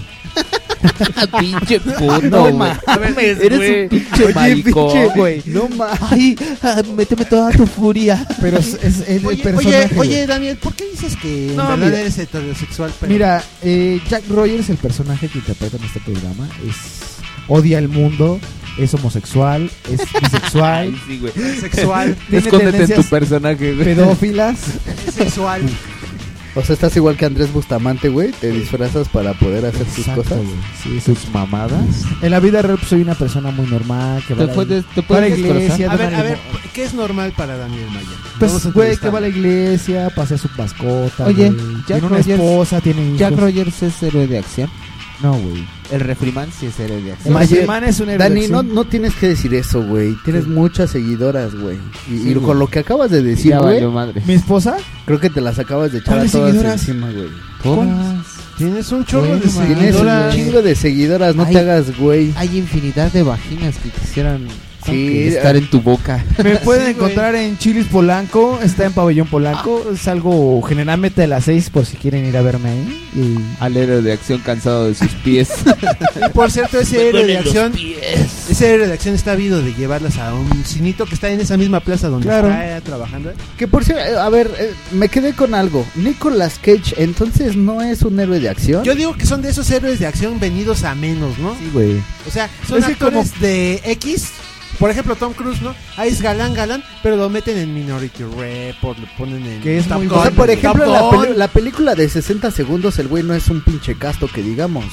[SPEAKER 3] <laughs>
[SPEAKER 2] pinche puto,
[SPEAKER 6] No
[SPEAKER 2] güey.
[SPEAKER 6] mames,
[SPEAKER 2] Eres
[SPEAKER 6] güey.
[SPEAKER 2] un pinche
[SPEAKER 6] Oye,
[SPEAKER 2] maricón,
[SPEAKER 6] pinche-
[SPEAKER 2] güey.
[SPEAKER 6] No mames.
[SPEAKER 2] Ay, ah, méteme toda tu furia.
[SPEAKER 3] Pero es, es el
[SPEAKER 4] Oye,
[SPEAKER 3] personaje.
[SPEAKER 4] oye,
[SPEAKER 3] güey.
[SPEAKER 4] oye, Daniel, ¿por qué dices que
[SPEAKER 3] No,
[SPEAKER 4] en verdad
[SPEAKER 3] mira.
[SPEAKER 4] eres heterosexual? pero-
[SPEAKER 3] Mira, eh, Jack Rogers, el personaje que interpreta en este programa, es odia el mundo, es homosexual,
[SPEAKER 4] <laughs>
[SPEAKER 3] es bisexual,
[SPEAKER 2] Ay, sí, güey. <laughs>
[SPEAKER 4] sexual,
[SPEAKER 3] <laughs> tiene
[SPEAKER 2] Escóndete en tu
[SPEAKER 3] tendencias
[SPEAKER 2] personaje, güey.
[SPEAKER 3] pedófilas.
[SPEAKER 4] <laughs> sexual.
[SPEAKER 6] O sea, estás igual que Andrés Bustamante, güey. Te disfrazas para poder hacer tus
[SPEAKER 3] Exacto,
[SPEAKER 6] cosas.
[SPEAKER 3] güey.
[SPEAKER 2] Sí, sus mamadas.
[SPEAKER 3] En la vida real pues, soy una persona muy normal, que va a la,
[SPEAKER 2] puedes- te
[SPEAKER 3] va a la
[SPEAKER 2] puedes
[SPEAKER 3] iglesia,
[SPEAKER 2] descorazar.
[SPEAKER 4] A ver,
[SPEAKER 3] toma
[SPEAKER 4] a ver,
[SPEAKER 3] limo-
[SPEAKER 4] ¿qué es normal para Daniel Maya? Vamos a
[SPEAKER 3] Pues, güey, que
[SPEAKER 4] entrevistarlo.
[SPEAKER 3] va a la iglesia, pasea su mascota.
[SPEAKER 2] Oye,
[SPEAKER 3] güey,
[SPEAKER 2] Jack
[SPEAKER 3] tiene una
[SPEAKER 2] Rogers-
[SPEAKER 3] esposa, tiene hijos.
[SPEAKER 2] Jack Rogers es héroe de acción.
[SPEAKER 3] No, güey.
[SPEAKER 2] El refrimán sí es héroe de acción.
[SPEAKER 3] El
[SPEAKER 6] Mayer,
[SPEAKER 3] musulmán es un héroe.
[SPEAKER 6] Dani,
[SPEAKER 3] sí.
[SPEAKER 6] no, no tienes que decir eso, güey. Tienes muchas seguidoras, güey. Y,
[SPEAKER 2] Sí,
[SPEAKER 6] y
[SPEAKER 2] güey.
[SPEAKER 6] con lo que acabas de decir,
[SPEAKER 2] Ya
[SPEAKER 6] güey,
[SPEAKER 2] valió madre.
[SPEAKER 3] ¿Mi esposa?
[SPEAKER 6] creo que te las acabas de echar a
[SPEAKER 3] ¿Cuáles
[SPEAKER 6] todas
[SPEAKER 3] seguidoras?
[SPEAKER 6] encima, güey.
[SPEAKER 2] ¿Cómo?
[SPEAKER 4] Tienes un chorro
[SPEAKER 3] Bueno,
[SPEAKER 4] de
[SPEAKER 3] man.
[SPEAKER 6] Tienes
[SPEAKER 4] seguidoras.
[SPEAKER 6] un chingo de seguidoras, no
[SPEAKER 2] Ay.
[SPEAKER 6] te hagas, güey.
[SPEAKER 2] Hay infinidad de vaginas que quisieran Sí, estar en tu boca.
[SPEAKER 6] <laughs>
[SPEAKER 21] Me pueden encontrar en Chilis Polanco, está en Pabellón Polanco. Salgo generalmente a las 6 por si quieren ir a verme ahí.
[SPEAKER 2] Mm. Al héroe de acción cansado de sus pies.
[SPEAKER 4] Por cierto,
[SPEAKER 21] Me
[SPEAKER 4] ese héroe
[SPEAKER 21] duelen
[SPEAKER 4] de
[SPEAKER 21] los
[SPEAKER 4] acción. Ese héroe de acción está habido de llevarlas a un cinito que está en esa misma plaza donde
[SPEAKER 6] Claro.
[SPEAKER 4] está eh, trabajando.
[SPEAKER 6] Que por cierto, eh, a ver, eh, me quedé con algo. Nicolas Cage, entonces no es un héroe de acción.
[SPEAKER 4] Yo digo que son de esos héroes de acción venidos a menos, ¿no?
[SPEAKER 6] Sí, güey.
[SPEAKER 4] O sea, son
[SPEAKER 6] Es que
[SPEAKER 4] actores de X. Por ejemplo, Tom Cruise, ¿no? Ahí es galán, galán, pero lo meten en Minority Report, lo ponen en.
[SPEAKER 6] Que es
[SPEAKER 4] Top
[SPEAKER 6] muy
[SPEAKER 4] Gun,
[SPEAKER 6] o sea, por
[SPEAKER 4] Top
[SPEAKER 6] ejemplo, la,
[SPEAKER 4] Gun.
[SPEAKER 6] peli- la película de 60 segundos, el güey no es un pinche casto que digamos.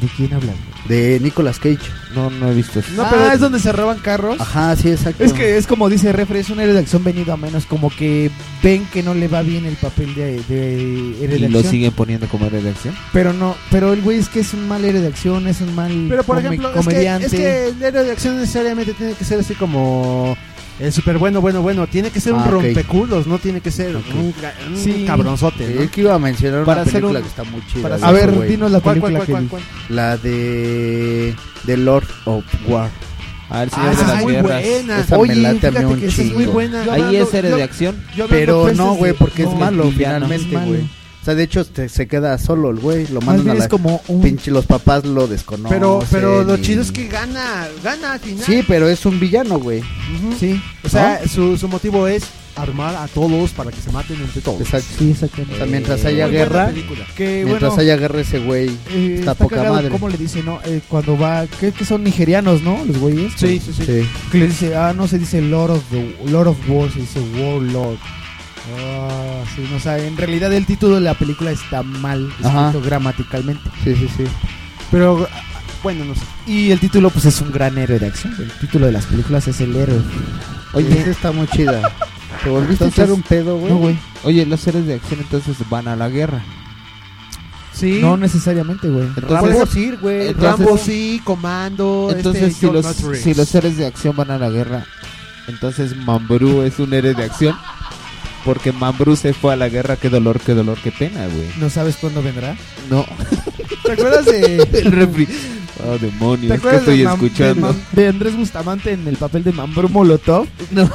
[SPEAKER 2] ¿De quién hablan?
[SPEAKER 6] De Nicolas Cage.
[SPEAKER 2] No, no he visto eso. Ah,
[SPEAKER 21] No, pero es donde se roban carros.
[SPEAKER 6] Ajá, sí, exacto.
[SPEAKER 21] Es que es como dice Refre, es un héroe de acción venido a menos, como que ven que no le va bien el papel de, de héroe
[SPEAKER 2] Y
[SPEAKER 21] de
[SPEAKER 2] lo
[SPEAKER 21] acción.
[SPEAKER 2] siguen poniendo como héroe de acción.
[SPEAKER 21] Pero no, pero el güey es que es un mal héroe de acción, es un mal
[SPEAKER 4] Pero por
[SPEAKER 21] come-
[SPEAKER 4] ejemplo, es que,
[SPEAKER 21] comediante.
[SPEAKER 4] es que el héroe de acción necesariamente tiene que ser así como el super bueno, bueno, bueno. Tiene que ser un
[SPEAKER 6] Ah, ok.
[SPEAKER 4] rompeculos, no tiene que ser un, ca- un
[SPEAKER 6] Sí.
[SPEAKER 4] cabronzote. ¿no?
[SPEAKER 6] Es que iba a mencionar
[SPEAKER 4] Para
[SPEAKER 6] una
[SPEAKER 4] hacer
[SPEAKER 6] película
[SPEAKER 4] un-
[SPEAKER 6] que está muy chida.
[SPEAKER 4] para
[SPEAKER 6] de
[SPEAKER 4] hacer- A
[SPEAKER 6] ese
[SPEAKER 4] ver,
[SPEAKER 6] güey.
[SPEAKER 4] dinos la ¿Cuál, cuál, película cuál, que cuál, vi.
[SPEAKER 6] La de The Lord of War.
[SPEAKER 2] Ah, el
[SPEAKER 4] Señor Ah, de esa las es muy Guerras. buena.
[SPEAKER 6] Esa
[SPEAKER 2] Oye,
[SPEAKER 6] me late a mí
[SPEAKER 2] fíjate
[SPEAKER 6] un
[SPEAKER 2] que esa es
[SPEAKER 6] chingo.
[SPEAKER 2] muy buena. Yo Ahí hablando- es héroe yo- de acción. yo hablando,
[SPEAKER 6] Pero
[SPEAKER 2] pues,
[SPEAKER 4] este,
[SPEAKER 6] no,
[SPEAKER 2] es
[SPEAKER 6] güey,
[SPEAKER 2] de-
[SPEAKER 6] porque es
[SPEAKER 2] no,
[SPEAKER 6] malo
[SPEAKER 2] es villano,
[SPEAKER 6] finalmente,
[SPEAKER 2] es malo.
[SPEAKER 6] güey. O sea, de hecho te- se queda solo el güey, lo mandan a
[SPEAKER 4] bien
[SPEAKER 6] la
[SPEAKER 4] es como
[SPEAKER 6] pinche los papás lo desconocen.
[SPEAKER 4] Pero, pero lo
[SPEAKER 6] y-
[SPEAKER 4] chido es que gana, gana al final.
[SPEAKER 6] Sí, pues, pero es un villano, güey.
[SPEAKER 4] Sí. O sea, su, su motivo es armar a todos para que se maten entre todos.
[SPEAKER 6] Exacto.
[SPEAKER 21] Sí, exactamente.
[SPEAKER 6] O sea, mientras
[SPEAKER 4] Eh,
[SPEAKER 6] haya
[SPEAKER 4] muy buena
[SPEAKER 6] guerra,
[SPEAKER 4] película.
[SPEAKER 21] Que,
[SPEAKER 6] mientras
[SPEAKER 21] bueno,
[SPEAKER 6] haya guerra ese güey
[SPEAKER 21] Eh,
[SPEAKER 6] está, poca
[SPEAKER 21] cagado
[SPEAKER 6] madre.
[SPEAKER 21] ¿Cómo le dice, no? Eh, cuando va, creo que son nigerianos, ¿no? Los güeyes.
[SPEAKER 6] Sí, sí, sí. Sí.
[SPEAKER 21] Que le dice, ah, no se dice Lord of, the, Lord of War, se dice Warlord. Ah, sí, no, o sea, en realidad el título de la película está mal escrito
[SPEAKER 6] Ajá.
[SPEAKER 21] gramaticalmente.
[SPEAKER 6] Sí, sí, sí.
[SPEAKER 21] Pero, ah, bueno, no sé. Y el título, pues es un gran héroe de acción. El título de las películas es el héroe.
[SPEAKER 6] Oye, esa está muy
[SPEAKER 2] <laughs>
[SPEAKER 6] chida. ¿Te volviste a echar un pedo, güey?
[SPEAKER 2] No, güey. Oye, los héroes de acción entonces van a la guerra.
[SPEAKER 4] Sí.
[SPEAKER 21] No necesariamente, güey.
[SPEAKER 4] Rambo sí, güey.
[SPEAKER 2] entonces-
[SPEAKER 4] Rambo sí, Comando.
[SPEAKER 2] Entonces,
[SPEAKER 4] este
[SPEAKER 2] si,
[SPEAKER 4] John
[SPEAKER 2] los,
[SPEAKER 4] Matrix.
[SPEAKER 2] si los héroes de acción van a la guerra, entonces Mambrú es un héroe de acción. Porque Mambrú se fue a la guerra, qué dolor, qué dolor, qué pena, güey.
[SPEAKER 21] ¿No sabes cuándo vendrá?
[SPEAKER 2] No.
[SPEAKER 21] <laughs> ¿Te acuerdas de...?
[SPEAKER 2] <laughs> El refri. Oh, demonios,
[SPEAKER 21] ¿Te
[SPEAKER 2] ¿qué
[SPEAKER 21] acuerdas
[SPEAKER 2] estoy
[SPEAKER 21] de, Mam-
[SPEAKER 2] escuchando?
[SPEAKER 21] De, Mam- de Andrés Bustamante en el papel de Mambrú Molotov? <laughs>
[SPEAKER 2] No.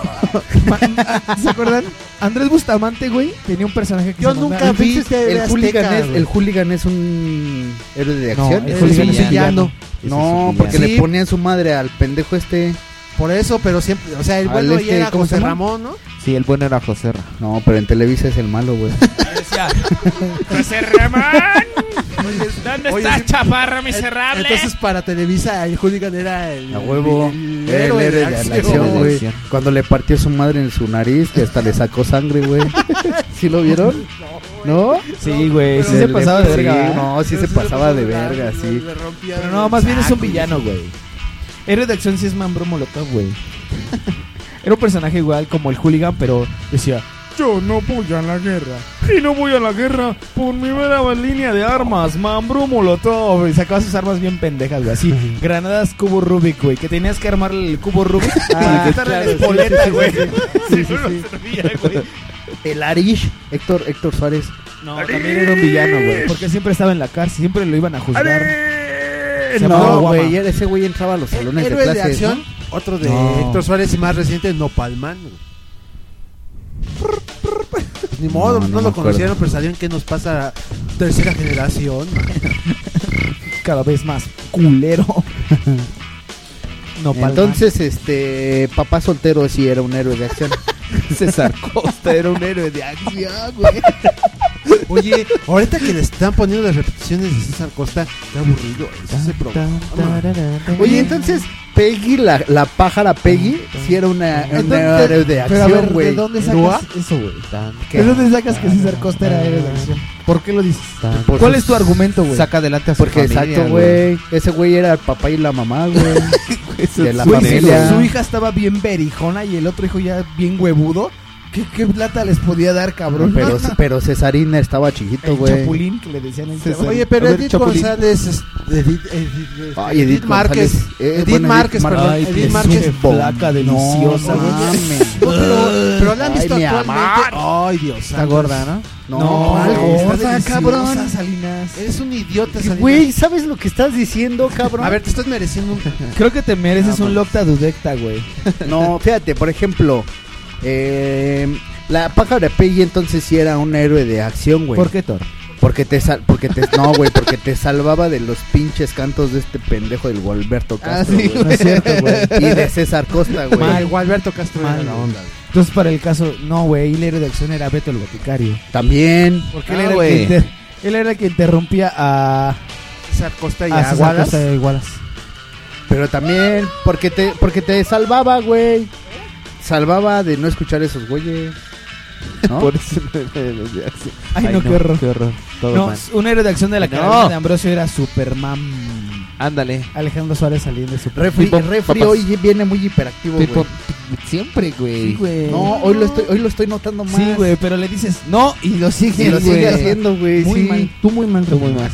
[SPEAKER 21] ¿Se acuerdan? Andrés Bustamante, güey, tenía un personaje que
[SPEAKER 4] Yo
[SPEAKER 21] se
[SPEAKER 4] nunca
[SPEAKER 21] mandaba-
[SPEAKER 4] vi
[SPEAKER 21] Entonces,
[SPEAKER 4] TV
[SPEAKER 6] el
[SPEAKER 4] Azteca,
[SPEAKER 6] hooligan, es,
[SPEAKER 4] güey.
[SPEAKER 6] el hooligan es un héroe de
[SPEAKER 21] No,
[SPEAKER 6] acción.
[SPEAKER 21] el Es hooligan un es un villano. villano.
[SPEAKER 6] No,
[SPEAKER 21] Ese es un
[SPEAKER 6] porque
[SPEAKER 21] villano.
[SPEAKER 6] le
[SPEAKER 21] Sí.
[SPEAKER 6] ponían su madre al pendejo este.
[SPEAKER 4] Por eso, pero siempre. O sea, el
[SPEAKER 6] Al
[SPEAKER 4] bueno
[SPEAKER 6] este,
[SPEAKER 4] ya era
[SPEAKER 6] ¿cómo se
[SPEAKER 4] José
[SPEAKER 6] llama?
[SPEAKER 4] Ramón, ¿no?
[SPEAKER 2] Sí, el bueno era José
[SPEAKER 6] No, pero en Televisa es el malo, güey.
[SPEAKER 4] <laughs>
[SPEAKER 18] José Ramón. ¿Dónde
[SPEAKER 4] Oye,
[SPEAKER 18] estás,
[SPEAKER 4] sí.
[SPEAKER 18] chaparra
[SPEAKER 4] Eh,
[SPEAKER 18] miserable?
[SPEAKER 4] Entonces, para Televisa, el hooligan era el.
[SPEAKER 6] A huevo.
[SPEAKER 4] el
[SPEAKER 6] Era el héroe de la acción, güey.
[SPEAKER 2] acción.
[SPEAKER 6] Cuando le partió su madre en su nariz, que hasta le sacó sangre,
[SPEAKER 21] <laughs>
[SPEAKER 6] güey. ¿Sí lo vieron? ¿No?
[SPEAKER 21] Sí, güey. Sí
[SPEAKER 6] Le-
[SPEAKER 21] se
[SPEAKER 6] le-
[SPEAKER 21] pasaba de verga. ¿eh?
[SPEAKER 6] Sí,
[SPEAKER 21] ¿verdad?
[SPEAKER 6] no, sí se pasaba de verga, sí.
[SPEAKER 21] Pero no, más bien es un villano, güey. Héroe de acción sí es Mambrú Molotov, güey. <laughs> Era un personaje igual como el hooligan, pero decía...
[SPEAKER 17] Yo no voy a la guerra. Y no voy a la guerra por mi vera línea de
[SPEAKER 21] Armas, Mambrú Molotov. Y sacaba sus armas bien pendejas, güey. Así,
[SPEAKER 6] <laughs>
[SPEAKER 21] granadas cubo Rubik, güey. Que tenías que armarle el cubo Rubik
[SPEAKER 4] Ah,
[SPEAKER 21] para quitarle la espoleta, güey.
[SPEAKER 6] Sí, sí, El Arish, Héctor, Héctor Suárez.
[SPEAKER 21] No, también era un villano, güey. Porque siempre estaba en la cárcel, siempre lo iban a juzgar. Se llamaba
[SPEAKER 6] No,
[SPEAKER 21] Guama.
[SPEAKER 6] güey, era- ese güey entraba a los salones de
[SPEAKER 4] Héroe de
[SPEAKER 6] clases.
[SPEAKER 4] acción.
[SPEAKER 6] ¿no?
[SPEAKER 4] Otro de
[SPEAKER 6] No.
[SPEAKER 4] Héctor Suárez y más reciente, Nopalman. Ni modo,
[SPEAKER 6] No,
[SPEAKER 4] no,
[SPEAKER 6] no me
[SPEAKER 4] lo
[SPEAKER 6] acuerdo.
[SPEAKER 4] conocieron, pero salieron que nos pasa tercera generación.
[SPEAKER 21] Cada vez más culero.
[SPEAKER 6] <laughs>
[SPEAKER 21] No, palma.
[SPEAKER 6] Entonces, este, papá soltero sí era un héroe
[SPEAKER 21] <laughs>
[SPEAKER 6] de acción.
[SPEAKER 2] César
[SPEAKER 3] Este
[SPEAKER 2] Costa era un héroe de acción, güey.
[SPEAKER 4] Oye, ahorita que le están poniendo las repeticiones de César Costa, qué aburrido es ese programa.
[SPEAKER 6] Oye, entonces, Peggy, la, la pájara Peggy, sí era una, una héroe de
[SPEAKER 21] Pero a ver,
[SPEAKER 6] acción, güey.
[SPEAKER 21] ¿De dónde sacas
[SPEAKER 6] ¿Erua?
[SPEAKER 21] eso, güey? ¿De dónde sacas que César Costa era héroe de acción? ¿Por qué lo dices?
[SPEAKER 6] Por
[SPEAKER 21] ¿Cuál
[SPEAKER 6] sus-
[SPEAKER 21] es tu argumento, güey?
[SPEAKER 2] Saca adelante a su
[SPEAKER 6] Porque
[SPEAKER 2] familia,
[SPEAKER 6] exacto, güey. Ese güey era el papá y la mamá, güey. de la
[SPEAKER 21] Güey, si
[SPEAKER 6] familia.
[SPEAKER 21] su hija estaba bien berijona y el otro hijo ya bien huevudo.
[SPEAKER 16] ¿Qué, qué plata les podía dar, cabrón?
[SPEAKER 6] Pero,
[SPEAKER 21] <laughs>
[SPEAKER 6] pero Cesarina estaba chiquito, güey.
[SPEAKER 16] que le decían el
[SPEAKER 6] César.
[SPEAKER 16] Oye,
[SPEAKER 4] Oye, pero
[SPEAKER 6] A ver,
[SPEAKER 4] Edith
[SPEAKER 6] Chapulín.
[SPEAKER 4] González, es- Edith, Este, Edith,
[SPEAKER 6] Ay, Edith
[SPEAKER 4] Márquez,
[SPEAKER 6] González. Eh,
[SPEAKER 4] Edith
[SPEAKER 6] bueno, Edith
[SPEAKER 4] Márquez,
[SPEAKER 6] Mar-
[SPEAKER 4] perdón,
[SPEAKER 6] Ay, que
[SPEAKER 4] Edith
[SPEAKER 6] es
[SPEAKER 4] Márquez,
[SPEAKER 6] una placa deliciosa,
[SPEAKER 4] No,
[SPEAKER 6] güey.
[SPEAKER 4] mames. No, pero, pero la han visto
[SPEAKER 6] Ay, mi
[SPEAKER 4] actualmente. Ay, Dios.
[SPEAKER 6] Está gorda, ¿no?
[SPEAKER 4] No,
[SPEAKER 6] ¿cuál
[SPEAKER 4] güey, está deliciosa,
[SPEAKER 16] Salinas.
[SPEAKER 4] Eres un idiota, Salinas.
[SPEAKER 6] Güey, ¿sabes lo que estás diciendo, cabrón?
[SPEAKER 4] A ver, te estás
[SPEAKER 16] <laughs>
[SPEAKER 4] mereciendo un.
[SPEAKER 6] Creo que te mereces
[SPEAKER 4] un
[SPEAKER 6] Locta Dudecta, güey.
[SPEAKER 16] <laughs>
[SPEAKER 6] No, fíjate, por ejemplo, eh, la paja de Peggy entonces sí era un héroe de acción, güey.
[SPEAKER 16] ¿Por qué, Thor?
[SPEAKER 6] Porque te sal porque te no, güey, porque te salvaba de los pinches cantos de este pendejo del Gualberto
[SPEAKER 16] Ah,
[SPEAKER 6] Castro,
[SPEAKER 16] sí,
[SPEAKER 6] güey.
[SPEAKER 16] no es cierto, güey.
[SPEAKER 6] <laughs> Y de César Costa, güey.
[SPEAKER 16] Mal,
[SPEAKER 4] Gualberto Castro
[SPEAKER 16] era la onda, Entonces, para el caso, no, güey, el héroe de acción era Beto el Boticario.
[SPEAKER 6] También.
[SPEAKER 16] Porque
[SPEAKER 6] Ah,
[SPEAKER 16] él, era el que
[SPEAKER 6] güey.
[SPEAKER 16] inter- él era el que interrumpía a.
[SPEAKER 4] César Costa
[SPEAKER 6] y
[SPEAKER 16] a
[SPEAKER 6] a
[SPEAKER 16] César
[SPEAKER 6] Wallace.
[SPEAKER 16] Costa y a Wallace.
[SPEAKER 6] Pero también porque te porque te salvaba, güey. Salvaba de no escuchar esos güeyes.
[SPEAKER 16] <laughs>
[SPEAKER 6] ¿no?
[SPEAKER 2] Por eso no era de los de acción.
[SPEAKER 16] Ay, no, qué horror.
[SPEAKER 2] Qué horror. Todo
[SPEAKER 16] No,
[SPEAKER 2] mal.
[SPEAKER 16] un héroe de acción de la
[SPEAKER 2] No.
[SPEAKER 16] carrera de Ambrosio era Superman.
[SPEAKER 2] Ándale. eh,
[SPEAKER 16] Alejandro Suárez saliendo de Superman.
[SPEAKER 6] Refri, refri hoy viene muy hiperactivo, güey.
[SPEAKER 16] Tipo,
[SPEAKER 6] Siempre,
[SPEAKER 16] Sí, güey.
[SPEAKER 6] No, hoy lo estoy, hoy lo estoy notando más.
[SPEAKER 16] Sí, güey, pero le dices no y lo sigue,
[SPEAKER 6] Y lo sigue
[SPEAKER 16] güey.
[SPEAKER 6] haciendo, güey.
[SPEAKER 16] Muy
[SPEAKER 6] sí.
[SPEAKER 16] mal, tú muy mal,
[SPEAKER 6] Tú muy mal.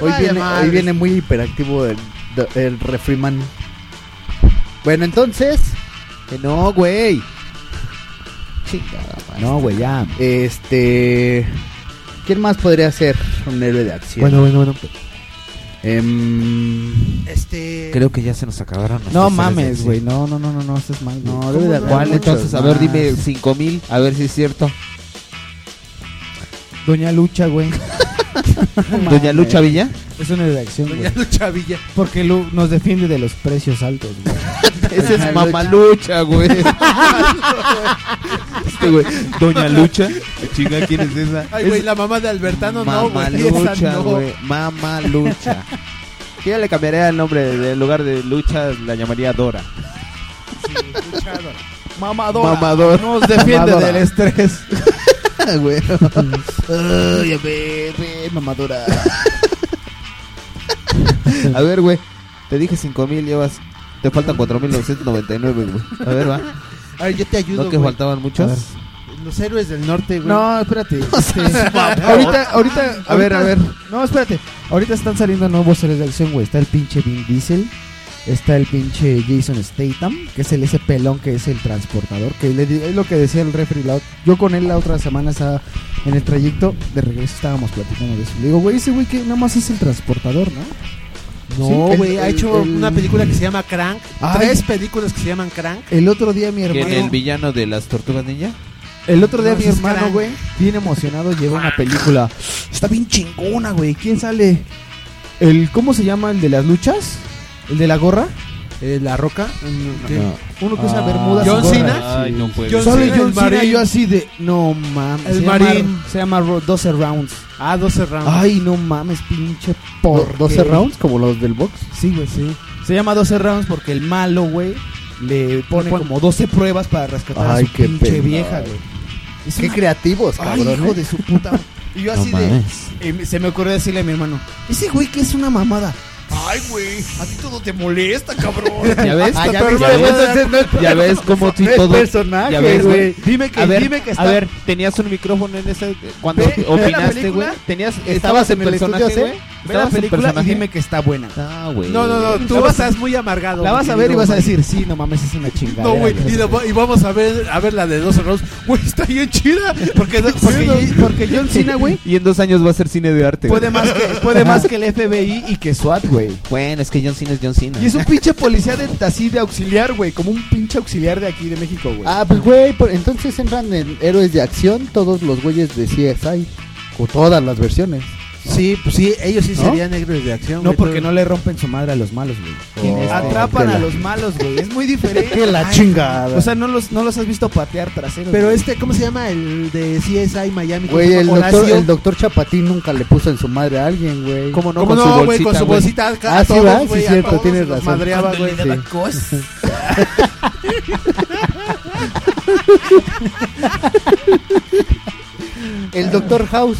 [SPEAKER 6] Hoy,
[SPEAKER 16] vale
[SPEAKER 6] viene,
[SPEAKER 16] madre.
[SPEAKER 6] hoy viene muy hiperactivo el, el refriman. Bueno, entonces. Que no, güey. No, güey, ya. Este. ¿Quién más podría ser un héroe de acción?
[SPEAKER 2] Bueno, bueno, bueno.
[SPEAKER 6] Em,
[SPEAKER 4] Este.
[SPEAKER 2] Creo que ya se nos acabaron.
[SPEAKER 16] No
[SPEAKER 2] nuestras series
[SPEAKER 16] mames,
[SPEAKER 2] de
[SPEAKER 16] güey. No, no, no, no, no, estás mal.
[SPEAKER 6] No,
[SPEAKER 16] güey.
[SPEAKER 6] debe de
[SPEAKER 16] ¿Cómo
[SPEAKER 2] ¿Cuál
[SPEAKER 16] no?
[SPEAKER 2] entonces? A ver,
[SPEAKER 16] Ah.
[SPEAKER 2] dime 5000, a ver si es cierto. <laughs>
[SPEAKER 16] Doña Lucha, <laughs> güey.
[SPEAKER 2] Doña Lucha Villa.
[SPEAKER 16] Es una redacción, güey.
[SPEAKER 4] Doña Lucha Villa.
[SPEAKER 16] Porque Lu- nos defiende de los precios altos, <laughs> güey.
[SPEAKER 2] Esa es mamalucha, güey. Este, güey, Doña Lucha. Chinga, ¿quién es esa?
[SPEAKER 4] Ay, güey, la mamá de Albertano, no, güey.
[SPEAKER 2] Mamalucha,
[SPEAKER 4] esa no.
[SPEAKER 2] güey. Mamalucha. Yo ya le cambiaría el nombre del lugar de Lucha, la llamaría Dora.
[SPEAKER 16] <laughs> Mamadora.
[SPEAKER 2] Mamador.
[SPEAKER 16] Nos defiende
[SPEAKER 2] Mamadora.
[SPEAKER 16] del <laughs>
[SPEAKER 2] <laughs>
[SPEAKER 16] estrés. <laughs>
[SPEAKER 6] güey.
[SPEAKER 16] Ay, a ver, güey, <laughs> mamadora.
[SPEAKER 2] <laughs> A ver, güey. Te dije 5000, llevas. Te faltan 4999, güey. A ver, va.
[SPEAKER 4] A ver, yo te ayudo.
[SPEAKER 2] ¿No que
[SPEAKER 4] güey.
[SPEAKER 2] faltaban muchos?
[SPEAKER 4] A ver. Los héroes del norte, güey.
[SPEAKER 16] No,
[SPEAKER 4] <laughs>
[SPEAKER 16] espérate. este,
[SPEAKER 4] mamón.
[SPEAKER 16] ahorita, ahorita.
[SPEAKER 4] A ver,
[SPEAKER 16] Ah, ahorita-
[SPEAKER 4] a ver.
[SPEAKER 16] No, espérate. Ahorita están saliendo nuevos seres de acción, güey. Está el pinche Vin Diesel. Está el pinche Jason Statham, que es el ese pelón que es el transportador, que le di- es lo que decía el refri. la ot- yo con él la otra semana estaba en el trayecto de regreso, estábamos platicando de eso. Le digo, güey, ese güey que nada más es el transportador, ¿no?
[SPEAKER 4] No,
[SPEAKER 16] Sí,
[SPEAKER 4] güey,
[SPEAKER 16] el-
[SPEAKER 4] ha
[SPEAKER 16] el-
[SPEAKER 4] hecho
[SPEAKER 16] el-
[SPEAKER 4] una película que se llama Crank.
[SPEAKER 16] Ay.
[SPEAKER 4] Tres películas que se llaman Crank.
[SPEAKER 16] El otro día mi hermano...
[SPEAKER 2] ¿Quién, ¿El villano de las tortugas ninja?
[SPEAKER 16] El otro día
[SPEAKER 4] No,
[SPEAKER 16] mi
[SPEAKER 4] ese es
[SPEAKER 16] hermano,
[SPEAKER 4] Crank.
[SPEAKER 16] güey, bien emocionado, lleva una película. Está bien chingona, güey. ¿Quién sale? El ¿cómo se llama el de las luchas? ¿El de la gorra?
[SPEAKER 4] Eh, ¿La Roca?
[SPEAKER 16] ¿Qué? Uno que usa
[SPEAKER 4] Ah.
[SPEAKER 16] bermudas. y
[SPEAKER 4] ¿John
[SPEAKER 16] gorra.
[SPEAKER 4] Cena? Ay, no puede John
[SPEAKER 16] Sale
[SPEAKER 4] Cena,
[SPEAKER 16] John
[SPEAKER 4] el
[SPEAKER 16] Cena,
[SPEAKER 4] marín.
[SPEAKER 16] yo así de no mames.
[SPEAKER 4] El
[SPEAKER 16] se
[SPEAKER 4] marín.
[SPEAKER 16] Llama, se llama Ro- 12 rounds.
[SPEAKER 4] Ah, 12 rounds.
[SPEAKER 16] Ay, no mames, pinche por
[SPEAKER 6] ¿Por 12 rounds como los del box?
[SPEAKER 16] Sí, güey, sí. Se llama 12 rounds porque el malo, güey, le pone
[SPEAKER 6] pon-
[SPEAKER 16] como 12 pruebas para rescatar
[SPEAKER 6] Ay,
[SPEAKER 16] a su
[SPEAKER 6] qué
[SPEAKER 16] pinche
[SPEAKER 6] pena.
[SPEAKER 16] vieja, güey. Es
[SPEAKER 6] Qué
[SPEAKER 16] una-
[SPEAKER 6] creativos, cabrón.
[SPEAKER 16] Ay, hijo
[SPEAKER 6] ¿eh?
[SPEAKER 16] de su puta. Y yo
[SPEAKER 6] No
[SPEAKER 16] así
[SPEAKER 6] mames.
[SPEAKER 16] de. y me- se me ocurrió decirle a mi hermano: Ese güey que es una mamada.
[SPEAKER 4] Ay, güey, a ti todo te molesta, cabrón.
[SPEAKER 2] ¿Ya <laughs> ves?
[SPEAKER 16] Ah, <laughs> ya
[SPEAKER 2] Pero
[SPEAKER 16] ves,
[SPEAKER 2] no,
[SPEAKER 16] ya ves.
[SPEAKER 2] entonces no es- ya ves cómo tú todo. ya ves, güey.
[SPEAKER 16] Dime que,
[SPEAKER 2] a ver,
[SPEAKER 16] dime que está.
[SPEAKER 2] A ver, tenías un micrófono en ese. Cuando
[SPEAKER 16] Ve- ve la
[SPEAKER 2] opinaste,
[SPEAKER 16] película,
[SPEAKER 2] güey. Tenías,
[SPEAKER 16] estabas
[SPEAKER 2] estabas en
[SPEAKER 16] en el
[SPEAKER 2] personaje,
[SPEAKER 16] estudio,
[SPEAKER 2] güey.
[SPEAKER 16] ¿sí? Ve la
[SPEAKER 2] Estabas en
[SPEAKER 16] película y
[SPEAKER 2] personaje.
[SPEAKER 16] dime que está buena.
[SPEAKER 2] Ah, güey.
[SPEAKER 4] No, no, no, tú
[SPEAKER 16] La vas-
[SPEAKER 4] estás muy amargado.
[SPEAKER 16] La vas a
[SPEAKER 4] güey,
[SPEAKER 16] ver y
[SPEAKER 4] no,
[SPEAKER 16] vas a
[SPEAKER 4] güey.
[SPEAKER 16] decir: Sí, no mames, es una chingada.
[SPEAKER 4] No, güey, y, la va- y vamos a ver, a ver la de 12 rounds. Güey, está bien chida. Porque, porque,
[SPEAKER 16] porque John Cena, güey,
[SPEAKER 2] Y en dos años va a ser cine de arte.
[SPEAKER 16] puede
[SPEAKER 2] güey.
[SPEAKER 16] más, que, puede más
[SPEAKER 21] <laughs>
[SPEAKER 16] que el FBI y que SWAT, güey.
[SPEAKER 2] Bueno, es que John Cena es John Cena.
[SPEAKER 16] Y es un pinche policía de así de auxiliar, güey. Como un pinche auxiliar de aquí de México, güey.
[SPEAKER 6] Ah, pues güey, por- entonces entran en héroes de acción todos los güeyes de CSI. O todas las versiones.
[SPEAKER 4] Sí, pues sí, ellos sí
[SPEAKER 6] ¿No?
[SPEAKER 4] serían héroes de acción.
[SPEAKER 16] No,
[SPEAKER 4] güey,
[SPEAKER 16] porque
[SPEAKER 4] pero- este?
[SPEAKER 16] no le rompen su madre a los malos, güey.
[SPEAKER 6] Oh,
[SPEAKER 16] Atrapan
[SPEAKER 6] que
[SPEAKER 16] a
[SPEAKER 6] la-
[SPEAKER 16] los malos, güey. Es muy diferente.
[SPEAKER 6] Que la
[SPEAKER 16] Ay,
[SPEAKER 6] chingada.
[SPEAKER 16] O sea, no los, no los has visto patear traseros.
[SPEAKER 4] Pero
[SPEAKER 16] güey.
[SPEAKER 4] este, ¿cómo se llama? El de CSI Miami. ¿cómo
[SPEAKER 6] Güey,
[SPEAKER 4] se
[SPEAKER 6] el
[SPEAKER 4] llama?
[SPEAKER 6] doctor,
[SPEAKER 4] Horacio.
[SPEAKER 6] el doctor Chapatín nunca le puso en su madre a alguien, güey.
[SPEAKER 2] ¿Cómo
[SPEAKER 4] ¿Cómo no, güey? Con su bolsita. a
[SPEAKER 6] Ah, sí,
[SPEAKER 4] todos,
[SPEAKER 6] va, sí,
[SPEAKER 4] güey, a
[SPEAKER 6] cierto,
[SPEAKER 4] todos
[SPEAKER 6] tienes
[SPEAKER 4] los
[SPEAKER 6] razón.
[SPEAKER 4] Madreaba,
[SPEAKER 6] Cuando
[SPEAKER 4] güey.
[SPEAKER 6] le daba
[SPEAKER 4] Sí.
[SPEAKER 6] <laughs> El doctor House.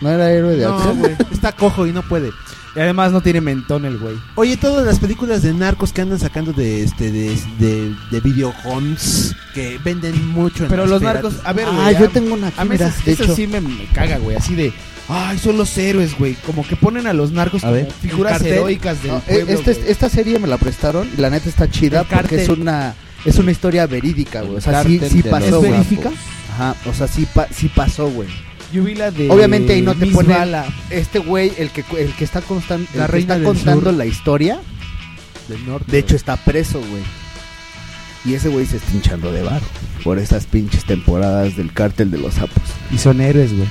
[SPEAKER 6] No era héroe de
[SPEAKER 4] No,
[SPEAKER 6] acción.
[SPEAKER 4] güey, está cojo y no puede.
[SPEAKER 21] Y además no tiene mentón el güey.
[SPEAKER 4] Oye, todas las películas de narcos que andan sacando de este de, de, de videohomes que venden mucho en
[SPEAKER 21] Pero
[SPEAKER 4] las Ah,
[SPEAKER 21] los
[SPEAKER 4] piratas.
[SPEAKER 21] narcos, a ver,
[SPEAKER 6] Ah,
[SPEAKER 21] güey, a- A mí esas- esas sí me, me caga, güey. Así de, ay, son los héroes, güey. Como que ponen a los narcos
[SPEAKER 6] A
[SPEAKER 21] como
[SPEAKER 6] ver.
[SPEAKER 21] figuras
[SPEAKER 6] Cartel.
[SPEAKER 21] heroicas del
[SPEAKER 6] No, eh,
[SPEAKER 21] pueblo,
[SPEAKER 6] este-
[SPEAKER 21] güey.
[SPEAKER 6] Esta serie me la prestaron y la neta está chida porque
[SPEAKER 21] cartel.
[SPEAKER 6] es una, es una historia verídica, güey. O sea, sí,
[SPEAKER 21] cartel
[SPEAKER 6] sí
[SPEAKER 21] de los
[SPEAKER 6] pasó, güey.
[SPEAKER 21] verífica?
[SPEAKER 6] Ajá, o sea, sí, pa- sí pasó, güey.
[SPEAKER 21] Yo vi la de
[SPEAKER 6] Obviamente ahí no te
[SPEAKER 21] Miss
[SPEAKER 6] ponen
[SPEAKER 21] Bala.
[SPEAKER 6] este güey, el que, cu- el que está, constan-
[SPEAKER 21] La
[SPEAKER 6] el que
[SPEAKER 21] reina
[SPEAKER 6] está
[SPEAKER 21] del
[SPEAKER 6] contando
[SPEAKER 21] sur.
[SPEAKER 6] la historia,
[SPEAKER 4] Del norte.
[SPEAKER 6] de hecho está preso, güey. Y ese güey se está hinchando de bar por esas pinches temporadas del cártel de los sapos.
[SPEAKER 21] Y son héroes, güey.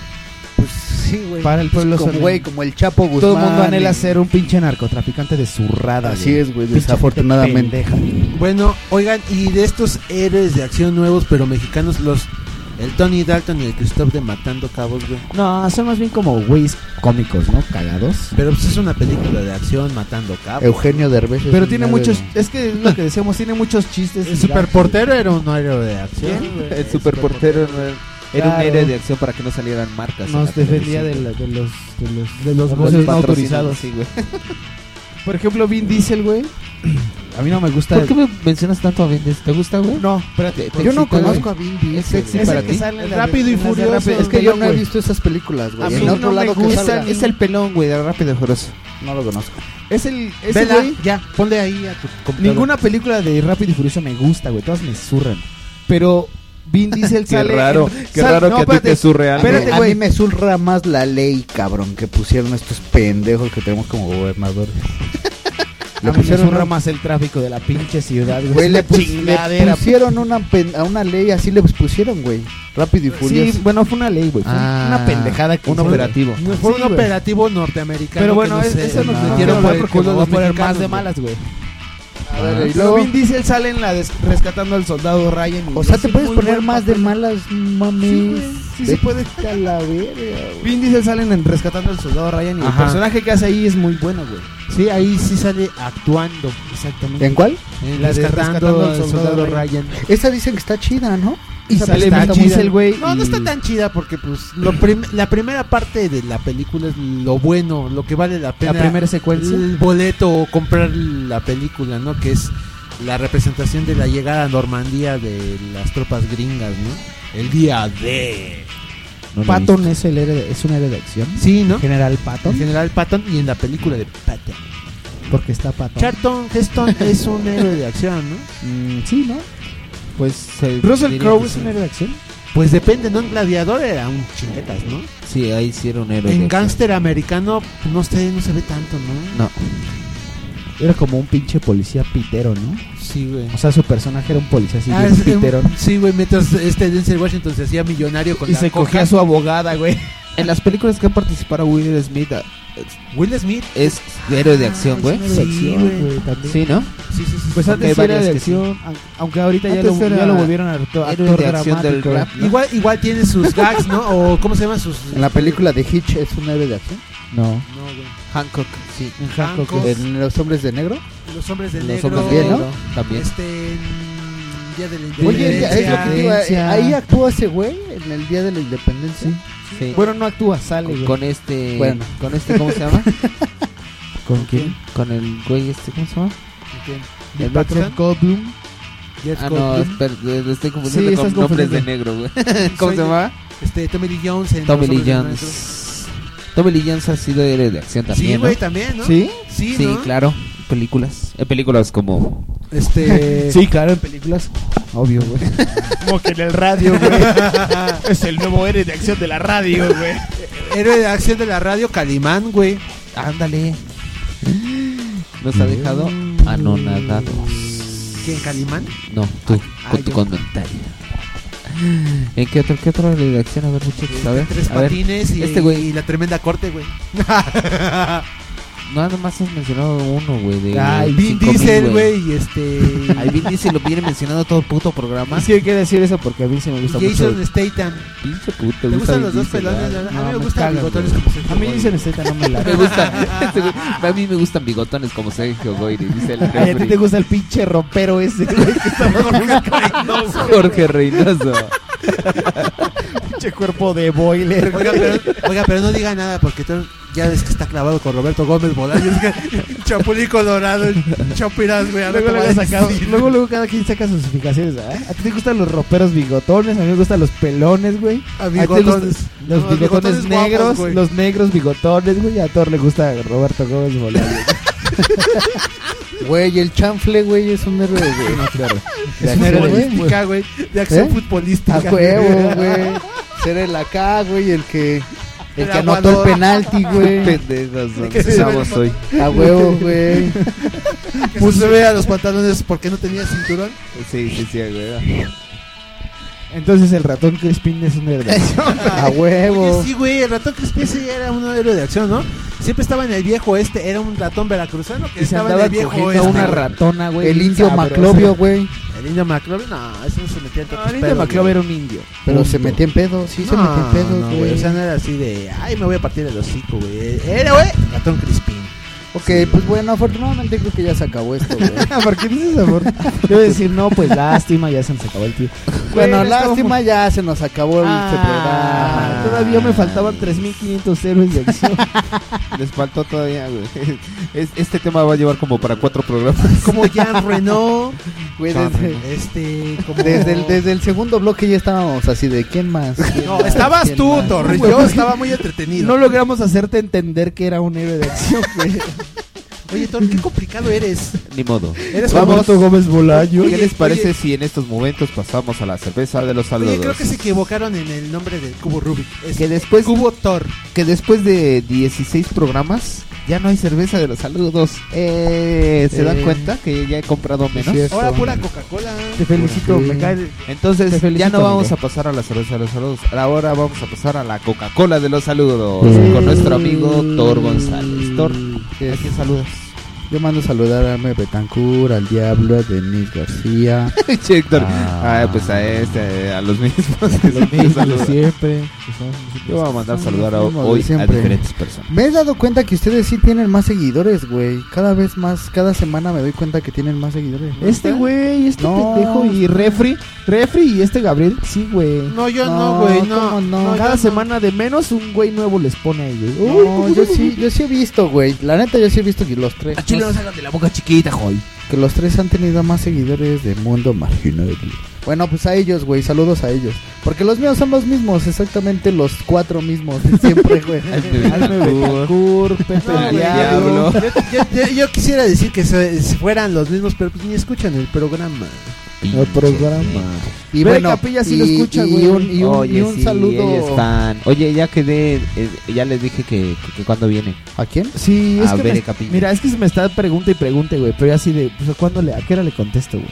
[SPEAKER 6] Sí, güey.
[SPEAKER 21] Para el
[SPEAKER 6] Pues
[SPEAKER 21] pueblo
[SPEAKER 6] como,
[SPEAKER 21] son-
[SPEAKER 6] güey, como el Chapo Guzmán.
[SPEAKER 21] Todo el mundo anhela
[SPEAKER 6] y-
[SPEAKER 21] ser un pinche narcotraficante de zurrada.
[SPEAKER 6] Así es, güey,
[SPEAKER 21] Pinche
[SPEAKER 6] desafortunadamente.
[SPEAKER 21] gente pendeja.
[SPEAKER 4] Bueno, oigan, y de estos héroes de acción nuevos pero mexicanos, los el Tony Dalton y el Christoph de Matando Cabos, güey.
[SPEAKER 21] No, son más bien como güeyes cómicos, ¿no? Cagados.
[SPEAKER 4] Pero pues es una película de acción matando cabos.
[SPEAKER 6] Eugenio Derbez.
[SPEAKER 21] Pero tiene muchos, es que es lo que decíamos, tiene muchos chistes.
[SPEAKER 4] El superportero era un héroe de acción. güey.
[SPEAKER 2] El superportero no era- era un
[SPEAKER 21] Claro.
[SPEAKER 2] héroe de acción para que no salieran marcas. en la
[SPEAKER 21] Nos defendía de, la- de
[SPEAKER 2] televisión.
[SPEAKER 21] los de los
[SPEAKER 2] De los
[SPEAKER 21] voces no
[SPEAKER 2] patrocinados,
[SPEAKER 21] autorizados.
[SPEAKER 2] sí,
[SPEAKER 6] <laughs>
[SPEAKER 2] güey.
[SPEAKER 21] Por ejemplo, Vin Diesel, güey. <clears throat> A mí no me gusta.
[SPEAKER 2] ¿Por qué me mencionas tanto a Vin Diesel? ¿Te gusta, güey?
[SPEAKER 21] No, espérate.
[SPEAKER 2] ¿Te
[SPEAKER 21] Yo no
[SPEAKER 2] excita,
[SPEAKER 21] conozco
[SPEAKER 2] güey?
[SPEAKER 21] a Vin Diesel,
[SPEAKER 2] ¿Es sexy
[SPEAKER 21] güey.
[SPEAKER 2] para
[SPEAKER 21] Ese que
[SPEAKER 2] ti?
[SPEAKER 21] sale en El la- Rápido y en las de Furioso. Rápido-
[SPEAKER 6] Es que yo no he
[SPEAKER 21] güey.
[SPEAKER 6] visto esas películas,
[SPEAKER 21] A
[SPEAKER 6] güey.
[SPEAKER 21] mí
[SPEAKER 6] En otro
[SPEAKER 21] no me
[SPEAKER 6] lado que
[SPEAKER 21] gusta
[SPEAKER 6] salga.
[SPEAKER 21] ni- Es el
[SPEAKER 2] pelón, güey, de Rápido y Furioso.
[SPEAKER 6] No lo conozco.
[SPEAKER 21] Es el ese
[SPEAKER 4] Vela,
[SPEAKER 21] güey-
[SPEAKER 4] ya, ponle ahí a tu computadora.
[SPEAKER 21] Ninguna película de Rápido y Furioso me gusta, güey. Todas me zurran. Pero
[SPEAKER 6] <laughs>
[SPEAKER 21] Vin Diesel
[SPEAKER 6] Qué
[SPEAKER 21] sale.
[SPEAKER 6] raro, qué raro que a ti te zurre algo.
[SPEAKER 21] Espérate,
[SPEAKER 6] A
[SPEAKER 21] güey.
[SPEAKER 6] mí me surra más la ley, cabrón, que pusieron estos pendejos que tenemos como
[SPEAKER 21] <laughs>
[SPEAKER 6] gobernadores.
[SPEAKER 21] A mí me
[SPEAKER 6] pusieron
[SPEAKER 21] zurra
[SPEAKER 6] un-
[SPEAKER 21] más el tráfico de la pinche ciudad, güey.
[SPEAKER 6] Güey,
[SPEAKER 21] Es
[SPEAKER 6] le,
[SPEAKER 21] una
[SPEAKER 6] pus- le
[SPEAKER 21] chingadera.
[SPEAKER 6] pusieron una, pen- a una ley, así le pusieron, güey. Rápido y
[SPEAKER 21] Sí,
[SPEAKER 6] furioso. Ah,
[SPEAKER 21] bueno, fue una ley, güey. Fue una pendejada que
[SPEAKER 6] un
[SPEAKER 21] hicieron.
[SPEAKER 6] operativo.
[SPEAKER 4] No, Fue
[SPEAKER 21] Ah, Sí,
[SPEAKER 4] un
[SPEAKER 21] güey.
[SPEAKER 4] operativo norteamericano.
[SPEAKER 21] Pero bueno,
[SPEAKER 4] que no
[SPEAKER 21] es-
[SPEAKER 4] sé,
[SPEAKER 21] eso nos
[SPEAKER 4] no.
[SPEAKER 21] metieron
[SPEAKER 4] Quiero
[SPEAKER 21] por
[SPEAKER 4] ver
[SPEAKER 21] porque
[SPEAKER 4] culos
[SPEAKER 21] nos va a poner
[SPEAKER 4] mexicanos,
[SPEAKER 21] más de
[SPEAKER 4] güey.
[SPEAKER 21] malas, güey.
[SPEAKER 6] A ver, y
[SPEAKER 21] Pero
[SPEAKER 6] luego-
[SPEAKER 21] Vin Diesel sale en la des- rescatando al soldado Ryan. y
[SPEAKER 6] O sea,
[SPEAKER 21] es
[SPEAKER 6] te
[SPEAKER 21] un
[SPEAKER 6] puedes
[SPEAKER 21] muy
[SPEAKER 6] poner
[SPEAKER 21] buen
[SPEAKER 6] más de
[SPEAKER 21] papel.
[SPEAKER 6] malas, mames.
[SPEAKER 21] Sí, güey, sí se
[SPEAKER 6] Vete
[SPEAKER 21] puede.
[SPEAKER 6] a la verga, güey.
[SPEAKER 21] Vin Diesel sale en rescatando al soldado Ryan y el
[SPEAKER 4] Ajá.
[SPEAKER 21] personaje que hace ahí es muy bueno, güey.
[SPEAKER 4] Sí, ahí sí sale actuando. Exactamente.
[SPEAKER 6] ¿En cuál?
[SPEAKER 4] En la de rescatando al soldado Ryan.
[SPEAKER 6] Esa dicen que está chida, ¿no?
[SPEAKER 4] Y
[SPEAKER 6] Esa
[SPEAKER 4] sale
[SPEAKER 6] está
[SPEAKER 4] Vin
[SPEAKER 6] chida.
[SPEAKER 4] Diesel, güey. No, no está tan chida porque pues lo prim- la primera parte de la película es lo bueno, lo que vale la pena.
[SPEAKER 21] primera secuencia.
[SPEAKER 4] El boleto o comprar la película, ¿no? Que es la representación de la llegada a Normandía de las tropas gringas, ¿no? El día de...
[SPEAKER 21] Patton es, el héroe de- es un héroe de acción.
[SPEAKER 4] Sí, ¿no?
[SPEAKER 21] General
[SPEAKER 4] El
[SPEAKER 21] Patton.
[SPEAKER 4] general Patton y en la película de Patton.
[SPEAKER 21] Porque está Patton.
[SPEAKER 4] Charlton Heston es un héroe de acción, ¿no?
[SPEAKER 21] Mm, sí, ¿no?
[SPEAKER 2] Pues. eh,
[SPEAKER 21] Russell
[SPEAKER 2] diría
[SPEAKER 21] Crowe
[SPEAKER 2] que
[SPEAKER 21] es
[SPEAKER 2] sí.
[SPEAKER 21] un héroe de acción.
[SPEAKER 4] Pues depende, ¿no? En Gladiador era un chinguetas, ¿no?
[SPEAKER 2] Sí, ahí sí era un héroe. de
[SPEAKER 4] En
[SPEAKER 2] acción.
[SPEAKER 4] Gangster Americano, no sé, no se ve tanto, ¿no?
[SPEAKER 2] No.
[SPEAKER 21] Era como un pinche policía pitero, ¿no?
[SPEAKER 4] Sí, güey.
[SPEAKER 21] O sea, su personaje era un policía así,
[SPEAKER 4] Ah,
[SPEAKER 21] bien
[SPEAKER 4] es- em,
[SPEAKER 21] piterón.
[SPEAKER 4] sí, güey, mientras este Denzel Washington se hacía millonario con
[SPEAKER 21] Y
[SPEAKER 4] la
[SPEAKER 21] se
[SPEAKER 4] coca.
[SPEAKER 21] cogía a su abogada, güey.
[SPEAKER 2] En las películas que ha participado Will Smith. ah, es-
[SPEAKER 4] Will Smith
[SPEAKER 2] es héroe de acción, güey.
[SPEAKER 21] Ah, es héroe de Sí, acción, güey. güey, también.
[SPEAKER 2] Sí, ¿no?
[SPEAKER 4] Sí, sí, sí.
[SPEAKER 21] Pues
[SPEAKER 2] Ok,
[SPEAKER 21] antes sí era
[SPEAKER 2] varias
[SPEAKER 21] de
[SPEAKER 2] que sí.
[SPEAKER 21] acción, aun- aunque ahorita ya
[SPEAKER 2] Antes
[SPEAKER 21] lo,
[SPEAKER 2] era
[SPEAKER 21] ya lo volvieron a actor,
[SPEAKER 2] héroe
[SPEAKER 21] actor
[SPEAKER 2] de acción del
[SPEAKER 21] dramático.
[SPEAKER 2] rap, ¿no?
[SPEAKER 4] Igual, igual tiene sus gags, ¿no? O cómo se llaman sus.
[SPEAKER 6] En la película de Hitch es un héroe de acción.
[SPEAKER 21] No.
[SPEAKER 4] No, güey.
[SPEAKER 2] Hancock, sí.
[SPEAKER 4] Hancock Hancock. es-
[SPEAKER 6] En Los hombres de negro.
[SPEAKER 4] Los hombres de
[SPEAKER 6] Los
[SPEAKER 4] negro.
[SPEAKER 6] hombres de negro,
[SPEAKER 2] también.
[SPEAKER 4] Este. en Día de la
[SPEAKER 6] Oye,
[SPEAKER 4] Independencia.
[SPEAKER 6] es lo que te iba-
[SPEAKER 21] eh,
[SPEAKER 6] ahí actúa ese güey en el día de la independencia.
[SPEAKER 2] Sí.
[SPEAKER 21] Bueno, no actúa, sale,
[SPEAKER 2] Con-
[SPEAKER 21] güey.
[SPEAKER 2] con este.
[SPEAKER 6] Bueno.
[SPEAKER 2] Con este, ¿cómo
[SPEAKER 6] <laughs>
[SPEAKER 2] se llama?
[SPEAKER 21] ¿Con quién?
[SPEAKER 2] Con el güey este, ¿cómo se llama?
[SPEAKER 21] ¿El
[SPEAKER 2] ¿El otro?
[SPEAKER 21] Patrick Goldblum?
[SPEAKER 4] Jeff
[SPEAKER 2] Ah, no,
[SPEAKER 4] Goldblum.
[SPEAKER 2] espera, lo estoy
[SPEAKER 21] Sí,
[SPEAKER 2] confundiendo
[SPEAKER 21] estás
[SPEAKER 2] con nombres
[SPEAKER 21] confundiendo.
[SPEAKER 2] de negro,
[SPEAKER 21] <laughs>
[SPEAKER 2] güey.
[SPEAKER 4] <laughs>
[SPEAKER 2] ¿Cómo
[SPEAKER 4] Soy
[SPEAKER 2] se
[SPEAKER 4] de-
[SPEAKER 2] llama?
[SPEAKER 4] Este, Tommy Lee Jones. en
[SPEAKER 2] Tommy
[SPEAKER 4] Los
[SPEAKER 2] Lee
[SPEAKER 4] hombres de negro.
[SPEAKER 2] Jones. Tommy Lee Jones ha sido héroe de acción también.
[SPEAKER 4] Sí,
[SPEAKER 2] ¿no?
[SPEAKER 4] güey, también, ¿no?
[SPEAKER 2] ¿Sí?
[SPEAKER 4] Sí, ¿no?
[SPEAKER 2] claro. Películas. En películas como.
[SPEAKER 4] Este.
[SPEAKER 21] Sí, claro, en películas. Obvio, güey.
[SPEAKER 17] Como que en el radio,
[SPEAKER 4] <laughs>
[SPEAKER 17] güey. es el nuevo héroe de acción de la radio, güey.
[SPEAKER 4] Héroe de acción de la radio Calimán, güey.
[SPEAKER 2] Ándale. Nos ha dejado anonadados.
[SPEAKER 4] ¿Quién, Calimán?
[SPEAKER 2] No, tú,
[SPEAKER 4] Ah,
[SPEAKER 2] con tu
[SPEAKER 4] yo.
[SPEAKER 2] comentario. ¿En qué otro, qué otra redacción? A ver, muchachos, a ver.
[SPEAKER 4] Tres
[SPEAKER 2] a ver.
[SPEAKER 4] patines y,
[SPEAKER 2] Este güey,
[SPEAKER 4] y la tremenda corte, güey.
[SPEAKER 2] nada más has mencionado uno, güey.
[SPEAKER 4] <laughs>
[SPEAKER 2] De
[SPEAKER 4] Ay, Vin
[SPEAKER 2] 5000,
[SPEAKER 4] Diesel, güey, y este.
[SPEAKER 2] Ay, Vin Diesel lo viene mencionando todo el puto programa.
[SPEAKER 21] Sí, hay que decir eso porque a mí se
[SPEAKER 4] <laughs>
[SPEAKER 21] me gusta mucho.
[SPEAKER 4] Jason Statham.
[SPEAKER 2] Pinche puto.
[SPEAKER 4] ¿Te gustan los dos pelones?
[SPEAKER 2] ah.
[SPEAKER 4] A mí ah, me gustan bigotones como Sergio
[SPEAKER 21] A mí
[SPEAKER 4] Goyri.
[SPEAKER 21] dicen Z, no me
[SPEAKER 2] <laughs>
[SPEAKER 21] la.
[SPEAKER 2] Me gusta, este güey, a mí me gustan bigotones como Sergio Goyri, dice el
[SPEAKER 21] Ay, a ti
[SPEAKER 2] referee.
[SPEAKER 21] te gusta el pinche ropero ese, güey. que está-
[SPEAKER 2] Jorge Reynoso.
[SPEAKER 3] Pinche cuerpo de boiler.
[SPEAKER 4] Oiga, pero, oiga, pero no diga nada porque tú ya ves que está clavado con Roberto Gómez Bolaños. <laughs> Chapulín Colorado, Chapiras, güey. a ver
[SPEAKER 21] Luego,
[SPEAKER 4] cómo
[SPEAKER 21] luego,
[SPEAKER 4] va a
[SPEAKER 21] saca-
[SPEAKER 4] decir.
[SPEAKER 21] luego, luego cada quien saca sus fijaciones. ¿ah? A ti te gustan los roperos bigotones, a mí me gustan los pelones, güey.
[SPEAKER 4] A
[SPEAKER 21] ti te gustan
[SPEAKER 4] bigotones.
[SPEAKER 21] Los
[SPEAKER 4] No,
[SPEAKER 21] bigotones,
[SPEAKER 4] los bigotones guapos,
[SPEAKER 21] negros,
[SPEAKER 4] güey.
[SPEAKER 21] los negros bigotones, güey. A Thor le gusta Roberto Gómez Bolaños.
[SPEAKER 6] <laughs> Güey, el chanfle, güey, es un héroe, güey.
[SPEAKER 21] Es un héroe, güey. ¿Eh?
[SPEAKER 6] futbolística,
[SPEAKER 4] güey.
[SPEAKER 21] de acción
[SPEAKER 6] futbolística. A huevo, güey. <laughs> Ser el acá, güey, el que. El
[SPEAKER 2] El
[SPEAKER 6] que anotó
[SPEAKER 2] aguador.
[SPEAKER 6] el penalti,
[SPEAKER 4] <laughs>
[SPEAKER 6] güey.
[SPEAKER 2] Pendejos, no,
[SPEAKER 6] Que se
[SPEAKER 2] estamos
[SPEAKER 6] sube el-
[SPEAKER 2] hoy.
[SPEAKER 6] A huevo,
[SPEAKER 4] <laughs>
[SPEAKER 6] güey.
[SPEAKER 4] Pues se vea los pantalones porque no tenía cinturón.
[SPEAKER 2] Sí, sí, sí, güey.
[SPEAKER 21] Entonces el ratón Crispin es un <laughs> héroe.
[SPEAKER 6] A huevo.
[SPEAKER 4] Oye, sí, güey, el ratón Crispin sí era un héroe de acción, ¿no? Siempre estaba en el viejo este, era un ratón veracruzano que
[SPEAKER 21] Y se
[SPEAKER 4] estaba en
[SPEAKER 21] andaba
[SPEAKER 4] el viejo
[SPEAKER 21] cogiendo
[SPEAKER 4] este.
[SPEAKER 21] a una ratona, güey,
[SPEAKER 4] El
[SPEAKER 21] bien
[SPEAKER 4] indio
[SPEAKER 21] sabrosa.
[SPEAKER 4] Maclovio,
[SPEAKER 6] güey.
[SPEAKER 4] El indio Maclovio, no, eso no se metía en tantos
[SPEAKER 21] el indio
[SPEAKER 4] pedos,
[SPEAKER 21] Maclovio
[SPEAKER 4] güey.
[SPEAKER 21] era un indio.
[SPEAKER 6] Pero se metía en pedo, sí se
[SPEAKER 4] No,
[SPEAKER 6] metía en pedo,
[SPEAKER 4] no,
[SPEAKER 6] güey.
[SPEAKER 4] O sea, no era así de, ay, me voy a partir el hocico, güey. Era, güey, ratón Crispin.
[SPEAKER 6] Ok, pues bueno, afortunadamente creo que ya se acabó esto, güey.
[SPEAKER 21] ¿Por qué dices amor? <laughs> Yo voy a decir, no, pues lástima, ya se nos acabó el tío.
[SPEAKER 6] <laughs> Bueno, lástima, ya se nos acabó el este
[SPEAKER 21] Ah,
[SPEAKER 6] programa.
[SPEAKER 21] Todavía me faltaban 3.500 héroes de acción.
[SPEAKER 2] Les faltó todavía, güey. <laughs> Es- este tema va a llevar como para cuatro programas.
[SPEAKER 4] Como Jean Renault,
[SPEAKER 6] Güey,
[SPEAKER 2] Jean
[SPEAKER 6] desde-
[SPEAKER 2] Reno.
[SPEAKER 4] este, como...
[SPEAKER 6] <laughs> Desde el, desde el segundo bloque ya estábamos así de quién más. ¿Quién
[SPEAKER 4] No,
[SPEAKER 6] más?
[SPEAKER 4] estabas
[SPEAKER 6] ¿Quién
[SPEAKER 4] tú,
[SPEAKER 6] más?
[SPEAKER 4] Torres. Yo estaba muy entretenido.
[SPEAKER 21] No logramos hacerte entender que era un héroe de acción, güey.
[SPEAKER 4] <laughs> Oye, Thor, qué complicado eres.
[SPEAKER 2] Ni modo.
[SPEAKER 4] Eres
[SPEAKER 2] Vamos.
[SPEAKER 21] Roberto Gómez Bolaño.
[SPEAKER 2] ¿Qué les parece
[SPEAKER 4] oye.
[SPEAKER 2] si en estos momentos pasamos a la cerveza de los saludos?
[SPEAKER 4] Oye, creo que se equivocaron en el nombre del cubo Rubik. Es
[SPEAKER 2] Que después.
[SPEAKER 4] Cubo Thor.
[SPEAKER 2] Que después de 16 programas ya no hay cerveza de los saludos. Eh, ¿Se dan
[SPEAKER 21] Eh.
[SPEAKER 2] cuenta que ya he comprado menos?
[SPEAKER 4] Ahora pura Coca-Cola.
[SPEAKER 21] Te felicito, me cae el-
[SPEAKER 2] Entonces
[SPEAKER 21] Te felicito,
[SPEAKER 2] ya no vamos
[SPEAKER 21] amigo.
[SPEAKER 2] a pasar a la cerveza de los saludos. Ahora vamos a pasar a la Coca-Cola de los saludos
[SPEAKER 6] Eh.
[SPEAKER 2] con nuestro amigo Thor
[SPEAKER 21] Mm.
[SPEAKER 2] González. Thor, <laughs> ¿a quién saludas?
[SPEAKER 6] Yo mando a saludar a Arme Betancourt, al Diablo, a Denis García.
[SPEAKER 2] Che, Héctor.
[SPEAKER 6] Ah.
[SPEAKER 2] Ah, pues a este, a los mismos.
[SPEAKER 21] <laughs>
[SPEAKER 2] que siempre
[SPEAKER 6] mismos de
[SPEAKER 2] saludan.
[SPEAKER 6] siempre.
[SPEAKER 2] Yo voy a mandar
[SPEAKER 6] Son
[SPEAKER 2] saludar a,
[SPEAKER 6] los mismos de
[SPEAKER 2] hoy a
[SPEAKER 6] siempre.
[SPEAKER 2] diferentes personas.
[SPEAKER 6] Me he dado cuenta que ustedes sí tienen más seguidores, güey. Cada vez más, cada semana me doy cuenta que tienen más seguidores. ¿no?
[SPEAKER 21] Este güey, este
[SPEAKER 6] No.
[SPEAKER 21] pendejo y refri, refri y este Gabriel, sí, güey.
[SPEAKER 4] No, yo
[SPEAKER 6] no, güey, no.
[SPEAKER 21] ¿cómo
[SPEAKER 6] No, yo
[SPEAKER 21] Cada
[SPEAKER 6] no.
[SPEAKER 21] semana de menos un güey nuevo les pone ahí, güey.
[SPEAKER 6] No,
[SPEAKER 21] Uy,
[SPEAKER 6] yo sí, yo sí he visto, güey. La neta, yo sí he visto que los tres.
[SPEAKER 21] A Chile no salgan de la boca chiquita, joy.
[SPEAKER 6] Que los tres han tenido más seguidores de Mundo Marginal. Bueno, pues a ellos, güey. Saludos a ellos. Porque los míos son los mismos, exactamente los cuatro mismos de siempre, güey.
[SPEAKER 21] Alme Betancourt, Pepe
[SPEAKER 4] No,
[SPEAKER 21] el
[SPEAKER 4] güey,
[SPEAKER 21] Diablo.
[SPEAKER 4] Yo, yo- yo- yo quisiera decir que se- se fueran los mismos, pero pues ni escuchan el programa.
[SPEAKER 21] El programa.
[SPEAKER 6] Y
[SPEAKER 21] Ver
[SPEAKER 6] bueno,
[SPEAKER 21] Capilla sí
[SPEAKER 6] y,
[SPEAKER 21] lo escucha,
[SPEAKER 6] y
[SPEAKER 21] güey.
[SPEAKER 6] un, y un-
[SPEAKER 2] Oye,
[SPEAKER 6] y un
[SPEAKER 2] sí,
[SPEAKER 6] saludo.
[SPEAKER 2] ellos están. Oye, ya quedé, eh, ya les dije que, que, que cuando viene.
[SPEAKER 6] ¿A quién?
[SPEAKER 21] Sí, es
[SPEAKER 2] A
[SPEAKER 21] que
[SPEAKER 2] Bere
[SPEAKER 21] me-
[SPEAKER 2] Capilla.
[SPEAKER 21] mira, es que se me está pregunta y pregunta, güey, pero yo así de, pues, ¿a cuándo le, a qué hora le contesto, güey?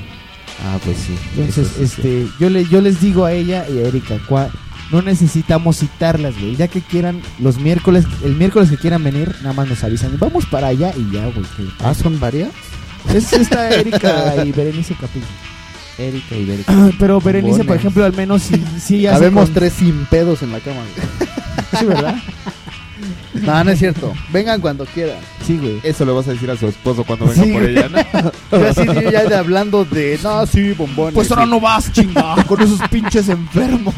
[SPEAKER 2] Ah, pues sí.
[SPEAKER 21] Entonces,
[SPEAKER 2] eso sí, sí.
[SPEAKER 21] este, yo le, yo les digo a ella y a Erika, cua- no necesitamos citarlas, güey, ya que quieran los miércoles, el miércoles que quieran venir, nada más nos avisan, vamos para allá y ya, güey. que-
[SPEAKER 6] Ah, son varias.
[SPEAKER 21] Es esta Erika y Berenice Capilla.
[SPEAKER 2] Erika
[SPEAKER 21] <clears throat>
[SPEAKER 2] y
[SPEAKER 21] Ah,
[SPEAKER 2] Berenice.
[SPEAKER 21] Pero Berenice, por
[SPEAKER 6] Buenas.
[SPEAKER 21] ejemplo, al menos sí, sí hace
[SPEAKER 6] Habemos
[SPEAKER 21] con-
[SPEAKER 6] tres sin pedos en la cama, güey.
[SPEAKER 21] <laughs> Sí, ¿verdad?
[SPEAKER 6] No, no es cierto. Vengan cuando quieran.
[SPEAKER 21] Sí, güey.
[SPEAKER 2] Eso le vas a decir a su esposo cuando venga
[SPEAKER 6] Sí,
[SPEAKER 2] por
[SPEAKER 6] güey.
[SPEAKER 2] ella,
[SPEAKER 6] <laughs>
[SPEAKER 21] <laughs>
[SPEAKER 2] ¿no?
[SPEAKER 6] Yo así, yo ya de- hablando de. No, sí, bombones.
[SPEAKER 21] Pues ahora
[SPEAKER 6] sí.
[SPEAKER 21] no vas,
[SPEAKER 6] <laughs>
[SPEAKER 21] chingada, con esos pinches <laughs> enfermos.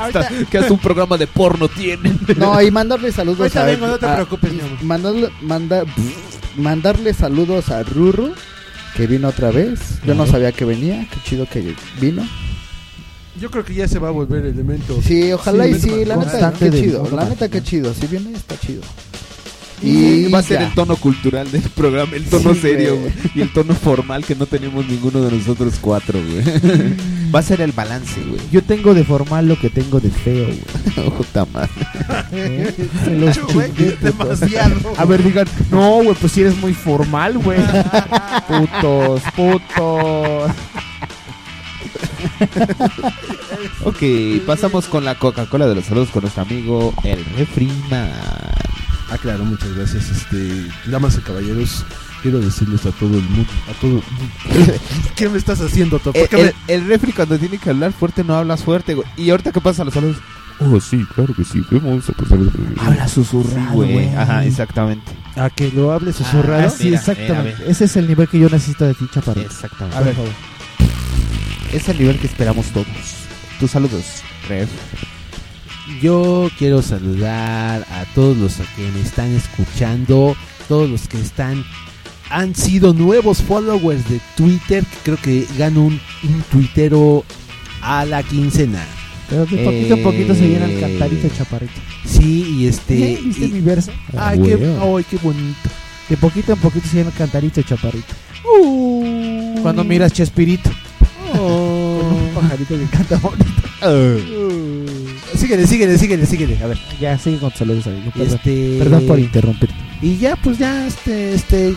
[SPEAKER 2] Hasta- que hasta un programa de porno tienen.
[SPEAKER 6] No, y
[SPEAKER 2] <laughs>
[SPEAKER 6] mandarle saludos
[SPEAKER 4] Ahorita
[SPEAKER 6] a.
[SPEAKER 4] vengo, no te
[SPEAKER 6] a-
[SPEAKER 4] preocupes, mi amor.
[SPEAKER 6] Mandarle, manda- mandarle saludos a Ruru, que vino otra vez. Yo no
[SPEAKER 4] Claro.
[SPEAKER 6] sabía que venía. Qué chido que vino.
[SPEAKER 4] Yo creo que ya se va a volver elemento.
[SPEAKER 6] Sí, ojalá y sí. La neta,
[SPEAKER 4] Constante
[SPEAKER 6] qué
[SPEAKER 4] de-
[SPEAKER 6] chido. La neta, qué chido. Si viene, está
[SPEAKER 4] <laughs>
[SPEAKER 6] chido. Y
[SPEAKER 2] va a ser
[SPEAKER 6] ya.
[SPEAKER 2] el tono cultural del programa, el tono
[SPEAKER 6] Sí,
[SPEAKER 2] serio
[SPEAKER 6] güey.
[SPEAKER 2] güey, y el tono formal que no tenemos ninguno de nosotros cuatro,
[SPEAKER 21] <laughs>
[SPEAKER 2] güey. Va a ser el balance, güey.
[SPEAKER 21] Yo tengo de formal lo que tengo de feo, güey.
[SPEAKER 4] <laughs> Oh,
[SPEAKER 2] Puta madre.
[SPEAKER 21] Se <laughs> los
[SPEAKER 4] Güey,
[SPEAKER 21] chingué, puto. <laughs>
[SPEAKER 4] demasiado.
[SPEAKER 21] A ver, digan, no, güey, pues si eres muy formal, güey. Putos, putos.
[SPEAKER 2] Ok, pasamos con la Coca-Cola de los saludos con nuestro amigo el Refriman.
[SPEAKER 4] Ah, claro, muchas gracias. Este, damas y caballeros, quiero decirles a todo el mundo, a todo.
[SPEAKER 21] <laughs>
[SPEAKER 4] ¿Qué me estás haciendo, Top?
[SPEAKER 2] El, Eh, el- el refri cuando tiene que hablar fuerte no hablas fuerte, güey. Y ahorita que pasa los saludos,
[SPEAKER 25] Oh, sí, claro que sí. Vamos a pasar.
[SPEAKER 2] habla susurrado,
[SPEAKER 21] Sí,
[SPEAKER 2] güey.
[SPEAKER 21] güey.
[SPEAKER 2] Ajá, exactamente.
[SPEAKER 4] A que lo hable
[SPEAKER 21] Susurrado.
[SPEAKER 2] Ah,
[SPEAKER 21] sí,
[SPEAKER 2] mira,
[SPEAKER 21] exactamente.
[SPEAKER 2] mira,
[SPEAKER 21] Ese es el nivel que yo necesito de ti, chaparro.
[SPEAKER 2] Exactamente.
[SPEAKER 21] A ver,
[SPEAKER 2] Es el nivel que esperamos todos. tus saludos, Trev.
[SPEAKER 4] Yo quiero saludar a todos los que me están escuchando, todos los que están han sido nuevos followers de Twitter, que creo que gano un, un tuitero a la quincena.
[SPEAKER 33] Pero de poquito a poquito se viene alcantarito, chaparrito.
[SPEAKER 4] Sí, y este.
[SPEAKER 33] ¿Eh? ¿Viste
[SPEAKER 4] y-
[SPEAKER 33] mi verso?
[SPEAKER 4] Ah,
[SPEAKER 33] Ay, qué,
[SPEAKER 4] huevo.
[SPEAKER 33] ay, qué bonito. De poquito a poquito se viene alcantarito, chaparrito.
[SPEAKER 6] Cuando miras Chespirito. Oh.
[SPEAKER 33] un pajarito que canta
[SPEAKER 4] Oh. Síguele, síguele, síguele, síguele. A ver.
[SPEAKER 33] Ya, sigue con tus saludos, amigo. Perdón,
[SPEAKER 4] Este-
[SPEAKER 33] Perdón por interrumpirte.
[SPEAKER 4] Y ya, pues ya, este, este,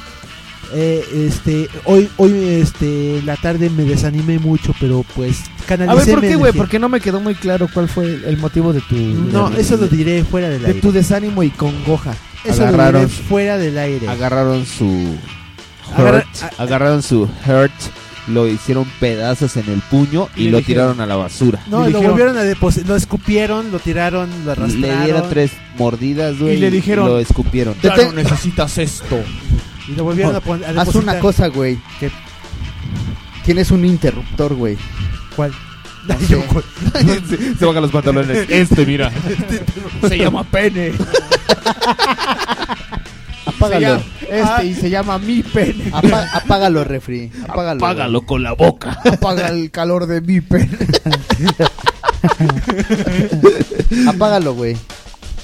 [SPEAKER 4] eh, este, hoy, hoy, este, la tarde me desanimé mucho, pero pues
[SPEAKER 6] A
[SPEAKER 4] canalicé
[SPEAKER 6] ver, ¿por
[SPEAKER 4] mi
[SPEAKER 6] qué, güey?
[SPEAKER 4] energía.
[SPEAKER 6] Porque no me quedó muy claro cuál fue el el motivo de tu...
[SPEAKER 4] No,
[SPEAKER 6] de-
[SPEAKER 4] eso lo diré fuera del
[SPEAKER 6] De
[SPEAKER 4] aire.
[SPEAKER 6] tu desánimo y congoja.
[SPEAKER 4] Eso lo diré fuera del aire.
[SPEAKER 2] Agarraron su hurt,
[SPEAKER 4] Agarra-
[SPEAKER 2] agarraron su hurt, lo hicieron pedazos en el puño y,
[SPEAKER 4] Y le
[SPEAKER 2] lo
[SPEAKER 4] dijeron-
[SPEAKER 2] tiraron a la basura.
[SPEAKER 4] No, lo volvieron a depositar, lo escupieron, lo tiraron, lo
[SPEAKER 2] le
[SPEAKER 4] arrastraron.
[SPEAKER 2] dieron tres mordidas, güey.
[SPEAKER 4] Y le dijeron,
[SPEAKER 2] lo escupieron.
[SPEAKER 4] "Ya no
[SPEAKER 2] necesitas esto.
[SPEAKER 4] Y lo volvieron a, pon- a
[SPEAKER 3] Haz
[SPEAKER 4] depositar.
[SPEAKER 3] una cosa, güey. Tienes un interruptor, güey.
[SPEAKER 4] ¿Cuál?
[SPEAKER 3] <laughs>
[SPEAKER 2] se, se bajan los pantalones.
[SPEAKER 4] <laughs>
[SPEAKER 2] Este, mira.
[SPEAKER 3] Se llama
[SPEAKER 2] pene.
[SPEAKER 3] Apágalo.
[SPEAKER 33] Este
[SPEAKER 4] Ah.
[SPEAKER 33] y se llama Mi Pene.
[SPEAKER 3] Apa- <laughs> apágalo, refri. Apágalo.
[SPEAKER 2] Apágalo con la boca.
[SPEAKER 3] <laughs> Apaga el calor de mi
[SPEAKER 4] <laughs>
[SPEAKER 3] pene. <laughs> apágalo, güey.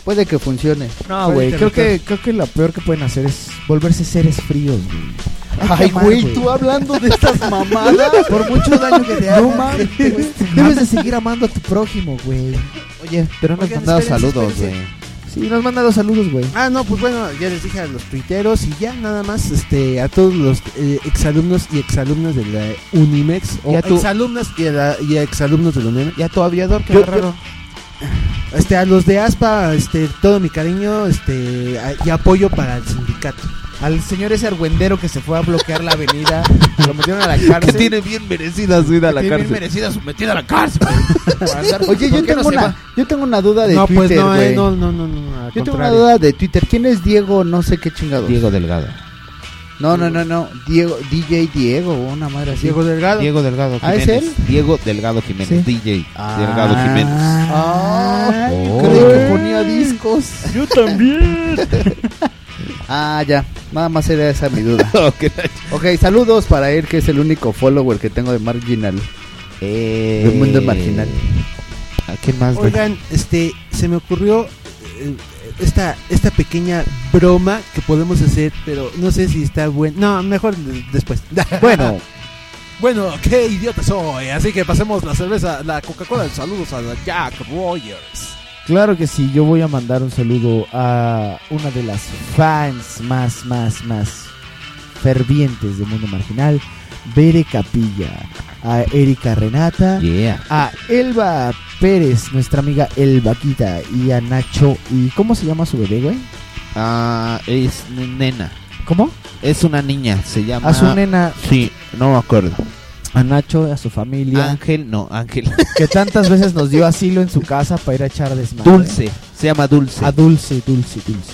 [SPEAKER 3] Puede que funcione.
[SPEAKER 6] No, güey, creo que, creo que lo peor que pueden hacer es volverse seres fríos, güey.
[SPEAKER 3] Ay, güey, tú hablando de estas mamadas.
[SPEAKER 6] Por mucho daño que te
[SPEAKER 3] No
[SPEAKER 6] hagan,
[SPEAKER 3] mames.
[SPEAKER 6] Debes de seguir amando a tu prójimo, güey. Oye,
[SPEAKER 2] pero no
[SPEAKER 6] nos
[SPEAKER 2] has mandado saludos, güey.
[SPEAKER 6] Sí, nos has mandado saludos, güey.
[SPEAKER 4] Ah, no, pues bueno, ya les dije a los tuiteros y ya nada más este a todos los eh, exalumnos y exalumnas de la Unimex o
[SPEAKER 6] Y a tu-
[SPEAKER 4] exalumnas y, a la- y a exalumnos de la Unimex.
[SPEAKER 6] Y a tu aviador que
[SPEAKER 4] Yo-
[SPEAKER 6] agarraron.
[SPEAKER 4] yo- Este a los de ASPA, este todo mi cariño, este a- y apoyo para el sindicato.
[SPEAKER 6] Al señor ese argüendero que se fue a bloquear la
[SPEAKER 4] <laughs>
[SPEAKER 6] avenida, lo metieron a la cárcel.
[SPEAKER 2] <laughs> Que tiene bien merecida su ida a la
[SPEAKER 6] Tiene
[SPEAKER 2] cárcel.
[SPEAKER 6] bien merecida su metida a la
[SPEAKER 2] <laughs>
[SPEAKER 6] cárcel.
[SPEAKER 3] Oye, yo tengo, una, yo tengo una duda de
[SPEAKER 4] no,
[SPEAKER 3] Twitter,
[SPEAKER 4] pues no, eh,
[SPEAKER 3] güey.
[SPEAKER 4] no, no, no, no, al
[SPEAKER 3] Yo tengo una
[SPEAKER 4] contrario.
[SPEAKER 3] duda de Twitter. ¿Quién es Diego? No sé qué chingados.
[SPEAKER 2] Diego Delgado.
[SPEAKER 3] No, no, no, no. Diego, DJ Diego, una madre así.
[SPEAKER 2] Diego
[SPEAKER 3] Delgado.
[SPEAKER 2] Diego Delgado
[SPEAKER 3] ¿Ah, es
[SPEAKER 2] Jiménez.
[SPEAKER 3] él?
[SPEAKER 2] Diego Delgado Jiménez, DJ Delgado Jiménez.
[SPEAKER 3] Ah,
[SPEAKER 2] Oh.
[SPEAKER 3] creí que ponía discos. Yo también. ah, ya. Nada más era esa mi
[SPEAKER 6] <laughs>
[SPEAKER 3] duda. ok, saludos para él, que es el único follower que tengo de Marginal.
[SPEAKER 6] Eh,
[SPEAKER 3] Del mundo marginal.
[SPEAKER 2] ¿A quién más?
[SPEAKER 4] Oigan, este se me ocurrió eh, esta esta pequeña broma que podemos hacer, pero no sé si está bueno. No, mejor de- después. <laughs>
[SPEAKER 2] Bueno.
[SPEAKER 34] Bueno, qué idiota soy. Así que pasemos la cerveza, la Coca-Cola. Saludos a la Jack Rogers.
[SPEAKER 6] Claro que sí, yo voy a mandar un saludo a una de las fans más, más, más fervientes de Mundo Marginal, Bere Capilla, a Erika Renata, a Elba Pérez, nuestra amiga Elbaquita, y a Nacho, ¿y cómo se llama su bebé, güey?
[SPEAKER 2] Ah, es nena.
[SPEAKER 6] ¿Cómo?
[SPEAKER 2] Es una niña, se llama.
[SPEAKER 6] A su nena.
[SPEAKER 2] Sí, no me acuerdo.
[SPEAKER 6] A Nacho, a su familia.
[SPEAKER 2] Ángel, no,
[SPEAKER 6] <laughs>
[SPEAKER 2] Ángel.
[SPEAKER 6] Que tantas veces nos dio asilo en su casa para ir a echar desmadre.
[SPEAKER 2] Dulce, se llama Dulce.
[SPEAKER 6] A Dulce, Dulce, Dulce.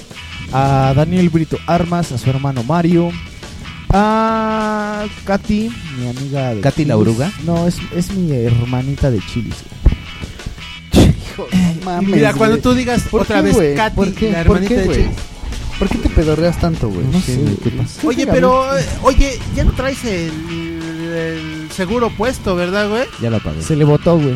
[SPEAKER 6] A Daniel Brito Armas, a su hermano Mario. A Katy, mi amiga de
[SPEAKER 2] ¿Katy
[SPEAKER 6] Chilis.
[SPEAKER 2] la oruga?
[SPEAKER 6] No, es, es mi hermanita de Chilis.
[SPEAKER 3] Mames,
[SPEAKER 4] Mira,
[SPEAKER 3] güey.
[SPEAKER 4] cuando tú digas
[SPEAKER 3] ¿Por
[SPEAKER 4] otra
[SPEAKER 3] qué,
[SPEAKER 4] vez
[SPEAKER 3] güey?
[SPEAKER 4] Katy,
[SPEAKER 3] ¿Por qué?
[SPEAKER 4] la
[SPEAKER 3] ¿Por
[SPEAKER 4] hermanita
[SPEAKER 3] qué,
[SPEAKER 4] de
[SPEAKER 3] güey?
[SPEAKER 4] Chile.
[SPEAKER 3] ¿Por qué te pedorreas tanto, güey? No sé, ¿qué pasa?
[SPEAKER 4] Oye, pero, eh, oye, ya no traes el, el seguro puesto, ¿verdad, güey?
[SPEAKER 2] Ya la pagué.
[SPEAKER 6] Se le votó, güey.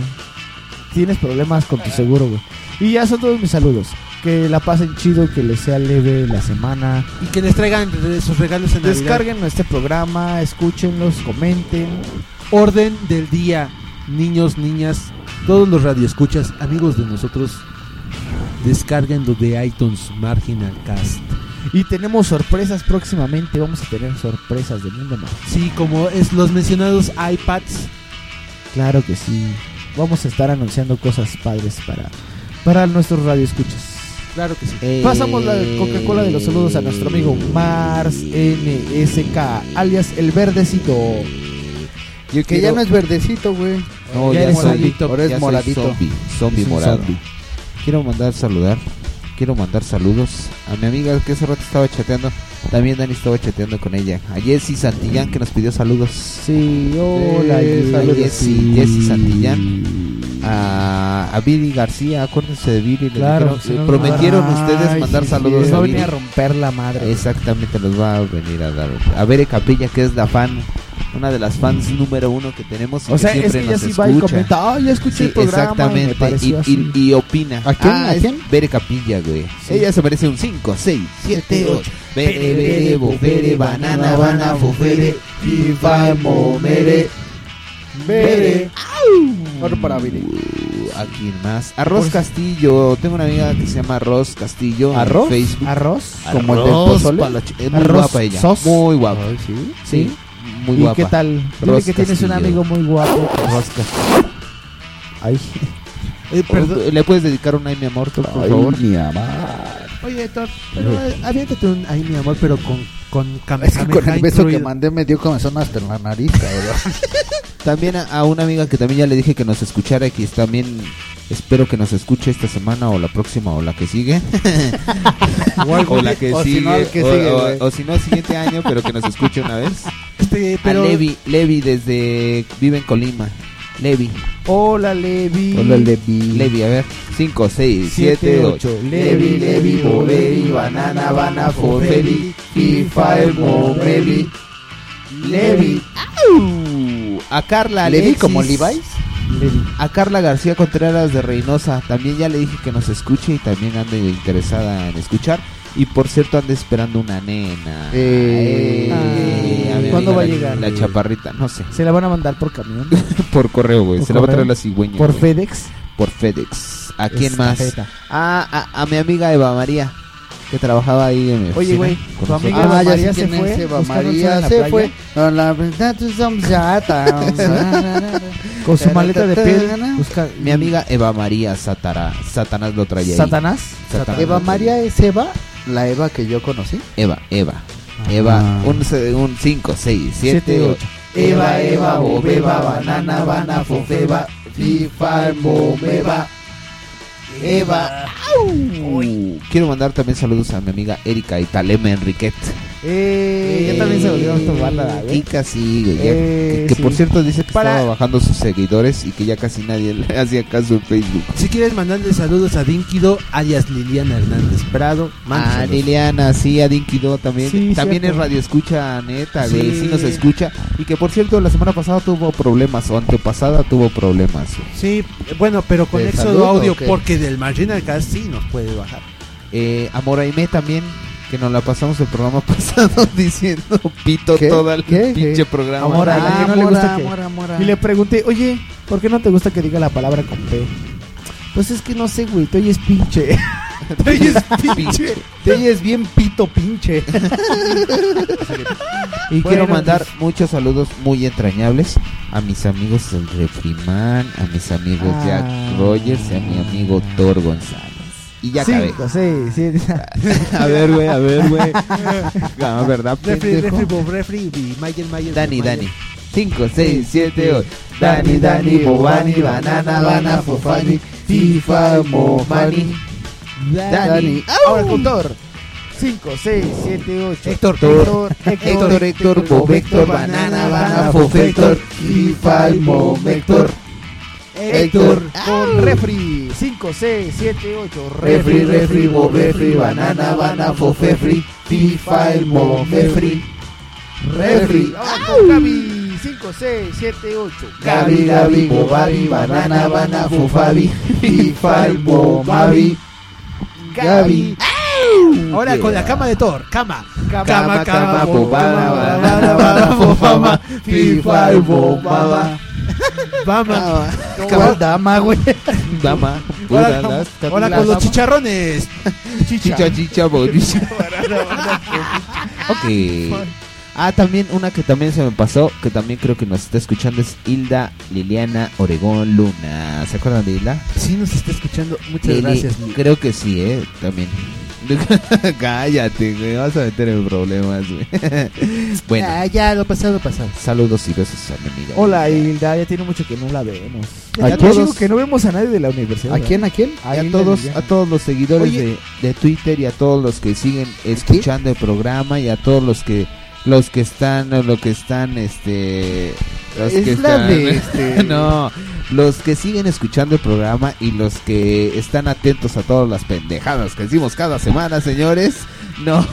[SPEAKER 6] Tienes problemas con tu seguro, güey. Y ya son todos mis saludos. Que la pasen chido, que les sea leve la semana.
[SPEAKER 4] Y que les traigan eh, sus regalos en Navidad.
[SPEAKER 6] Descarguen este programa, escúchenlos, comenten.
[SPEAKER 4] Orden del día, niños, niñas, todos los radioescuchas, amigos de nosotros, descarguen lo de iTunes Marginal Cast.
[SPEAKER 6] Y tenemos sorpresas próximamente. Vamos a tener sorpresas de mundo más.
[SPEAKER 4] Sí, como es los mencionados iPads.
[SPEAKER 6] Claro que sí. Vamos a estar anunciando cosas padres para, para nuestros radioescuchas.
[SPEAKER 4] Claro que sí.
[SPEAKER 6] Eh, Pasamos la Coca-Cola de los saludos a nuestro amigo Mars NSK, alias el verdecito.
[SPEAKER 3] que ya no es verdecito, güey.
[SPEAKER 2] No,
[SPEAKER 3] Ya
[SPEAKER 2] ya,
[SPEAKER 3] eres
[SPEAKER 2] soy-
[SPEAKER 3] moradito,
[SPEAKER 2] ahora es
[SPEAKER 3] ya soy
[SPEAKER 2] moradito.
[SPEAKER 3] zombie,
[SPEAKER 2] Zombie,
[SPEAKER 3] es un
[SPEAKER 2] morado.
[SPEAKER 3] zombie.
[SPEAKER 2] Quiero mandar saludar. Quiero mandar saludos a mi amiga que hace rato estaba chateando. También Dani estaba chateando con ella. A Jessy Santillán que nos pidió saludos.
[SPEAKER 6] Sí,
[SPEAKER 2] hola.
[SPEAKER 6] Jessy.
[SPEAKER 2] Jessy, Jessy Santillán. a, a Viri García, acuérdense de Viri. le
[SPEAKER 6] Claro, pues,
[SPEAKER 2] dijeron-
[SPEAKER 6] si no, no.
[SPEAKER 2] prometieron
[SPEAKER 6] Ay,
[SPEAKER 2] ustedes mandar
[SPEAKER 6] sí,
[SPEAKER 2] saludos
[SPEAKER 6] sí, va a
[SPEAKER 2] Viri.
[SPEAKER 6] venir a romper la madre.
[SPEAKER 2] Exactamente, los va a venir a dar. A Bere Capilla, que es la fan, una de las fans número uno que tenemos. y
[SPEAKER 6] O sea, es
[SPEAKER 2] siempre
[SPEAKER 6] que ella
[SPEAKER 2] nos
[SPEAKER 6] sí va y
[SPEAKER 2] escucha.
[SPEAKER 6] comenta, "Ay, ya escuché el programa y me
[SPEAKER 2] Exactamente,
[SPEAKER 6] pareció así".
[SPEAKER 2] y, opina. Ah,
[SPEAKER 6] ¿A quién? ¿A
[SPEAKER 2] es
[SPEAKER 6] quién?
[SPEAKER 2] Bere Capilla, güey.
[SPEAKER 6] Sí.
[SPEAKER 2] Ella se merece un 5, 6, 7, 8. Bere, bere, bofere, banana, banana, bofere, viva, momere.
[SPEAKER 5] Bere.
[SPEAKER 2] Otro para Billy. ¿A quién más?
[SPEAKER 6] Pues-
[SPEAKER 2] Arroz Castillo. Tengo una amiga que se llama Arroz Castillo. en
[SPEAKER 6] ¿Arroz?
[SPEAKER 2] Facebook.
[SPEAKER 6] ¿Arroz?
[SPEAKER 2] Como el del
[SPEAKER 6] Arroz
[SPEAKER 2] pozole.
[SPEAKER 6] pa' la ch-
[SPEAKER 2] es muy
[SPEAKER 6] ¿Arroz
[SPEAKER 2] guapa ella.
[SPEAKER 6] sos?
[SPEAKER 2] Muy guapa. ¿sí?
[SPEAKER 6] Sí.
[SPEAKER 2] Muy
[SPEAKER 6] ¿Y
[SPEAKER 2] guapa.
[SPEAKER 6] qué tal? Dile
[SPEAKER 2] Arroz
[SPEAKER 6] que tienes un
[SPEAKER 2] Castillo.
[SPEAKER 6] amigo
[SPEAKER 5] <laughs>
[SPEAKER 6] muy guapo.
[SPEAKER 2] Arroz Castillo. <laughs>
[SPEAKER 6] Eh,
[SPEAKER 2] Ay. ¿Le puedes dedicar un ay mi amor, tú, por
[SPEAKER 5] Ay,
[SPEAKER 2] favor?
[SPEAKER 5] mi amor.
[SPEAKER 4] Oye, Héctor, pero eh, aviéntate un ahí, mi amor, pero con con cam-
[SPEAKER 5] Es que con
[SPEAKER 4] cameja
[SPEAKER 5] el beso que
[SPEAKER 4] incluido.
[SPEAKER 5] mandé me dio comezón hasta en la nariz,
[SPEAKER 6] <laughs>
[SPEAKER 5] cabrón.
[SPEAKER 2] También a, a una amiga que también ya le dije que nos escuchara y que también espero que nos escuche esta semana o la próxima o la que sigue.
[SPEAKER 6] <laughs> O algún día- o si no, al que sigue,
[SPEAKER 2] o-
[SPEAKER 6] güey.
[SPEAKER 2] o si no, al siguiente año, pero que nos escuche una vez.
[SPEAKER 4] Este, pero-
[SPEAKER 2] A Levi, Levi desde... Vive en Colima. Levi.
[SPEAKER 4] Hola, Levi.
[SPEAKER 2] Levi. Levi, a ver. 5, 6,
[SPEAKER 6] Siete,
[SPEAKER 2] 7, 8.
[SPEAKER 6] ocho. Levi, Levi, Boveri, Banana, Banana, Foferi, FIFA, Momevi, Levi.
[SPEAKER 2] A Carla
[SPEAKER 5] ¿Levi
[SPEAKER 2] Alexis.
[SPEAKER 5] como Levi's?
[SPEAKER 2] A Carla García Contreras de Reynosa. También ya le dije que nos escuche y también anda interesada en escuchar. Y por cierto, anda esperando una nena.
[SPEAKER 6] Eh.
[SPEAKER 2] Ay,
[SPEAKER 6] Ah,
[SPEAKER 2] mi
[SPEAKER 6] ¿cuándo
[SPEAKER 2] amiga
[SPEAKER 6] va a
[SPEAKER 2] la-
[SPEAKER 6] llegar?
[SPEAKER 2] La chaparrita, no sé.
[SPEAKER 6] Se la van a mandar por camión.
[SPEAKER 2] <laughs> Por correo, güey.
[SPEAKER 6] ¿Por
[SPEAKER 2] Se la va a
[SPEAKER 6] correo?
[SPEAKER 2] traer la cigüeña.
[SPEAKER 6] ¿Por
[SPEAKER 2] güey.
[SPEAKER 6] FedEx?
[SPEAKER 2] Por FedEx. ¿A quién más?
[SPEAKER 6] Estafeta.
[SPEAKER 2] Ah, a, a mi amiga Eva María, que trabajaba ahí en mi
[SPEAKER 6] Oye,
[SPEAKER 2] oficina
[SPEAKER 6] güey,
[SPEAKER 2] con
[SPEAKER 6] tu
[SPEAKER 2] nosotros. Ah,
[SPEAKER 6] amiga Eva María se
[SPEAKER 5] quién
[SPEAKER 6] fue.
[SPEAKER 5] es Eva
[SPEAKER 6] buscando un sol
[SPEAKER 5] María
[SPEAKER 6] en la
[SPEAKER 5] se
[SPEAKER 6] playa.
[SPEAKER 5] fue. No, la verdad, tú somos yata.
[SPEAKER 6] <laughs> Con su maleta de piel. Busca...
[SPEAKER 2] Mi amiga Eva María Satara, Satanás lo traía ahí.
[SPEAKER 6] ¿Satanás?
[SPEAKER 2] Satanás.
[SPEAKER 5] Eva María es Eva, la Eva que yo conocí.
[SPEAKER 2] Eva, Eva. Eva, un 5, 6, 7, 8.
[SPEAKER 6] Eva, Eva,
[SPEAKER 2] Bobeba,
[SPEAKER 6] Banana, Banana, Fofeba,
[SPEAKER 5] FIFA,
[SPEAKER 6] Bobeba.
[SPEAKER 5] Eva.
[SPEAKER 2] Quiero mandar también saludos a mi amiga Erika Italema Enriquet.
[SPEAKER 6] Eh, ya también se volvieron a tomar la
[SPEAKER 2] Y casi, güey, ya-
[SPEAKER 6] Eh,
[SPEAKER 2] que, que
[SPEAKER 6] sí.
[SPEAKER 2] por cierto dice que
[SPEAKER 6] Para-
[SPEAKER 2] estaba bajando sus seguidores y que ya casi nadie <laughs> le hacía caso en Facebook.
[SPEAKER 4] Si quieres mandarle saludos a Dinkido, alias Liliana Hernández Prado, manda
[SPEAKER 2] Ah,
[SPEAKER 4] saludos.
[SPEAKER 2] Liliana, sí, a Dinkido también.
[SPEAKER 4] Sí,
[SPEAKER 2] también
[SPEAKER 4] cierto.
[SPEAKER 2] es radio escucha, neta,
[SPEAKER 4] Sí.
[SPEAKER 2] güey. Sí. nos escucha. Y que por cierto, la semana pasada tuvo problemas, o antepasada tuvo problemas. güey.
[SPEAKER 4] Sí, bueno, pero con
[SPEAKER 2] ¿De
[SPEAKER 4] Éxodo
[SPEAKER 2] saludo
[SPEAKER 4] Audio,
[SPEAKER 2] o qué?
[SPEAKER 4] porque del Marginal Cast sí nos puede bajar.
[SPEAKER 2] Eh, a Moraime también, que nos la pasamos el programa <laughs> pasado diciendo pito todo el pinche programa.
[SPEAKER 6] Amor, a la que no Ah, le gusta que-
[SPEAKER 5] amor, amor.
[SPEAKER 6] Y le pregunté, oye, ¿por qué no te gusta que diga la palabra con P? Pues es que no sé, güey, te oyes
[SPEAKER 2] <laughs>
[SPEAKER 6] pinche. te oyes pinche. te oyes bien pito <laughs> pinche.
[SPEAKER 2] Y
[SPEAKER 6] Bueno,
[SPEAKER 2] quiero mandar
[SPEAKER 6] pues-
[SPEAKER 2] muchos saludos muy entrañables a mis amigos del Refrimán, a mis amigos
[SPEAKER 6] Ah.
[SPEAKER 2] Jack Rogers y a mi amigo Thor González. Y ya acabé.
[SPEAKER 6] Cinco, seis, siete.
[SPEAKER 2] <laughs> A ver, güey, a ver, güey.
[SPEAKER 6] <laughs> Ah,
[SPEAKER 2] No, Ah, ¿verdad?
[SPEAKER 4] Refri,
[SPEAKER 2] pendejo?
[SPEAKER 4] refri, Bob, refri, y Mayer, Mayer.
[SPEAKER 2] Dani,
[SPEAKER 4] Mayer.
[SPEAKER 2] Dani. 5, 6, 7, 8. Dani, Dani, Bobani, Banana, Banana, Fofani, FIFA, Mofani.
[SPEAKER 6] Dani. Ahora con Thor. 5, 6, 7, 8.
[SPEAKER 4] Héctor,
[SPEAKER 6] Héctor,
[SPEAKER 2] Héctor, Héctor, Bob, Héctor, Banana, Banana, Fof, Héctor, FIFA, Mom, Héctor.
[SPEAKER 6] Héctor, con refri. 5, 6, 7, 8.
[SPEAKER 2] Refri, refri, Bob, refri, Banana, Banana, Fofefri, FIFA, Mom, Refri. Refri.
[SPEAKER 6] Ahora Ah, con Gaby. 5, 6, 7, 8.
[SPEAKER 2] Gabi, Gabi, Bobabi, Banana, Banana, Fofabi, FIFA, Momabi. Gabi.
[SPEAKER 4] Ahora con la cama de Thor, cama. Cama,
[SPEAKER 2] Cama, cama, bobana, banana,
[SPEAKER 4] banana,
[SPEAKER 2] banana,
[SPEAKER 4] fofama,
[SPEAKER 2] fofama,
[SPEAKER 4] FIFA,
[SPEAKER 2] FIFA,
[SPEAKER 4] bobaba.
[SPEAKER 2] bobaba.
[SPEAKER 4] Bama.
[SPEAKER 2] Ah,
[SPEAKER 5] ¿Cuál dama,
[SPEAKER 6] <laughs>
[SPEAKER 5] güey?
[SPEAKER 2] Dama,
[SPEAKER 4] Ahora
[SPEAKER 2] Buda,
[SPEAKER 4] con-
[SPEAKER 2] las
[SPEAKER 4] Ahora
[SPEAKER 2] capilas,
[SPEAKER 4] con los
[SPEAKER 2] dama.
[SPEAKER 4] chicharrones.
[SPEAKER 2] Chicha, chicha,
[SPEAKER 4] <laughs>
[SPEAKER 2] bolicha. Ok. Ah, también una que también se me pasó, que también creo que nos está escuchando es Hilda Liliana Oregón Luna. ¿Se acuerdan de Hilda?
[SPEAKER 4] Sí, nos está escuchando. Muchas
[SPEAKER 2] Lili,
[SPEAKER 4] gracias. Lili.
[SPEAKER 2] Creo que sí, eh, también. <laughs> Cállate, güey, vas a meter en problemas, güey. <laughs> bueno,
[SPEAKER 4] Ah, ya, lo pasado, pasado.
[SPEAKER 2] saludos y besos a mi amiga.
[SPEAKER 6] Hola, Hilda, ya tiene mucho que no la vemos.
[SPEAKER 2] ¿A
[SPEAKER 6] Ya te
[SPEAKER 2] todos?
[SPEAKER 6] digo que no vemos a nadie de la universidad.
[SPEAKER 2] ¿A quién,
[SPEAKER 6] ¿A quién?
[SPEAKER 2] Y a todos, a todos los seguidores
[SPEAKER 6] Oye.
[SPEAKER 2] de, de Twitter y a todos los que siguen escuchando el programa y a todos los que los que están los que están este los
[SPEAKER 5] Es
[SPEAKER 2] que
[SPEAKER 5] la
[SPEAKER 2] están
[SPEAKER 5] de, este,
[SPEAKER 2] <laughs> no los que siguen escuchando el programa y los que están atentos a todas las pendejadas que decimos cada semana, señores. No.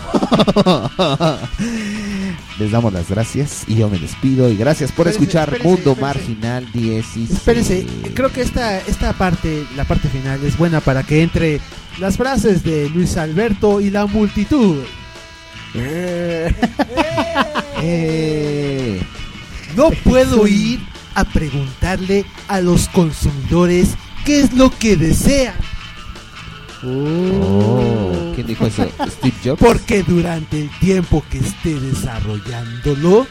[SPEAKER 2] <laughs> Les damos las gracias y yo me despido. Y gracias por
[SPEAKER 4] Espérense,
[SPEAKER 2] escuchar
[SPEAKER 4] espérense,
[SPEAKER 2] Mundo
[SPEAKER 4] espérense.
[SPEAKER 2] Marginal 16.
[SPEAKER 4] Espérense, creo que esta, esta parte, la parte final, es buena para que entre las frases de Luis Alberto y la multitud.
[SPEAKER 2] Eh.
[SPEAKER 4] Eh. No puedo ir a preguntarle a los consumidores qué es lo que desean.
[SPEAKER 2] Oh, ¿Quién dijo eso? Steve Jobs.
[SPEAKER 4] Porque durante el tiempo que esté desarrollándolo,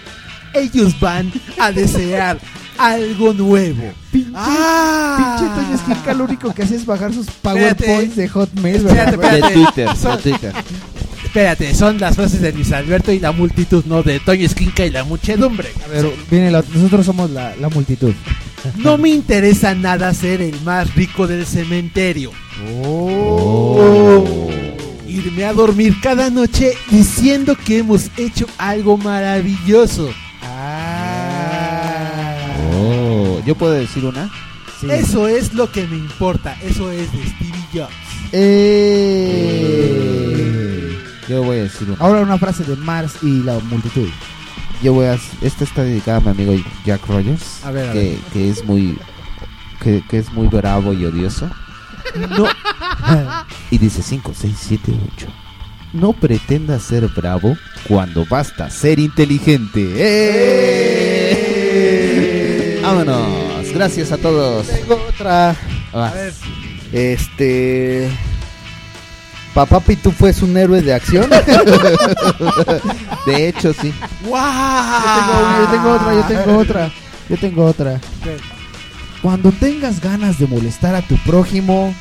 [SPEAKER 4] ellos van a desear algo nuevo.
[SPEAKER 21] Pinche Toño Esquinca lo único que hace es bajar sus
[SPEAKER 4] Ah. Espérate.
[SPEAKER 21] powerpoints de Hotmail.
[SPEAKER 4] Espérate,
[SPEAKER 21] ¿verdad, güey?
[SPEAKER 4] espérate. Son- Espérate, son las frases de Luis Alberto y la multitud, no de Toño Esquinca y la muchedumbre.
[SPEAKER 21] A ver, viene la- nosotros somos la, la multitud.
[SPEAKER 4] No me interesa nada ser el más rico del cementerio.
[SPEAKER 3] Oh.
[SPEAKER 4] Irme a dormir cada noche diciendo que hemos hecho algo maravilloso.
[SPEAKER 2] Oh, ¿Yo puedo decir una?
[SPEAKER 4] Eso es lo que me importa. Eso es de Stevie Jobs.
[SPEAKER 2] Eh. Yo voy a decir una.
[SPEAKER 21] Ahora una frase de Mars y la multitud.
[SPEAKER 2] Yo voy a. Esta está dedicada a mi amigo Jack Rogers.
[SPEAKER 21] A ver, a
[SPEAKER 2] que,
[SPEAKER 21] ver.
[SPEAKER 2] que es muy. Que, que es muy bravo y odioso.
[SPEAKER 4] No.
[SPEAKER 2] Y dice 5, 6, 7, 8. No pretendas ser bravo cuando basta ser inteligente. ¡Eh! Vámonos. Gracias a todos.
[SPEAKER 6] otra.
[SPEAKER 2] Ah.
[SPEAKER 6] Este. Papá Pitufo es un héroe de acción. <laughs>
[SPEAKER 2] de hecho, sí.
[SPEAKER 6] Yo tengo otra, yo tengo otra.
[SPEAKER 21] Yo tengo otra. Cuando tengas ganas de molestar a tu prójimo,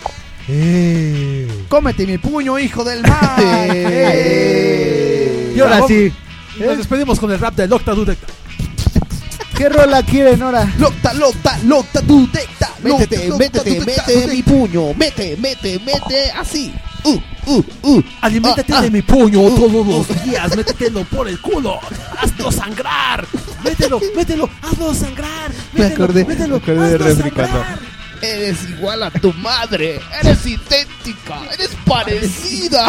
[SPEAKER 4] Eh.
[SPEAKER 6] cómete mi puño, hijo del <laughs> mal.
[SPEAKER 21] Eh,
[SPEAKER 4] Y ahora sí. Nos despedimos con el rap de Locta Dudecta.
[SPEAKER 6] ¿Qué rola quieren ahora?
[SPEAKER 21] Locta, locta, locta, dudecta.
[SPEAKER 6] Métete, métete, métete mi puño.
[SPEAKER 2] Mete, mete, mete, así. Uh, uh, uh.
[SPEAKER 4] Aliméntate de mi puño todos los días. Métetelo por el culo. Hazlo sangrar. Mételo, mételo. Hazlo sangrar.
[SPEAKER 2] Me
[SPEAKER 4] Mételo,
[SPEAKER 2] acordé,
[SPEAKER 4] mételo.
[SPEAKER 2] me acordé de
[SPEAKER 4] hazlo
[SPEAKER 2] refricando.
[SPEAKER 6] Eres igual a tu madre. Eres idéntica. Eres parecida.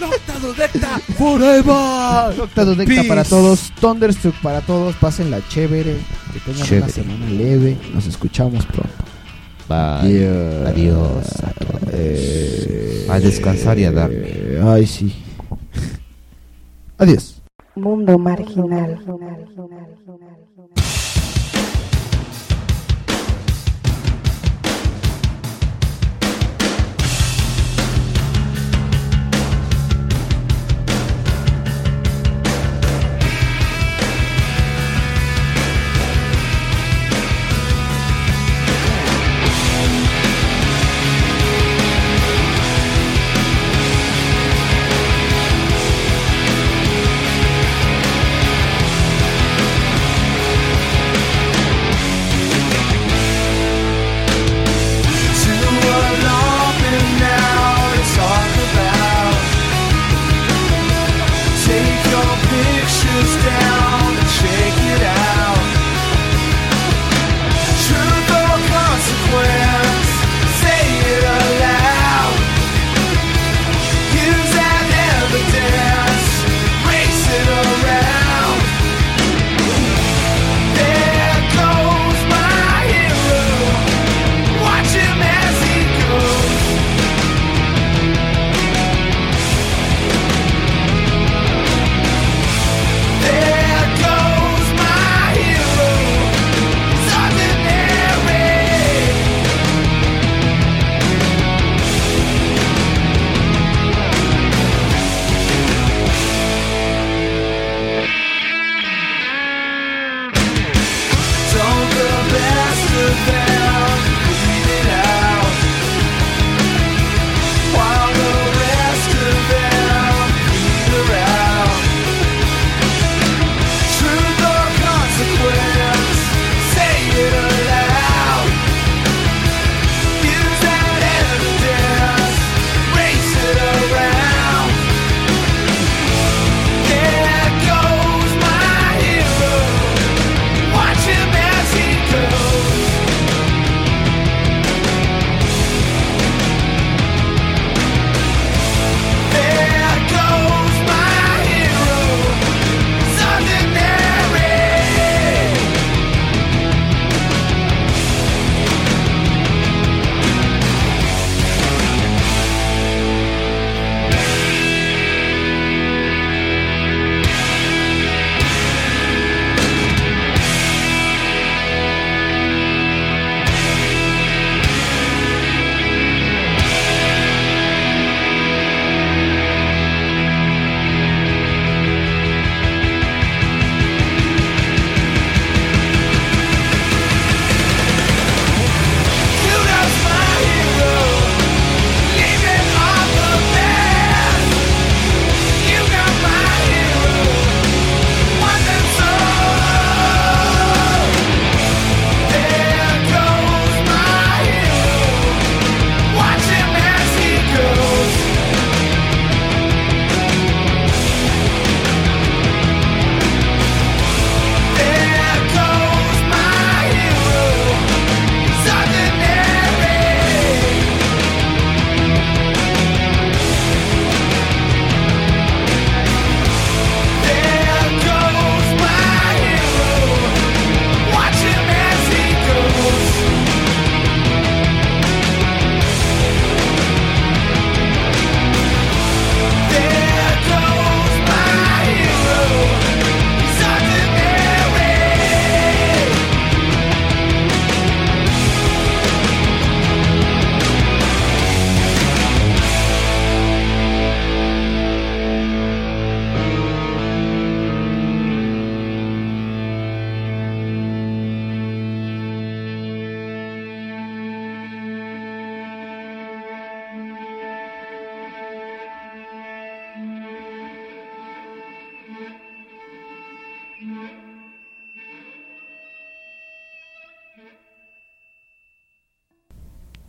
[SPEAKER 4] Locta Dudecta. Forever.
[SPEAKER 21] Locta Dudecta para todos, Thunderstruck para todos, pásenla chévere, que tengan una
[SPEAKER 2] Chévere.
[SPEAKER 21] semana leve, nos escuchamos pronto.
[SPEAKER 2] Bye. Adiós. a todos.
[SPEAKER 3] Eh,
[SPEAKER 2] a descansar y a darme.
[SPEAKER 21] Ay, sí. Adiós.
[SPEAKER 11] Mundo marginal.
[SPEAKER 22] Thank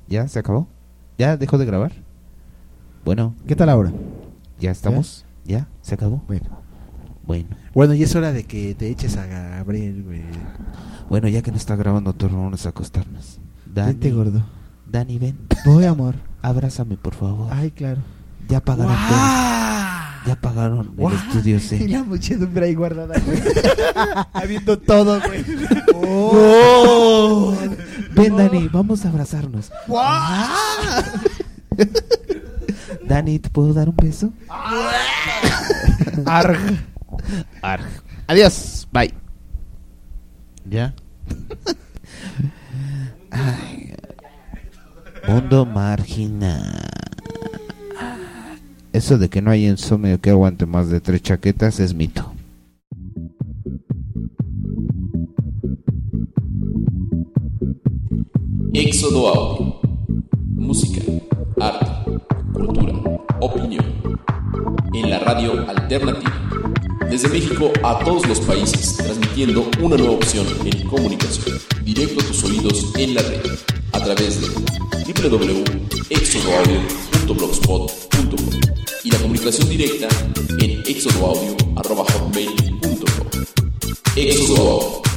[SPEAKER 2] ¿Ya se acabó? ¿Ya dejó de grabar? Bueno.
[SPEAKER 3] ¿Qué tal ahora?
[SPEAKER 2] ¿Ya estamos? ¿Ya? ¿Se acabó? Bueno. Bueno.
[SPEAKER 4] Bueno, y es hora de que te eches a Gabriel, güey.
[SPEAKER 2] Bueno, ya que no está grabando todo, vamos a acostarnos.
[SPEAKER 3] Vente, gordo.
[SPEAKER 2] Dani, ven.
[SPEAKER 3] Voy, amor.
[SPEAKER 2] Abrázame, por favor.
[SPEAKER 3] Ay, claro.
[SPEAKER 2] Ya pagaron todo. Ya pagaron el estudio
[SPEAKER 3] Y
[SPEAKER 2] C.
[SPEAKER 3] la muchedumbre ahí guardada,
[SPEAKER 2] <laughs>
[SPEAKER 3] güey. Habiendo todo, güey.
[SPEAKER 2] Oh. Ven, Dani, vamos a abrazarnos. Dani, ¿te puedo dar un beso?
[SPEAKER 3] Arg.
[SPEAKER 2] Arg. Adiós. Bye. ¿Ya? Ay. Mundo marginal. Eso de que no hay insomnio que aguante más de tres chaquetas es mito.
[SPEAKER 35] Éxodo Audio. Música, arte, cultura, opinión. En la radio alternativa. Desde México a todos los países, transmitiendo una nueva opción en comunicación. Directo a tus oídos en la red. A través de www.exodoaudio.blogspot.com y la comunicación directa en exodoaudio.com. Éxodo Audio.